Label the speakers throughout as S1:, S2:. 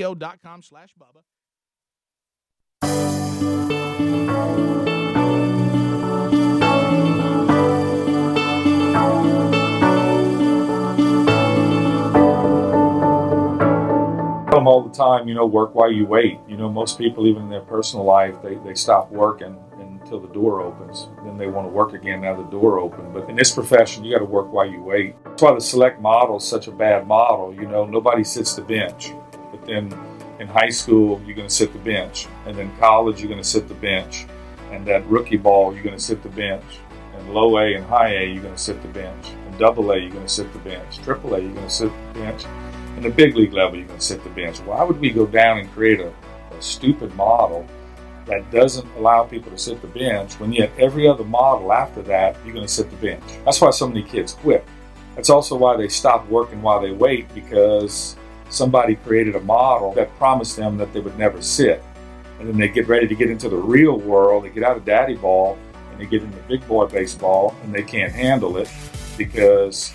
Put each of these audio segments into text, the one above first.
S1: AnditCO.com slash Bubba.
S2: tell them all the time, you know, work while you wait. You know, most people, even in their personal life, they, they stop working until the door opens. Then they want to work again now the door open. But in this profession, you got to work while you wait. That's why the select model is such a bad model. You know, nobody sits the bench. But then in high school, you're going to sit the bench. And then college, you're going to sit the bench. And that rookie ball, you're going to sit the bench. And low A and high A, you're going to sit the bench. And double A, you're going to sit the bench. Triple A, you're going to sit the bench in the big league level, you can sit the bench. Why would we go down and create a, a stupid model that doesn't allow people to sit the bench when yet every other model after that, you're going to sit the bench? That's why so many kids quit. That's also why they stop working while they wait because somebody created a model that promised them that they would never sit. And then they get ready to get into the real world, they get out of daddy ball, and they get into big boy baseball, and they can't handle it because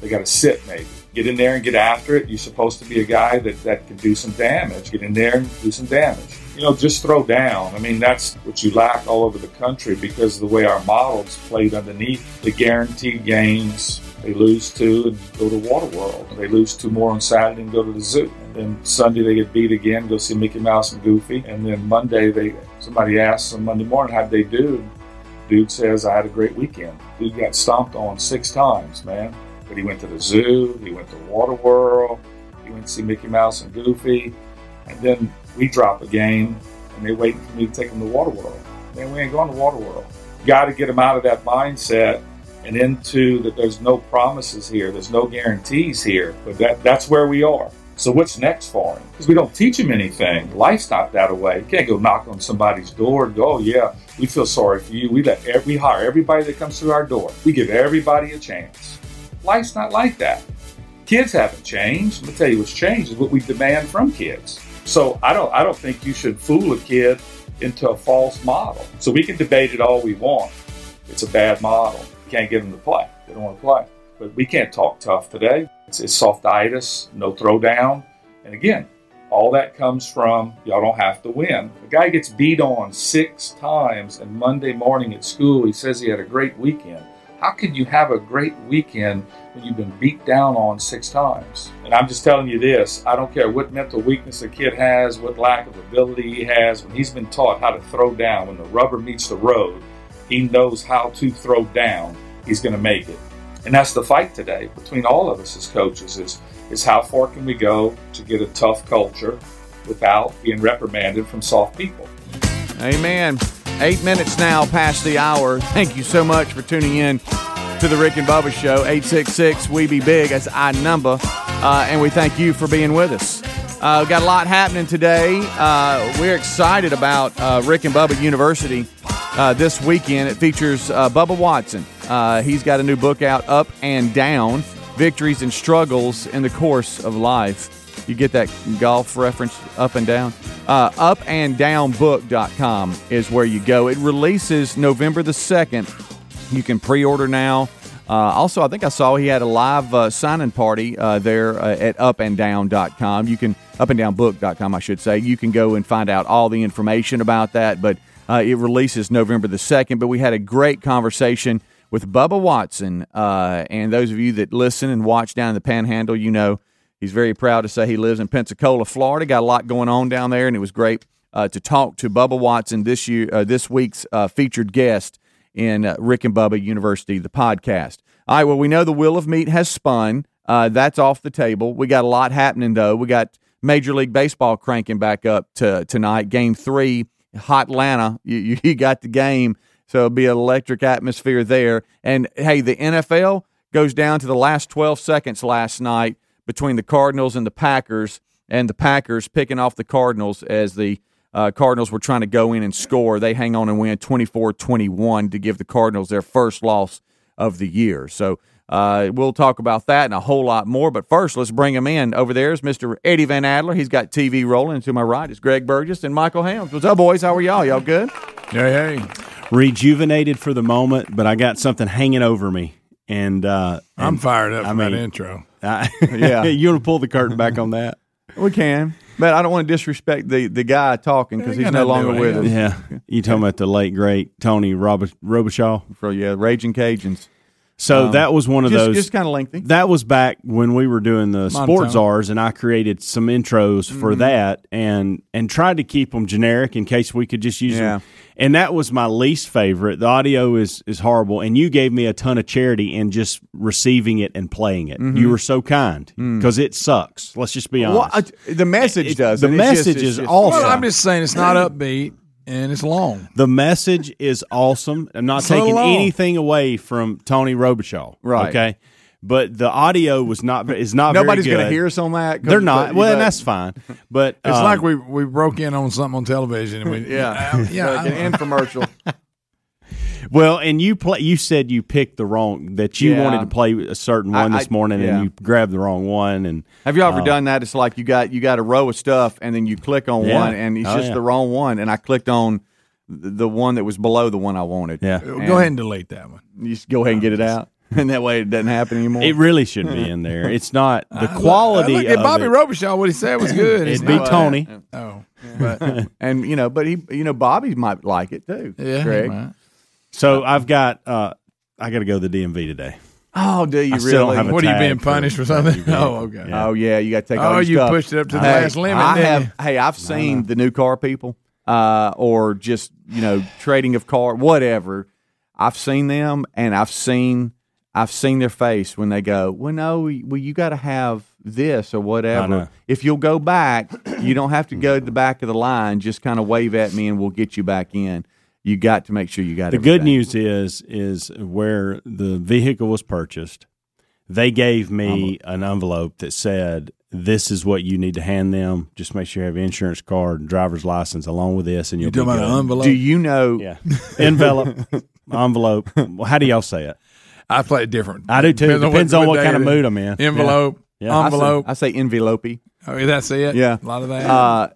S2: they got to sit maybe. Get in there and get after it. You're supposed to be a guy that, that can do some damage. Get in there and do some damage. You know, just throw down. I mean, that's what you lack all over the country because of the way our models played underneath the guaranteed games. They lose two and go to Water World. They lose two more on Saturday and go to the zoo. And then Sunday they get beat again, go see Mickey Mouse and Goofy. And then Monday they somebody asks them Monday morning how'd they do. Dude says, I had a great weekend. Dude got stomped on six times, man. But he went to the zoo, he went to Water World, he went to see Mickey Mouse and Goofy, and then we drop a game and they wait for me to take them to Water World. Man, we ain't going to Water World. Got to get them out of that mindset and into that there's no promises here, there's no guarantees here, but that, that's where we are. So what's next for him? Because we don't teach him anything. Life's not that way. You can't go knock on somebody's door and go, oh, yeah, we feel sorry for you. We let every, we hire everybody that comes through our door. We give everybody a chance life's not like that. Kids haven't changed. Let me tell you what's changed is what we demand from kids. So I don't I don't think you should fool a kid into a false model. So we can debate it all we want. It's a bad model. You can't get them to play. They don't want to play. But we can't talk tough today. It's, it's softitis, no throwdown. And again, all that comes from y'all don't have to win. A guy gets beat on six times, and Monday morning at school, he says he had a great weekend how can you have a great weekend when you've been beat down on six times? And I'm just telling you this I don't care what mental weakness a kid has, what lack of ability he has, when he's been taught how to throw down, when the rubber meets the road, he knows how to throw down, he's going to make it. And that's the fight today between all of us as coaches is, is how far can we go to get a tough culture without being reprimanded from soft people?
S1: Amen. Eight minutes now past the hour. Thank you so much for tuning in to the Rick and Bubba Show. 866 We Be Big as our number. Uh, and we thank you for being with us. Uh, we've got a lot happening today. Uh, we're excited about uh, Rick and Bubba University uh, this weekend. It features uh, Bubba Watson. Uh, he's got a new book out, Up and Down Victories and Struggles in the Course of Life. You get that golf reference up and down. Uh, upanddownbook.com is where you go. It releases November the 2nd. You can pre order now. Uh, also, I think I saw he had a live uh, signing party uh, there uh, at upanddown.com. You can, upanddownbook.com, I should say. You can go and find out all the information about that. But uh, it releases November the 2nd. But we had a great conversation with Bubba Watson. uh, and those of you that listen and watch down in the panhandle, you know. He's very proud to say he lives in Pensacola, Florida. Got a lot going on down there, and it was great uh, to talk to Bubba Watson this year, uh, this week's uh, featured guest in uh, Rick and Bubba University, the podcast. All right, well, we know the wheel of meat has spun. Uh, that's off the table. We got a lot happening though. We got Major League Baseball cranking back up to tonight, Game Three, Hot Atlanta. You, you got the game, so it'll be an electric atmosphere there. And hey, the NFL goes down to the last twelve seconds last night between the Cardinals and the Packers, and the Packers picking off the Cardinals as the uh, Cardinals were trying to go in and score. They hang on and win 24 21 to give the Cardinals their first loss of the year. So uh, we'll talk about that and a whole lot more. But first, let's bring him in. Over there is Mr. Eddie Van Adler. He's got TV rolling. And to my right is Greg Burgess and Michael Hams. What's up, boys? How are y'all? Y'all good?
S3: Hey, hey. Rejuvenated for the moment, but I got something hanging over me. And, uh,
S4: I'm
S3: and
S4: fired up
S3: I
S4: from that
S3: mean-
S4: intro.
S3: I,
S1: Yeah.
S3: you want to pull the curtain back on that?
S1: We can. Man, I don't want to disrespect the, the guy talking because he's no longer with us.
S3: Yeah. You talking about the late great Tony Rob- Robichaud?
S1: For, yeah, Raging Cajuns. Um,
S3: So that was one of
S1: Just,
S3: those.
S1: just kind of lengthy.
S3: that was back when we were doing the sports
S4: Monotone.
S3: R's, and I created some intros
S1: Mm-hmm.
S3: for that, and and tried to keep them generic in case we could just use
S1: Yeah.
S3: them. And that was my least favorite. The audio is is horrible, and you gave me a ton of charity in just receiving it and playing it. You were so kind because it sucks. Let's just be
S1: Mm-hmm. Mm. Well,
S3: honest.
S1: I- uh, the message
S3: It-
S1: does.
S3: the
S1: and it's just-
S3: message
S1: it's
S3: is
S1: just-
S3: awful.
S4: Well, I'm just saying it's not upbeat and it's long.
S3: the message is awesome. I'm not
S4: It's a
S3: taking
S4: little long.
S3: anything away from Tony Robichaud.
S1: Right.
S3: Okay. But the audio was not is not very
S1: Nobody's going
S3: good.
S1: to hear us on that. 'cause-
S3: They're not.
S1: but-
S3: well, and
S1: but-
S3: that's fine. But
S4: It's
S3: um,
S4: like we, we broke in on something on television and we uh,
S1: Yeah.
S4: yeah.
S1: Like an infomercial.
S3: well, and you play. You said you picked the wrong that you
S1: Yeah.
S3: wanted to play a certain one
S1: I-
S3: this
S1: I-
S3: morning,
S1: yeah.
S3: and you grabbed the wrong one. And uh,
S1: Have you ever
S3: Oh.
S1: done that? It's like you got you got a row of stuff, and then you click on
S3: Yeah.
S1: one, and it's
S3: Oh,
S1: just
S3: yeah.
S1: the wrong one. And I clicked on th- the one that was below the one I wanted.
S3: yeah,
S4: Go ahead and delete that one.
S1: you just go ahead and get it out, and that way it doesn't happen anymore.
S3: it really shouldn't be in there. It's not the quality.
S4: I looked at
S3: of
S4: Bobby
S3: it,
S4: Robichaud, what he said was good. It's
S3: It'd be
S4: not-
S3: Tony.
S4: oh, but
S1: and you know, but he, you know, Bobby might like it too.
S4: yeah,
S1: Greg.
S4: right.
S3: So I've got. uh I got to go to the DMV today.
S1: Oh, do you
S3: I
S1: really?
S3: still don't have a
S4: What are you
S3: tag
S4: being
S3: for-
S4: punished for something? Oh, okay.
S3: Yeah.
S1: Oh yeah, you got to take. all
S4: Oh,
S1: your
S4: you
S1: stuff.
S4: pushed it up to the
S1: Hey,
S4: last limit.
S1: I
S4: didn't
S1: have.
S4: you?
S1: Hey, I've seen the new car people, uh, or just you know trading of car, whatever. I've seen them, and I've seen I've seen their face when they go, well, no, we- well, you got to have this or
S3: know.
S1: whatever. If you'll go back, you don't have to go to the back of the line. Just kind of wave at me, and we'll get you back in. You got to make sure you got
S3: The good
S1: everything.
S3: news is is where the vehicle was purchased. They gave me an envelope that said, "This is what you need to hand them. Just make sure you have insurance card and driver's license along with this, and you'll
S4: You talking
S3: be
S4: about an
S3: good."
S4: envelope?
S1: Do you know?
S3: yeah, envelope, envelope. Well, how do y'all say it?
S4: I play it different.
S3: I do too. Depends, on what,
S4: day
S3: kind of
S4: it is.
S3: mood I'm in.
S4: Envelope,
S3: Yeah. I
S1: I say-
S4: envelope.
S1: I say envelope.
S4: Oh, yeah, that's it.
S1: Yeah.
S4: a lot of that.
S1: Uh,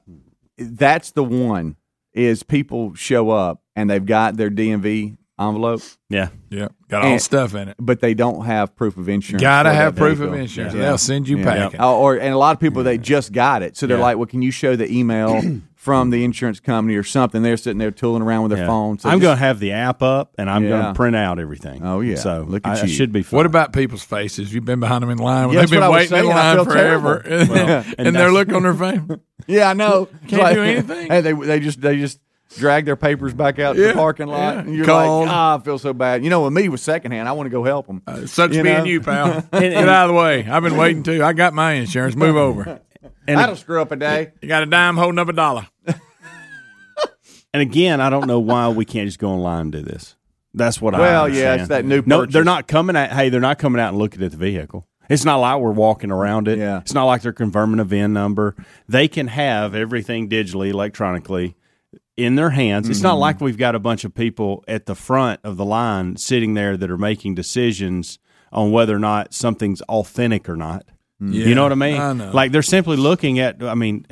S1: that's the one is people show up and they've got their DMV envelope,
S3: Yeah,
S4: yeah, got all
S1: and-
S4: stuff in it.
S1: but they don't have proof of insurance.
S4: Gotta
S1: for
S4: have
S1: that
S4: proof of
S1: vehicle.
S4: insurance.
S1: Yeah.
S4: They'll send you
S1: Yeah.
S4: packing.
S1: Oh, or and a lot of people they just got it, so they're like, "Well, can you show the email from the insurance company or something?" They're sitting there tooling around with their
S3: yeah.
S1: phone. So
S3: I'm
S1: just-
S3: going to have the app up, and I'm going
S1: Yeah.
S3: to print out everything.
S1: Oh, yeah.
S3: So
S1: Look
S3: I-
S1: at
S3: I
S1: you.
S3: should be. Fine.
S4: What about people's faces? You've been behind them in line.
S1: Yeah,
S4: They've
S1: that's what I
S4: been
S1: was
S4: waiting in
S1: saying. I
S4: line
S1: felt
S4: forever, and,
S3: and
S4: their
S3: that's-
S4: look on their face.
S1: Yeah, I know.
S4: Can't do anything?
S1: Hey, they they just they just drag their papers back out to the
S4: Yeah,
S1: parking lot,
S4: yeah.
S1: and you're
S4: Cold.
S1: like, "Ah, I feel so bad." You know, with me with secondhand, I want to go help them.
S4: It Uh, sucks
S1: You
S4: being
S1: know?
S4: you, pal. Get out of the way. I've been waiting too. I got my insurance. Move over.
S3: and
S1: That'll screw up a day.
S4: You got a dime holding up a dollar.
S3: And again, I don't know why we can't just go online and do this. That's what I
S1: Well, yeah,
S3: understand.
S1: it's that new
S3: No,
S1: purchase.
S3: they're not coming at. Hey, they're not coming out and looking at the vehicle. It's not like we're walking around it.
S1: Yeah.
S3: It's not like they're confirming a VIN number. They can have everything digitally, electronically in their hands. It's
S1: Mm-hmm.
S3: not like we've got a bunch of people at the front of the line sitting there that are making decisions on whether or not something's authentic or not.
S4: Yeah,
S3: You know what I mean?
S4: I know.
S3: Like they're simply looking at. I mean,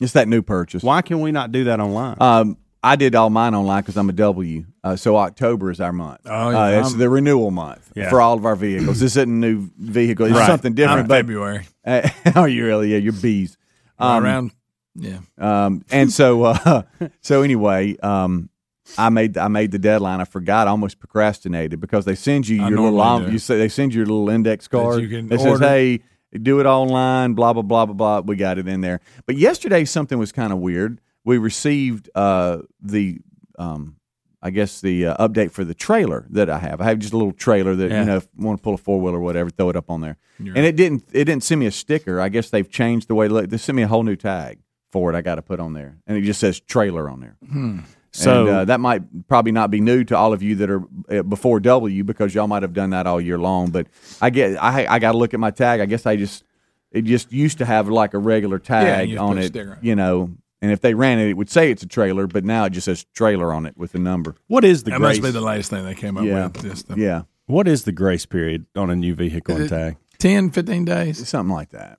S1: It's that new purchase.
S3: why can we not do that online?
S1: Um, I did all mine online because I'm a W. Uh, so October is our month.
S4: Oh, yeah,
S1: uh, it's the renewal month
S3: Yeah.
S1: for all of our vehicles. this isn't a new vehicle. It's
S3: Right.
S1: something
S4: I'm
S1: different. but
S4: February
S1: uh, oh, you really? Yeah, you're bees. Um,
S4: around. Yeah,
S1: um, and so, uh, so anyway, um, I made I made the deadline. I forgot. I almost procrastinated because they send you
S4: I
S1: your little
S4: normally
S1: um,
S4: do.
S1: you say they send you your little index card.
S4: you can
S1: that says,
S4: order.
S1: "Hey, do it online." Blah blah blah blah blah. We got it in there. But yesterday, something was kind of weird. We received uh, the um, I guess the uh, update for the trailer that I have. I have just a little trailer that you know, if you want to pull a four wheeler or whatever, throw it up on there. And it didn't it didn't send me a sticker. I guess they've changed the way. it look, they sent me a whole new tag for it. I got to put on there, and it just says trailer on there.
S4: Hmm.
S3: so
S1: and, uh, that might probably not be new to all of you that are uh, before W because y'all might have done that all year long. But I get I I got to look at my tag. I guess I just it just used to have like a regular tag
S4: you just
S1: on
S4: put a
S1: it,
S4: sticker on it.
S1: you know. And if they ran it, it would say it's a trailer, but now it just says trailer on it with the number.
S3: what is the
S4: that
S3: grace?
S4: must be the latest thing they came up
S1: Yeah.
S4: with. Just the
S1: Yeah,
S3: What is the grace period on a new vehicle and
S4: It-
S3: tag?
S4: 10, 15 days,
S1: something like that.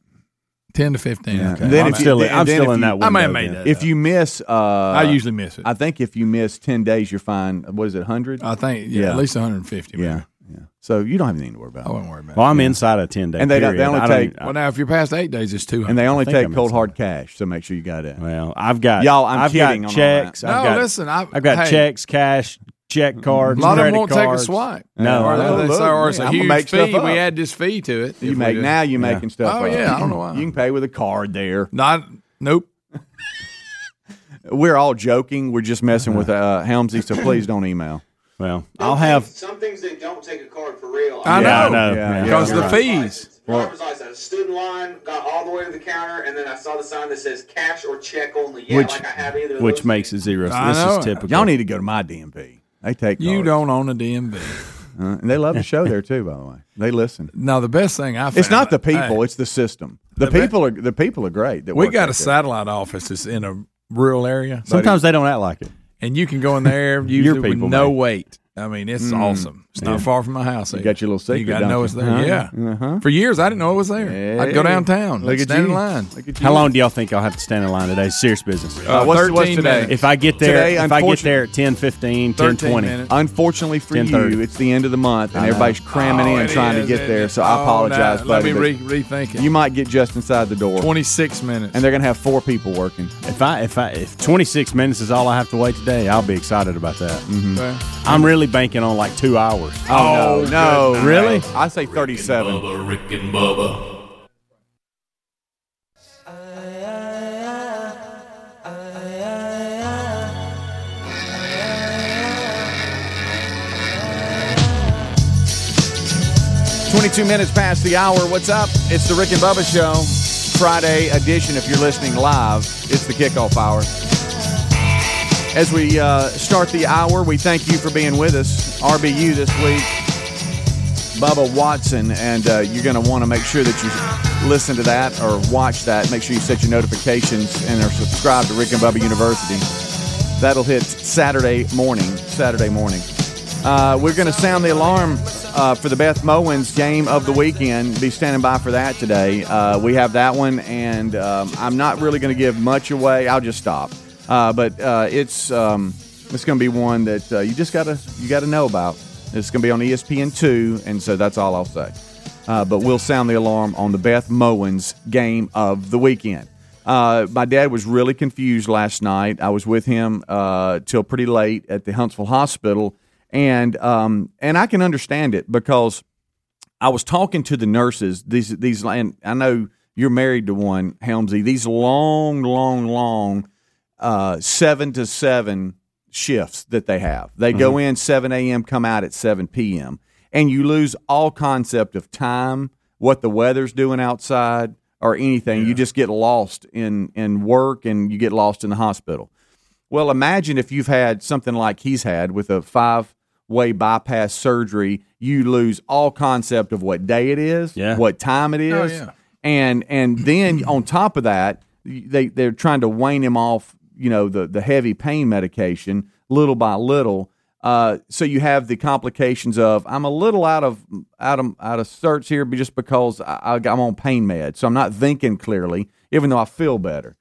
S4: ten to fifteen. Okay.
S1: Then
S3: I'm
S1: if you-
S3: still,
S1: then-
S3: I'm
S1: then
S3: still
S1: if
S3: in
S1: you-
S3: that window.
S4: I may have made
S3: then.
S4: that.
S1: If you miss, uh,
S4: I
S1: I
S4: usually miss it.
S1: I think if you miss ten days, you're fine. What is it, hundred?
S4: I think yeah,
S1: Yeah.
S4: at least 150. Maybe.
S1: Yeah, Yeah. So you don't have anything to worry about.
S4: I wouldn't worry about
S3: Well,
S4: it.
S3: I'm inside a ten day.
S1: And they don't- they only take-
S4: Well, now if you're past eight days, it's two
S1: And
S4: hundred.
S1: they only
S3: think
S1: take
S3: I'm
S1: cold hard cash, so make sure you got it.
S3: well, I've got
S1: Y'all, I'm
S3: have
S1: kidding on
S3: got
S1: all that.
S3: checks.
S4: No,
S3: I've got,
S4: listen, I've,
S3: I've got
S4: hey, Mm-hmm.
S3: checks, cash, check cards.
S4: A lot of them
S3: credit
S4: won't
S3: cards.
S4: take a swipe.
S3: No.
S4: or,
S1: Oh,
S4: they,
S1: look,
S4: say, or it's
S1: yeah,
S4: a
S1: I'm gonna
S4: huge
S1: make stuff
S4: fee.
S1: up.
S4: We add this fee to it.
S1: You
S4: if we
S1: make
S4: do-
S1: now, you're making stuff.
S4: Oh,
S1: up.
S4: yeah, I don't know why.
S1: You can pay with a card there.
S4: Not. Nope.
S1: We're all joking. We're just messing with
S4: Uh-huh.
S1: uh, Helmsy, so please don't email.
S3: Well, I'll have.
S5: some things they don't take a card for real.
S4: I
S3: yeah,
S4: know.
S3: I
S1: Yeah,
S3: know. yeah.
S1: yeah.
S4: Because the fees.
S5: Driver's license. I stood in line, got all the way to the counter, and then I saw the sign that says cash or check only. Yeah,
S3: Which-
S5: like I have either. Of
S3: which
S5: those
S3: makes
S5: things.
S3: it zero. So
S4: I
S3: this
S4: know.
S3: is typical.
S1: Y'all need to go to my DMV. They take
S4: You
S1: cards.
S4: don't own a DMV.
S1: Uh, and they love the show there too. By the way, they listen.
S4: Now the best thing I found,
S1: It's not the
S4: hey,
S1: people; it's the system. The,
S4: The ba-
S1: people are the people are great. That
S4: we
S1: work
S4: got
S1: out
S4: a
S1: there.
S4: satellite office that's in a rural area,
S3: Sometimes they don't act like it.
S4: and you can go in there usually with
S3: people,
S4: no
S3: mate.
S4: wait. I mean, it's awesome. It's not far from my house.
S1: Mm.
S4: eh?
S1: You got your little secret.
S4: You got to
S1: don't
S4: know
S1: you?
S4: it's there.
S1: Uh-huh.
S4: Yeah.
S1: Uh-huh.
S4: For years, I didn't know it was there. I'd go
S1: Hey.
S4: downtown.
S1: Look at
S4: stand
S1: you.
S4: in line.
S1: Look at you.
S3: How long do y'all think I'll have to stand in line today? Serious business.
S1: Uh, what's, what's
S4: 13
S1: today?
S4: minutes.
S3: if I get there,
S1: Today,
S3: if I get
S1: unfortunately-
S3: there at 10, 15, 10,
S4: 13
S3: 20.
S4: minutes.
S1: Unfortunately for
S3: 10:30.
S1: you, it's the end of the month, and everybody's cramming
S4: Oh,
S1: in
S4: it
S1: trying
S4: is,
S1: to get
S4: it
S1: there.
S4: is.
S1: So I
S4: Oh,
S1: apologize,
S4: now, Let me
S1: buddy. but
S4: re- rethink it.
S1: you might get just inside the door,
S4: 26 minutes.
S1: and they're going to have four people working.
S3: If I if I if 26 minutes is all I have to wait today, I'll be excited about that.
S4: Okay.
S3: I'm really banking on like two hours.
S1: Mm-hmm. Oh, no, no,
S3: Really?
S1: I say thirty-seven.
S6: Bubba, Rick and Bubba.
S1: Twenty-two minutes past the hour. What's up? It's the Rick and Bubba Show, Friday edition. If you're listening live, it's the kickoff hour. As we uh, start the hour, we thank you for being with us. RBU this week, Bubba Watson, and uh, you're going to want to make sure that you listen to that or watch that. Make sure you set your notifications and are subscribed to Rick and Bubba University. That'll hit Saturday morning. Saturday morning. Uh, we're going to sound the alarm uh, for the Beth Mowins game of the weekend. Be standing by for that today. Uh, we have that one, and um, I'm not really going to give much away. I'll just stop. Uh, but uh, it's um, it's going to be one that uh, you just gotta you gotta know about. It's going to be on E ESPN two, and so that's all I'll say. Uh, but we'll sound the alarm on the Beth Mowins game of the weekend. Uh, my dad was really confused last night. I was with him uh, till pretty late at the Huntsville Hospital, and um, and I can understand it because I was talking to the nurses. These these and I know you're married to one, Helmsy. These long, long, long uh, seven to seven shifts that they have. They go in seven a.m., come out at seven p.m., and you lose all concept of time, what the weather's doing outside, or anything. You just get lost in in work, and you get lost in the hospital. Well, imagine if you've had something like he's had with a five way bypass surgery, you lose all concept of what day it is,
S3: Yeah.
S1: what time it is.
S4: yeah.
S1: And and then on top of that, they they're trying to wane him off, you know, the the heavy pain medication little by little. Uh, so you have the complications of I'm a little out of out of out of search here, but just because I, I, I'm on pain med, so I'm not thinking clearly, even though I feel better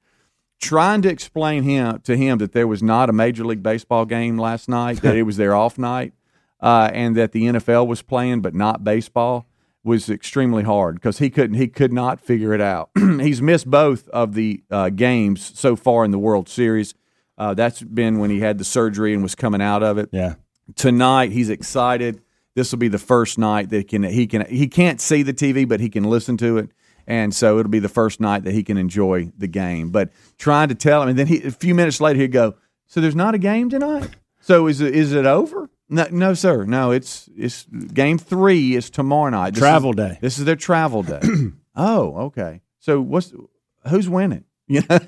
S1: trying to explain him to him that there was not a major league baseball game last night, that it was their off night, uh, and that the NFL was playing but not baseball was extremely hard because he couldn't he could not figure it out. He's missed both of the uh, games so far in the World Series. Uh, that's been when he had the surgery and was coming out of it
S3: Yeah.
S1: tonight he's excited this will be the first night that he can he can he can't see the tv but he can listen to it and so it'll be the first night that he can enjoy the game but trying to tell him and then he, a few minutes later he'd go so there's not a game tonight so is it is it over no, no sir no it's it's game three is tomorrow night This is-
S3: Travel day.
S1: this is their travel day oh okay so what's who's winning you know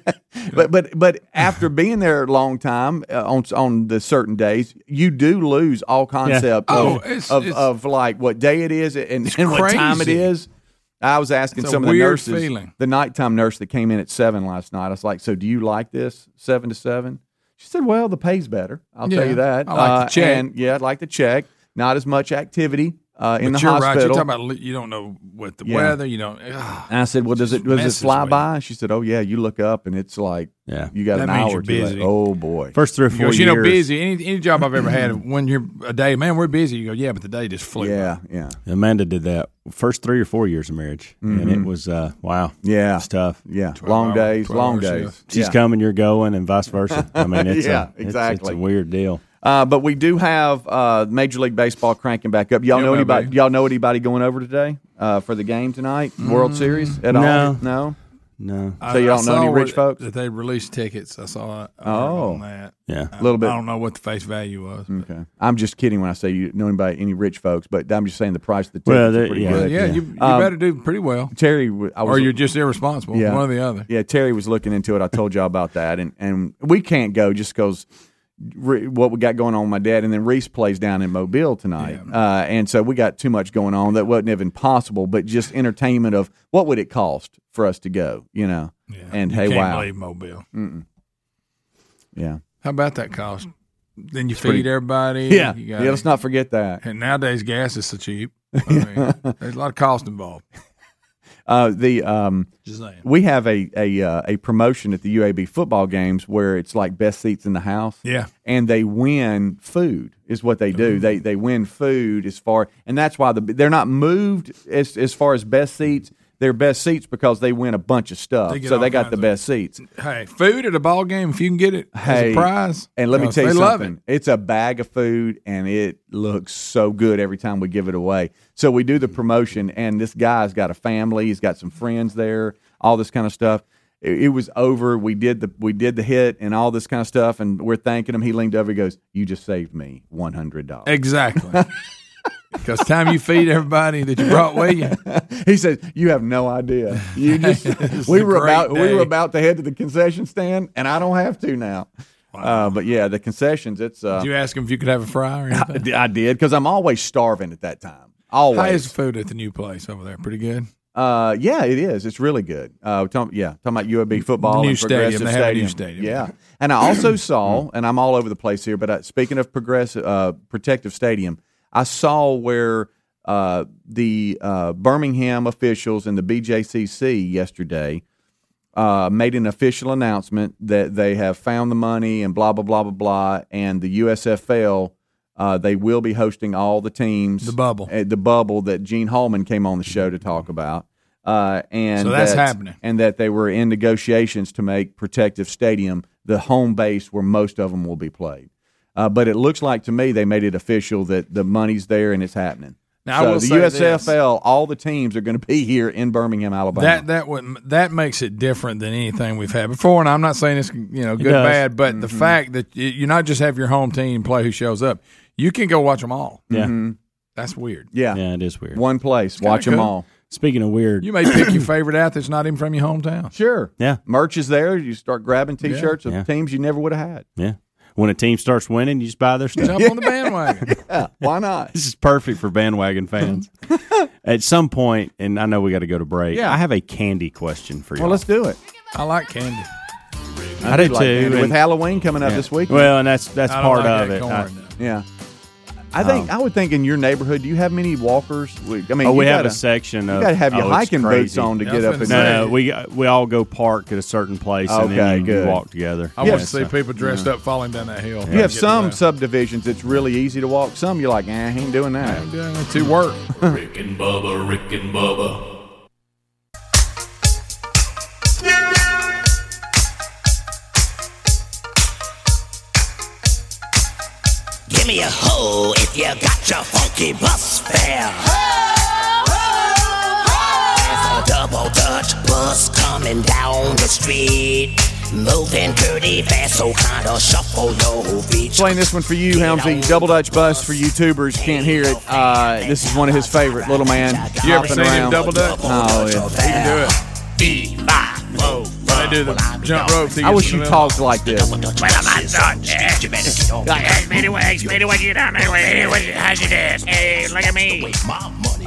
S1: but but but after being there a long time uh, on on the certain days you do lose all concept
S4: Yeah. Oh,
S1: of,
S4: it's-
S1: of,
S4: it's-
S1: of like what day it is and, and what time it
S4: crazy.
S1: is i was asking
S4: It's a
S1: some of the
S4: weird
S1: nurses
S4: feeling.
S1: the nighttime nurse that came in at seven last night i was like so do you like this seven to seven she said well the pay's better i'll
S4: Yeah,
S1: tell you that
S4: I like to check.
S1: and yeah i'd like to check not as much activity uh, uh, in
S4: but
S1: the
S4: you're
S1: hospital.
S4: right. You're talking about li- you don't know what the
S1: Yeah.
S4: weather. You don't. ugh.
S1: and I said, "Well, does
S4: Just
S1: it does
S4: messes
S1: it fly
S4: with
S1: by?" She said, "Oh yeah, you look up and it's like
S3: Yeah.
S1: you got
S4: That
S1: an
S4: means
S1: hour
S4: you're
S1: too late.
S4: busy.
S1: Oh boy,
S3: First three or
S4: He
S3: four
S4: goes,
S3: years.
S4: you know, busy. Any any job I've ever had, when you're a day, man, we're busy. You go, yeah, but the day just flew.
S1: yeah, yeah, Mm-hmm.
S3: Amanda did that first three or four years of marriage, and it was uh, wow,
S1: Yeah.
S3: it's tough.
S1: yeah. Long
S4: hour-
S1: days,
S4: 12
S1: long
S4: hour
S1: days.
S4: shifts.
S3: She's
S1: Yeah.
S3: coming, you're going, and vice versa. I mean, it's
S1: Yeah,
S3: a, it's- It's,
S1: exactly.
S3: a weird deal.
S1: Uh, but we do have uh, Major League Baseball cranking back up. Y'all
S4: Yeah,
S1: know anybody?
S4: baby.
S1: Y'all know anybody going over today uh, for the game tonight? World Series at all?
S3: Mm, No.
S1: No.
S3: No,
S4: I-
S1: So you
S4: I
S1: don't know any
S4: saw
S1: rich
S4: what-
S1: folks?
S4: that they released tickets. I saw it
S1: Oh.
S4: on that.
S3: yeah,
S4: A
S1: Little bit.
S4: I don't know what the face value was. but-
S1: Okay. I'm just kidding when I say you know anybody, any rich folks, but I'm just saying the price of the tickets
S3: Well,
S1: are
S3: they-
S1: pretty
S3: yeah.
S1: good.
S4: Yeah,
S3: Yeah.
S4: you, you
S1: Um,
S4: better do pretty well,
S1: Terry, w- I was,
S4: or you're just irresponsible.
S1: Yeah.
S4: One or the other.
S1: yeah, Terry was looking into it. I told y'all about that, and and we can't go just because re- what we got going on with my dad, and then Reese plays down in Mobile tonight, uh, and so we got too much going on that wasn't even possible. But just entertainment of what would it cost for us to go, you know?
S4: Yeah.
S1: And
S4: You
S1: hey,
S4: can't
S1: wow,
S4: leave Mobile.
S1: yeah,
S4: How about that cost? Then you feed
S1: pretty-
S4: everybody.
S1: yeah,
S4: you
S1: yeah.
S4: gotta-
S1: Let's not forget that.
S4: And nowadays, gas is so cheap. I mean, there's a lot of cost involved.
S1: Uh, the um,
S4: Just saying.
S1: we have a a uh, a promotion at the UAB football games where it's like best seats in the house.
S4: Yeah. Mm-hmm.
S1: and they win food is what they do. They they win food as far, and that's why the they're not moved as as far as best seats. They're best seats because they win a bunch of stuff,
S4: They get
S1: so they
S4: all
S1: got the
S4: kinds of-
S1: best seats.
S4: Hey, food at a ball game if you can get it as
S1: Hey,
S4: a prize.
S1: And let me
S4: Because
S1: tell you
S4: they love
S1: something. It's a bag of food, and it looks so good every time we give it away. So we do the
S4: Mm.
S1: promotion, and this guy's got a family. He's got some friends there. All this kind of stuff. It, it was over. We did the we did the hit and all this kind of stuff, and we're thanking him. He leaned over. He goes, "You just saved me one hundred dollars."
S4: it. exactly. Because time you feed everybody that you brought with you,
S1: He says, "You have no idea. You just
S4: It's
S1: we
S4: a
S1: were
S4: great
S1: about we
S4: day.
S1: were about to head to the concession stand, and I don't have to now." Uh, but yeah, the concessions. It's uh,
S4: did you ask them if you could have a fry or
S1: I
S4: anything?
S1: di- I did because I'm always starving at that time.
S4: How is
S1: Always.
S4: food at the new place over there? Pretty good.
S1: Uh, yeah, it is. It's really good. Uh, talking, yeah, talking about UAB football
S4: New
S1: and progressive
S4: stadium. They have a new stadium.
S1: Yeah, and I also
S4: Mm.
S1: saw, and I'm all over the place here, but uh, speaking of progressive uh, protective stadium, I saw where uh, the uh, Birmingham officials and the BJCC yesterday uh, made an official announcement that they have found the money and blah blah blah blah blah, and the USFL. Uh, they will be hosting all the teams.
S4: The bubble.
S1: Uh, the bubble that Gene Hallman came on the show to talk about. Uh, and
S4: So that's
S1: that-
S4: happening.
S1: And that they were in negotiations to make Protective Stadium the home base where most of them will be played. Uh, but it looks like to me they made it official that the money's there and it's happening.
S4: Now, I
S1: so
S4: will
S1: the
S4: say this.
S1: USFL, all the teams are going to be here in Birmingham, Alabama.
S4: That that would that makes it different than anything we've had before. And I'm not saying it's you know good
S3: does. Mm-hmm.
S4: bad, but the fact that you, you not just have your home team play who shows up, you can go watch them all.
S3: yeah,
S1: Mm-hmm.
S4: That's weird.
S1: yeah.
S3: yeah. It is weird.
S1: one place, watch them
S4: cool.
S1: all.
S3: Speaking of weird,
S4: You may pick your favorite out that's not even from your hometown.
S1: Sure.
S3: Yeah.
S1: Merch is there. You start grabbing T-shirts of
S3: Yeah.
S1: teams you never would have had.
S3: yeah, when a team starts winning, you just buy their stuff.
S4: Jump on the bandwagon.
S1: Yeah, why not?
S3: This is perfect for bandwagon fans. At some point, and I know we got to go to break.
S1: Yeah.
S3: I have a candy question for you.
S1: Well, let's do it.
S4: I like candy.
S3: I do
S1: Like,
S3: too.
S1: and
S3: and-
S1: with Halloween coming up this week.
S3: well, and that's that's
S4: I don't
S3: part
S4: like
S3: of
S4: that
S3: it.
S4: corn,
S3: I-
S4: though.
S1: Yeah. I think
S3: Um,
S1: I would think in your neighborhood, do you have many walkers? We- I mean,
S3: oh, we
S1: you
S3: have
S1: gotta,
S3: a section
S1: You
S3: of
S1: gotta have your
S3: oh, it's
S1: hiking boots
S3: crazy.
S1: on to
S4: Yeah,
S1: get
S4: I
S1: up.
S4: was
S1: And
S4: gonna
S3: No, no, we we all go park at a certain place, and
S1: Okay,
S3: then you,
S1: good.
S3: you walk together.
S4: I
S1: Yeah.
S4: want to see people dressed up falling down that hill.
S1: you have some subdivisions that's really easy to walk. Some you're like, eh, I ain't doing that.
S4: to work.
S6: Rick and Bubba, Rick and Bubba.
S7: Give me a hoe if you got your funky bus fare. There's a double Dutch bus coming down the street. Moving pretty fast, so kinda shuffle your feet.
S1: Playing this one for you, Helmsy. Double Dutch Bus for YouTubers. Can't hear it. Uh, this is one of his favorite. Little man
S4: You ever
S1: hopping
S4: seen him
S1: around.
S4: double dutch?
S1: Oh, yeah.
S4: He can do it. They do the jump rope. to
S1: I
S4: get
S1: wish
S4: to
S1: you
S4: the middle.
S1: talked like this.
S7: Well, I'm not done. Yeah. You better get on. Hey, many ways, many ways, get down, many ways, many ways, how's your dance? Hey, look at me.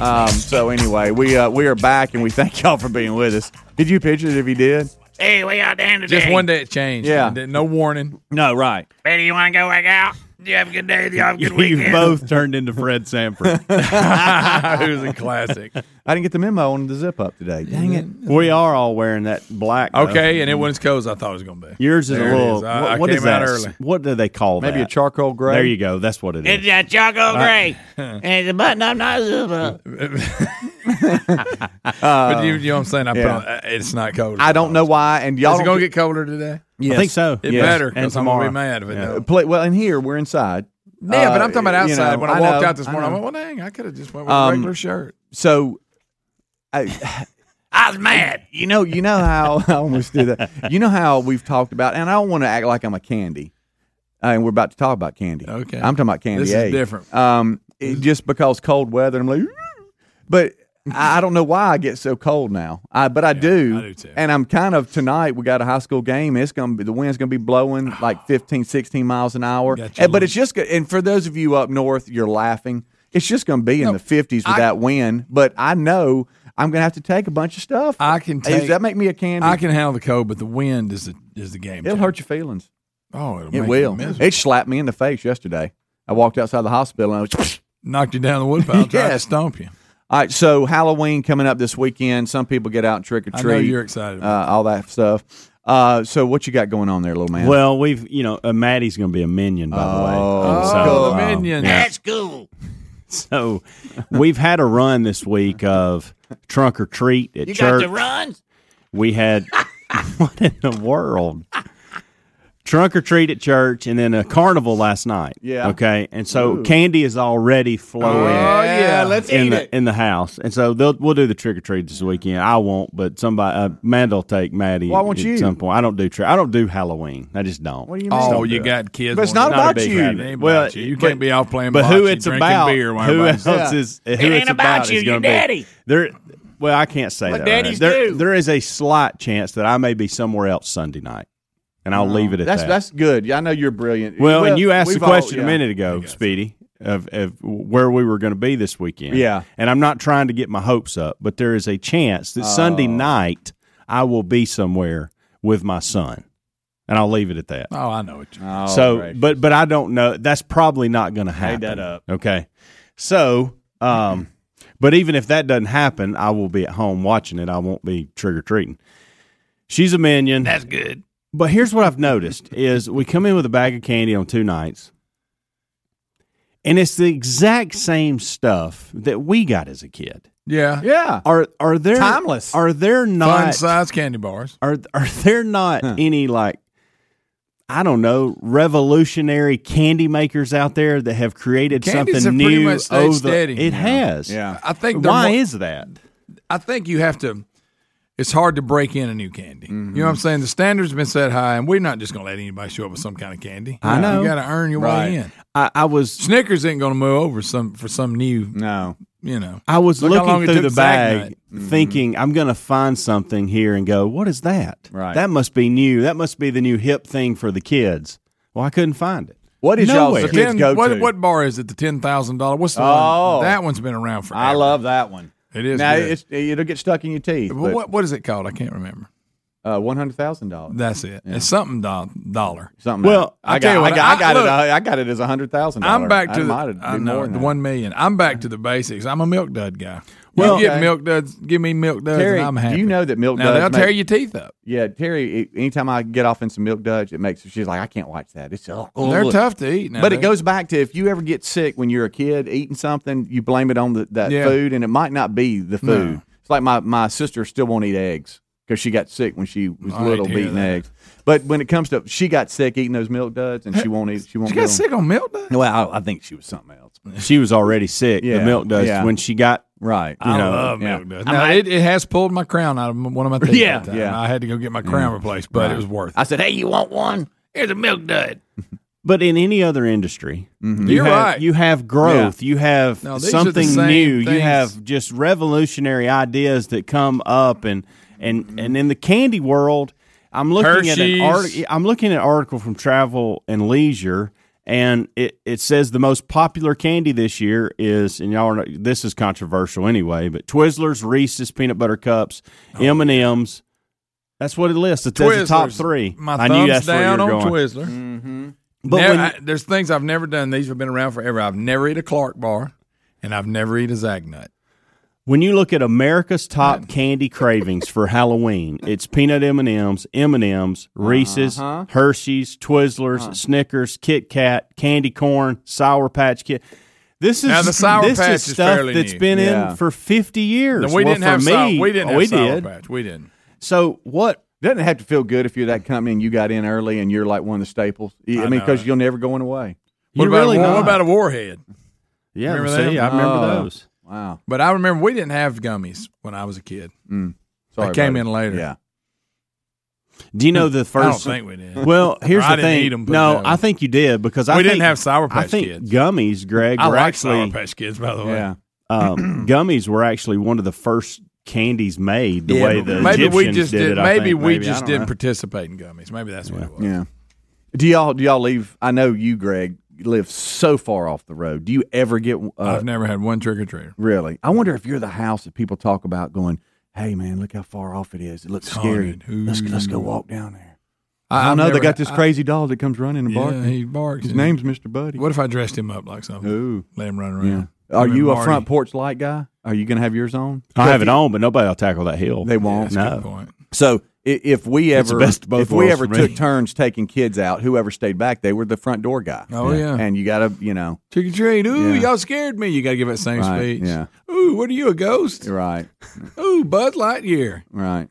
S1: Um, so anyway, we uh, we are back and we thank y'all for being with us. Did you picture it if you did?
S7: Hey, we out down today.
S4: Just one day it changed.
S1: Yeah.
S4: No warning.
S3: no, right.
S7: Betty, you wanna go work out?
S8: You have a good day. You have a good
S3: You've
S8: weekend.
S3: both turned into Fred Sanford.
S4: it was a classic.
S1: I didn't get the memo on the zip up today. Dang it.
S3: we are all wearing that black. though.
S4: Okay, and it wasn't as cold as I thought it was going to be.
S3: Yours is
S4: There
S3: a
S4: it
S3: little.
S4: is. I- I
S3: what- what
S4: came
S3: is that?
S4: out early.
S3: What do they call that?
S1: Maybe a charcoal gray.
S3: There you go. That's what it
S8: It's
S3: is.
S8: a
S4: Uh,
S8: chocolate gray. and it's a button up, not a zip up.
S4: but you, you know what I'm saying? I put
S1: yeah.
S4: on, uh, it's not cold.
S1: I don't know why. And y'all
S4: Is it
S1: don't
S4: going to get colder today?
S1: Yes.
S3: I think so.
S4: It
S3: Yes.
S4: better
S3: And
S4: because I'm going to
S3: tomorrow.
S4: be mad if it
S3: Yeah.
S4: don't.
S1: play well. And here we're inside.
S4: Yeah, but
S1: Uh,
S4: I'm talking about
S1: you
S4: outside.
S1: know,
S4: when I,
S1: I
S4: walked
S1: know,
S4: out this
S1: I
S4: morning, I,
S1: know.
S4: went, well, dang, I could have just went with a
S1: Um,
S4: regular shirt.
S1: So, I,
S8: I was mad.
S1: you know, you know how I almost did that. You know how we've talked about, and I don't want to act like I'm a candy. Uh, and we're about to talk about candy.
S4: Okay.
S1: I'm talking about candy.
S4: This is
S1: A.
S4: different.
S1: Um, it- just because cold weather, I'm like, "Ooh." but I I don't know why I get so cold now. I but I do.
S4: I do too.
S1: And I'm kind of tonight. We got a high school game. It's gonna be the wind's gonna be blowing like 15, 16 miles an hour.
S4: Got you,
S1: And, but
S4: Luke.
S1: it's just go- and for those of you up north, you're laughing. It's just gonna be in the 50s with
S4: I-
S1: that wind. But I know. I'm gonna have to take a bunch of stuff.
S4: I can
S1: Hey,
S4: take.
S1: Does that make me a candy?
S4: I can handle the cold, but the wind is the is the game.
S1: It'll
S4: changer.
S1: hurt your feelings.
S4: Oh, it'll
S1: It
S4: make
S1: will.
S4: You miserable.
S1: It slapped me in the face yesterday. I walked outside the hospital and I was.
S4: Knocked you down the wood pile. Tried to
S1: Yes.
S4: stomp you.
S1: All right, so Halloween coming up this weekend. Some people get out and trick or
S4: I
S1: treat.
S4: know you're excited.
S1: Uh, all that stuff. Uh, so what you got going on there, little man?
S3: Well, we've you know uh, Maddie's going to be a minion by the way.
S1: Oh,
S3: And
S4: oh, the
S3: uh,
S4: minions.
S8: That's cool.
S3: So we've had a run this week of trunk or treat at
S8: You got
S3: church.
S8: the runs?
S3: We had what in the world? Trunk or treat at church, and then a carnival last night.
S1: Yeah.
S3: Okay. And so candy is already flowing.
S4: Oh, yeah,
S1: let's
S3: in the in the house, and so they'll we'll do the trick or treat this weekend. I won't, but somebody uh, Maddie'll take Maddie.
S1: Why won't
S3: at
S1: you?
S3: some point. I don't do tri- I don't do Halloween. I just don't.
S1: what do you mean?
S4: Oh,
S3: do
S4: you
S3: it.
S4: got kids.
S1: But it's
S4: wanting
S1: not
S4: to-
S1: about
S3: a big
S1: you.
S3: fan.
S4: It ain't
S3: Well,
S4: about you. You can't be off playing.
S3: but who
S4: bocce,
S3: it's
S4: drinking
S3: about,
S4: Beer while
S3: who
S4: everybody's-
S3: else is who
S8: ain't
S3: it's
S8: about
S3: about
S8: you,
S3: is
S8: your
S3: going to be
S8: daddy.
S3: there. Well, I can't say
S8: My
S3: that.
S8: daddies
S3: there,
S8: do.
S3: there is a slight chance that I may be somewhere else Sunday night, and I'll leave it at
S1: That's
S3: that.
S1: that's good. Yeah, I know you're brilliant.
S3: well, and you asked the
S1: we've all-
S3: question
S1: yeah.
S3: a minute ago, Speedy, of, of where we were going to be this weekend.
S1: Yeah.
S3: and I'm not trying to get my hopes up, but there is a chance that Sunday
S1: Oh.
S3: night I will be somewhere with my son, and I'll leave it at that.
S4: Oh, I know it. you
S1: Oh,
S3: So,
S1: gracious.
S3: but but I don't know. That's probably not going to happen.
S1: that up.
S3: Okay. So, um, but even if that doesn't happen, I will be at home watching it. I won't be trick or treating. She's a minion.
S8: That's good.
S3: but here's what I've noticed is we come in with a bag of candy on two nights. And it's the exact same stuff that we got as a kid.
S4: Yeah.
S1: yeah,
S3: Are are there
S1: Timeless.
S3: Are there
S4: Fun
S3: not
S4: size candy bars.
S3: are are there not any like I don't know revolutionary candy makers out there that have created
S4: Candies have
S3: something
S4: pretty
S3: new?
S4: much stayed
S3: over-
S4: steady.
S3: It has.
S1: yeah.
S4: I think they're
S3: Why
S4: more-
S3: is that?
S4: I think you have to. It's hard to break in a new candy. You know what I'm saying? The standards have been set high, and we're not just going to let anybody show up with some kind of candy.
S3: I know.
S4: You got to earn your way in.
S3: I, I was
S4: Snickers ain't going to move over some for some new.
S1: No,
S4: You know.
S3: I was
S4: Look how long
S3: looking
S4: it
S3: through
S4: took
S3: the
S4: Zach
S3: bag,
S4: Knight.
S1: Mm-hmm.
S3: thinking I'm going to find something here and go, "What is that?
S1: Right.
S3: That must be new. That must be the new hip thing for the kids." Well, I couldn't find it.
S1: what is y'all
S3: Nowhere.
S1: kids go
S4: what,
S1: to?
S4: what bar is it? The ten thousand dollar. What's the
S1: Oh.
S4: one? That one's been around for.
S1: I love that one.
S4: it. Is
S1: now
S4: good.
S1: it's, it'll get stuck in your teeth.
S4: Well, what what is it called? I can't remember.
S1: Uh, One hundred thousand dollars.
S4: That's it. It's something do- dollar.
S1: Something.
S3: Well,
S1: like that.
S4: I'll tell
S1: I got,
S4: you
S1: I
S4: what,
S1: got, I
S4: I-
S1: got
S4: look.
S1: it. uh, I, I got it as a hundred thousand.
S4: I'm back to
S1: I
S4: the,
S1: might have
S4: I
S1: been
S4: know,
S1: more than
S4: the
S1: that.
S4: one million. I'm back to the basics. I'm a milk dud guy.
S1: Well,
S4: you get
S1: okay.
S4: milk duds. Give me milk duds,
S1: Terry,
S4: and I'm
S1: do
S4: happy.
S1: you know that milk
S4: now
S1: duds
S4: they'll
S1: make-
S4: tear your teeth up.
S1: Yeah, Terry. it- Anytime I get off in some milk duds, it makes she's like, I can't watch that. It's oh,
S4: They're
S1: ugh."
S4: tough to eat. Now,
S1: But it
S4: They-
S1: goes back to if you ever get sick when you're a kid eating something, you blame it on the, that
S4: Yeah.
S1: food, and it might not be the food. It's like my, my sister still won't eat eggs because she got sick when she was
S4: I hate
S1: little
S4: to hear
S1: eating
S4: that.
S1: eggs. But when it comes to she got sick eating those milk duds, and she won't eat. She won't.
S4: She
S1: get
S4: got
S1: them.
S4: sick on milk duds.
S1: Well, I, I think she was something else.
S3: She was already sick.
S1: Yeah,
S3: the milk does
S1: yeah.
S3: when she got.
S1: Right.
S4: I
S3: know,
S4: love
S1: yeah.
S4: milk duds. Now, it, it has pulled my crown out of m- one of my teeth.
S8: Yeah.
S4: that time.
S1: Yeah. Mm.
S4: I had to go get my crown replaced, but it was worth. it.
S1: I said, hey, you want one?
S8: Here's a milk dud.
S3: But in any other industry,
S4: You're
S3: have-
S4: right.
S3: You have growth. You have
S4: No, these are the
S3: something
S4: same
S3: new. You
S4: things.
S3: have just revolutionary ideas that come up, and and and in the candy world, I'm looking at an
S4: Mm-hmm. Hershey's.
S3: article. I'm looking at an article from Travel and Leisure, and it it says the most popular candy this year is, and y'all are not, this is controversial anyway, but Twizzlers, Reese's, peanut butter cups, M and M's. That's what it lists. It says the top
S4: Oh, Twizzlers.
S3: three.
S4: My
S3: I
S4: thumbs
S3: knew that's where
S4: down
S3: you were
S4: on
S3: going.
S1: Mm-hmm.
S4: Twizzler.
S3: But
S4: Never-
S3: when,
S4: I- there's things I've never done. These have been around forever. I've never eat a Clark bar, and I've never eat a Zagnut.
S3: when you look at America's top candy cravings for Halloween, it's peanut M and M's, M and M's, Reese's,
S1: Uh-huh.
S3: Hershey's, Twizzlers, Snickers, Kit Kat, candy corn, Sour Patch Kid. This is
S4: Now, the Sour
S3: this
S4: Patch
S3: is
S4: is
S3: stuff
S4: fairly
S3: that's
S4: new.
S3: been
S1: Yeah.
S3: in for fifty years.
S4: No, we
S3: Well,
S4: didn't
S3: for
S4: have
S3: me,
S4: sour, we didn't
S3: oh,
S4: have
S3: we
S4: sour
S3: did.
S4: patch. We didn't.
S3: So what?
S1: Doesn't have to feel good if you're that company and you got in early and you're like one of the staples. I, mean, because you're never going away.
S4: What
S3: you
S4: about
S3: really
S4: a, war-
S3: not.
S4: what about a warhead?
S3: Yeah,
S4: Remember
S3: see,
S4: them?
S3: I remember
S1: Oh.
S3: those.
S1: Wow. Mm.
S4: But I remember we didn't have gummies when I was a kid.
S1: Sorry.
S4: They came
S1: buddy.
S4: in later.
S1: Yeah.
S3: Do you know the
S4: I don't
S3: first?
S4: think we did.
S3: Well, here's
S4: I
S3: the
S4: didn't
S3: thing.
S4: eat 'em, put it
S3: no,
S4: that way.
S3: I think you did because I
S4: We didn't
S3: think-
S4: have Sour
S3: I
S4: Patch
S3: think
S4: Kids.
S3: gummies, Greg,
S4: I
S3: were
S4: like Sour
S3: actually
S4: Patch Kids, by the way.
S1: Yeah.
S3: um, gummies were actually one of the first candies made. The way
S4: but
S3: the
S4: maybe we
S3: Egyptians
S4: just
S3: did, it, I
S4: maybe
S3: think.
S4: we
S1: Maybe, I
S4: just
S1: don't
S4: didn't
S1: know.
S4: participate in gummies. Maybe that's what it was.
S1: Yeah. Do y'all do y'all leave? I know you, Greg, live so far off the road. Do you ever get? Uh,
S4: I've never had one trick or treater.
S1: really? I wonder if you're the house that people talk about going. Hey man, look how far off it is. It looks scary.
S4: haunted. Ooh.
S1: Let's let's go walk down there.
S4: I,
S1: I
S4: I've
S1: know they
S4: never-
S1: got this crazy dog that comes running and
S4: Yeah,
S1: barking.
S4: he barks.
S1: His name's Mister Buddy.
S4: What if I dressed him up like something?
S1: Ooh.
S4: Let him run
S1: Yeah.
S4: around.
S1: Are
S4: Him and
S1: you a
S4: Marty.
S1: front porch light guy? Are you going to have yours on?
S3: I have it on, but nobody will tackle that hill.
S1: They won't.
S4: That's a
S3: No.
S4: good point.
S1: So i- if we
S3: It's
S1: ever
S3: the best of both
S1: if we
S3: worlds
S1: ever
S3: for me.
S1: took turns taking kids out, whoever stayed back, they were the front door guy.
S4: Oh yeah.
S1: And you got to you know
S4: Trick or treat. Ooh,
S1: Yeah.
S4: y'all scared me. You got to give that same
S1: Right,
S4: speech.
S1: yeah.
S4: Ooh, what are you, a ghost?
S1: right
S4: Ooh, Bud Lightyear.
S1: right.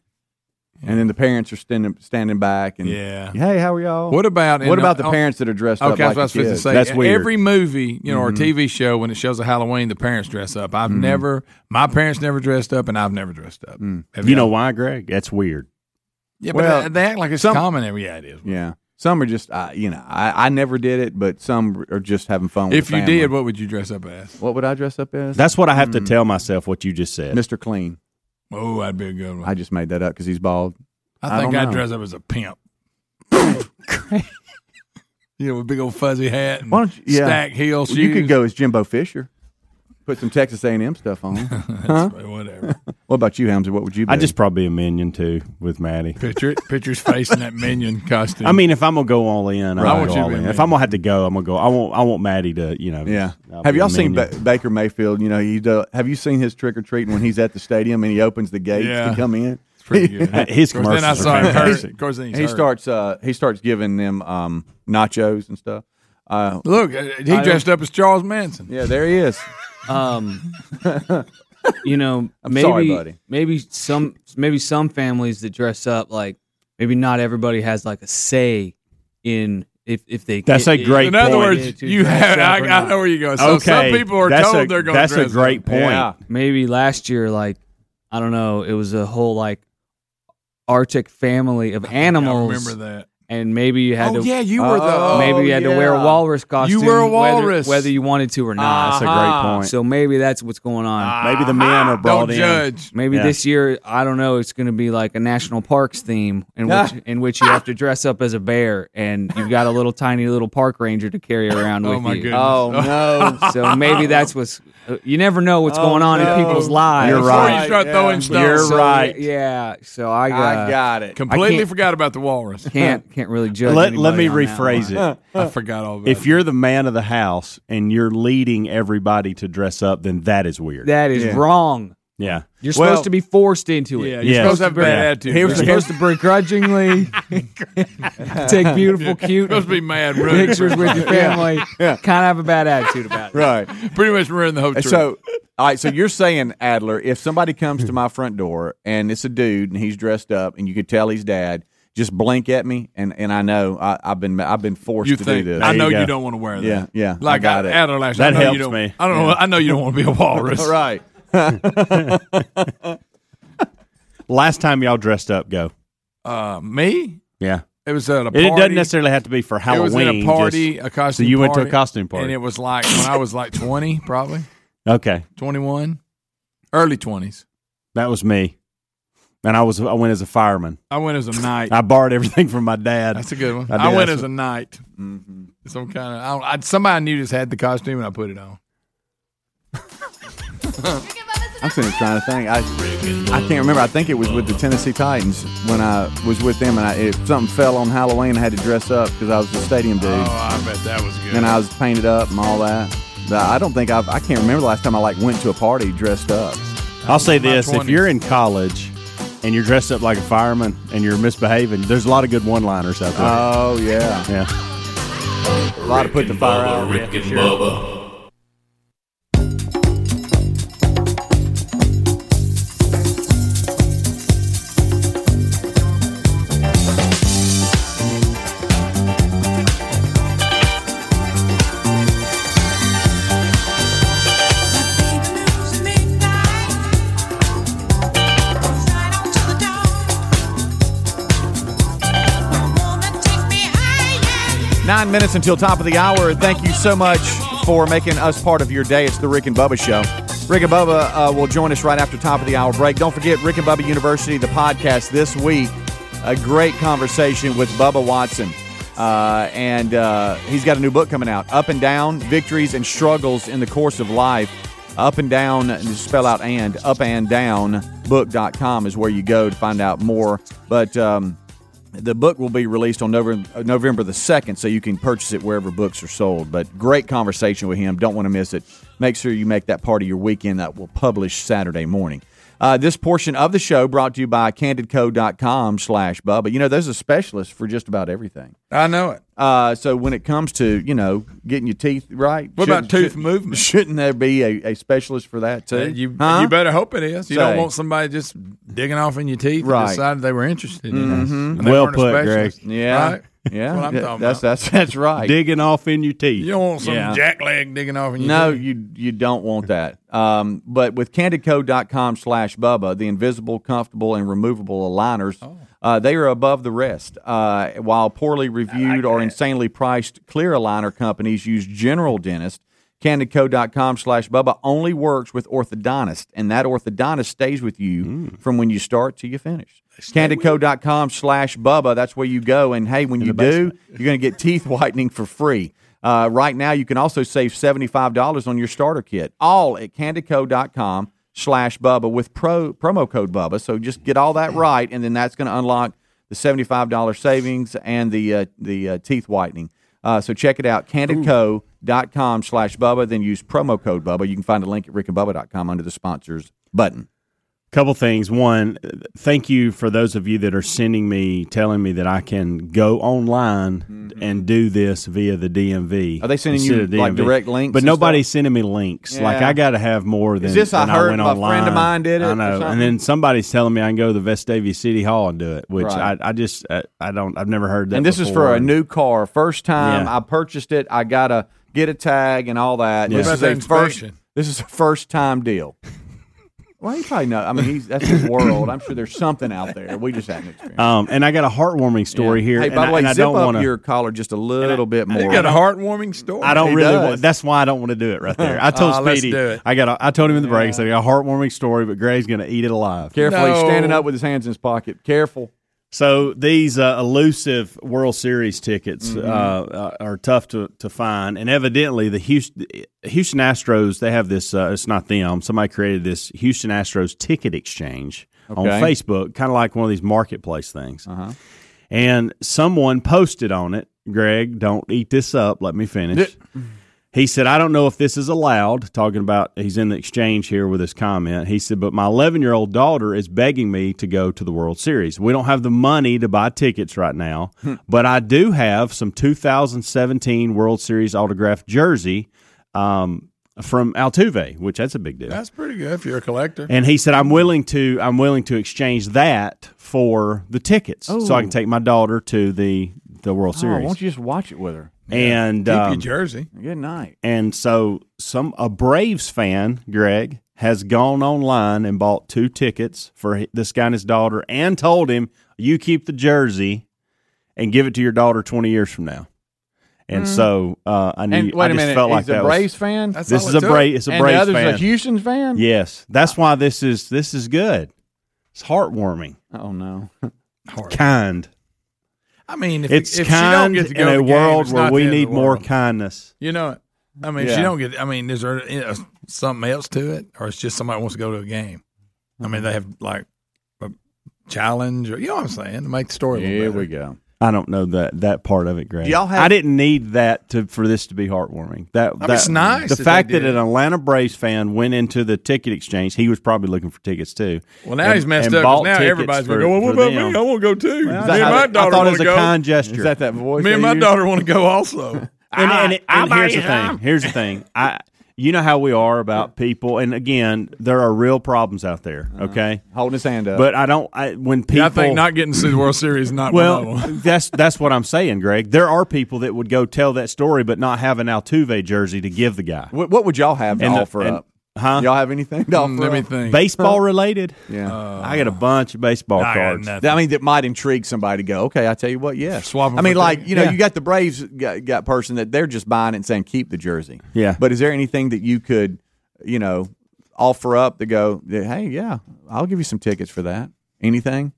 S1: And then the parents are standing standing back and
S4: Yeah.
S1: Hey, how are y'all?
S4: What about in
S1: what about the
S4: on-
S1: parents that are dressed up
S4: Okay,
S1: like
S4: that's what I was
S1: the
S4: supposed to
S1: kids? Mm-hmm.
S4: say.
S3: That's weird.
S4: Every movie, you know, or TV show when it shows a Halloween, the parents dress up. I've never, my parents never dressed up, and I've never dressed up.
S1: Mm.
S4: Have
S3: You
S4: y'all?
S3: know why, Greg? That's weird.
S4: yeah,
S1: well,
S4: but they, they act like it's
S1: some-
S4: common. Every yeah, it is.
S1: Yeah. Some are just I you know I, I never did it, but some are just having fun. with
S4: If
S1: the
S4: you
S1: family.
S4: did, what would you dress up as?
S1: what would I dress up as? Mm.
S3: That's what I have to tell myself. What you just said.
S1: Mister Clean.
S4: Oh, that'd be a good one.
S1: I just made that up because he's bald.
S4: I,
S1: I
S4: think
S1: don't
S4: I'd
S1: know.
S4: dress up as a pimp. you know, with big old fuzzy hat and
S1: Why don't you- yeah.
S4: stack heel
S1: Well,
S4: shoes.
S1: you could go as Jimbo Fisher. Put some Texas A and M stuff on.
S4: whatever.
S1: What about you, Hamza? What would you? Be?
S3: I just probably be a minion too with Maddie.
S4: Picture it, picture's face in that minion costume.
S3: I mean, if I'm gonna go all in,
S4: I
S3: I'm
S4: want
S3: gonna
S4: you
S3: go
S4: to
S3: all
S4: be a
S3: in. If
S4: minion.
S3: I'm gonna have to go, I'm gonna go. I want. I want Maddie to. You know.
S1: yeah.
S3: I'll
S1: Have
S3: be
S1: y'all
S3: a
S1: seen
S3: minion.
S1: ba- Baker Mayfield? You know he do- have you seen his trick or treating when he's at the stadium and he opens the gates
S4: Yeah.
S1: to come in?
S4: it's pretty good. Of
S3: his
S4: course,
S3: commercials?
S4: then I
S3: are
S4: saw him hurt.
S3: fantastic.
S4: Of course, then he's
S1: he
S4: hurt.
S1: starts uh, he starts giving them um, nachos and stuff. Uh,
S4: Look, uh, he
S9: I
S4: dressed up as Charles Manson.
S1: yeah, there he is.
S9: Um, you know,
S1: I'm
S9: maybe
S1: sorry, buddy.
S9: maybe some maybe some families that dress up like maybe not everybody has like a say in if if they.
S3: That's a
S9: get-
S3: great
S4: In other
S3: point.
S4: words,
S9: to
S4: you
S9: dress
S4: have.
S9: up
S4: I,
S9: or
S4: I
S9: not.
S4: know where you're going. So some people are
S3: that's
S4: told
S3: a,
S4: they're going.
S3: That's
S4: dress
S3: a great
S4: Up.
S3: point.
S1: Yeah.
S9: maybe last year like I don't know it was a whole like Arctic family of animals.
S4: I remember that.
S9: and maybe you had
S4: oh
S9: to Uh,
S4: yeah, you were the.
S1: Oh,
S9: maybe you had to wear a
S1: yeah.
S9: walrus costume.
S4: were a
S9: whether-
S4: walrus. Ah.
S9: whether, you wanted to or not.
S3: That's a great point.
S9: So maybe that's what's going on.
S3: Maybe the men are brought
S4: Don't
S3: in.
S4: judge.
S9: Maybe
S3: Yeah.
S9: this year, I don't know, it's going to be like a national parks theme in which in which you have to dress up as a bear and you've got a little tiny little park ranger to carry around with
S4: Oh my
S9: you.
S4: goodness.
S1: Oh no.
S9: So maybe that's what's uh, you never
S4: Oh,
S9: know what's going on
S1: no.
S9: in people's lives.
S3: You're
S4: Before
S3: right.
S4: you start
S1: Yeah.
S4: throwing stones,
S9: So,
S3: right.
S9: Yeah. So I, uh,
S1: I got it.
S4: completely
S9: can't-
S4: forgot about the walrus.
S9: can't can't really judge.
S3: Let, let me
S9: anybody on that
S3: rephrase
S9: one.
S3: it.
S4: I forgot all about.
S3: If you're the man of the house and you're leading everybody to dress up, then that is weird.
S9: That is wrong.
S3: yeah.
S9: You're
S1: Well-
S9: supposed to be forced into
S4: it.
S9: it.
S4: yeah, you're
S3: Yes.
S4: supposed to have a bad
S3: Yeah.
S4: attitude.
S9: You're
S4: You're
S9: supposed to begrudgingly take beautiful, cute
S4: supposed to be mad. Really,
S9: pictures with your family. Kind of have a bad attitude about it.
S1: Right.
S4: pretty much ruined the whole trip.
S1: So, all right. So you're saying Adler, if somebody comes to
S4: Hmm.
S1: my front door and it's a dude and he's dressed up and you could tell he's dad, just blink at me and and I know I, I've been I've been forced
S4: you
S1: to
S4: think
S1: do this.
S4: I
S3: you
S4: know you,
S3: go.
S4: don't want to wear that.
S1: Yeah, yeah, I
S4: Like I,
S1: got it.
S4: Adler last
S3: That
S4: I know you
S3: helps
S4: don't-
S3: me.
S4: I don't know. I know you don't want to be a walrus.
S1: All right.
S3: Last time y'all dressed up, go.
S4: Uh, me?
S3: Yeah.
S4: It was at a
S3: And
S4: party.
S3: it doesn't necessarily have to be for
S4: It
S3: Halloween.
S4: was in a
S3: just-
S4: party, a costume.
S3: So you went to a
S4: party,
S3: costume party.
S4: and it was like when I was like twenty, probably
S3: okay.
S4: twenty-one, early twenties.
S3: That was me. And I was I went as a fireman.
S4: I went as a knight.
S3: I borrowed everything from my dad.
S4: That's a good one.
S3: I did,
S4: I, went
S3: that's
S4: as a knight.
S1: Mm-hmm.
S4: Some kind of I, don't- I, somebody I knew just had the costume, and I put it on.
S10: Rick and Bubba's
S1: I'm sitting here trying to think. I I can't remember. I think it was with the Tennessee Titans when I was with them, and I, it, something fell on Halloween. I had to dress up because I was the stadium dude,
S4: Oh, I bet that was good.
S1: and I was painted up and all that. But I don't think I've, I can't remember the last time I like went to a party dressed up.
S3: I'll say
S4: My
S3: this: if
S4: 20s.
S3: you're in college and you're dressed up like a fireman and you're misbehaving, there's a lot of good one-liners out there.
S1: Oh yeah,
S3: yeah,
S1: a lot of put the fire out.
S6: Rick and Bubba.
S1: Nine minutes until top of the hour. Thank you so much for making us part of your day. It's the Rick and Bubba Show. Rick and Bubba uh, will join us right after top of the hour break. Don't forget Rick and Bubba University, the podcast this week. A great conversation with Bubba Watson. Uh, and uh, he's got a new book coming out Up and Down Victories and Struggles in the Course of Life. Up and down, and just spell out and, up and down book.com is where you go to find out more. But um, the book will be released on November, uh, November the 2nd, so you can purchase it wherever books are sold. But great conversation with him. Don't want to miss it. Make sure you make that part of your weekend that will publish Saturday morning. Uh, this portion of the show brought to you by candidco.com slash Bubba. You know, there's a specialist for just about everything.
S4: I know it.
S1: Uh, so when it comes to, you know, getting your teeth right.
S4: What about
S1: shouldn't-
S4: tooth
S1: shouldn't-
S4: movement?
S1: Shouldn't there be a, a specialist for that too?
S4: Uh, You,
S1: Huh?
S4: you better hope it is. You
S1: Say.
S4: don't want somebody just digging off in your teeth
S1: Right. Mm-hmm.
S4: and decided they were interested in us. Mm-hmm. And they
S3: Well
S4: weren't a
S3: put,
S4: specialist.
S3: Greg.
S1: Yeah,
S4: Right?
S1: yeah.
S4: That's what I'm
S1: Th-
S4: talking
S1: that's,
S4: about.
S1: that's that's right.
S3: digging off in your teeth.
S4: You don't want some
S1: Yeah.
S4: jackleg digging off in your
S1: no,
S4: teeth.
S1: you you don't want that. Um, but with CandidCo.com slash Bubba, the invisible, comfortable, and removable aligners, uh, they are above the rest. Uh, while poorly reviewed or insanely priced clear aligner companies use general dentist, CandidCo.com slash Bubba only works with orthodontist, and that orthodontist stays with you from when you start till you finish. CandidCo.com slash Bubba. That's where you go. And hey, when you do, you're going to get teeth whitening for free. Uh, right now, you can also save $75 on your starter kit, all at candyco.com slash Bubba with pro, promo code Bubba. So just get all that right, and then that's going to unlock the $75 savings and the, uh, the uh, teeth whitening. Uh, so check it out, candidco.com slash Bubba. Then use promo code Bubba. You can find a link at rickandbubba.com under the sponsors button.
S3: couple things one thank you for those of you that are sending me telling me that i can go online and do this via the dmv
S1: Mm-hmm. Are they sending
S3: instead
S1: you,
S3: of
S1: like, direct links
S3: but
S1: and
S3: nobody's sending me links like
S1: Yeah.
S3: i gotta have more than,
S1: this I
S3: than
S1: heard
S3: went
S1: my friend
S3: online.
S1: of mine did it
S3: i
S1: or
S3: know
S1: something?
S3: and then somebody's telling me i can go to the vestavia city hall and do it which
S1: Right.
S3: I, I just I, I don't i've never heard that
S1: and this is
S3: before.
S1: for a new car. First time
S3: Yeah.
S1: I purchased it, I gotta get a tag and all that.
S3: What
S1: This
S4: about
S1: is
S4: the
S1: a first.
S4: inspection?
S1: This is a first time deal. Well, you probably know. I mean, he's, that's his world. I'm sure there's something out there we just haven't experienced.
S3: um and i got a heartwarming story here
S1: Hey,
S3: and
S1: by
S3: I-
S1: the way,
S3: and I
S1: zip
S3: don't
S1: up
S3: wanna-
S1: your collar just a little bit more.
S4: You got a heartwarming story.
S3: I don't
S1: He
S3: really.
S1: does. Oh.
S3: Want, that's why I don't want to do it right there. I told
S4: Uh, let's
S3: Speedy.
S4: do it.
S3: I got. A, I told him in the break. So I got a heartwarming story, but Gray's going to eat it alive.
S1: Careful, he's
S4: No.
S1: standing up with his hands in his pocket. Careful.
S3: So these uh, elusive World Series tickets
S1: Mm-hmm.
S3: uh, uh, are tough to, to find, and evidently the Houston, Houston Astros they have this. Uh, it's not them. Somebody created this Houston Astros ticket exchange on
S1: Okay.
S3: Facebook, kind of like one of these marketplace things. And someone posted on it. Greg, don't eat this up. Let me finish. He said, I don't know if this is allowed. Talking about he's in the exchange here with his comment. He said, but my 11 year old daughter is begging me to go to the World Series. We don't have the money to buy tickets right now, but I do have some 2017 World Series autographed jersey um, from Altuve, which that's a big deal.
S4: That's pretty good if you're a collector.
S3: And he said, "I'm willing to. I'm willing to exchange that for the tickets, so I can take my daughter to the the World
S1: Oh, why
S3: Series."
S1: don't you just watch it with her?
S3: And
S4: Keep your
S3: um,
S4: jersey.
S1: Good night.
S3: and so some a Braves fan, Greg, has gone online and bought two tickets for hi- this guy and his daughter, and told him, "You keep the jersey, and give it to your daughter 20 years from now." And so uh, I knew.
S1: Mm-hmm. And
S3: I
S1: wait a
S3: just
S1: minute,
S3: felt like
S1: he's a
S3: that was-
S1: Braves fan,
S4: That's
S3: this
S4: all
S3: is
S4: it
S3: a
S4: took.
S3: Braves. It's a
S1: and the
S3: Braves
S1: other's
S3: fan.
S1: a Houston fan. Ah.
S3: Yes, that's why this is this is good. It's heartwarming,
S1: Oh no.
S3: kind.
S4: I mean, if,
S3: It's
S4: if she don't
S3: kind
S4: get to go
S3: in
S4: to
S3: a
S4: the game,
S3: world
S4: it's
S3: where
S4: not
S3: we
S4: the end of
S3: need
S4: the
S3: more
S4: world.
S3: kindness.
S4: You know it. I mean,
S1: Yeah.
S4: she don't get. I mean, is there a something else to it, or it's just somebody wants to go to a game? I
S1: Mm-hmm.
S4: mean, they have like a challenge, or you know what I'm saying, to make the story. a
S1: Here
S4: little
S1: we
S4: better.
S1: go.
S3: I don't know that that part of it, Greg.
S1: Do y'all have-
S3: I didn't need that to for this to be heartwarming. That, that
S4: it's nice
S3: The
S4: that
S3: fact
S4: they
S3: that
S4: did
S3: an Atlanta Braves fan went into the ticket exchange, he was probably looking for tickets too.
S4: Well, now
S3: and-
S4: he's messed
S3: and
S4: up. 'cause
S3: bought
S4: Now
S3: tickets
S4: everybody's
S3: for-
S4: going. Well, what
S3: for
S4: about
S3: them.
S4: me? I want to go too.
S3: Is
S4: me and
S3: that how
S4: my
S3: they- I
S4: daughter
S3: thought it
S4: want
S3: was
S4: to
S3: a
S4: go.
S3: kind gesture.
S1: Is that that voice?
S4: me and
S1: they
S4: my
S1: use?
S4: daughter want to go also.
S3: and, and, and
S8: I'll buy
S3: here's
S8: you
S3: the thing.
S8: some.
S3: Here's the thing. I, you know how we are about people, and again, there are real problems out there. Okay,
S1: Uh-huh. holding his hand up.
S3: but I don't. I when people,
S4: I think not getting to see the World Series is not one
S3: Well,
S4: of them.
S3: that's that's what I'm saying, Greg. There are people that would go tell that story, but not have an Altuve jersey to give the guy.
S1: what, what would y'all have to
S3: And the-
S1: offer
S3: and-
S1: up?
S3: huh?
S1: Y'all have anything to offer
S4: Mm, Let me
S1: up?
S4: think. Uh,
S3: Baseball related.
S1: Yeah.
S3: I got a bunch of baseball
S4: I got
S3: cards.
S4: nothing.
S1: I mean, that might intrigue somebody to go, okay, I tell you what, yes.
S4: Swap 'em
S1: I mean,
S4: for
S1: like,
S4: ticket.
S1: you know,
S3: Yeah.
S1: you got the Braves got, got person that they're just buying it and saying, keep the jersey.
S3: Yeah.
S1: But is there anything that you could, you know, offer up to go, that, hey, yeah, I'll give you some tickets for that? Anything?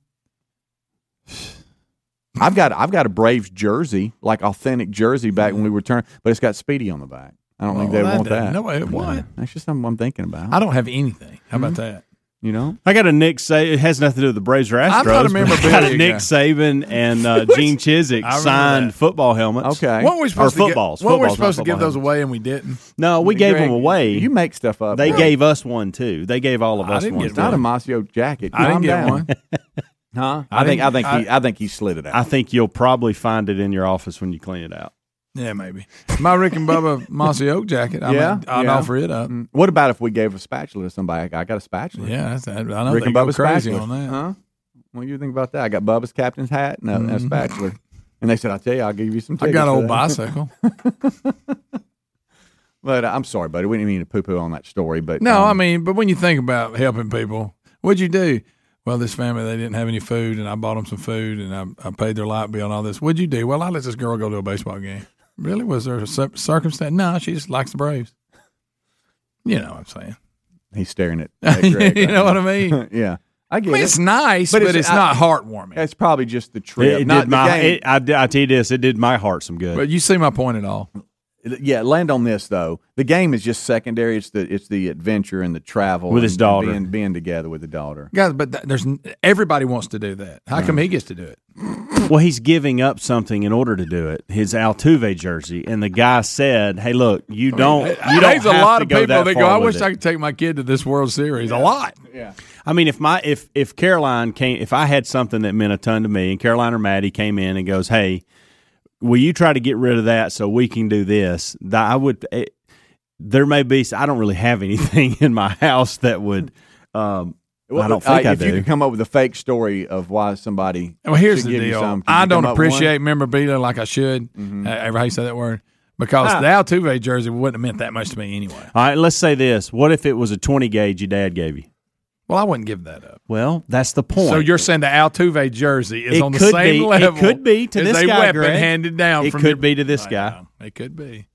S1: I've got I've got a Braves jersey, like authentic jersey back when we were turning, but it's got Speedy on the back. I don't think they
S4: Well,
S1: want that.
S4: Oh, doesn't- No, it- what?
S1: That's just something I'm thinking about. Mm-hmm.
S4: I don't have anything. How about that?
S1: you know,
S3: I got a Nick. Sa- it has nothing to do with the Braves or Astros.
S4: I'm not a
S3: but I got
S4: memorabilia
S3: a Nick
S4: guy.
S3: Saban and uh, Gene Chiswick
S4: I remember
S3: signed
S4: that.
S3: football helmets.
S1: okay.
S4: What were we supposed to
S3: footballs.
S4: Give, what were we
S3: Footballs, not
S4: supposed to give
S3: football
S4: those away and we didn't?
S3: No, we gave
S1: Greg,
S3: them away.
S1: You make stuff up.
S3: They
S1: Right.
S3: gave us one too. They gave all of
S4: I
S3: us
S4: didn't
S3: one.
S4: get
S1: It's not a
S3: too.
S1: Masio jacket.
S4: I didn't
S1: Calm
S4: get
S1: down.
S4: one.
S1: Huh? I, think I
S4: didn't-
S1: think he I think he slid it out.
S3: I think you'll probably find it in your office when you clean it out.
S4: Yeah, maybe. My Rick and Bubba Mossy Oak jacket. I
S1: Yeah,
S4: I'd
S1: yeah. Mm.
S4: offer it up.
S1: what about if we gave a spatula to somebody? I got a spatula.
S4: Yeah, that's, I know
S1: Rick
S4: they
S1: and
S4: go
S1: Bubba's
S4: crazy
S1: spatula.
S4: on that.
S1: Huh? What do you think about that? I got Bubba's captain's hat and a, and a spatula. And they said, "I'll tell you, I'll give you some."
S4: Mm-hmm. I
S1: Tickets
S4: got an old
S1: for that."
S4: bicycle.
S1: But uh, I'm sorry, buddy. We didn't mean to poo-poo on that story. But
S4: No,
S1: um,
S4: I mean, but when you think about helping people, what'd you do? Well, this family they didn't have any food, and I bought them some food, and I, I paid their light bill and all this. What'd you do? Well, I let this girl go to a baseball game. Really? Was there a cir- circumstance? No, she just likes the Braves. You know what I'm saying?
S1: he's staring at. at Greg
S4: you
S1: right
S4: know what I
S1: now.
S4: mean?
S1: yeah, I
S4: I
S1: get
S4: mean,
S1: it.
S4: it's nice,
S1: But
S4: but,
S1: it's-
S4: it's,
S1: I-
S4: not heartwarming.
S1: It's probably just the
S3: It,
S1: trip,
S3: it
S1: not
S3: did
S1: the
S3: my.
S1: game.
S3: It, I, did- I tell you this, it did my heart some good.
S4: but you see my point at all.
S1: yeah, land on this though. The game is just secondary. It's the it's the adventure and the travel
S3: With his
S1: and
S3: daughter.
S1: being, being together with the daughter.
S4: Guys, but th- there's n- everybody wants to do that. How come he gets to do it?
S3: well, he's giving up something in order to do it. His Altuve jersey, and the guy said, "Hey, look, you don't. You don't
S4: There's
S3: have
S4: a lot
S3: to
S4: of
S3: go
S4: people
S3: that
S4: that
S3: far
S4: go, I
S3: with
S4: wish
S3: it."
S4: I could take my kid to this World Series. A lot.
S3: I mean, if my if if Caroline came, if I had something that meant a ton to me, and Caroline or Maddie came in and goes, "Hey, will you try to get rid of that so we can do this?" That I would. It, there may be. I don't really have anything in my house that would. Um, I don't think I,
S1: uh, if
S3: do.
S1: you could come up with a fake story of why somebody
S4: Well, here's
S1: should
S4: the
S1: give you some,
S4: deal.
S1: could you
S4: I
S1: come
S4: don't
S1: up with one? Mm-hmm.
S4: appreciate memorabilia like I should. Uh, Ever how you say that word? Because
S3: Ah.
S4: the Altuve jersey wouldn't have meant that much to me anyway.
S3: All right, let's say this. What if it was a twenty gauge your dad gave you?
S4: Well, I wouldn't give that up.
S3: Well, that's the point.
S4: So you're saying the Altuve jersey is
S3: It
S4: on the
S3: could
S4: same
S3: be- it
S4: level?
S3: could be to
S4: as
S3: this
S4: a
S3: guy,
S4: weapon
S3: Greg.
S4: handed down.
S3: It
S4: from
S3: could
S4: your-
S3: be to this
S4: I
S3: guy.
S4: know. It could be.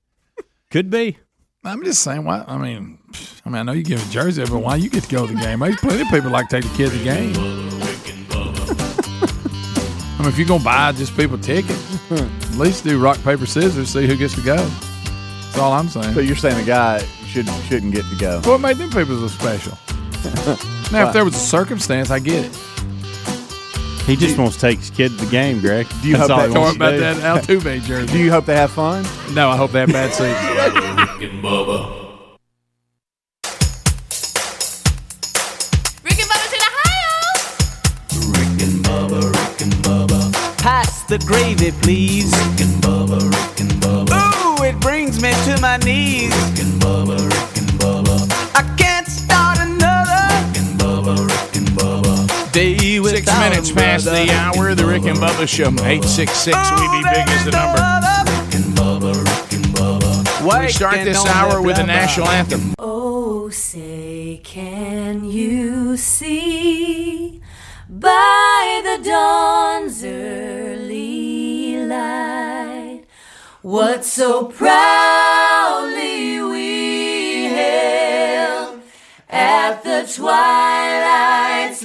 S3: could be.
S4: I'm just saying. Why? I mean, pfft, I mean, I know you give a jersey, but why you get to go to the game? There's plenty of people like to take the kid to the game. I mean, if you're gonna buy just people tickets, at least do rock paper scissors. See who gets to go. That's all I'm saying.
S1: So you're saying a guy Uh, should shouldn't get to go?
S4: What made them people so special? now, if there was a circumstance, I get it.
S3: He just wants to take his kid to the game, Greg.
S1: Do you
S3: That's
S1: hope
S3: all
S1: that-
S3: he
S1: Sorry
S4: Talking
S3: wants to
S4: about
S3: do.
S4: that Altuve
S1: Do
S4: jersey.
S1: you hope they have fun?
S4: No, I hope they have bad season.
S6: Rick and Bubba.
S10: Rick and Bubba's in Ohio.
S7: Pass the gravy, please. Ooh, it brings me to my knees. I can't start another day
S4: Six
S7: without
S4: minutes
S7: a
S4: past
S7: brother.
S4: the hour, the Rick and Bubba Show. 866, we be big is the number. We start this hour with the national anthem.
S10: Oh, say, can you see by the dawn's early light what so proudly we hailed at the twilight's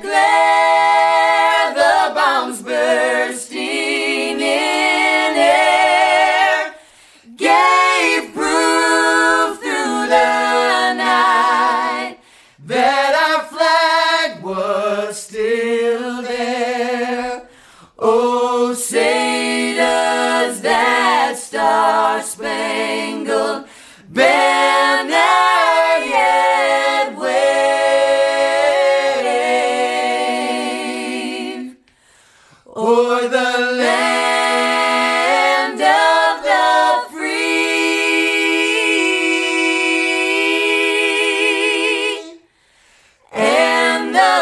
S10: glare, the bombs bursting in air, gave proof through the night that our flag was still there. Oh, say does that star spangled banner yet wave o'er the land of the free? and the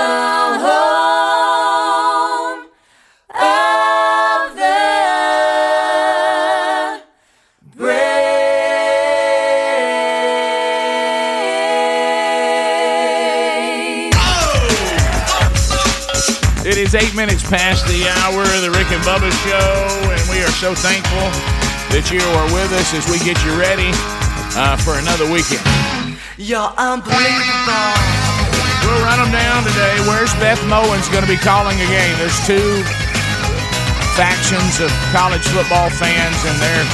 S10: home of the
S11: It is eight minutes past the hour of the Rick and Bubba show, and we are so thankful that you are with us as we get you ready uh, for another weekend.
S6: You're unbelievable.
S11: We'll run them down today. Where's Beth Moen's going to be calling a game? There's two factions of college football fans, and they're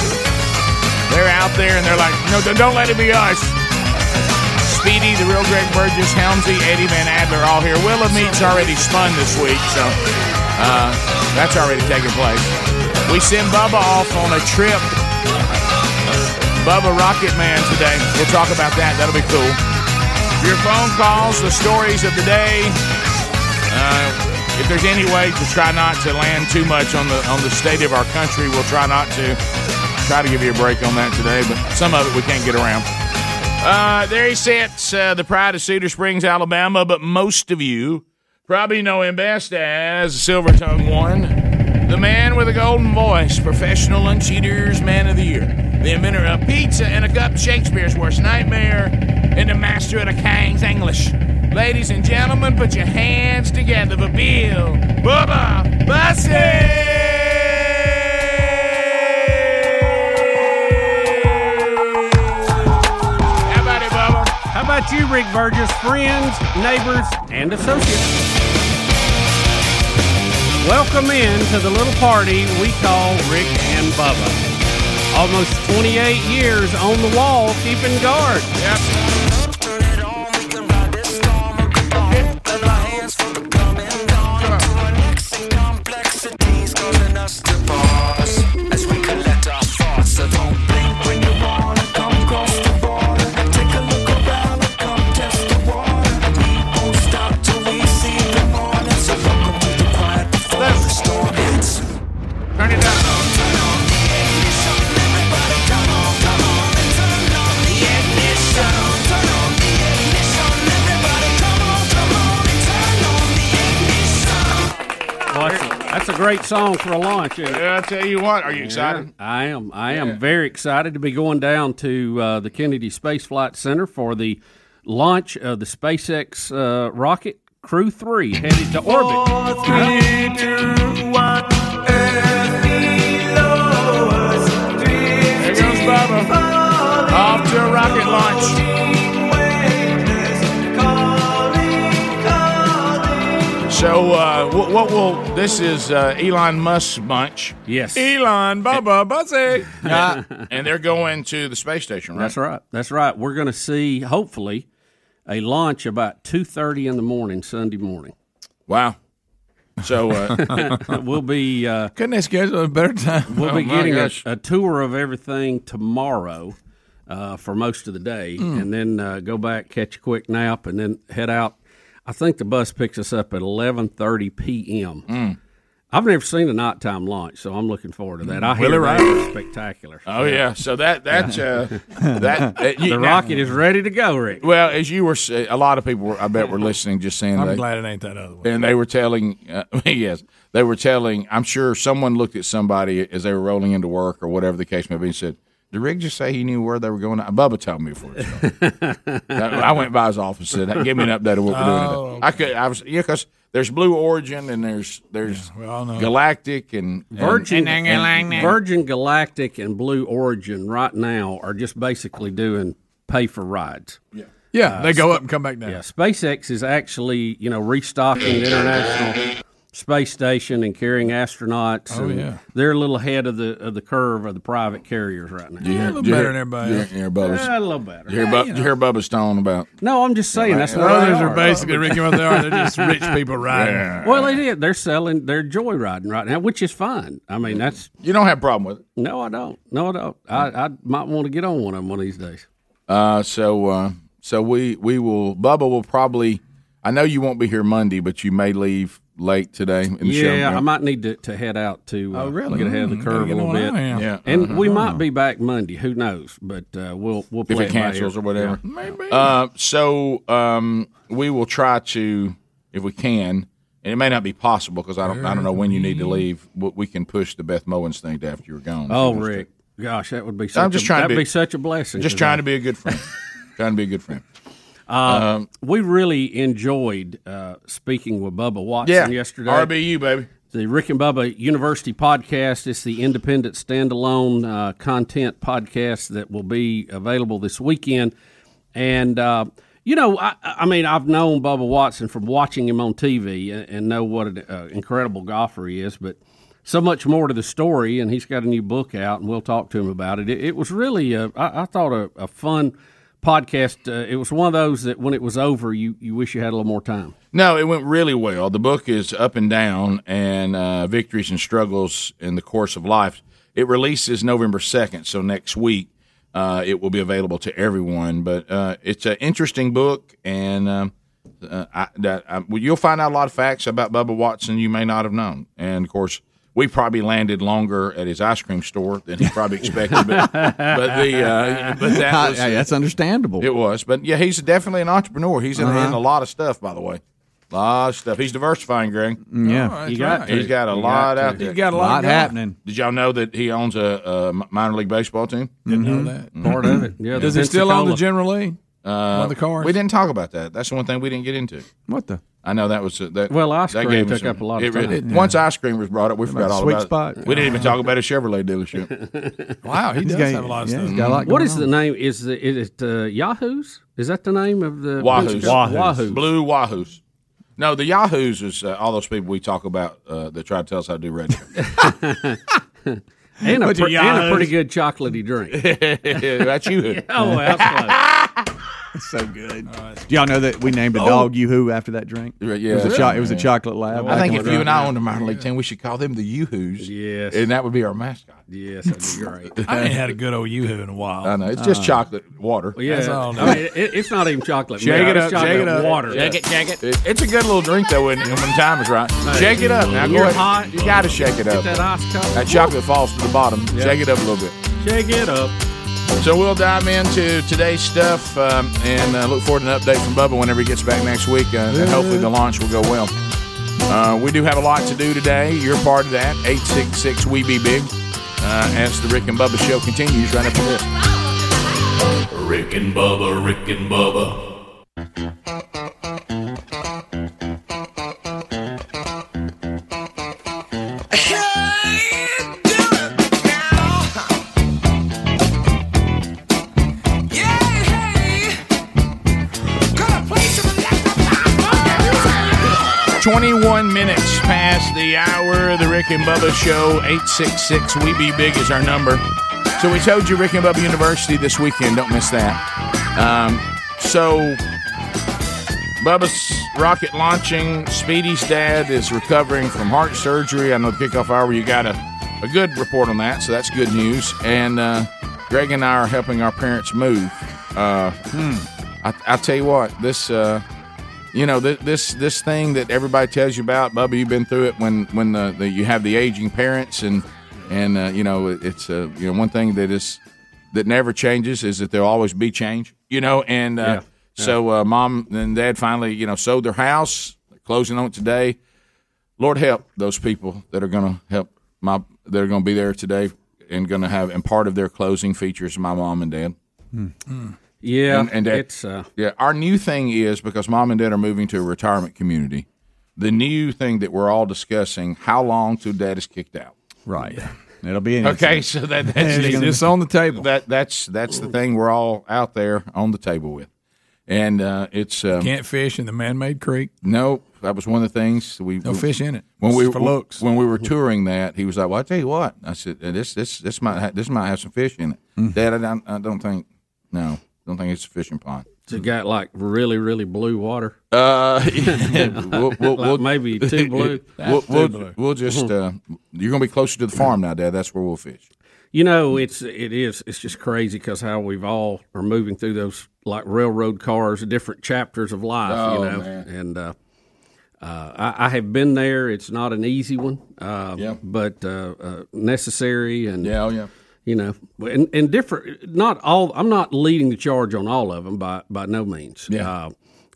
S11: they're out there, and they're like, no, don't- don't let it be us. Speedy, the real Greg Burgess, Helmsy, Eddie Van Adler, all here. Willa Meat's already spun this week, so uh, that's already taking place. We send Bubba off on a trip. Bubba Rocket Man today. We'll talk about that. That'll be cool. Your phone calls, the stories of the day. Uh, if there's any way to try not to land too much on the on the state of our country, we'll try not to. Try to give you a break on that today, but some of it we can't get around. Uh, there he sits, uh, the pride of Cedar Springs, Alabama, but most of you probably know him best as the Silver Tongue One, the man with a golden voice, professional lunch eaters, man of the year, the inventor of pizza and a cup, Shakespeare's worst nightmare, and the master of the King's English. Ladies and gentlemen, put your hands together for Bill Bubba Bussey! How about it, Bubba?
S12: How about you, Rick Burgess? Friends, neighbors, and associates. Welcome in to the little party we call Rick and Bubba. Almost 28 years on the wall, keeping guard.
S11: Turn it up.
S12: Well, that's, that's a great song for a launch. Yeah,
S11: I tell you what, are you excited?
S12: I am. I am very excited to be going down to uh, the Kennedy Space Flight Center for the launch of the SpaceX uh, rocket Crew Three headed to orbit.
S11: Here goes Bubba. Off to a rocket launch. So, uh, what, what will this is uh, Elon Musk's bunch?
S12: Yes.
S11: Elon Bubba Bussy. and they're going to the space station, right?
S12: That's right. That's right. We're going to see, hopefully, a launch about two thirty in the morning Sunday morning.
S11: Wow. So
S4: uh,
S12: we'll be uh,
S4: Couldn't they schedule a better time?
S12: We'll
S11: Oh,
S12: be getting a, a tour of everything tomorrow uh, for most of the day,
S11: Hmm.
S4: Mm.
S12: and then uh, go back, catch a quick nap, and then head out. I think the bus picks us up at eleven thirty p.m.
S11: Hmm.
S12: I've never seen a nighttime launch, so I'm looking forward to that. I
S11: Will it
S12: hear that
S11: rain?
S12: is spectacular.
S11: Oh yeah, so that that uh, that uh,
S12: The rocket is ready to go, Rick.
S11: Well, as you were, sa- a lot of people, were, I bet, were listening, just saying.
S4: I'm
S11: they,
S4: glad it ain't that other one.
S11: And they were telling, uh, yes, they were telling. I'm sure someone looked at somebody as they were rolling into work or whatever the case may be and said, Did Rick just say he knew where they were going? Bubba told me before. the show. I went by his office and said, "Give me an update of what we're doing."
S4: Oh,
S11: today." I could, I was, yeah, because there's Blue Origin and there's there's Galactic and and-
S12: Virgin,
S11: and- and-
S12: Virgin Galactic and Blue Origin right now are just basically doing pay for rides. Yeah,
S4: Yeah, they go up and come back down.
S12: Yeah, SpaceX is actually you know restocking the International Space Station and carrying astronauts.
S4: Oh,
S12: and
S4: yeah.
S12: they're a little ahead of the of the curve of the private carriers right now.
S11: Did you hear- did you hear- did you hear Bubba's-
S12: Yeah, a little better.
S11: Did you hear, Bu- did you hear Bubba Stone about?
S12: No, I'm just saying that's
S11: Yeah,
S12: what
S11: well,
S12: they
S11: those are
S4: basically, Ricky, what they are, they're just rich people riding.
S11: Yeah.
S12: Well, they did. They're selling. They're joyriding right now, which is fine. I mean, that's
S11: you don't have a problem with it.
S12: No, I don't. No, I don't. I, I might want to get on one of them one of these days.
S11: Uh, so uh, so we we will. Bubba will probably. I know you won't be here Monday, but you may leave late today. In the show.
S12: yeah, I might need to, to head out to uh, get ahead of the curve
S11: Mm, gotta
S12: a
S11: get
S12: little
S11: on
S12: bit.
S11: out of here. Yeah.
S12: and we
S11: Uh-huh.
S12: might be back Monday. Who knows? But uh, we'll we'll
S11: if
S12: play
S11: it
S12: by ear.
S11: cancels or whatever.
S12: Yeah.
S11: Uh, so um, we will try to, if we can, and it may not be possible because I don't, I don't know when you need to leave. But we can push the Beth Mowins thing to after you're gone. if
S12: Oh,
S11: you want to.
S12: Rick, gosh, that would be. Such
S11: I'm just
S12: a,
S11: trying to
S12: that'd
S11: be,
S12: be such a blessing.
S11: Just
S12: to
S11: trying
S12: them.
S11: to be a good friend. trying to be a good friend. Um,
S12: Uh, we really enjoyed uh, speaking with Bubba Watson
S11: Yeah.
S12: yesterday.
S11: RBU, baby.
S12: The Rick and Bubba University podcast. It's the independent standalone uh, content podcast that will be available this weekend. And, uh, you know, I, I mean, I've known Bubba Watson from watching him on TV and, and know what an uh, incredible golfer he is, but so much more to the story. And he's got a new book out, and we'll talk to him about it. It, it was really, uh, I, I thought, a, a fun podcast. Uh, it was one of those that when it was over, you, you wish you had a little more time.
S11: No, it went really well. The book is Up and Down and uh, Victories and Struggles in the Course of Life. It releases November 2nd, so next week uh, it will be available to everyone. But uh, it's an interesting book, and um, uh, I, that, I, well, you'll find out a lot of facts about Bubba Watson you may not have known. And of course, we probably landed longer at his ice cream store than he probably expected. But, but the uh, but that was,
S1: Hey, that's understandable.
S11: it was, but yeah, he's definitely an entrepreneur. He's in,
S1: Uh-huh.
S11: in a lot of stuff, by the way. lot of stuff. He's diversifying, Greg.
S1: Yeah. Oh, that's
S11: you got.
S1: right.
S11: He's got a
S1: You got
S11: lot
S1: to.
S11: out there.
S1: He's got a lot Lot going. happening.
S11: Did y'all know that he owns a, a minor league baseball team? Didn't
S4: know that.
S12: Part of it. Yeah.
S4: Does he still own the General Lee?
S11: Mm-hmm. Uh,
S4: One of the cars?
S11: We didn't talk about that. That's the one thing we didn't get into.
S1: What the?
S11: I know that was uh, that.
S12: Well, ice
S11: that
S12: cream
S11: gave us
S12: took up a lot of
S11: it really-
S12: time.
S11: Once ice cream was brought up, we forgot
S12: the
S11: all
S12: sweet
S11: about
S12: spot.
S11: it. We didn't even talk about a Chevrolet dealership.
S4: wow,
S12: he does have a
S4: lot
S12: of
S11: stuff.
S12: What is the name? Is the is it uh, Yahoo's? Is that the name of the
S11: Wahoos.
S12: Wahoos?
S11: Blue Wahoos. No, the Yahoos is uh, all those people we talk about uh, that try to tell us how to do radio.
S12: and, a
S11: Bunch of
S12: pre- and a
S11: Yahoos.
S12: pretty good chocolatey drink.
S11: That's you.
S12: Yeah, oh, well, that's
S1: so good. Do y'all know that we named a dog you who after that drink?
S11: Oh. Yeah,
S1: It was a, cho- it was a chocolate lab.
S11: I think if you and I owned a minor league team, we should call them the Yoo-Hoos.
S12: Yes,
S11: and that would be our mascot.
S12: Yes, that'd be great.
S4: I ain't had a good old Yoo-Hoo in a while.
S11: I know it's just
S4: Uh,
S11: chocolate water.
S12: Well, yeah, I mean, it, it's not even chocolate.
S11: Shake
S12: milk,
S11: it
S12: it's
S11: up,
S12: chocolate
S11: shake it up.
S12: Water.
S11: Shake it, shake it. It's a good little drink though when, when the time is right. Shake it up. Now go
S12: You're
S11: ahead.
S12: hot.
S11: You got to shake it
S12: Get
S11: up.
S12: that ice cold.
S11: That chocolate falls to the bottom.
S12: Yeah.
S11: Shake it up a little bit.
S12: Shake it up.
S11: So we'll dive into today's stuff um, and uh, look forward to an update from Bubba whenever he gets back next week. Uh, And hopefully the launch will go well. Uh, we do have a lot to do today. You're part of that. 866 We Be Big uh, as the Rick and Bubba show continues right after this.
S6: Rick and Bubba, Rick and Bubba,
S11: Twenty-one minutes past the hour of the Rick and Bubba show. Eight six six. We be big is our number. So we told you Rick and Bubba University this weekend. Don't miss that. Um, so Bubba's rocket launching. Speedy's dad is recovering from heart surgery. I know the kickoff hour you got a, a good report on that, so that's good news. And uh, Greg and I are helping our parents move. Uh, I, I tell you what, this uh, you know th- this this thing that everybody tells you about, Bubba, you've been through it when when the, the, you have the aging parents and and uh, you know it- it's uh, you know one thing that is that never changes is that there'll always be change. You know, and uh,
S12: Yeah.
S11: so uh, mom and dad finally you know sold their house, closing on it today. Lord help those people that are going to help my that are going to be there today and going to have, and part of their closing features my mom and dad.
S12: Mm. Yeah,
S11: and, and dad,
S12: it's uh,
S11: yeah. Our new thing is because mom and dad are moving to a retirement community. The new thing that we're all discussing: how long till dad is kicked out?
S1: Right. It'll be
S4: anything.
S11: okay. So that that's
S4: It's just on the table.
S11: That that's that's the thing we're all out there on the table with, and uh, it's um,
S4: Can't fish in the man-made creek.
S11: Nope. That was one of the things we
S4: No fish in it.
S11: When we
S4: It's for looks.
S11: when we were touring that, he was like, "Well, I tell you what," I said, "uh, "This this this might ha- this might have some fish in it,
S4: Mm.
S11: Dad. I don't, I don't think no, don't think it's a fishing pond."
S12: it's got like really, really blue water.
S11: Uh,
S12: Like maybe too blue.
S11: We'll, we'll, we'll just uh,
S12: Mm-hmm.
S11: you're going to be closer to the farm now, Dad. That's where we'll fish.
S12: You know, it's it is it's just crazy because how we've all are moving through those like railroad cars, different chapters of life.
S11: Oh,
S12: you know,
S11: man.
S12: and uh, uh, I, I have been there. It's not an easy one, uh, but uh, uh, necessary and
S11: Yeah, oh, yeah.
S12: You know, and, and different. Not all. I'm not leading the charge on all of them by by no means. Yeah. Uh,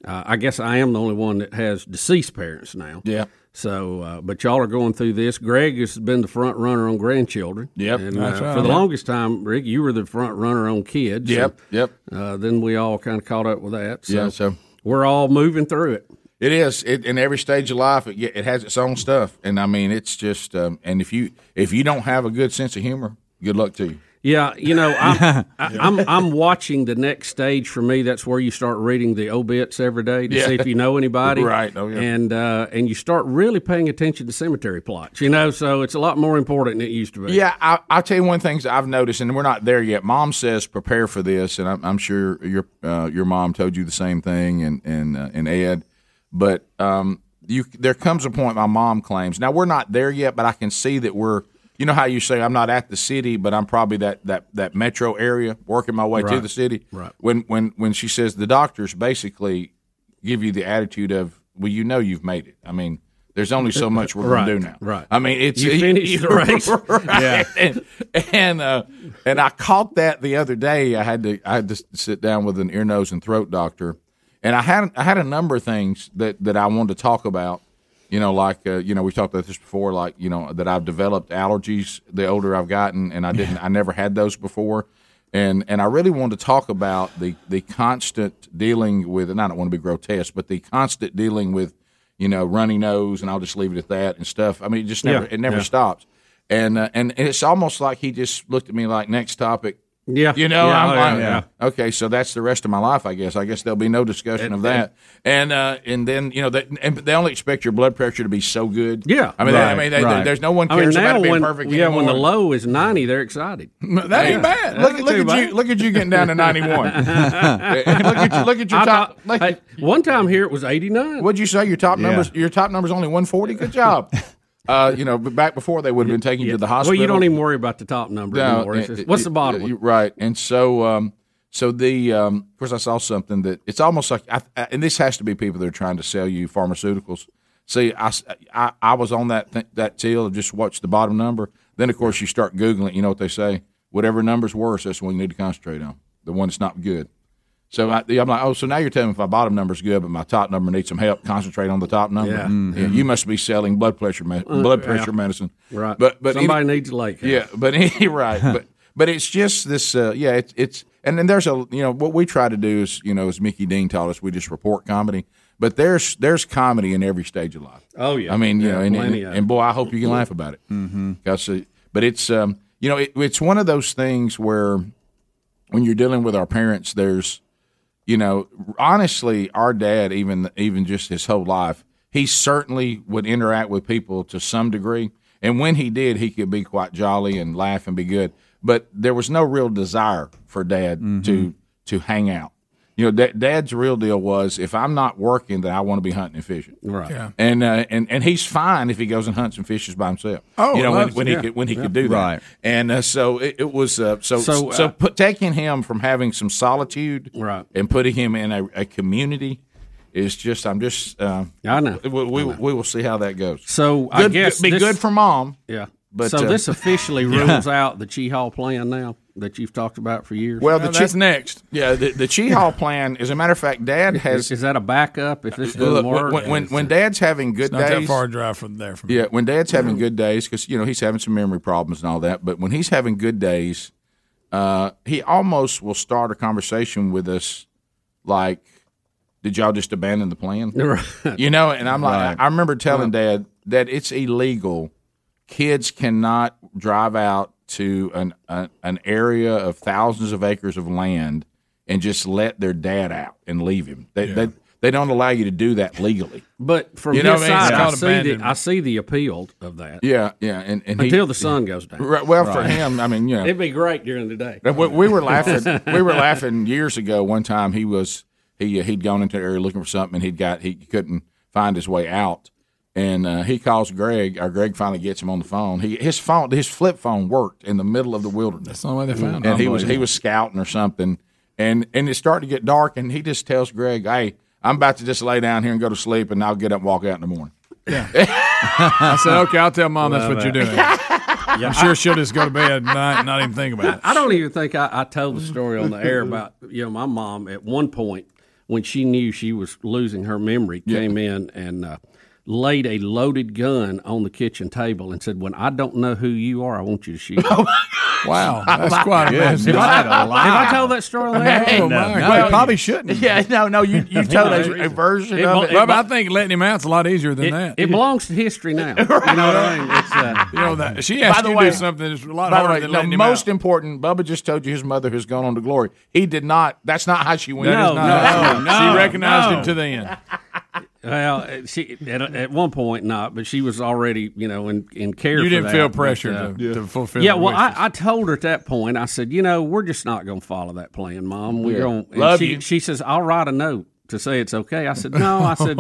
S12: uh, I guess I am the only one that has deceased parents now.
S11: Yeah.
S12: So, uh, but y'all are going through this. Greg has been the front runner on grandchildren.
S11: Yep.
S12: And,
S11: That's
S12: uh,
S11: right.
S12: For the
S11: Yep.
S12: longest time, Rick, you were the front runner on kids.
S11: Yep,
S12: Yep. Uh, then we all kind of caught up with that. So
S11: Yeah, so-
S12: we're all moving through it.
S11: It is it, in every stage of life. It, get- it has its own stuff, and I mean, it's just um, and if you if you don't have a good sense of humor, good luck to you.
S12: Yeah, you know, I'm, I, I'm I'm watching the next stage for me. That's where you start reading the obits every day to
S11: Yeah.
S12: see if you know anybody,
S11: Right, oh, yeah.
S12: And uh, and you start really paying attention to cemetery plots, you know. So it's a lot more important than it used to be.
S11: Yeah, I, I'll tell you one thing that I've noticed, and we're not there yet. Mom says prepare for this, and I'm, I'm sure your uh, your mom told you the same thing, and and uh, and Ed, but um, you there comes a point my mom claims. Now we're not there yet, but I can see that we're. You know how you say I'm not at the city, but I'm probably that that that metro area, working my way to
S12: Right.
S11: the city.
S12: Right.
S11: When when when she says the doctors basically give you the attitude of, well, you know you've made it. I mean, there's only so much we're
S12: Right,
S11: going to do now.
S12: right.
S11: I mean, it's
S12: You finished the race.
S11: Right.
S12: Yeah.
S11: And and, uh, and I caught that the other day. I had to I had to sit down with an ear, nose, and throat doctor, and I had I had a number of things that that I wanted to talk about. You know, like uh, you know, we talked about this before. Like you know, that I've developed allergies the older I've gotten, and I didn't. I never had those before and and I really want to talk about the the constant dealing with, and I don't want to be grotesque, but the constant dealing with, you know, runny nose, and I'll just leave it at that and stuff. I mean, it just never
S12: Yeah,
S11: it never
S12: yeah.
S11: stops, and, uh, and and it's almost like he just looked at me like next topic.
S12: Yeah,
S11: You know,
S12: Yeah, oh,
S11: I'm
S12: yeah,
S11: like,
S12: yeah.
S11: okay, so that's the rest of my life, I guess. I guess there'll be no discussion of that. And uh, and then you know, they, and they only expect your blood pressure to be so good. Yeah, I mean, they- I mean, they, there's no one
S12: I mean,
S11: cares about
S12: now
S11: it being
S12: when-
S11: perfect
S12: Yeah,
S11: anymore.
S12: when the low is ninety, they're excited.
S11: That ain't bad. Look, look at you. Look at you getting down to ninety one. look at you. Look at your
S12: I
S11: top.
S12: thought- hey, one time here it was eighty nine.
S11: What'd you say? Your top
S12: Yeah.
S11: numbers. Your top numbers only one forty. Good job. Uh, you know, but back before they would have been taking you to the hospital.
S12: Well, you don't even worry about the top number
S11: No,
S12: anymore. It's
S11: it-
S12: just, what's
S11: it-
S12: the bottom
S11: it-
S12: one?
S11: Right. And so, um, so the um, of course, I saw something that it's almost like, I, I, and this has to be people that are trying to sell you pharmaceuticals. See, I, s- I- I was on that th- that till and just watched the bottom number. Then, of course, you start googling. You know what they say? Whatever number's worse, that's the one you need to concentrate on. The one that's not good. So I, I'm like, oh, so now you're telling me if my bottom number's good, but my top number needs some help. Concentrate on the top number. Mm-hmm.
S12: Yeah.
S11: Yeah, you must be selling blood pressure me-
S12: Uh,
S11: blood
S12: yeah.
S11: pressure medicine.
S12: Right.
S11: But but
S12: Somebody
S11: any-
S12: needs a lake house.
S11: Yeah, but any, right. But but it's just this. Uh, yeah, it's it's and then there's a you know what we try to do is you know as Mickey Dean taught us we just report comedy. But there's there's comedy in every stage of life.
S12: Oh yeah.
S11: I mean you know and, and,
S12: plenty of
S11: and boy I hope you can laugh about it. Mm-hmm. but it's um you know it, it's one of those things where when you're dealing with our parents there's you know, honestly, our dad, even even just his whole life, he certainly would interact with people to some degree. And when he did, he could be quite jolly and laugh and be good. But there was no real desire for dad to to hang out. You know, da- dad's real deal was if I'm not working, then I want to be hunting and fishing.
S12: Right.
S4: Yeah.
S11: And uh, and and he's fine if he goes and hunts and fishes by himself.
S4: Oh,
S11: you know when,
S4: loves-
S11: when he
S4: yeah.
S11: could when he
S4: Yeah.
S11: could do that.
S4: Right.
S11: And uh, so it, it was uh, so
S12: So,
S11: so,
S12: uh,
S11: put, taking him from having some solitude
S12: Right.
S11: and putting him in a, a community is just I'm just uh,
S12: I know.
S11: we, we, we will see how that goes.
S12: So I
S11: Good-
S12: guess
S11: be
S12: this-
S11: good for mom.
S12: Yeah.
S11: But,
S12: so
S11: uh,
S12: this officially
S11: Yeah.
S12: rules out the Chi Hall plan now. that you've talked about for years?
S11: Well, the Chi- Yeah, the, the
S12: Chi-Hal
S11: Chi-Hol plan. As a matter of fact, Dad Uh, has.
S12: Is, that a backup? If this doesn't
S11: Look,
S12: work,
S11: when, when, when Dad's having good
S12: It's not that
S11: days,
S12: far a
S4: drive from there. From
S11: yeah, when Dad's having good days, because you know he's having some memory problems and all that. But when he's having good days, uh, he almost will start a conversation with us like, "Did y'all just abandon the plan?"
S12: Right.
S11: You know, and I'm like,
S12: Right.
S11: I remember telling Dad that it's illegal. Kids cannot drive out to an a, an area of thousands of acres of land and just let their dad out and leave him. They, they they don't allow you to do that legally.
S12: But from
S11: You know
S12: his
S11: what I mean? It's
S12: side, I
S11: called
S12: see, the,
S11: abandonment.
S12: I see the appeal of that.
S11: Yeah, yeah, and, and he-
S12: until the sun goes down.
S11: Right, well, for him, I mean, you know,
S12: it'd be great during the day.
S11: we, we were laughing. We were laughing years ago. One time he was he uh, he'd gone into the area looking for something, and he'd got he couldn't find his way out, and uh, he calls Greg. Our Greg finally gets him on the phone. He his phone his flip phone worked in the middle of the wilderness. That's
S4: the only way they found him.
S11: And he was he was scouting or something, and and it started to get dark, and he just tells Greg, "Hey, I'm about to just lay down here and go to sleep, and I'll get up and walk out in the morning."
S4: I said, okay, I'll tell mom that's
S11: Love
S4: what you're
S11: that.
S4: doing. I'm sure she'll just go to bed and not, not even think about it.
S12: I don't even think I, I told the story on the air about you know my mom at one point when she knew she was losing her memory came in and uh, laid a loaded gun on the kitchen table and said, "When I don't know who you are, I want you to shoot."
S4: Oh
S12: me."
S4: Wow, that's quite a
S12: Goodness.
S4: mess.
S12: Have I- have I told that story on the air?
S4: Oh, my God.
S11: shouldn't. Yeah, no, no, you you've told a, a version
S12: It
S11: of
S12: won't-
S11: it.
S12: it won't-
S4: I think letting him out's a lot easier than
S12: It,
S4: that.
S12: it belongs to history now. You know what I mean? It's, uh,
S4: You know that she asked
S11: By the
S4: you
S11: way-
S4: to do something that's a lot
S11: By the
S4: harder
S11: way,
S4: than
S11: the
S4: letting him
S11: most important, Bubba just told you his mother has gone on to glory. He did not. That's not how she went.
S12: That is No, not how she no, went.
S4: out.
S12: no.
S4: She recognized him
S12: No.
S4: to the end.
S12: Well, uh, she at, at one point not, but she was already you know in in care.
S4: You
S12: for
S4: didn't
S12: that,
S4: feel
S12: but,
S4: pressure
S12: uh,
S4: to, to fulfill.
S12: Yeah,
S4: the
S12: well,
S4: wishes.
S12: I, I told her at that point. I said, you know, we're just not going to follow that plan, Mom. We're
S4: Yeah.
S12: going. and
S4: Love
S12: she,
S4: you.
S12: She says, I'll write a note to say it's okay. I said, no. I said,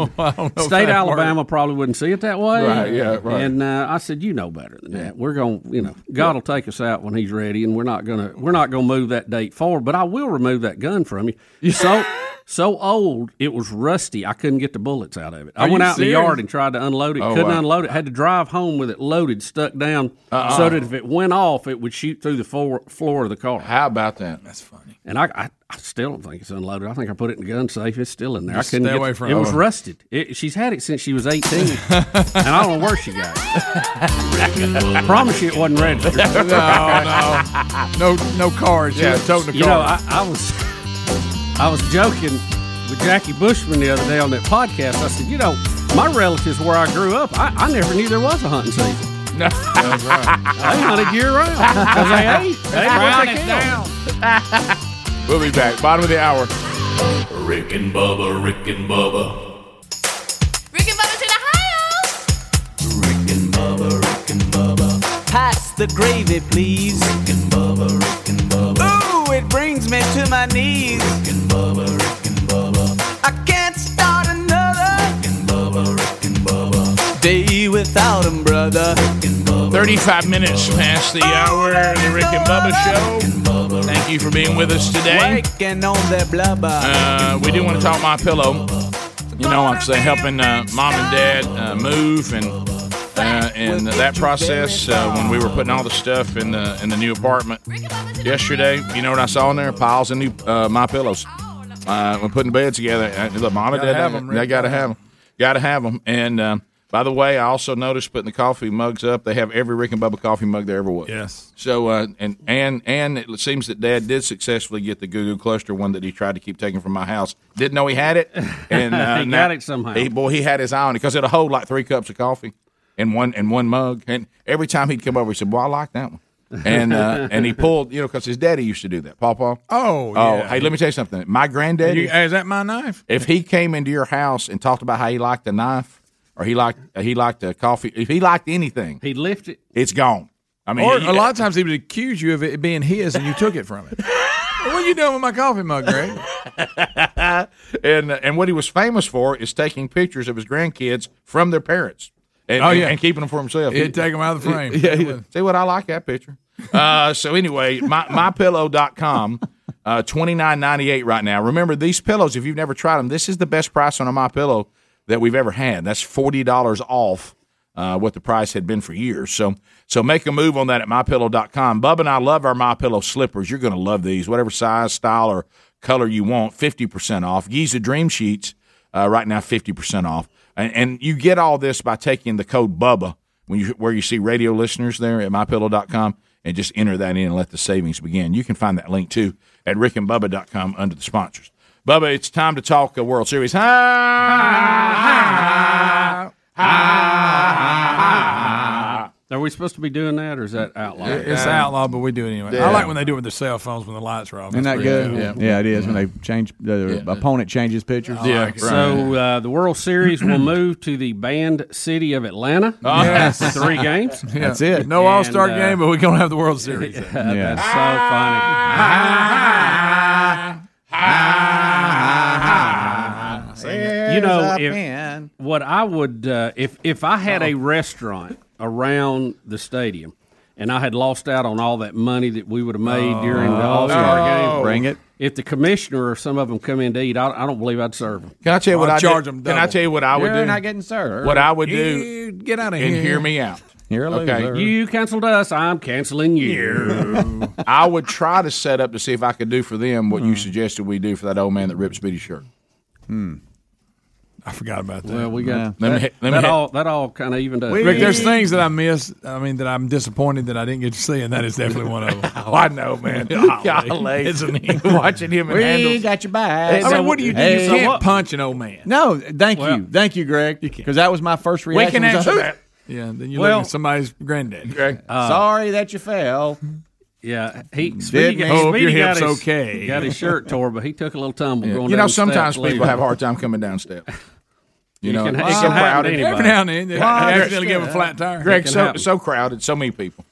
S12: State Alabama probably wouldn't see it that way.
S11: Right, yeah, right.
S12: And uh, I said, you know better than that. We're going, to you know, God will take us out when He's ready, and we're not gonna we're not gonna move that date forward. But I will remove that gun from you. So. So old, it was rusty. I couldn't get the bullets out of it. I
S11: Are
S12: went
S11: you
S12: out in the
S11: serious?
S12: yard and tried to unload it.
S11: Oh,
S12: couldn't
S11: wow.
S12: unload it. Had to drive home with it loaded, stuck down,
S11: Uh-uh.
S12: so that if it went off, it would shoot through the floor, floor of the car.
S11: How about that?
S4: That's funny.
S12: And I, I, I still don't think it's unloaded. I think I put it in the gun safe. It's still in there.
S4: Just
S12: I couldn't
S4: stay
S12: get-
S4: away from
S12: it.
S4: it.
S12: was rusted. It, she's had it since she was eighteen, and I don't know where she got it. I promise you, it wasn't registered.
S4: Oh, no, no, no, no cards. Yeah, toting the
S12: You know, I,
S4: cards.
S12: I was I was joking with Jackie Bushman the other day on that podcast. I said, you know, my relatives where I grew up, I, I never knew there was a hunting season. No.
S4: That's right.
S12: They hunted year round. Because they ate. They ate what
S13: Round
S12: they
S13: it
S12: killed.
S11: We'll be back. Bottom of the hour.
S6: Rick and Bubba, Rick and Bubba.
S10: Rick and Bubba's in Ohio.
S14: Pass the gravy, please. Rick and Bubba, Rick and Bubba. Ooh, it brings me to my knees. Rick and Bubba, Rick and Bubba. I can't start another. Rick and Bubba, Rick and Bubba. Day without 'em, brother. Rick and Bubba.
S13: 35 minutes past the hour, the Rick and Bubba Show. Thank you for being with us today.
S14: Waking on that blubber.
S13: Uh, we do want to talk my pillow. You know, I'm saying helping uh, mom and dad uh, move and uh, and that process uh, when we were putting all the stuff in the in the new apartment yesterday. You know what I saw in there? Piles of new uh, my pillows. Uh, we're putting beds together. Uh, Look, mom and
S11: Gotta
S13: dad,
S11: have
S13: they-
S11: 'em,
S13: they
S11: Rick.
S13: got to have them. Got to have them. And uh, by the way, I also noticed putting the coffee mugs up. They have every Rick and Bubba coffee mug there ever was.
S4: Yes.
S13: So uh, and and and it seems that Dad did successfully get the Goo Goo Cluster one that he tried to keep taking from my house. Didn't know he had it, and uh,
S12: He
S13: now-
S12: got it somehow.
S13: He, boy, he had his eye on it because it'll hold like three cups of coffee and one and one mug. And every time he'd come over, he said, "Well, I like that one." and uh, and he pulled, you know, because his daddy used to do that. Papa.
S4: Oh, yeah.
S13: hey, let me tell you something. My granddaddy.
S4: You- hey, is that my knife?
S13: If he came into your house and talked about how he liked a knife or he liked he liked a coffee, if he liked anything,
S12: he left it.
S13: It's gone. I mean,
S4: or
S13: he-
S4: a lot of times he would accuse you of it being his, and you took it from him. what are you doing with my coffee mug, Greg?
S13: and and what he was famous for is taking pictures of his grandkids from their parents. And,
S4: Oh, yeah.
S13: and keeping them for himself.
S4: He'd take 'em out of the frame.
S13: Yeah, he- see what I like that picture. uh, so anyway, my mypillow.com, uh, twenty nine ninety eight right now. Remember these pillows. If you've never tried them, this is the best price on a my pillow that we've ever had. That's forty dollars off
S11: uh, what the price had been for years. So so make a move on that at mypillow.com. Bub and I love our MyPillow slippers. You're going to love these, whatever size, style, or color you want, 50% off. Giza Dream Sheets, uh, right now, 50% off. And, and you get all this by taking the code BUBBA when you, where you see radio listeners there at mypillow.com and just enter that in and let the savings begin. You can find that link too at rickandbubba.com under the sponsors. Bubba, it's time to talk a World Series. Hi!
S12: Are we supposed to be doing that, or is that outlaw?
S4: It's outlawed, but we do it anyway. I like when they do it with their cell phones when the lights are off.
S1: Isn't
S4: Oh, That's
S1: that
S4: pretty Mm-hmm.
S1: good? Yeah. it is when they change the opponent changes pictures.
S12: Yeah. So uh, the World Series will move to the banned city of Atlanta.
S1: Oh. Yes.
S12: That's three games.
S1: Yeah. That's it.
S4: No
S12: And,
S4: All-Star
S12: uh,
S4: game, but we're going to have the World Series.
S12: Yeah, that's so funny. you know,
S1: Here's a
S12: if, what I would uh, if if I had
S11: Uh-huh.
S12: a restaurant around the stadium and I had lost out on all that money that we would have made during the
S1: Oh.
S12: All Star
S1: Oh.
S12: game,
S1: Bring it.
S12: If the commissioner or some of them come in to eat, I, I don't believe I'd serve them.
S11: Can I tell you what I'd do? Can I tell you what I would do?
S12: served.
S11: What I would do.
S12: You
S4: get out
S11: and hear me out.
S1: You're
S11: a Okay. loser.
S12: You canceled us. I'm canceling you.
S11: I would try to set up to see if I could do for them what you suggested we do for that old man that ripped Speedy's shirt.
S4: Hmm. I forgot about that.
S12: Well, we got
S11: Let me
S12: that,
S11: hit- let me
S12: that
S11: hit-
S12: all that all kind of even does.
S4: Rick, there's things that I miss. I mean, that I'm disappointed that I didn't get to see, and that is definitely one of them.
S11: oh, I know, man.
S1: Golly.
S4: Isn't he?
S11: Watching him
S1: We got your back.
S4: I mean, what do you do?
S1: Hey.
S4: you can't punch an old man.
S1: No, thank you, thank you, Greg, because that was my first
S4: We
S1: reaction.
S4: can
S1: was,
S4: answer
S1: "Who-
S4: that." Yeah, then you
S1: Well-
S4: look at somebody's granddaddy.
S12: Uh,
S1: Sorry that you fell.
S12: Yeah, he
S1: Did
S12: Speedy,
S1: me.
S12: got,
S1: Hope
S12: Speedy
S1: your
S12: got
S1: hip's
S12: his,
S1: okay.
S12: Got his shirt tore, but he took a little tumble going.
S11: You
S12: down
S11: know,
S12: the steps,
S11: sometimes people
S12: leaving.
S11: have a hard time coming down steps. You
S12: It
S11: know,
S12: can- it
S11: it's
S12: can
S11: so
S12: happen to
S11: crowded.
S12: anybody.
S4: Every now and then, they
S11: Wow.
S4: accidentally give a flat tire.
S11: Greg,
S12: It can
S11: so
S12: happen.
S11: so crowded, so many people,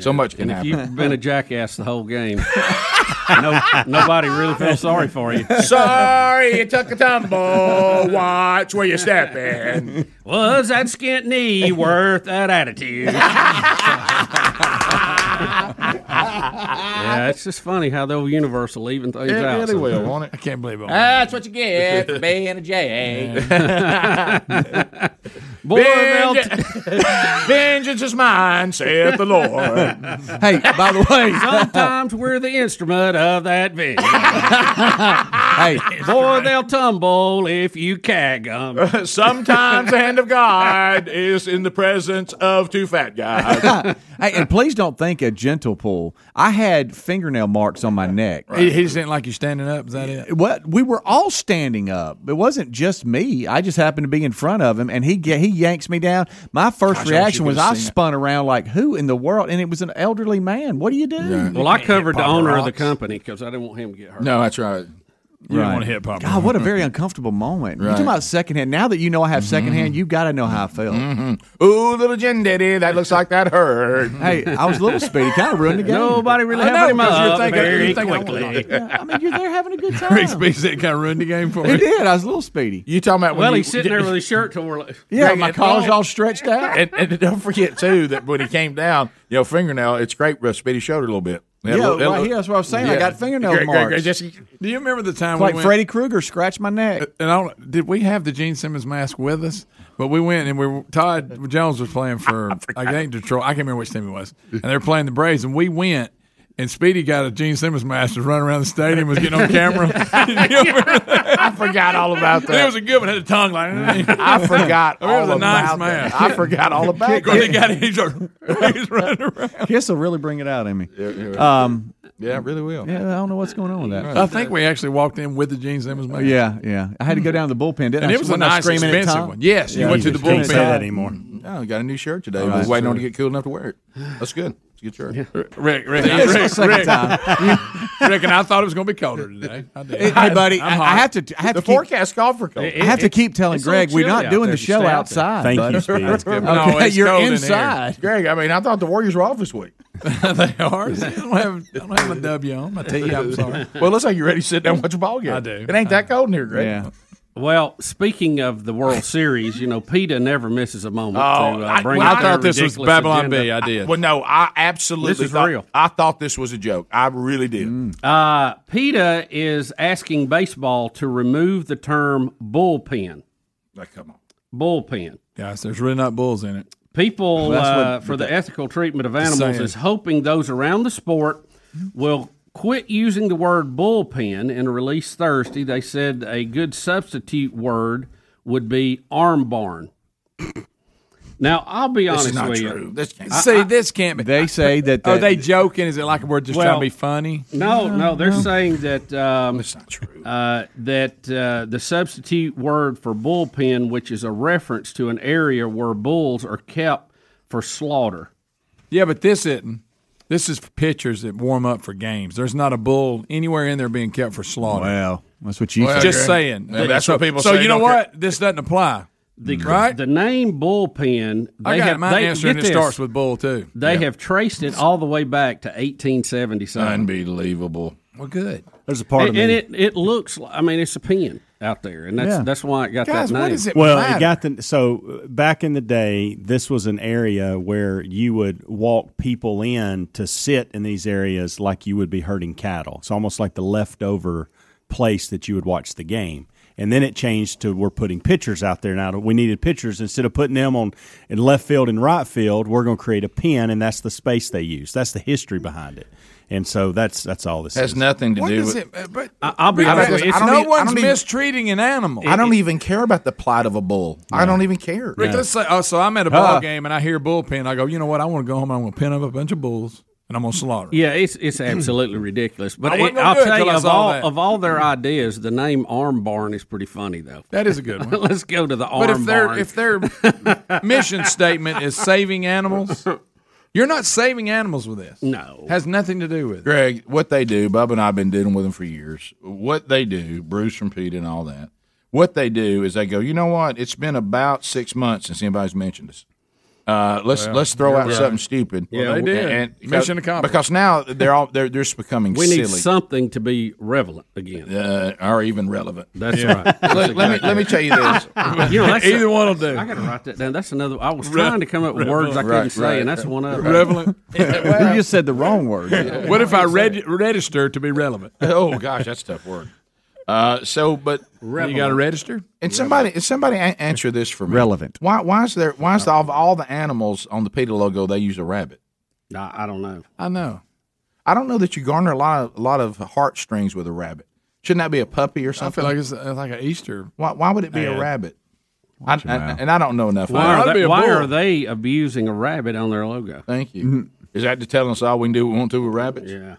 S11: so much
S12: And
S11: can
S12: if
S11: happen.
S12: you've been a jackass the whole game, no, nobody really feels sorry for you.
S11: Sorry, you took a tumble. Watch where you're stepping.
S12: Was that skint knee worth that attitude? yeah, it's just funny how they'll universal even things
S11: It
S12: out.
S11: really will,
S12: sometimes. Ah,
S11: won't it?
S4: I can't believe it.
S1: That's what you get for being a J.
S12: Boy, they'll
S11: vengeance is mine, saith the Lord.
S1: Hey, by the way,
S12: sometimes we're the instrument of that vengeance. hey, boy, they'll tumble if you cag them.
S11: Sometimes the hand of God is in the presence of two fat guys.
S1: hey, and please don't think a gentle pull. I had fingernail marks on my neck.
S4: He, he just didn't like you standing up. Is that it?
S1: What we were all standing up. It wasn't just me. I just happened to be in front of him, and he ga- he yanks me down. My
S12: Gosh,
S1: first
S12: I wish
S1: reaction
S12: you
S1: was
S12: could've
S1: I
S12: seen it.
S1: spun around like who in the world? And it was an elderly man. What do you do?
S12: Well, I covered the owner of the company because I didn't want him to get hurt.
S11: No, that's right.
S1: You don't Right. wanna hit
S4: Papa.
S1: God, what a very uncomfortable moment. You're
S11: Right. Mm-hmm.
S1: talking about secondhand. Now that you know I have secondhand, you got to know how I felt.
S12: Oh,
S11: Ooh, little Jen Daddy, that looks like that hurt.
S1: Hey, I was a little speedy. Kind of ruined the game.
S12: Nobody really
S1: I
S12: held
S1: know,
S12: him
S1: 'cause
S12: up
S1: you're thinking-
S12: very
S1: you're thinking,
S4: "Oh,
S12: quickly.
S1: I mean, you're there having a good time.
S4: Rick Speedy said it kind of ruined the game for
S1: He
S4: me.
S1: did. I was a little speedy.
S11: You talking about
S12: well, he's sitting there with his shirt torn. Like,
S1: Yeah,
S11: Greg,
S1: my
S11: it-
S1: collar's all stretched out.
S11: and, and don't forget too that when he came down, you know, fingernail, it scraped uh, Speedy's shoulder a little bit.
S1: Yeah, right here, that's what I was saying. I got fingernail marks.
S11: just-
S4: Do you remember the time
S1: It's
S4: we
S1: like
S4: went, Uh,
S1: Freddy Krueger scratched my neck.
S4: And I don't, did we have the Gene Simmons mask with us? But we went and we were, Todd Jones was playing for I, think Detroit. I can't remember which team it was, and they were playing the Braves. And we went, and Speedy got a Gene Simmons mask to run around the stadium, was getting on camera.
S11: I forgot all about
S4: It
S11: that.
S4: was a good one. Had a tongue like
S11: I forgot
S4: I mean, it was
S11: all
S4: a nice
S11: about
S4: man.
S11: that. I forgot all about
S4: Of course, they got it. He's like,
S1: Kiss will really bring it out in me.
S11: yeah.
S1: Um,
S11: Yeah, it really will.
S1: yeah, I don't know what's going on with that.
S4: I think we actually walked in with the Gene Simmons mask.
S1: Yeah, yeah. I had to go down to the bullpen. Didn't
S4: And
S1: I?
S4: it was a
S1: Wasn't I
S4: nice,
S1: screaming at
S4: expensive
S1: Tom?
S4: one. Yes, you
S1: Yeah,
S4: went to the
S1: screaming
S4: bullpen.
S1: at
S4: Say that
S1: Tom.
S4: anymore.
S11: Oh, got a new shirt today.
S1: All
S11: We're
S1: right.
S11: waiting on to get cool enough to wear it. That's good. It's a good shirt.
S4: Rick, Rick,
S11: This is
S4: Rick,
S11: my second
S4: Rick. Rick, and I thought it was going to be colder today. I did.
S1: Hey, hey, buddy,
S4: I'm
S1: I- I
S4: hot.
S1: have to- I have
S11: the
S1: to keep-
S11: forecast called for cold.
S1: I have to keep telling Greg we're not doing the show outside.
S11: Thank
S1: buddy.
S11: you, Speedy. That's good.
S1: Okay,
S11: No, it's
S1: you're
S11: cold in here.
S1: inside.
S11: Greg, I mean, I thought the Warriors were off this week.
S4: they are. I don't have, I don't have my W on. I tell you, I'm sorry.
S11: Well, it looks like you're ready to sit down and watch a ball game.
S4: I do.
S11: It ain't that cold in here, Greg.
S12: Well, speaking of the World Series, you know, PETA never misses a
S4: Oh,
S11: Oh,
S12: moment. to, uh, bring up their ridiculous agenda.
S11: well, no, I absolutely
S12: This is
S11: thought,
S12: real.
S11: I thought this was a joke. I really did.
S4: Mm.
S12: Uh, PETA is asking baseball to remove the term bullpen.
S11: Like, come on.
S12: Bullpen.
S4: Guys, there's really not bulls in it.
S12: People
S13: Well, that's what-
S12: uh, for the ethical treatment of animals
S13: Saying.
S12: is hoping those around the sport will quit using the word bullpen in a release Thursday. They said a good substitute word would be arm barn. Now I'll be
S4: This
S12: honest
S4: is not
S12: with
S4: true.
S12: you.
S4: This
S12: I-
S4: See,
S12: I-
S4: this can't be. They
S1: say that
S4: Are
S12: the-
S4: they joking? Is it like we're just trying
S12: Well,
S4: to be funny?
S12: No, no, they're
S4: no.
S12: saying that um, Uh, that uh, the substitute word for bullpen, which is a reference to an area where bulls are kept for slaughter.
S4: Yeah, but this isn't. This is for pitchers that warm up for games. There's not a bull anywhere in there being kept for slaughter.
S1: Well, that's what you said.
S4: just saying. so, So you know what? This doesn't apply.
S12: The,
S4: Mm. Right?
S12: the name bullpen. They
S4: I got
S12: have,
S4: my
S12: they,
S4: answer,
S12: get
S4: and it
S12: this,
S4: starts with bull too.
S12: They have traced it all the way back to 1877. Unbelievable.
S4: Well, good.
S3: There's a
S12: and, and it it looks. Like, I mean, it's a pen out there, and that's
S3: Yeah.
S12: that's why it got that name.
S3: well, it got the so uh, back in the day, this was an area where you would walk people in to sit in these areas like you would be herding cattle. It's almost like the leftover place that you would watch the game. And then it changed to we're putting pitchers out there now. We needed pitchers instead of putting them on in left field and right field. We're going to create a pen, and that's the space they use. That's the history behind it. And so that's that's all this
S11: Has
S3: is.
S11: nothing to What do does with-
S4: it- uh, but
S12: I'll
S11: be honest with you, it's- I don't
S4: no
S11: even- I
S4: one's
S11: don't even-
S4: mistreating an animal.
S11: I don't even care about the plight of a bull. I don't even care.
S4: Rick, let's say, oh, so I'm at a ball
S11: Uh.
S4: game and I hear bullpen. I go, you know what? I want to go home. and I'm going to pin up a bunch of bulls and I'm going to slaughter. 'em."
S12: Yeah, it's it's absolutely ridiculous. But
S4: I wasn't
S12: it-
S4: gonna
S12: I'll
S4: do it
S12: tell
S4: till
S12: you,
S4: I
S12: of
S4: saw
S12: all
S4: that. Mm-hmm.
S12: of all their ideas, the name Arm Barn is pretty funny though.
S4: That is a good one.
S12: Let's go to the Arm
S4: But if their
S12: Barn.
S4: if their mission statement is saving animals, you're not saving animals with this.
S12: No,
S4: has nothing to do with. it.
S11: Greg, what they do, Bub and I've been dealing with them for years. What they do, Bruce from Pete and all that. What they do is they go, you know what? It's been about six months since anybody's mentioned us. Uh, let's
S4: Well,
S11: let's throw
S4: you're
S11: out
S4: right.
S11: something stupid.
S4: Well, they did. Mission accomplished.
S11: Because now they're all they're, they're just becoming
S12: we
S11: silly.
S12: need something to be relevant again,
S11: uh, or even relevant.
S12: That's
S11: Yeah.
S12: right. That's
S11: Let- let me- let me tell you this.
S12: You know, that's
S11: Either one will do.
S12: I got to write that down. That's another. I was
S11: Re-
S12: trying to come up with words I couldn't
S11: Right,
S12: say,
S11: right,
S12: and that's
S11: right.
S12: one of them.
S4: Relevant.
S1: you just said the wrong word.
S4: What if I reg- register to be relevant?
S11: oh gosh, that's a tough word. Uh, so, but
S4: You got to register.
S11: And somebody, and somebody a- answer this for me.
S1: Relevant.
S11: Why? Why is there? Why is the, of all the animals on the PETA logo they use a rabbit?
S12: I, I don't know.
S4: I know.
S11: I don't know that you garner a lot of a lot of heartstrings with a rabbit. Shouldn't that be a puppy or
S4: I
S11: something?
S4: feel like it's uh, like an Easter.
S11: Why, why would it be a rabbit? I, I, and I don't know enough.
S12: Why,
S11: about
S12: are
S11: it.
S12: they, why are they abusing a rabbit on their logo?
S11: Thank you.
S1: Mm-hmm.
S11: Is that to tell us all we can do we want to with rabbits?
S12: Yeah.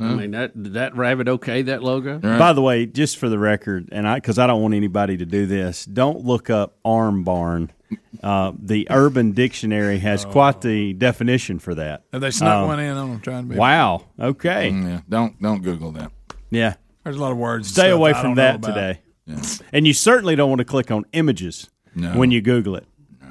S12: I mean that that rabbit okay that logo?
S3: By the way, just for the record, and I because I don't want anybody to do this, don't look up arm barn. Uh, the Urban Dictionary has quite the definition for that.
S4: Have they snuck
S3: Um,
S4: one in on them trying to be?
S3: Wow. Okay.
S11: Mm, yeah. Don't don't Google that.
S3: Yeah.
S4: There's a lot of words. and
S3: Stay
S4: stuff
S3: away
S4: I don't
S3: from
S4: know
S3: that
S4: about.
S3: today. And you certainly don't want to click on images
S11: No.
S3: when you Google it.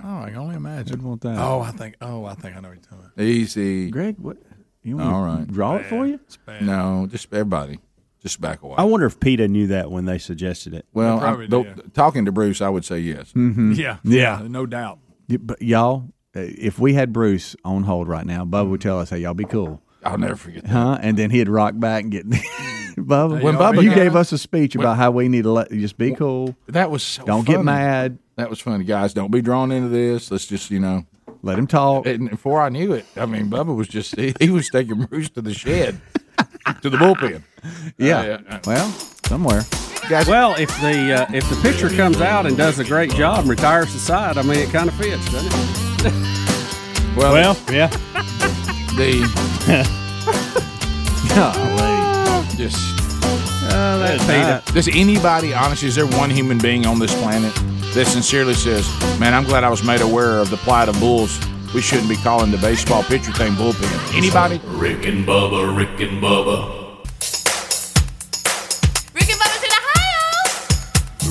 S4: Oh, I can only imagine.
S1: want that.
S4: Oh, I think. Oh, I think I know what you're talking about.
S11: Easy.
S1: Greg, what? You
S3: want me to
S11: all right.
S1: Draw it for you?
S11: No, just everybody. Just back away.
S3: I wonder if PETA knew that when they suggested it.
S11: Well,
S4: They probably
S11: I, though, talking to Bruce, I would say yes.
S3: Mm-hmm.
S1: Mhm.
S4: Yeah.
S1: Yeah.
S4: No doubt.
S1: Y- But y'all, uh, if we had Bruce on hold right now, Bubba
S4: Mm-hmm.
S1: would tell us, "Hey, y'all be cool."
S11: I'll never forget.
S1: Huh? And then he'd rock back and get Bubba.
S11: Hey, When y'all Bubba-
S1: you
S11: be
S1: gave
S11: cool.
S1: us a speech about how we need to let, just be cool.
S11: That was so
S1: Don't get
S11: funny.
S1: mad.
S11: That was funny, guys. Don't be drawn into this. Let's just you know
S1: let him talk.
S11: And before I knew it, I mean, Bubba was just he, he was taking Bruce to the shed, to the bullpen.
S1: Yeah.
S11: Uh,
S1: Well, somewhere.
S12: Well, if the uh, if the pitcher comes out and does a great job and retires the side, I mean it kind of fits, doesn't it?
S11: well,
S3: yeah.
S11: The just
S1: Uh,
S12: that's
S11: Peter.
S12: not-
S11: Does anybody honestly? Is there one human being on this planet that sincerely says, "Man, I'm glad I was made aware of the plight of bulls. We shouldn't be calling the baseball pitcher thing bullpen." Anybody?
S6: Rick and Bubba, Rick and Bubba,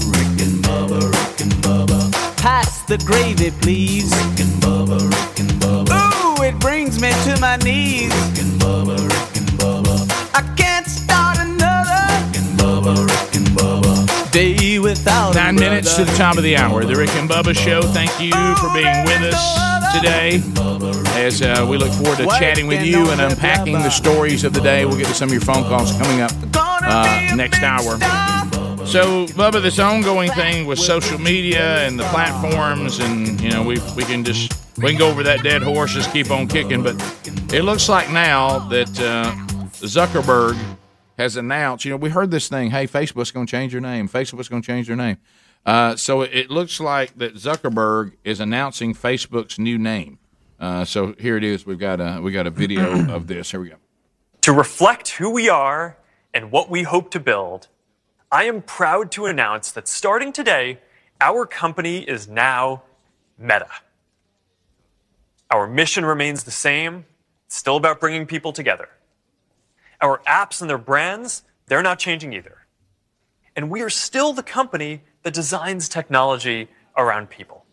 S10: Rick and Bubba's in Ohio.
S14: Pass the gravy, please. Rick and Bubba, Rick and Bubba. Ooh, it brings me to my knees. Rick and Bubba, Rick and Bubba. I can't start another. Rick and Bubba, Rick and Bubba. Day without
S13: Nine minutes to the top of the hour. The Rick and Bubba Show. Thank you for being with us today. As uh, we look forward to chatting with you and unpacking the stories of the day, we'll get to some of your phone calls coming up uh, next hour. So, Bubba, this ongoing thing with social media and the platforms, and you know, we we can just we can go over that dead horse, just keep on kicking. But it looks like now that uh, Zuckerberg
S11: has announced. You know, we heard this thing. Hey, Facebook's going to change their name. Facebook's going to change their name. Uh, so it, it looks like that Zuckerberg is announcing Facebook's new name. Uh, so here it is. We've got a we got a video of this. Here we go.
S15: To reflect who we are and what we hope to build, I am proud to announce that starting today, our company is now Meta. Our mission remains the same, it's still about bringing people together. Our apps and their brands, they're not changing either. And we are still the company that designs technology around people.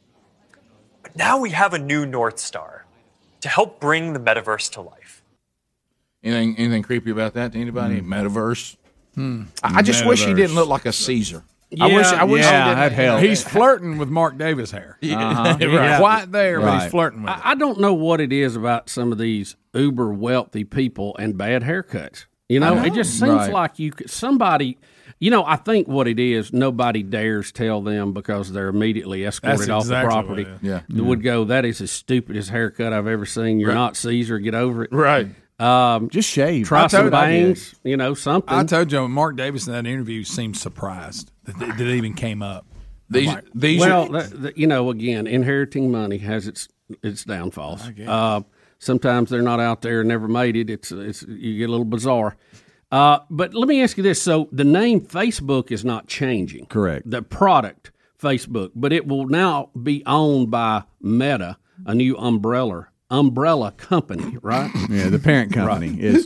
S15: But now we have a new North Star to help bring the metaverse to life.
S11: Anything anything creepy about that to anybody? Metaverse.
S4: Hmm.
S11: I, I just wish he
S4: Metaverse.
S11: didn't look like a Caesar. I wish. I wish he didn't.
S4: He's flirting with Mark Davis hair.
S13: Uh-huh.
S4: Uh-huh.
S12: Yeah.
S4: Quite there, but he's flirting with.
S12: I, I don't know what it is about some of these uber wealthy people and bad haircuts. You know,
S13: I know.
S12: it just seems
S13: Right.
S12: like you could, somebody. You know, I think what it is, nobody dares tell them because they're immediately escorted
S13: That's
S12: off
S13: exactly
S12: the
S13: what
S12: property.
S13: it is. Yeah.
S12: They would go. That is the stupidest haircut I've ever seen. You're
S13: Right.
S12: not Caesar. Get over it.
S13: Right.
S12: Um,
S1: just shave.
S12: Try
S4: I
S12: some
S4: told- I did.
S12: bangs. You know something.
S4: I told you, Mark Davis in that interview seemed surprised that, that it even came up. I'm like,
S12: well, th- th- you know, again, inheriting money has its its downfalls.
S4: I guess.
S12: Uh, sometimes they're not out there, never made it. It's it's you get a little bizarre. Uh, but let me ask you this: so the name Facebook is not changing,
S1: Correct.
S12: The product Facebook, but it will now be owned by Meta, a new umbrella umbrella company, right?
S1: Yeah, the parent company
S12: Right.
S1: is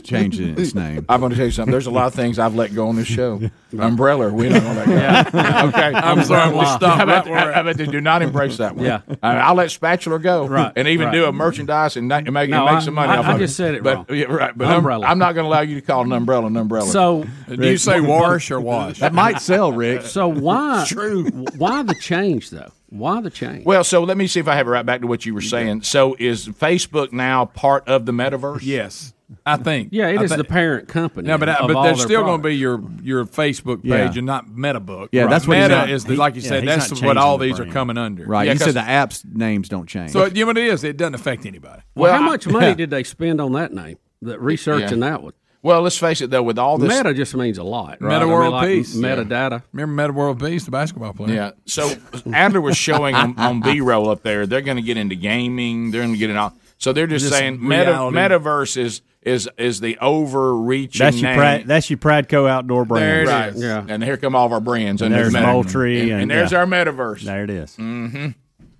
S1: changing its name.
S11: I'm going to tell you something. There's a lot of things I've let go on this show. Umbrella, we don't let go.
S13: Yeah.
S11: Okay,
S13: I'm sorry, we'll stop
S11: How about,
S13: right where-
S11: how about they do not embrace that one?
S13: Yeah.
S11: I I'll let spatula go.
S13: Right,
S11: and even
S13: right.
S11: do a merchandise and, na- and make and
S13: No,
S11: make
S13: I-
S11: some money.
S13: I-
S11: off
S13: I
S11: of
S13: just said it
S11: but,
S13: wrong.
S11: Yeah, right. But umbrella.
S13: Umbrella.
S11: I'm, not going to allow you to call an umbrella an umbrella. Uh,
S12: So
S11: Do you say wash or wash? That might
S1: sell, Rick.
S12: So why? true. Why the change though? Why the change?
S11: Well, so let me see if I have it right back to what you were saying. So is Facebook now part of the metaverse?
S4: Yes, I think.
S12: Yeah, it is
S4: I thi-
S12: the parent company.
S4: No, but
S12: of
S4: but
S12: all
S4: there's
S12: their
S4: still going to be your your Facebook page
S1: Yeah.
S4: and not MetaBook.
S1: Yeah, that's what he's
S4: Meta
S1: not-
S4: is. The,
S1: he-
S4: like you
S1: yeah,
S4: said,
S1: he's
S4: that's
S1: not
S4: what all
S1: changing
S4: these
S1: the
S4: are
S1: brand.
S4: coming under.
S1: Right.
S4: Yeah,
S1: you
S4: 'cause-
S1: said the app's names don't change.
S4: So you know what it is? It doesn't affect anybody.
S12: Well, how
S4: I-
S12: much money did they spend on that name? The research in
S4: Yeah.
S12: that one.
S11: Well, let's face it though, with all
S4: this-
S12: meta just means a lot. Right?
S4: Meta World
S12: I mean, like
S4: Peace.
S12: metadata.
S4: Remember Meta World Peace, the basketball player.
S11: Yeah. So Adler was showing on, on B roll up there. They're going to get into gaming. They're going to get in all. So they're just,
S4: Just
S11: saying meta,
S4: reality.
S11: metaverse is is is the overreaching
S3: That's your
S11: name.
S3: Prad, that's your Pradco outdoor brand.
S11: There it is. And here come all of our brands.
S3: And there's
S11: meta-
S3: Moultrie
S11: And,
S3: and-
S11: and there's
S3: yeah.
S11: our metaverse.
S3: There it is.
S11: Mm-hmm.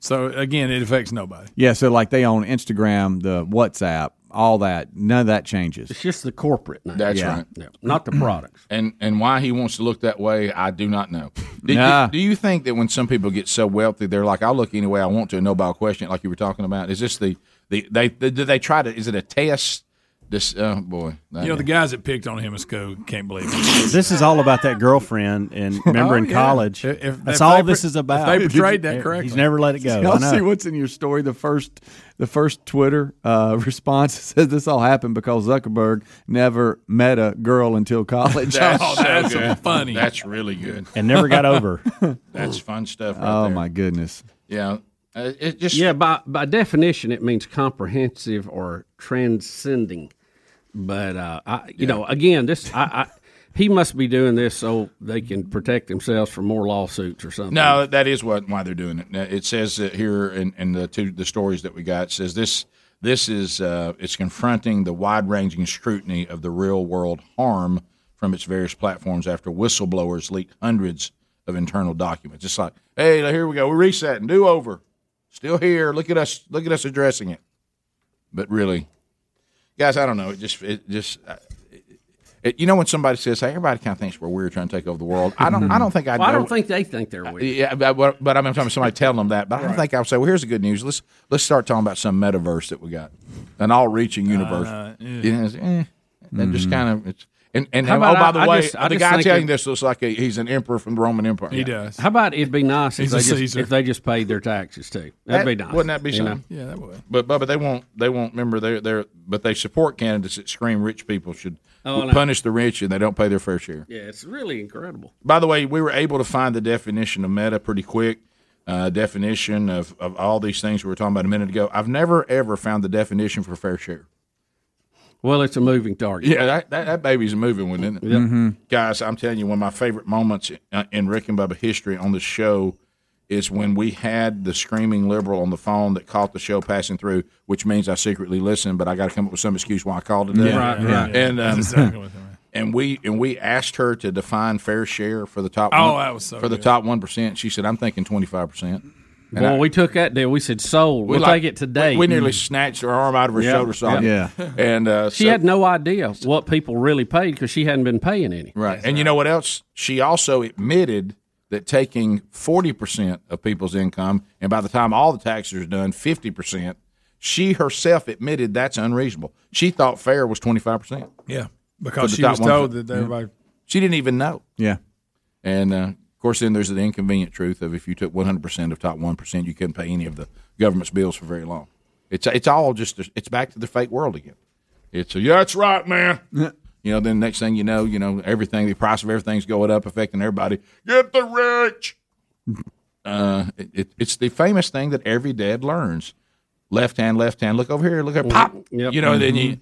S4: So again, it affects nobody.
S1: Yeah, so like they own Instagram, the WhatsApp, all that. None of that changes.
S12: It's just the corporate name.
S11: That's
S1: Yeah.
S11: right.
S1: Yeah.
S12: Not the products.
S11: And and why he wants to look that way, I do not know. Do,
S1: Nah.
S11: you, do you think that when some people get so wealthy, they're like, I'll look any way I want to, and nobody will question it, like you were talking about? Is this the, the they, they, do they try to, is it a test? This, oh boy.
S4: You know the guys that picked on him at school can't believe it.
S3: This is all about that girlfriend and remember
S4: Oh,
S3: in
S4: yeah.
S3: college.
S4: If- if-
S3: that's
S4: if
S3: all
S4: they
S3: this
S4: per-
S3: is
S4: if
S3: about.
S4: they portrayed that
S3: He's
S4: correctly.
S3: never let it go. I
S1: Y'all
S3: know.
S1: see what's in your story? The first, the first Twitter uh, response says this all happened because Zuckerberg never met a girl until college. Oh,
S11: that's
S4: good. funny.
S11: That's really good.
S1: And never got over.
S11: That's fun stuff. Right
S1: oh
S11: there.
S1: my goodness!
S11: Yeah. Uh, it just
S12: yeah, by by definition, it means comprehensive or transcending. But uh, I, you know, again, this I, I he must be doing this so they can protect themselves from more lawsuits or something.
S11: No, that is what why they're doing it. Now, It says that here in, in the two the stories that we got it says this this is uh, it's confronting the wide ranging scrutiny of the real world harm from its various platforms after whistleblowers leaked hundreds of internal documents. It's like, hey, here we go, we're resetting, do over, still here. Look at us, look at us addressing it. But really, guys, I don't know. It just it just. uh, It, you know when somebody says, "Hey, everybody kind of thinks we're weird trying to take over the world." I don't. I don't think I.
S12: Well, I
S11: know-
S12: don't think they think they're weird.
S11: Mm-hmm. yeah, but, but, but I'm talking about somebody telling them that. But I don't think I would say, well, here's the good news. Let's let's start talking about some metaverse that we got, an all-reaching universe.
S13: Uh, yeah.
S11: yeah. it's, eh, that just
S13: Mhm.
S11: kind of it's. And and
S12: Mm-hmm. How
S11: oh,
S12: about
S11: by the
S12: I- I
S11: way,
S12: just- I
S11: the
S12: just
S11: guy
S12: think
S11: telling
S12: it-
S11: this looks like a, he's an emperor from the Roman Empire.
S12: He does. How about it'd be nice if
S11: He's
S12: they,
S11: a
S12: just,
S11: Caesar.
S12: if they just paid their taxes too? That'd
S11: That-
S12: be nice.
S11: Wouldn't that be
S12: you
S11: something?
S12: know?
S4: that would.
S11: But but but they won't they won't remember they they but they support candidates that scream rich people should
S12: Oh, no.
S11: punish the rich and they don't pay their fair share.
S12: Yeah, it's really incredible.
S11: By the way, we were able to find the definition of meta pretty quick. uh, definition of, of all these things we were talking about a minute ago. I've never ever found the definition for fair share.
S12: Well, it's a moving target.
S11: Yeah, that, that, that baby's a moving one, isn't it?
S12: Yep. Mhm.
S11: Guys, I'm telling you, one of my favorite moments uh, in Rick and Bubba history on the show is when we had the screaming liberal on the phone that caught the show passing through, which means I secretly listened, but I got to come up with some excuse why I called today.
S13: Yeah, right, right.
S11: And um,
S13: That's exactly what
S11: and we and we asked her to define fair share for the top.
S12: Oh,
S11: Oh,
S12: that was so
S11: for the
S12: good.
S11: top one percent. She said, "I'm thinking 25 percent."
S12: Well, we took that deal. We said sold.
S11: We
S12: We'll
S11: like-
S12: take it today. Mm.
S11: we- we nearly snatched her arm out of her shoulder socket. and uh,
S12: she
S11: so-
S12: had no idea what people really paid because she hadn't been paying any.
S11: Right. and you know what else? She also admitted that taking 40% of people's income, and by the time all the taxes are done, 50%, she herself admitted that's unreasonable. She thought fair was 25%.
S4: Yeah,
S11: For
S4: because
S11: the
S4: she
S11: top
S4: was
S11: one-
S4: told that
S11: Yeah.
S4: everybody.
S11: She didn't even know.
S1: Yeah.
S11: And uh, of course, then there's the inconvenient truth of if you took 100% of top 1%, you couldn't pay any of the government's bills for very long. It's, it's all just, it's back to the fake world again. It's a, yeah, that's right, man. You know, then next thing you know, you know, everything, the price of everything's going up, affecting everybody. Get the rich. Uh, it, it, it's the famous thing that every dad learns: left hand, left hand. Look over here. Look at pop. You know, then you. it-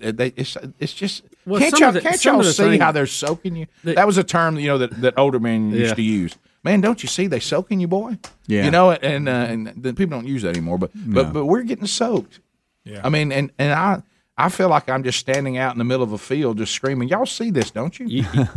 S11: it- they- It's, it's just
S13: Mm-hmm. Well,
S11: can't
S13: some
S11: y'all,
S13: of the-
S11: can't
S13: some
S11: y'all
S13: of the
S11: see
S13: things-
S11: how they're soaking you? that was a term you know that, that older men used
S13: Yeah.
S11: to use. Man, don't you see they soaking you, boy?
S13: Yeah.
S11: you know, and uh, and then people don't use that anymore. But but but we're getting soaked.
S4: Yeah.
S11: I mean, and and I I feel like I'm just standing out in the middle of a field, just screaming. Y'all see this, don't you?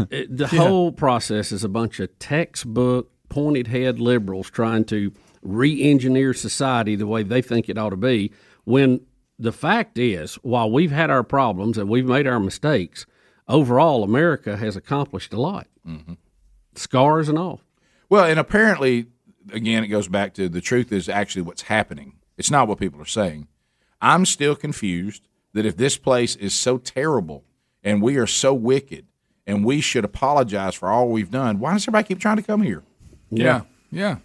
S12: It- the whole process is a bunch of textbook pointed head liberals trying to re-engineer society the way they think it ought to be when the fact is while we've had our problems and we've made our mistakes overall america has accomplished a lot scars and all
S11: Well, and apparently, again, it goes back to the truth is actually what's happening. It's not what people are saying. I'm still confused that if this place is so terrible and we are so wicked and we should apologize for all we've done, why does everybody keep trying to come here?
S4: Yeah. Yeah.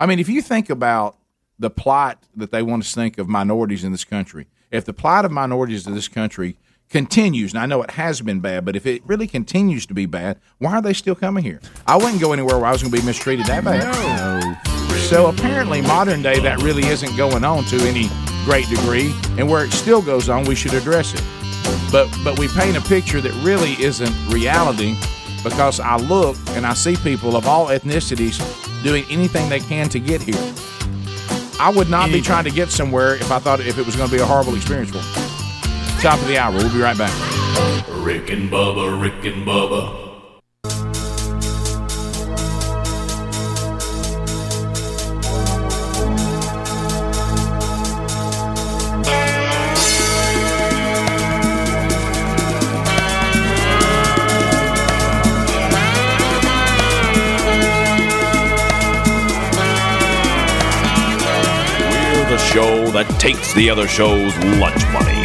S11: I mean, if you think about the plight that they want us to think of minorities in this country, if the plight of minorities in this country continues, and I know it has been bad, but if it really continues to be bad, why are they still coming here? I wouldn't go anywhere where I was going to be mistreated that bad. So apparently, modern day, that really isn't going on to any great degree, and where it still goes on, we should address it. But but we paint a picture that really isn't reality because I look and I see people of all ethnicities doing anything they can to get here. I would not be trying to get somewhere if I thought if it was going to be a horrible experience for me. Top of the hour. We'll be right back.
S6: Rick and Bubba, Rick and Bubba,
S16: We're the show that takes the other show's lunch money.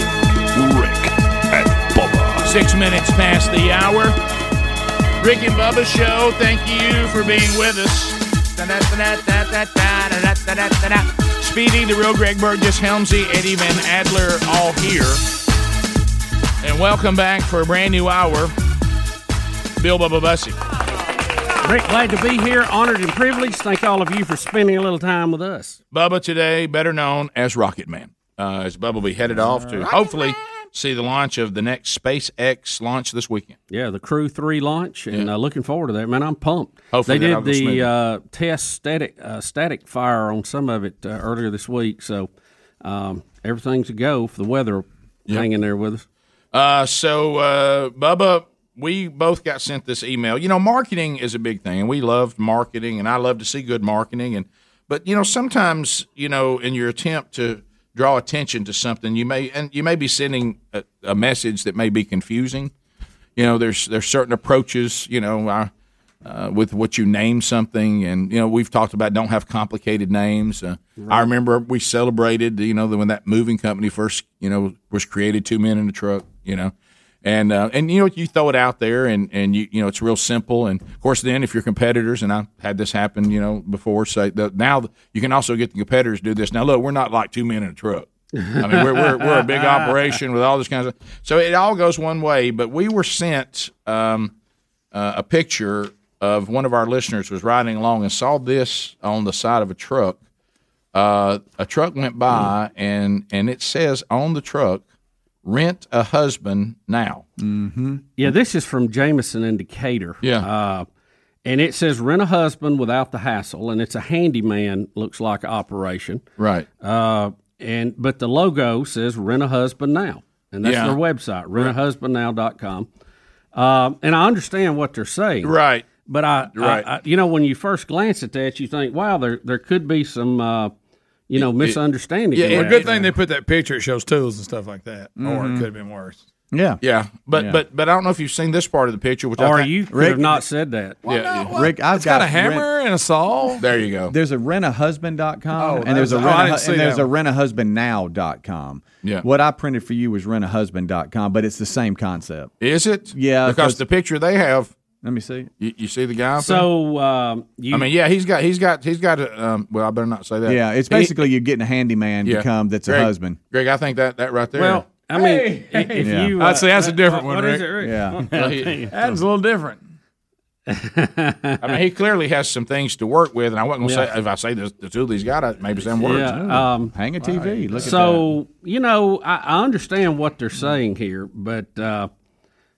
S16: Rick and Bubba.
S13: Six minutes past the hour. Rick and Bubba Show, thank you for being with us. Da-da-da-da-da-da-da-da-da-da-da. Speedy, the real Greg Burgess, Helmsy, Eddie Van Adler, all here. And welcome back for a brand new hour. Bill Bubba Bussy.
S12: rick glad to be here honored and privileged thank all of you for spending a little time with us
S13: Bubba today, better known as Rocket Man. Uh, as Bubba will be headed off to hopefully see the launch of the next SpaceX launch this weekend.
S12: Yeah, the Crew Three launch, and uh, looking forward to that. Man, I'm pumped.
S13: Hopefully
S12: they
S13: that'll
S12: did
S13: go smoothly.
S12: the uh, test static uh, static fire on some of it uh, earlier this week, so um, everything's a go for the weather hanging there with us.
S11: Uh, so, uh, Bubba, we both got sent this email. You know, marketing is a big thing, and we love marketing, and I love to see good marketing. And but you know, sometimes you know, in your attempt to draw attention to something, you may and you may be sending a, a message that may be confusing. You know, there's there's certain approaches. You know, I, uh, with what you name something, and you know, we've talked about don't have complicated names. Uh, I remember we celebrated, you know, when that moving company first, you know, was created, two men in a truck, you know, and uh, and you know, you throw it out there, and and you you know, it's real simple. And of course, then if your competitors, and I had this happen, you know, before, say the, now you can also get the competitors to do this. Now look, we're not like two men in a truck. I mean, we're, we're, we're a big operation with all this kind of stuff. So it all goes one way, but we were sent um, uh, a picture of one of our listeners was riding along and saw this on the side of a truck. Uh, a truck went by and and it says on the truck, "Rent a husband now."
S12: Mm-hmm. Yeah, this is from Jameson in Decatur. Yeah. Uh, and it says rent a husband without the hassle, and it's a handyman looks like operation.
S11: Right.
S12: Uh, and but the logo says rent a husband now, and that's
S11: Yeah.
S12: their website rentahusbandnow.com. Um, and I understand what they're saying,
S11: Right.
S12: But I,
S11: Right.
S12: I, I- you know, when you first glance at that, you think, wow, there there could be some, uh, you know, misunderstanding. in
S4: well,
S12: that.
S4: good thing they put that picture. It shows tools and stuff like that. Or it
S11: Mm-hmm.
S12: Mhm.
S4: could have been worse.
S1: Yeah,
S11: yeah, but
S4: Yeah.
S11: but but I don't know if you've seen this part of the picture, which I
S4: Or
S11: think-
S4: you could Rick- have not
S12: said that.
S11: Yeah, yeah.
S1: Rick, I've
S4: It's got, a hammer and a saw.
S11: There you go.
S1: There's a rentahusband.com
S4: Oh,
S1: and there's a
S4: that was- oh, I
S1: rent
S4: didn't see
S1: and there's
S4: that
S1: a rentahusbandnow.com.
S11: Yeah.
S1: What I printed for you was rentahusband.com, but it's the same concept.
S11: Is it?
S1: Yeah,
S11: because
S1: 'cause-
S11: the picture they have.
S1: Let me see.
S11: You, you see the guy? up there?
S12: So um, you,
S11: I mean, yeah, he's got he's got he's got a. Um, well, I better not say that.
S1: Yeah, it's basically you're getting a handyman
S11: Yeah.
S1: to come that's
S11: Greg,
S1: a husband.
S11: Greg, I think that that right there.
S12: Well, I mean, i- if
S1: Yeah.
S12: you, uh,
S1: I'd say that's a different
S12: what-
S1: one,
S12: what is
S1: Rick.
S12: it, Rick?
S1: Yeah.
S12: I'll tell you.
S4: That's a little different.
S11: I mean, he clearly has some things to work with, and I wasn't going to
S12: Yeah.
S11: say if I say the, the two of these got it, maybe some words.
S12: Yeah, um,
S1: Hang a TV. Look at
S12: so you know, I, I understand what they're saying here, but uh,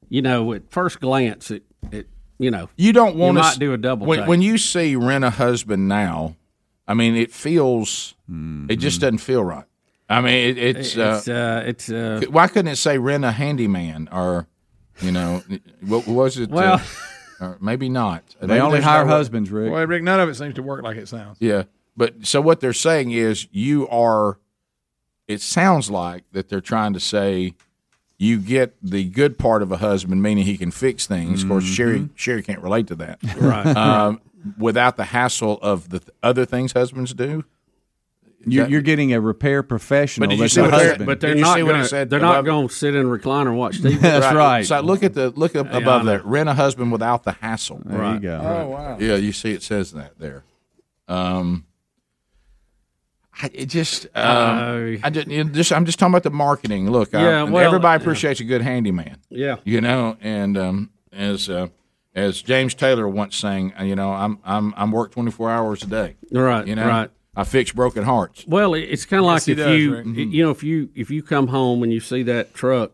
S12: you know, at first glance, it, it you know,
S11: you don't want
S12: you
S11: to
S12: might do a double
S11: when,
S12: take.
S11: when you see rent a husband now. I mean, it feels it
S1: Hmm.
S11: just doesn't feel right. I mean, it, it's
S12: It's, uh, it's uh,
S11: why couldn't it say rent a handyman or you know what was it?
S4: Well-
S11: uh, or maybe not.
S1: They
S11: Maybe
S1: only
S11: there's
S1: hire
S11: no way-
S1: husbands, Rick.
S4: Well, Rick, none of it seems to work like it sounds.
S11: Yeah. But so what they're saying is you are it sounds like that they're trying to say you get the good part of a husband, meaning he can fix things. Of course, Sherry Sherry can't relate to that,
S12: Right.
S11: Um, without the hassle of the th- other things husbands do.
S1: You're, you're getting a repair professional
S11: But did you
S1: that's
S11: see
S1: a
S11: what they're-
S1: husband.
S12: but they're
S11: Did you
S12: not
S11: see what it
S12: gonna,
S11: said
S12: they're not
S11: above-
S12: going to sit in a recliner and watch TV.
S11: So look at the look up
S12: Yeah, I
S11: above
S12: know.
S11: that. Rent a husband without the hassle.
S12: There you Right. go.
S4: Oh, wow.
S11: Yeah, you see, it says that there. Um, I, it just, um, I didn't. you Just, I'm just talking about the marketing. Look,
S12: Yeah,
S11: yeah,
S12: well,
S11: everybody appreciates a good handyman.
S12: Yeah.
S11: you know, and um, as uh, as James Taylor once sang, uh, you know, I'm I'm I'm work 24 hours a day.
S12: Right,
S11: You know,
S12: right.
S11: I fix broken hearts.
S12: Well, it- it's kind of like
S11: Yes, he
S12: if
S11: does, Mm-hmm.
S12: you
S11: Rick.
S12: y- you know if you if you come home and you see that truck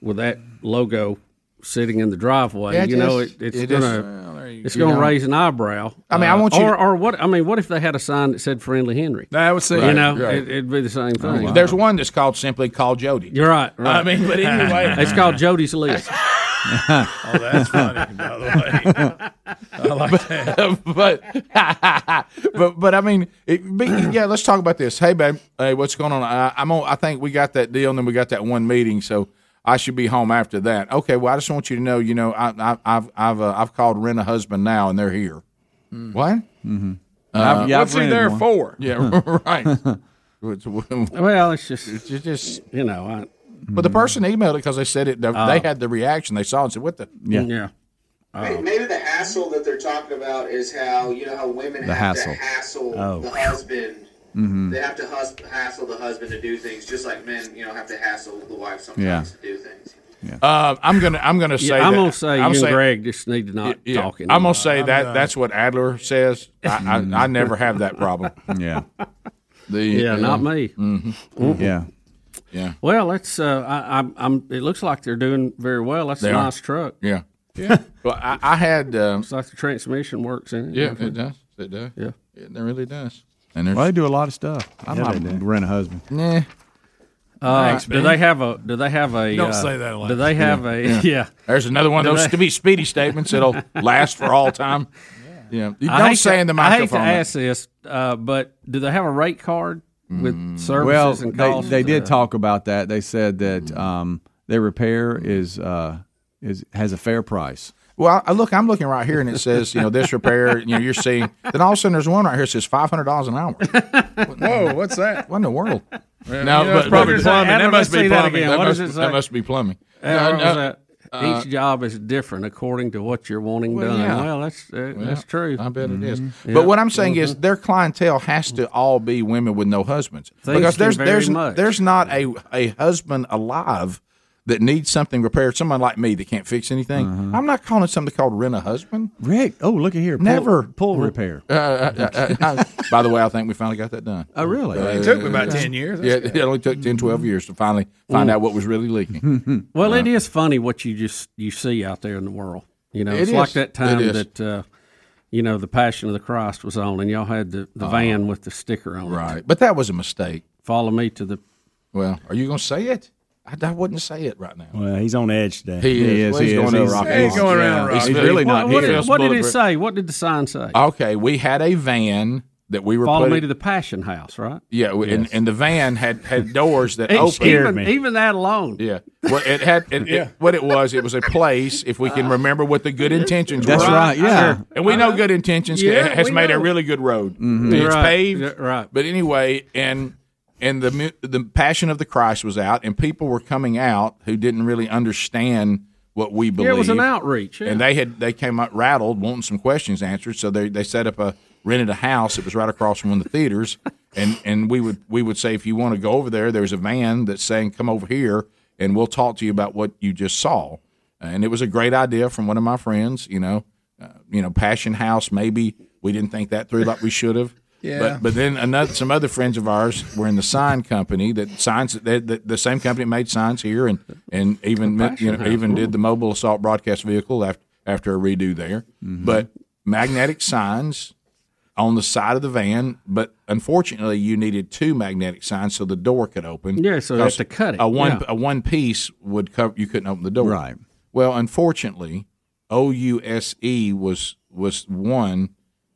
S12: with that logo sitting in the driveway,
S11: Yeah, it
S12: you know
S11: is.
S12: it, it's
S11: It is.
S12: gonna
S11: Well, there you
S12: it's
S11: go.
S12: gonna
S11: You know.
S12: raise an eyebrow. Uh,
S11: I mean, I want you to-
S12: or or what? I mean, what if they had a sign that said "Friendly Henry"?
S4: That would say-
S12: you know
S11: Right. Oh,
S12: it, it'd be the same thing.
S11: There's one that's called simply called Jody.
S12: You're right, right.
S11: I mean, but anyway,
S12: it's called Jody's List.
S11: oh,
S12: that's funny,
S11: by
S12: the way. I like
S11: but, But, but, but I mean, it, be, yeah. Let's talk about this. Hey, babe. Hey, what's going on? I, I'm on. I think we got that deal, and then we got that one meeting. So I should be home after that. Okay. Well, I just want you to know. You know, I, I, I've I've uh, I've called rent a husband now, and they're here.
S12: Hmm.
S11: What? Mm-hmm.
S1: I've- yeah, I've rented one.
S11: Yeah. right.
S12: well, it's just it's
S11: just
S12: you know. I,
S11: But the person emailed it because they said it. They,
S12: Uh,
S11: they had the reaction. They saw it and said, "What the?"
S1: Yeah.
S12: yeah.
S11: Oh.
S5: Maybe the hassle that they're talking about is how you know how women
S1: The
S5: have
S1: hassle.
S5: to hassle
S1: Oh.
S5: the husband.
S1: Mhm.
S5: They have to hus- hassle the husband to do things, just like men, you know, have to hassle the wife sometimes
S11: Yeah.
S5: to do things.
S11: Uh, I'm gonna I'm gonna say
S12: Yeah, I'm
S11: that-
S12: gonna say
S11: I'm
S12: you
S11: saying-
S12: and Greg just need to not
S11: Yeah.
S12: talk.
S11: I'm
S12: anymore.
S11: gonna say that that's what Adler says. I, I, I never have that problem.
S1: Yeah.
S11: The
S12: Yeah, not me.
S11: Mhm.
S12: Mhm.
S1: Yeah.
S11: Yeah.
S12: Well, that's uh, I, I'm, I'm. It looks like they're doing very well. That's
S11: They
S12: a
S11: are.
S12: nice truck.
S11: Yeah.
S12: Yeah.
S11: well, I, I had. Um,
S12: Looks like the transmission works in it.
S11: Yeah, it does. It does. Yeah. It really does. And
S1: well, they do a lot of stuff. I
S12: Yeah,
S1: might
S12: they
S1: rent a husband.
S11: Nah.
S12: Uh,
S1: Thanks,
S12: do
S1: man.
S12: they have a? Do they have a?
S1: Don't
S12: uh,
S1: say that, Alex.
S12: Do they have
S11: Yeah.
S12: a? Yeah.
S11: Yeah. There's another one of
S12: Do
S11: those
S12: they-
S11: to be speedy statements that'll last for all time. Yeah. You
S12: I
S11: don't
S12: hate
S11: say
S12: to-
S11: in the
S12: I
S11: microphone.
S12: hate to ask this, uh, but do they have a rate card with
S11: Mm.
S12: services
S1: well,
S12: and
S1: they-
S12: costs?
S1: They, did
S12: Uh,
S1: talk about that. They said
S11: Mm.
S1: that um, their repair is uh, is has a fair price.
S11: Well, I look, I'm looking right here, and it says, you know, this repair. You know, you're seeing. Then all of a sudden, there's one right here that says five hundred dollars an hour.
S4: Whoa, what's that?
S11: What in the world?
S4: Yeah, you know, it's probably plumbing. That must be plumbing.
S11: That
S12: What
S11: must,
S12: does it say?
S11: that must be plumbing.
S12: Uh,
S11: No,
S12: what
S11: no,
S12: was that?
S11: uh,
S12: Each job is different according to what you're wanting
S11: Well,
S12: done.
S11: yeah.
S12: Well, that's uh,
S11: Well,
S12: that's true. Mm-hmm.
S11: I bet it is.
S12: Yeah.
S11: But what I'm saying is their clientele has to all be women with no husbands
S12: Thanks
S11: because
S12: to
S11: there's
S12: very
S11: there's
S12: much.
S11: there's not a a husband alive that needs something repaired, someone like me that can't fix anything,
S4: Uh-huh.
S11: I'm not calling something called rent a husband.
S1: Mm-hmm. Rick, oh look at here,
S3: Pull-
S11: never
S1: pull repair.
S11: Uh, uh, uh, uh, by the way, I think we finally got that done.
S1: Oh, really?
S11: Uh,
S12: It took me about 10
S13: years.
S11: Yeah, it only took 10, 12 years to finally find
S12: Mm.
S11: out what was really leaking.
S12: Well, it is funny what you just you see out there in the world. You know,
S11: It
S12: it's like
S11: is.
S12: that time
S11: It is.
S12: that uh, you know the Passion of the Christ was on, and y'all had the, the
S11: Oh.
S12: van with the sticker on it.
S11: Right, but that was a mistake.
S12: Follow me to the.
S11: Well, are you going to say it? I, I wouldn't say it right now.
S3: Well, he's on edge today.
S11: He is. Well, he's going to rock and roll. Yeah. He's really
S12: what,
S11: not
S12: what,
S11: here.
S12: Did, what did it
S11: Bulletproof.
S12: say? What did the sign say?
S11: Okay, we had a van that we were
S12: Follow
S11: putting,
S12: me to the Passion House, right?
S11: Yeah, w- and, and the van had had doors that
S12: It
S11: opened.
S12: even, even that alone.
S11: Yeah. Well, it had it, it- what it was. It was a place. If we can remember what the good intentions
S13: That's
S11: were.
S13: right, yeah.
S11: Sure. And we know good intentions
S13: Yeah,
S11: ha- has
S13: we
S11: made a
S13: know.
S11: really good road.
S13: Mhm.
S11: It's
S13: Right,
S11: paved.
S13: yeah,
S12: Mm-hmm. Right.
S11: But anyway, and and the mu- the passion of the Christ was out, and people were coming out who didn't really understand what we
S12: Yeah,
S11: believed.
S12: it was an outreach. yeah.
S11: And they had they came up rattled, wanting some questions answered. So they they set up a rented a house. It was right across from one of the theaters, and and we would we would say if you want to go over there, there's a van that's saying come over here, and we'll talk to you about what you just saw. And it was a great idea from one of my friends. You know, uh, you know, Passion House. Maybe we didn't think that through like we should have.
S13: Yeah.
S11: But but then another some other friends of ours were in the sign company that signs that the, the same company made signs here and and even
S13: The Passion
S11: you know,
S13: House,
S11: even
S13: ooh.
S11: did the mobile assault broadcast vehicle after after a redo there. Mm-hmm. But magnetic signs on the side of the van, but unfortunately you needed two magnetic signs so the door could open.
S12: Yeah, so they have
S11: 'Cause
S12: to cut it,
S11: A one
S12: yeah.
S11: a one piece would cover you couldn't open the door. Right. Well, unfortunately, O U S E was was one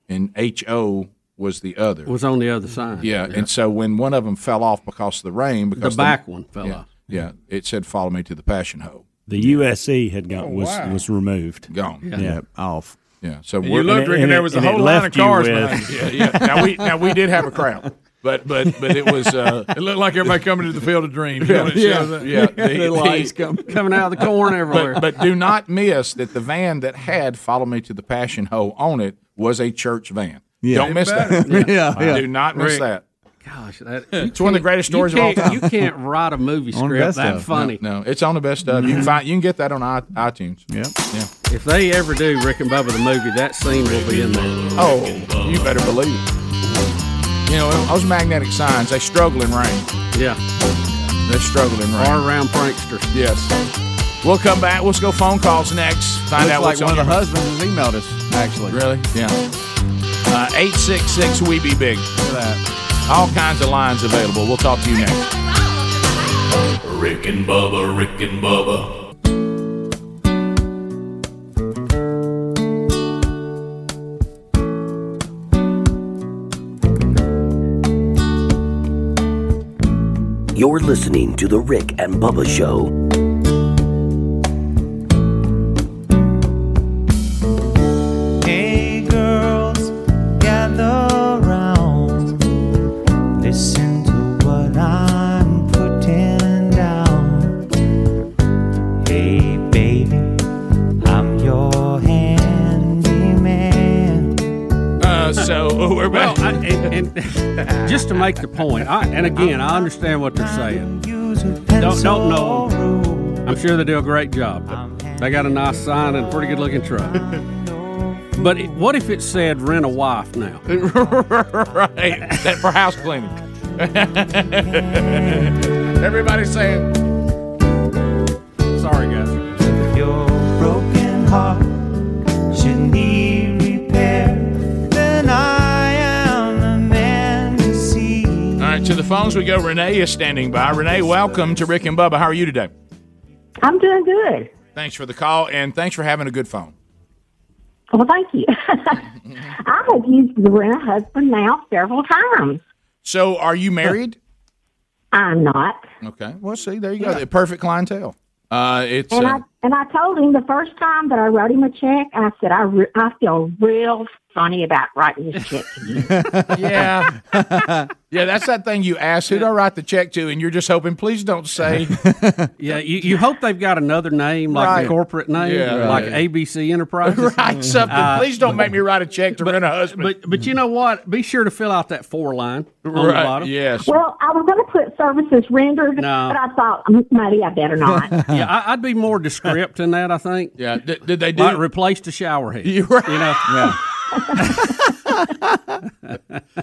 S11: and H O was the other.
S12: was on the other side.
S11: Yeah, and so when one of them fell off because of the rain, because
S12: back one fell
S11: yeah,
S12: off.
S11: Yeah, it said, "Follow me to the passion hole." Oh,
S3: The USC had gone was
S11: wow.
S3: was removed.
S11: Gone.
S3: Yeah,
S11: Yeah.
S1: off.
S11: Yeah. So
S3: And
S11: we're-
S3: you looked, And it- Rick, and and there it- was a and it whole line left of cars you with- behind you.
S11: Yeah, yeah. Now we now we did have a crowd, but but but it was uh,
S4: it looked like everybody coming to the field of dreams. You know
S11: yeah,
S4: what it
S11: yeah,
S4: shows that?
S11: yeah.
S12: coming out of the corn everywhere.
S11: But, but do not miss that the van that had "Follow Me to the Passion Hole" on it was a church van.
S13: Yeah.
S11: Don't miss that.
S13: Yeah, yeah.
S11: Do not miss
S13: Rick.
S11: that.
S12: Gosh, that,
S11: It's one of the greatest stories of all time.
S12: You can't write a movie script that funny.
S11: No, no, it's on the best of. You can find, you can get that on i- iTunes. Yeah, yeah.
S12: If they ever do Rick and Bubba the movie, that scene will be in there.
S11: Oh, you better believe. it. You know those magnetic signs. They struggle in rain.
S12: Yeah,
S11: they struggle in rain.
S12: Or around prankster.
S11: Yes. We'll come back. Let's go phone calls next. Find
S1: Looks
S11: out
S1: like
S11: what's
S1: one of
S11: on
S1: the
S11: your-
S1: husbands has emailed us. Actually,
S11: really? Yeah. Uh, 866 We Be Big. Look at that. All kinds of lines available. We'll talk to you next.
S6: Rick and Bubba, Rick and Bubba,
S17: You're listening to The Rick and Bubba Show.
S18: Hey girls, gather round. Listen to what I'm putting down. Hey baby, I'm your handyman.
S11: Uh, so we're
S12: back. Well, I, and, and just to make the point, I, and again, I understand what they're saying. Don't don't know. I'm sure they do a great job. But they got a nice sign and a pretty good looking truck. But it- what if it said rent a wife now?
S11: right, that for house cleaning. Everybody's saying.
S12: Sorry, guys.
S18: Your broken heart should need repair. Then I am the man to see.
S11: All right, to the phones we go. Renee is standing by. Renee, welcome to Rick and Bubba. How are you today?
S19: I'm doing good.
S11: Thanks for the call and thanks for having a good phone.
S19: Well, thank you. I have used the rent a husband now several times.
S11: So, are you married?
S19: I'm not.
S11: Okay. Well, see, there you go. The perfect clientele. Uh, it's
S19: And
S11: uh,
S19: I and I told him the first time that I wrote him a check, I said I re- I feel real funny about writing this check to you.
S11: yeah. Yeah, that's that thing you ask who do I write the check to, and you're just hoping, please don't say.
S12: yeah, you, you hope they've got another name, like
S11: Right.
S12: a corporate name,
S11: Yeah.
S12: like
S11: Right.
S12: ABC Enterprises. Uh,
S11: Right, something. Please don't make me write a check to rent a husband.
S12: But but you know what? Be sure to fill out that four line on the
S11: Right,
S12: bottom.
S11: Yes.
S19: Well, I was going to put services rendered,
S12: No.
S19: but I thought "Mm, maybe I better not.
S12: yeah, I, I'd be more descriptive in that. I think.
S11: Yeah. Did, did they
S12: do like replace the shower head? You know.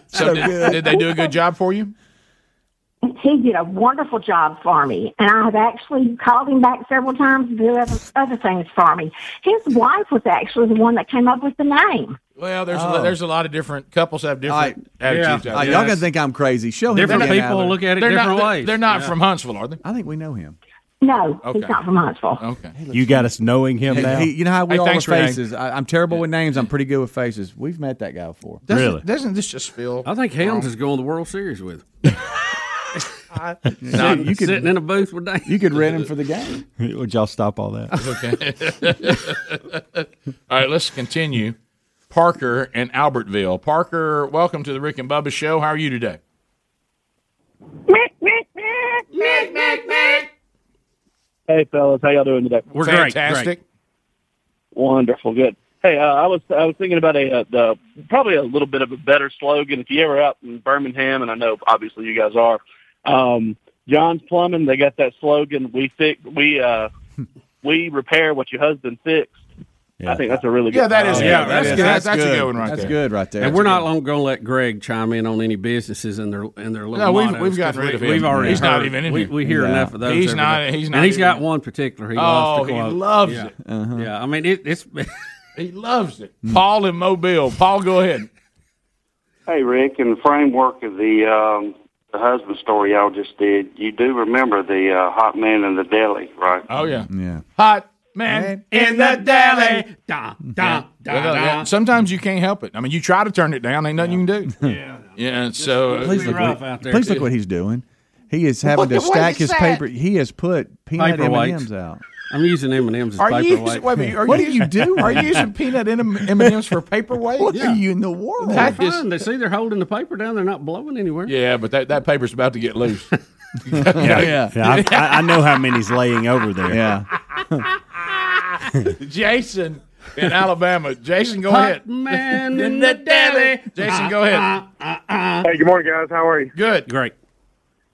S11: So did, did they do a good job for you?
S19: he did a wonderful job for me, and I have actually called him back several times to do other, other things for me. His wife was actually the one that came up with the name.
S11: Well, there's
S1: Oh.
S11: a, there's a lot of different couples have different attitudes.
S1: Uh, Y'all gonna think I'm crazy. Show him
S11: Different
S1: Dan
S11: people
S1: Allard.
S11: look at it They're not- different they're- ways. they're not Yeah. from Huntsville, are they?
S1: I think we know him.
S19: No,
S1: Okay.
S19: he's not from Huntsville.
S11: Okay.
S3: You got us knowing him now.
S1: Hey, you know how we
S11: Hey,
S1: all are
S11: thanks, Renee.
S1: faces. I, I'm terrible with names. I'm pretty good with faces. We've met that guy before.
S11: Doesn't, Doesn't this just feel?
S12: I think Helms is going to the World Series with.
S11: I,
S12: no, you could, sitting in a booth with Dave.
S1: You could rent him for the game.
S3: Would y'all stop all that?
S11: okay. all right, let's continue. Parker in Albertville. Parker, welcome to the Rick and Bubba Show. How are you today?
S20: Hey, fellas, how y'all doing today?
S11: We're great, Fantastic. great.
S20: Wonderful, good. Hey, uh, I was I was thinking about a uh, the, probably a little bit of a better slogan. If you ever out in Birmingham, and I know obviously you guys are, um, John's Plumbing, they got that slogan: "We fix, we uh, we repair what your husband fixed." I think that's a really good.
S11: Yeah, that is
S20: slogan.
S11: good. Yeah, That's that is. good. That's- that's a good one right
S1: That's there. good right there.
S12: And we're not long going to let Greg chime in on any businesses and their and their little.
S11: No, we've-
S12: mottos,
S11: we've gotten
S12: 'cause
S11: rid of
S12: we-
S11: him.
S12: We've already.
S11: He's not
S12: heard-
S11: even in
S12: we,
S11: here.
S12: We hear
S11: Yeah.
S12: enough of those.
S11: He's
S12: every
S11: not-
S12: day.
S11: he's not
S12: And he's
S11: even
S12: got
S11: here.
S12: one particular. He
S11: Oh,
S12: loves to
S11: he
S12: quote.
S11: loves
S12: yeah.
S11: it.
S1: Uh-huh.
S12: Yeah, I mean it, it's.
S11: he loves it. Paul in Mobile. Paul, go ahead.
S21: Hey, Rick, in the framework of the um, the husband story y'all just did, you do remember the uh, hot man in the deli, right?
S11: Oh yeah,
S1: yeah.
S11: Hot man in the deli.
S12: Da,
S11: da,
S21: da, da.
S11: Sometimes you can't help it. I mean, you try to turn it down. Ain't nothing you can do. Yeah. Yeah. So
S1: Please look, what, please look what he's doing. He is having
S11: What
S1: to
S11: the- what
S1: stack
S11: is
S1: his
S11: that?
S1: paper. He has put peanut M
S12: Paperweights.
S1: M's out.
S12: I'm using M and M's as
S11: Are you,
S12: paperweight.
S11: wait a minute, are
S1: What
S11: you,
S1: are you doing?
S11: Are you using peanut M and M's for paperweight?
S1: What are you in the world?
S12: That is, they see they're holding the paper down. They're not blowing anywhere.
S11: Yeah, but that, that paper's about to get loose.
S3: yeah. I, I- I know how many's laying over there.
S1: Yeah.
S11: Jason in Alabama. Jason, go
S20: Hot
S11: ahead.
S20: man
S11: in the deli. Jason, go ahead.
S20: Hey, good morning, guys. How are you?
S11: Good.
S12: Great.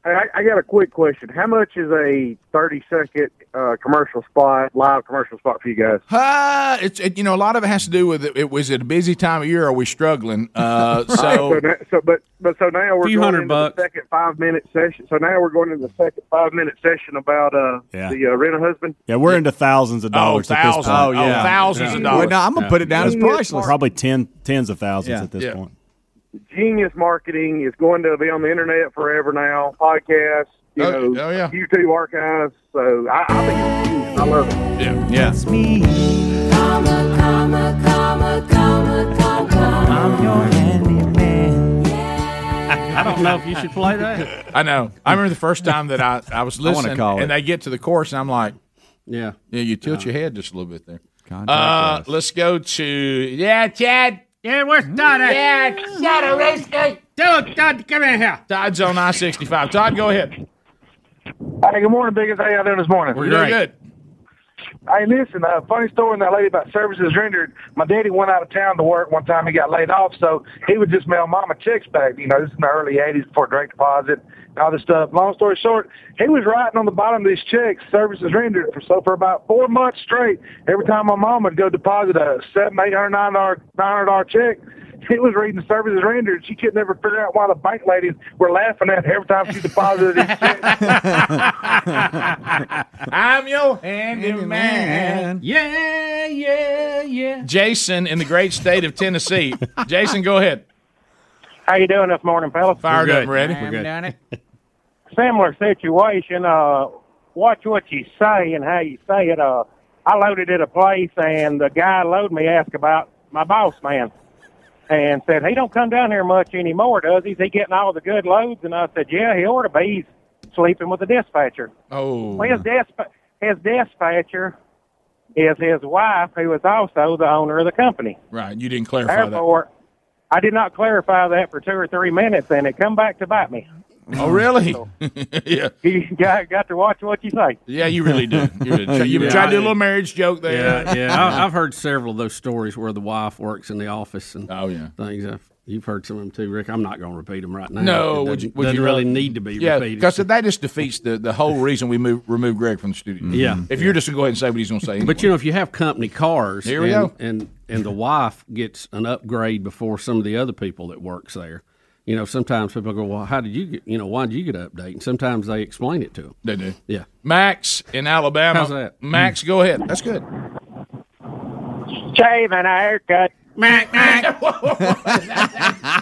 S20: Hey, I, I got a quick question. How much is a thirty-second uh, commercial spot, live commercial spot for you guys?
S11: Uh, it's it, you know a lot of it has to do with it, it was it a busy time of year. Are we struggling? Uh, so
S20: Right, na- so but but so now we're
S11: Few
S20: going
S11: hundred
S20: into
S11: bucks.
S20: the second five-minute session. So now we're going into the second five-minute session about uh,
S3: Yeah.
S20: the uh, rent a husband.
S3: Yeah, we're into thousands of dollars at this point.
S11: thousands. Oh, yeah. Oh, thousands of dollars. Well, no, I'm gonna put it down as
S20: Yeah. priceless.
S3: Probably ten, tens of thousands at this point.
S20: genius marketing is going to be on the internet forever now. Podcasts, you
S11: Oh,
S20: know,
S11: oh, yeah.
S20: YouTube archives. So I, I think it's huge. I love it.
S11: yeah, yeah.
S10: Comma, comma, comma, comma, comma.
S12: I don't know if you should play that.
S11: I know. I remember the first time that I, I was
S12: I wanna
S11: listening,
S12: call
S11: and
S12: it.
S11: they get to the chorus, and I'm like,
S12: yeah,
S11: yeah, you tilt your head just a little bit there. Uh,
S1: Contact
S11: let's go to yeah, Chad.
S12: Yeah, where's Todd?
S11: at?
S12: Todd, race Dude, Todd, come in here.
S11: Todd's on I sixty five. Todd, go ahead.
S20: Hey, good morning, Biggins. How y'all doing this morning?
S11: We're doing good.
S20: Hey, listen, uh, funny story on that lady about services rendered. My daddy went out of town to work one time. He got laid off, so he would just mail mama checks back. You know, this is in the early 80s before direct deposit and all this stuff. Long story short, he was writing on the bottom of these checks, services rendered. For, so for about four months straight, every time my mom would go deposit a seven, eight hundred, nine dollar, nine hundred dollar check, he was reading services rendered. She could never figure out why the bank ladies were laughing at her every time she deposited these checks.
S11: I'm your handyman.
S12: Yeah, yeah, yeah.
S11: Jason in the great state of Tennessee. Jason, go ahead.
S22: How you doing this morning, fellas?
S11: Fired up, ready?
S22: Similar situation. Uh, watch what you say and how you say it. Uh, I loaded at a place, and the guy loaded me asked about my boss man, and said he don't come down here much anymore, does he? Is he getting all the good loads? And I said, yeah, he ought to be. He's sleeping with the dispatcher.
S11: Oh,
S22: Well, his, disp- his dispatcher is his wife, who is also the owner of the company.
S11: right. You didn't clarify that.
S22: Therefore, I did not clarify that for two or three minutes, and it come back to bite me.
S11: Oh, really? yeah.
S22: You got, got to watch what you say.
S11: Yeah, you really do. You really try, you
S12: Yeah,
S11: try to
S12: I-
S11: do a little marriage joke there.
S12: Yeah, yeah. I, I've heard several of those stories where the wife works in the office and oh yeah things. I've, you've heard some of them too, Rick. I'm not going to repeat them right now.
S23: No, would
S12: it
S23: you,
S12: doesn't-
S23: would
S12: doesn't
S23: you
S12: really
S23: rather-
S12: need to be
S23: yeah,
S12: repeated?
S23: because that just defeats the, the whole reason we move remove Greg from the studio.
S12: Mm-hmm. Yeah.
S23: Mm-hmm. if you're just gonna go ahead and say what he's gonna say,
S12: But you know, if you have company cars,
S23: Here we
S12: and,
S23: go.
S12: and and the wife gets an upgrade before some of the other people that works there. You know, sometimes people go, "Well, how did you get? You know, why did you get an update?" And sometimes they explain it to them.
S23: They do.
S12: Yeah.
S11: Max in Alabama.
S12: How's that? Mm.
S11: Max, go ahead. That's good.
S22: Shave and a haircut.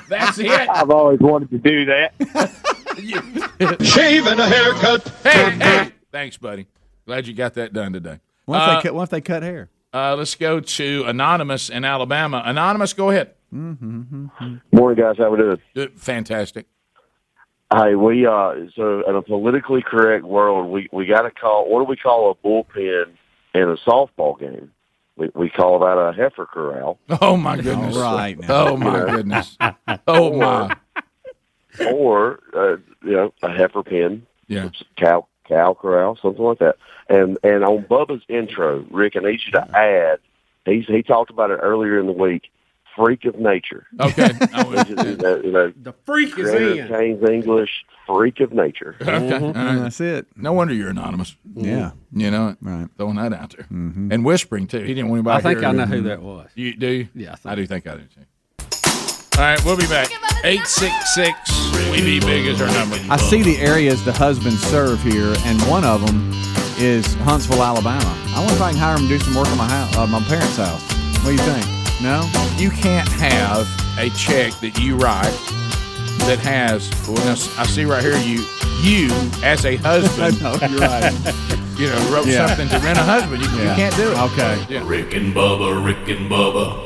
S11: That's it.
S22: I've always wanted to do that.
S23: shave and a haircut. Hey, hey, thanks, buddy. Glad you got that done today.
S1: What if,
S11: Uh,
S1: they cut, what if they cut hair?
S11: Uh, let's go to Anonymous in Alabama. Anonymous, go ahead.
S24: Morning, guys. How we doing?
S11: Uh, Fantastic.
S24: Hey, we uh, so in a politically correct world, we we got to call. What do we call a bullpen in a softball game? We we call that a heifer corral.
S11: Oh my goodness!
S24: All right now.
S11: Oh my goodness! Oh my!
S24: or uh, you know a heifer pen,
S11: Yeah.
S24: cow cow corral, something like that. And and on Bubba's intro, Rick, I need you to add. He's he talked about it earlier in the week. Freak of nature.
S11: Okay.
S24: the
S12: freak
S24: is in. King's English. Freak of nature.
S11: Uh-huh. That's
S1: it.
S11: No wonder you're anonymous.
S24: Mm-hmm.
S11: Mm-hmm.
S24: Yeah.
S11: You know, it. throwing that out there and whispering too. He didn't want anybody.
S12: I think
S11: hearing
S12: I know
S11: him.
S12: who that was.
S11: You do? You?
S12: Yeah, I,
S11: do think Mm-hmm. I do too. All right, we'll be back. Eight six six. We be big is our number.
S1: I see the areas the husbands serve here, and one of them is Huntsville, Alabama. I wonder if I can hire him to do some work on my house, uh, my parents' house. What do you think? No,
S11: you can't have a check that you write that has. Well, now, I see right here you you as a husband.
S1: no, you're right.
S11: You know, wrote
S6: Yeah.
S11: something to rent a husband. You, you
S6: Yeah.
S11: can't do it.
S1: Okay.
S6: Rick and Bubba, Rick and Bubba.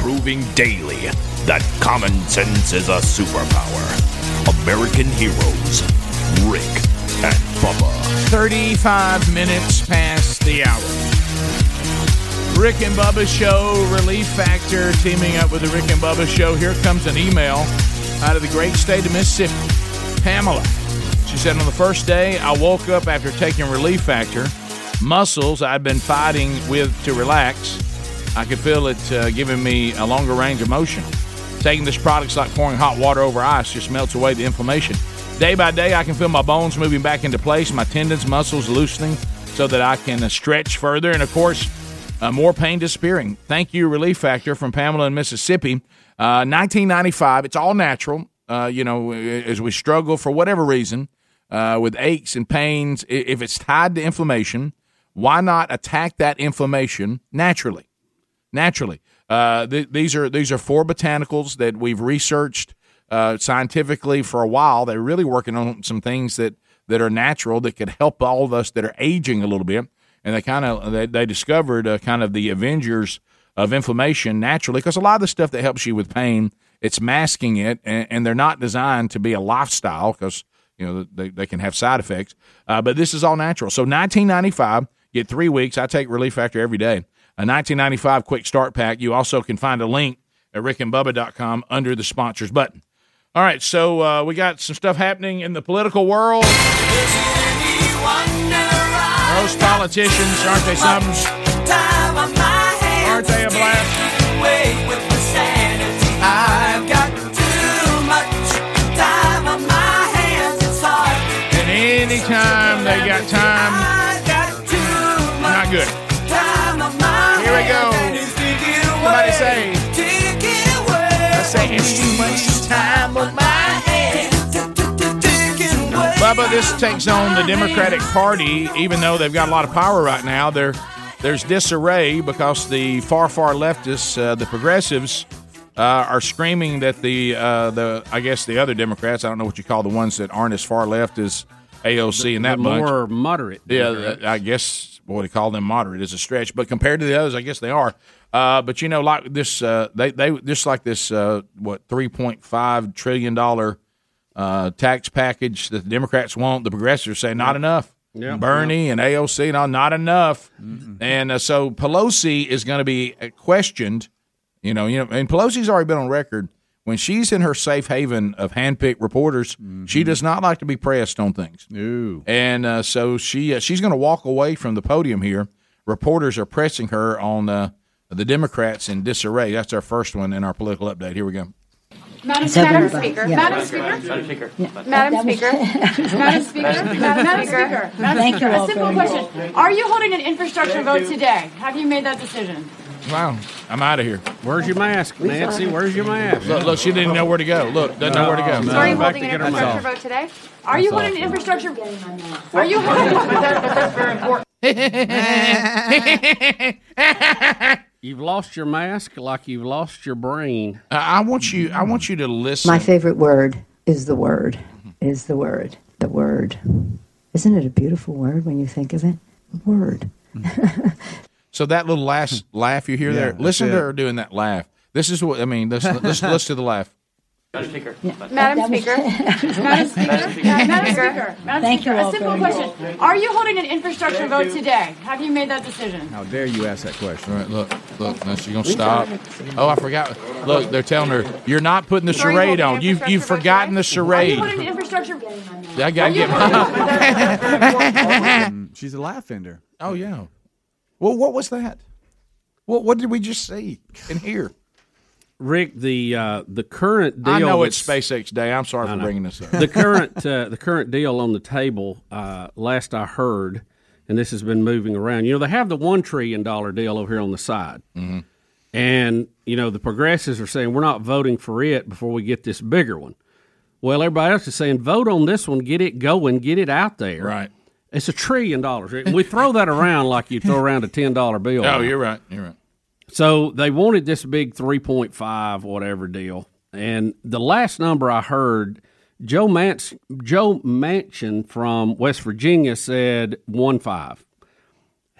S25: Proving daily that common sense is a superpower. American heroes, Rick and Bubba.
S11: Thirty-five minutes past the hour. Rick and Bubba Show Relief Factor teaming up with the Rick and Bubba Show. Here comes an email out of the great state of Mississippi. Pamela. She said, On the first day, I woke up after taking Relief Factor. Muscles I'd been fighting with to relax. I could feel it uh, giving me a longer range of motion. Taking this product's like pouring hot water over ice, just melts away the inflammation. Day by day, I can feel my bones moving back into place, my tendons, muscles loosening so that I can uh, stretch further. And of course, uh, more pain disappearing. Thank you, Relief Factor from Pamela in Mississippi. Uh, 1995. It's all natural. Uh, you know, as we struggle for whatever reason uh, with aches and pains, i- if it's tied to inflammation, why not attack that inflammation naturally? naturally. Uh, th- these are these are four botanicals that we've researched uh, scientifically for a while. They're really working on some things that that are natural that could help all of us that are aging a little bit. And they kind of they, they discovered uh, kind of the Avengers of inflammation naturally because a lot of the stuff that helps you with pain it's masking it and, and they're not designed to be a lifestyle because you know they, they can have side effects uh, but this is all natural so 1995 get three weeks i take relief factor every day a 1995 quick start pack you also can find a link at rickandbubba.com under the sponsors button all right so uh, we got some stuff happening in the political world those politicians aren't they something
S10: Aren't
S11: they a blast?
S10: I've got too much time on my hands. It's hard.
S11: and anytime they got time
S10: I got too much
S11: not good
S10: time on my
S11: Here we go.
S10: hands.
S11: Somebody say.
S10: Take it away.
S11: I say it's too much time on my hands. Bubba, this takes on the Democratic Party, even though they've got a lot of power right now. There, there's disarray because the far, far leftists, uh, the progressives, uh, are screaming that the uh, the I guess the other Democrats, I don't know what you call the ones that aren't as far left as AOC and that
S12: the
S11: bunch.
S12: more moderate.
S11: Yeah, I guess what they call them moderate is a stretch, but compared to the others, I guess they are. Uh, but you know, like this, uh, they they just like this, uh, what three point five trillion dollar uh, tax package that the Democrats want. The progressives say not enough.
S13: Yeah.
S11: Bernie and AOC, no, not enough. And uh, so Pelosi is going to be uh, questioned. You know, you know, and Pelosi's already been on record when she's in her safe haven of handpicked reporters. She does not like to be pressed on things. No. And uh, so she uh, she's going to walk away from the podium here. Reporters are pressing her on uh, the Democrats in disarray. That's our first one in our political update. Here we go.
S7: Madam, It's everybody. Madam Speaker, Yeah. Madam Speaker, Speaker. Madam Speaker, Madam Speaker, Madam Speaker, Thank you all A simple very question: Are you holding an infrastructure Thank vote you. today? Have you made that decision?
S11: Wow, I'm out of here.
S12: Where's your mask, Nancy? Where's your mask?
S11: Look, look, she didn't know where to go. Look, doesn't know where to go.
S12: No,
S7: Are you
S12: back to
S7: holding an
S12: get her
S7: infrastructure
S12: mask.
S7: vote today? Are you
S11: That's
S7: holding an infrastructure? Are you holding? But that- but that's very important.
S12: You've lost your mask like you've lost your brain.
S11: I want you. I want you to listen.
S8: My favorite word is the word. Is the word. The word. Isn't it a beautiful word when you think of it? The word.
S11: So that little last laugh you hear
S8: Yeah,
S11: there,
S8: that's
S11: listen to
S8: it.
S11: her doing that laugh. This is what I mean. Let's let's let's do the laugh.
S7: Madam Speaker, Madam Speaker, Madam Speaker, Madam Thank Speaker, you a all simple very question: much. Are you holding an infrastructure Thank vote you. today? Have you made that decision?
S11: How dare you ask that question? All right, look, look. Now she's gonna stop. Oh, I forgot. Look, they're telling her you're not putting the
S7: Sorry,
S11: charade
S7: holding
S11: on. You
S7: infrastructure
S11: you've
S7: vote
S11: forgotten the
S7: Are you
S11: charade.
S7: holding an infrastructure?
S11: I
S7: Are
S11: gotta
S7: you
S11: get
S7: holding- but that- that's very important.
S1: She's a laugh ender.
S11: Oh yeah. Well, what was that? What what did we just see and hear?
S12: Rick, the uh, the current deal.
S11: I know
S12: that's-
S11: it's SpaceX Day. I'm sorry for bringing this up.
S12: the current uh, the current deal on the table. Uh, last I heard, and this has been moving around. You know, they have the one trillion dollar deal over here on the side, and you know the progressives are saying we're not voting for it before we get this bigger one. Well, everybody else is saying vote on this one, get it going, get it out there.
S11: Right.
S12: It's a trillion dollars. We throw that around like you throw around a ten dollar bill.
S11: Oh, you're right. You're right.
S12: So they wanted this big 3.5 whatever deal. And the last number I heard, Joe Mance, Joe Manchin from West Virginia said 1.5.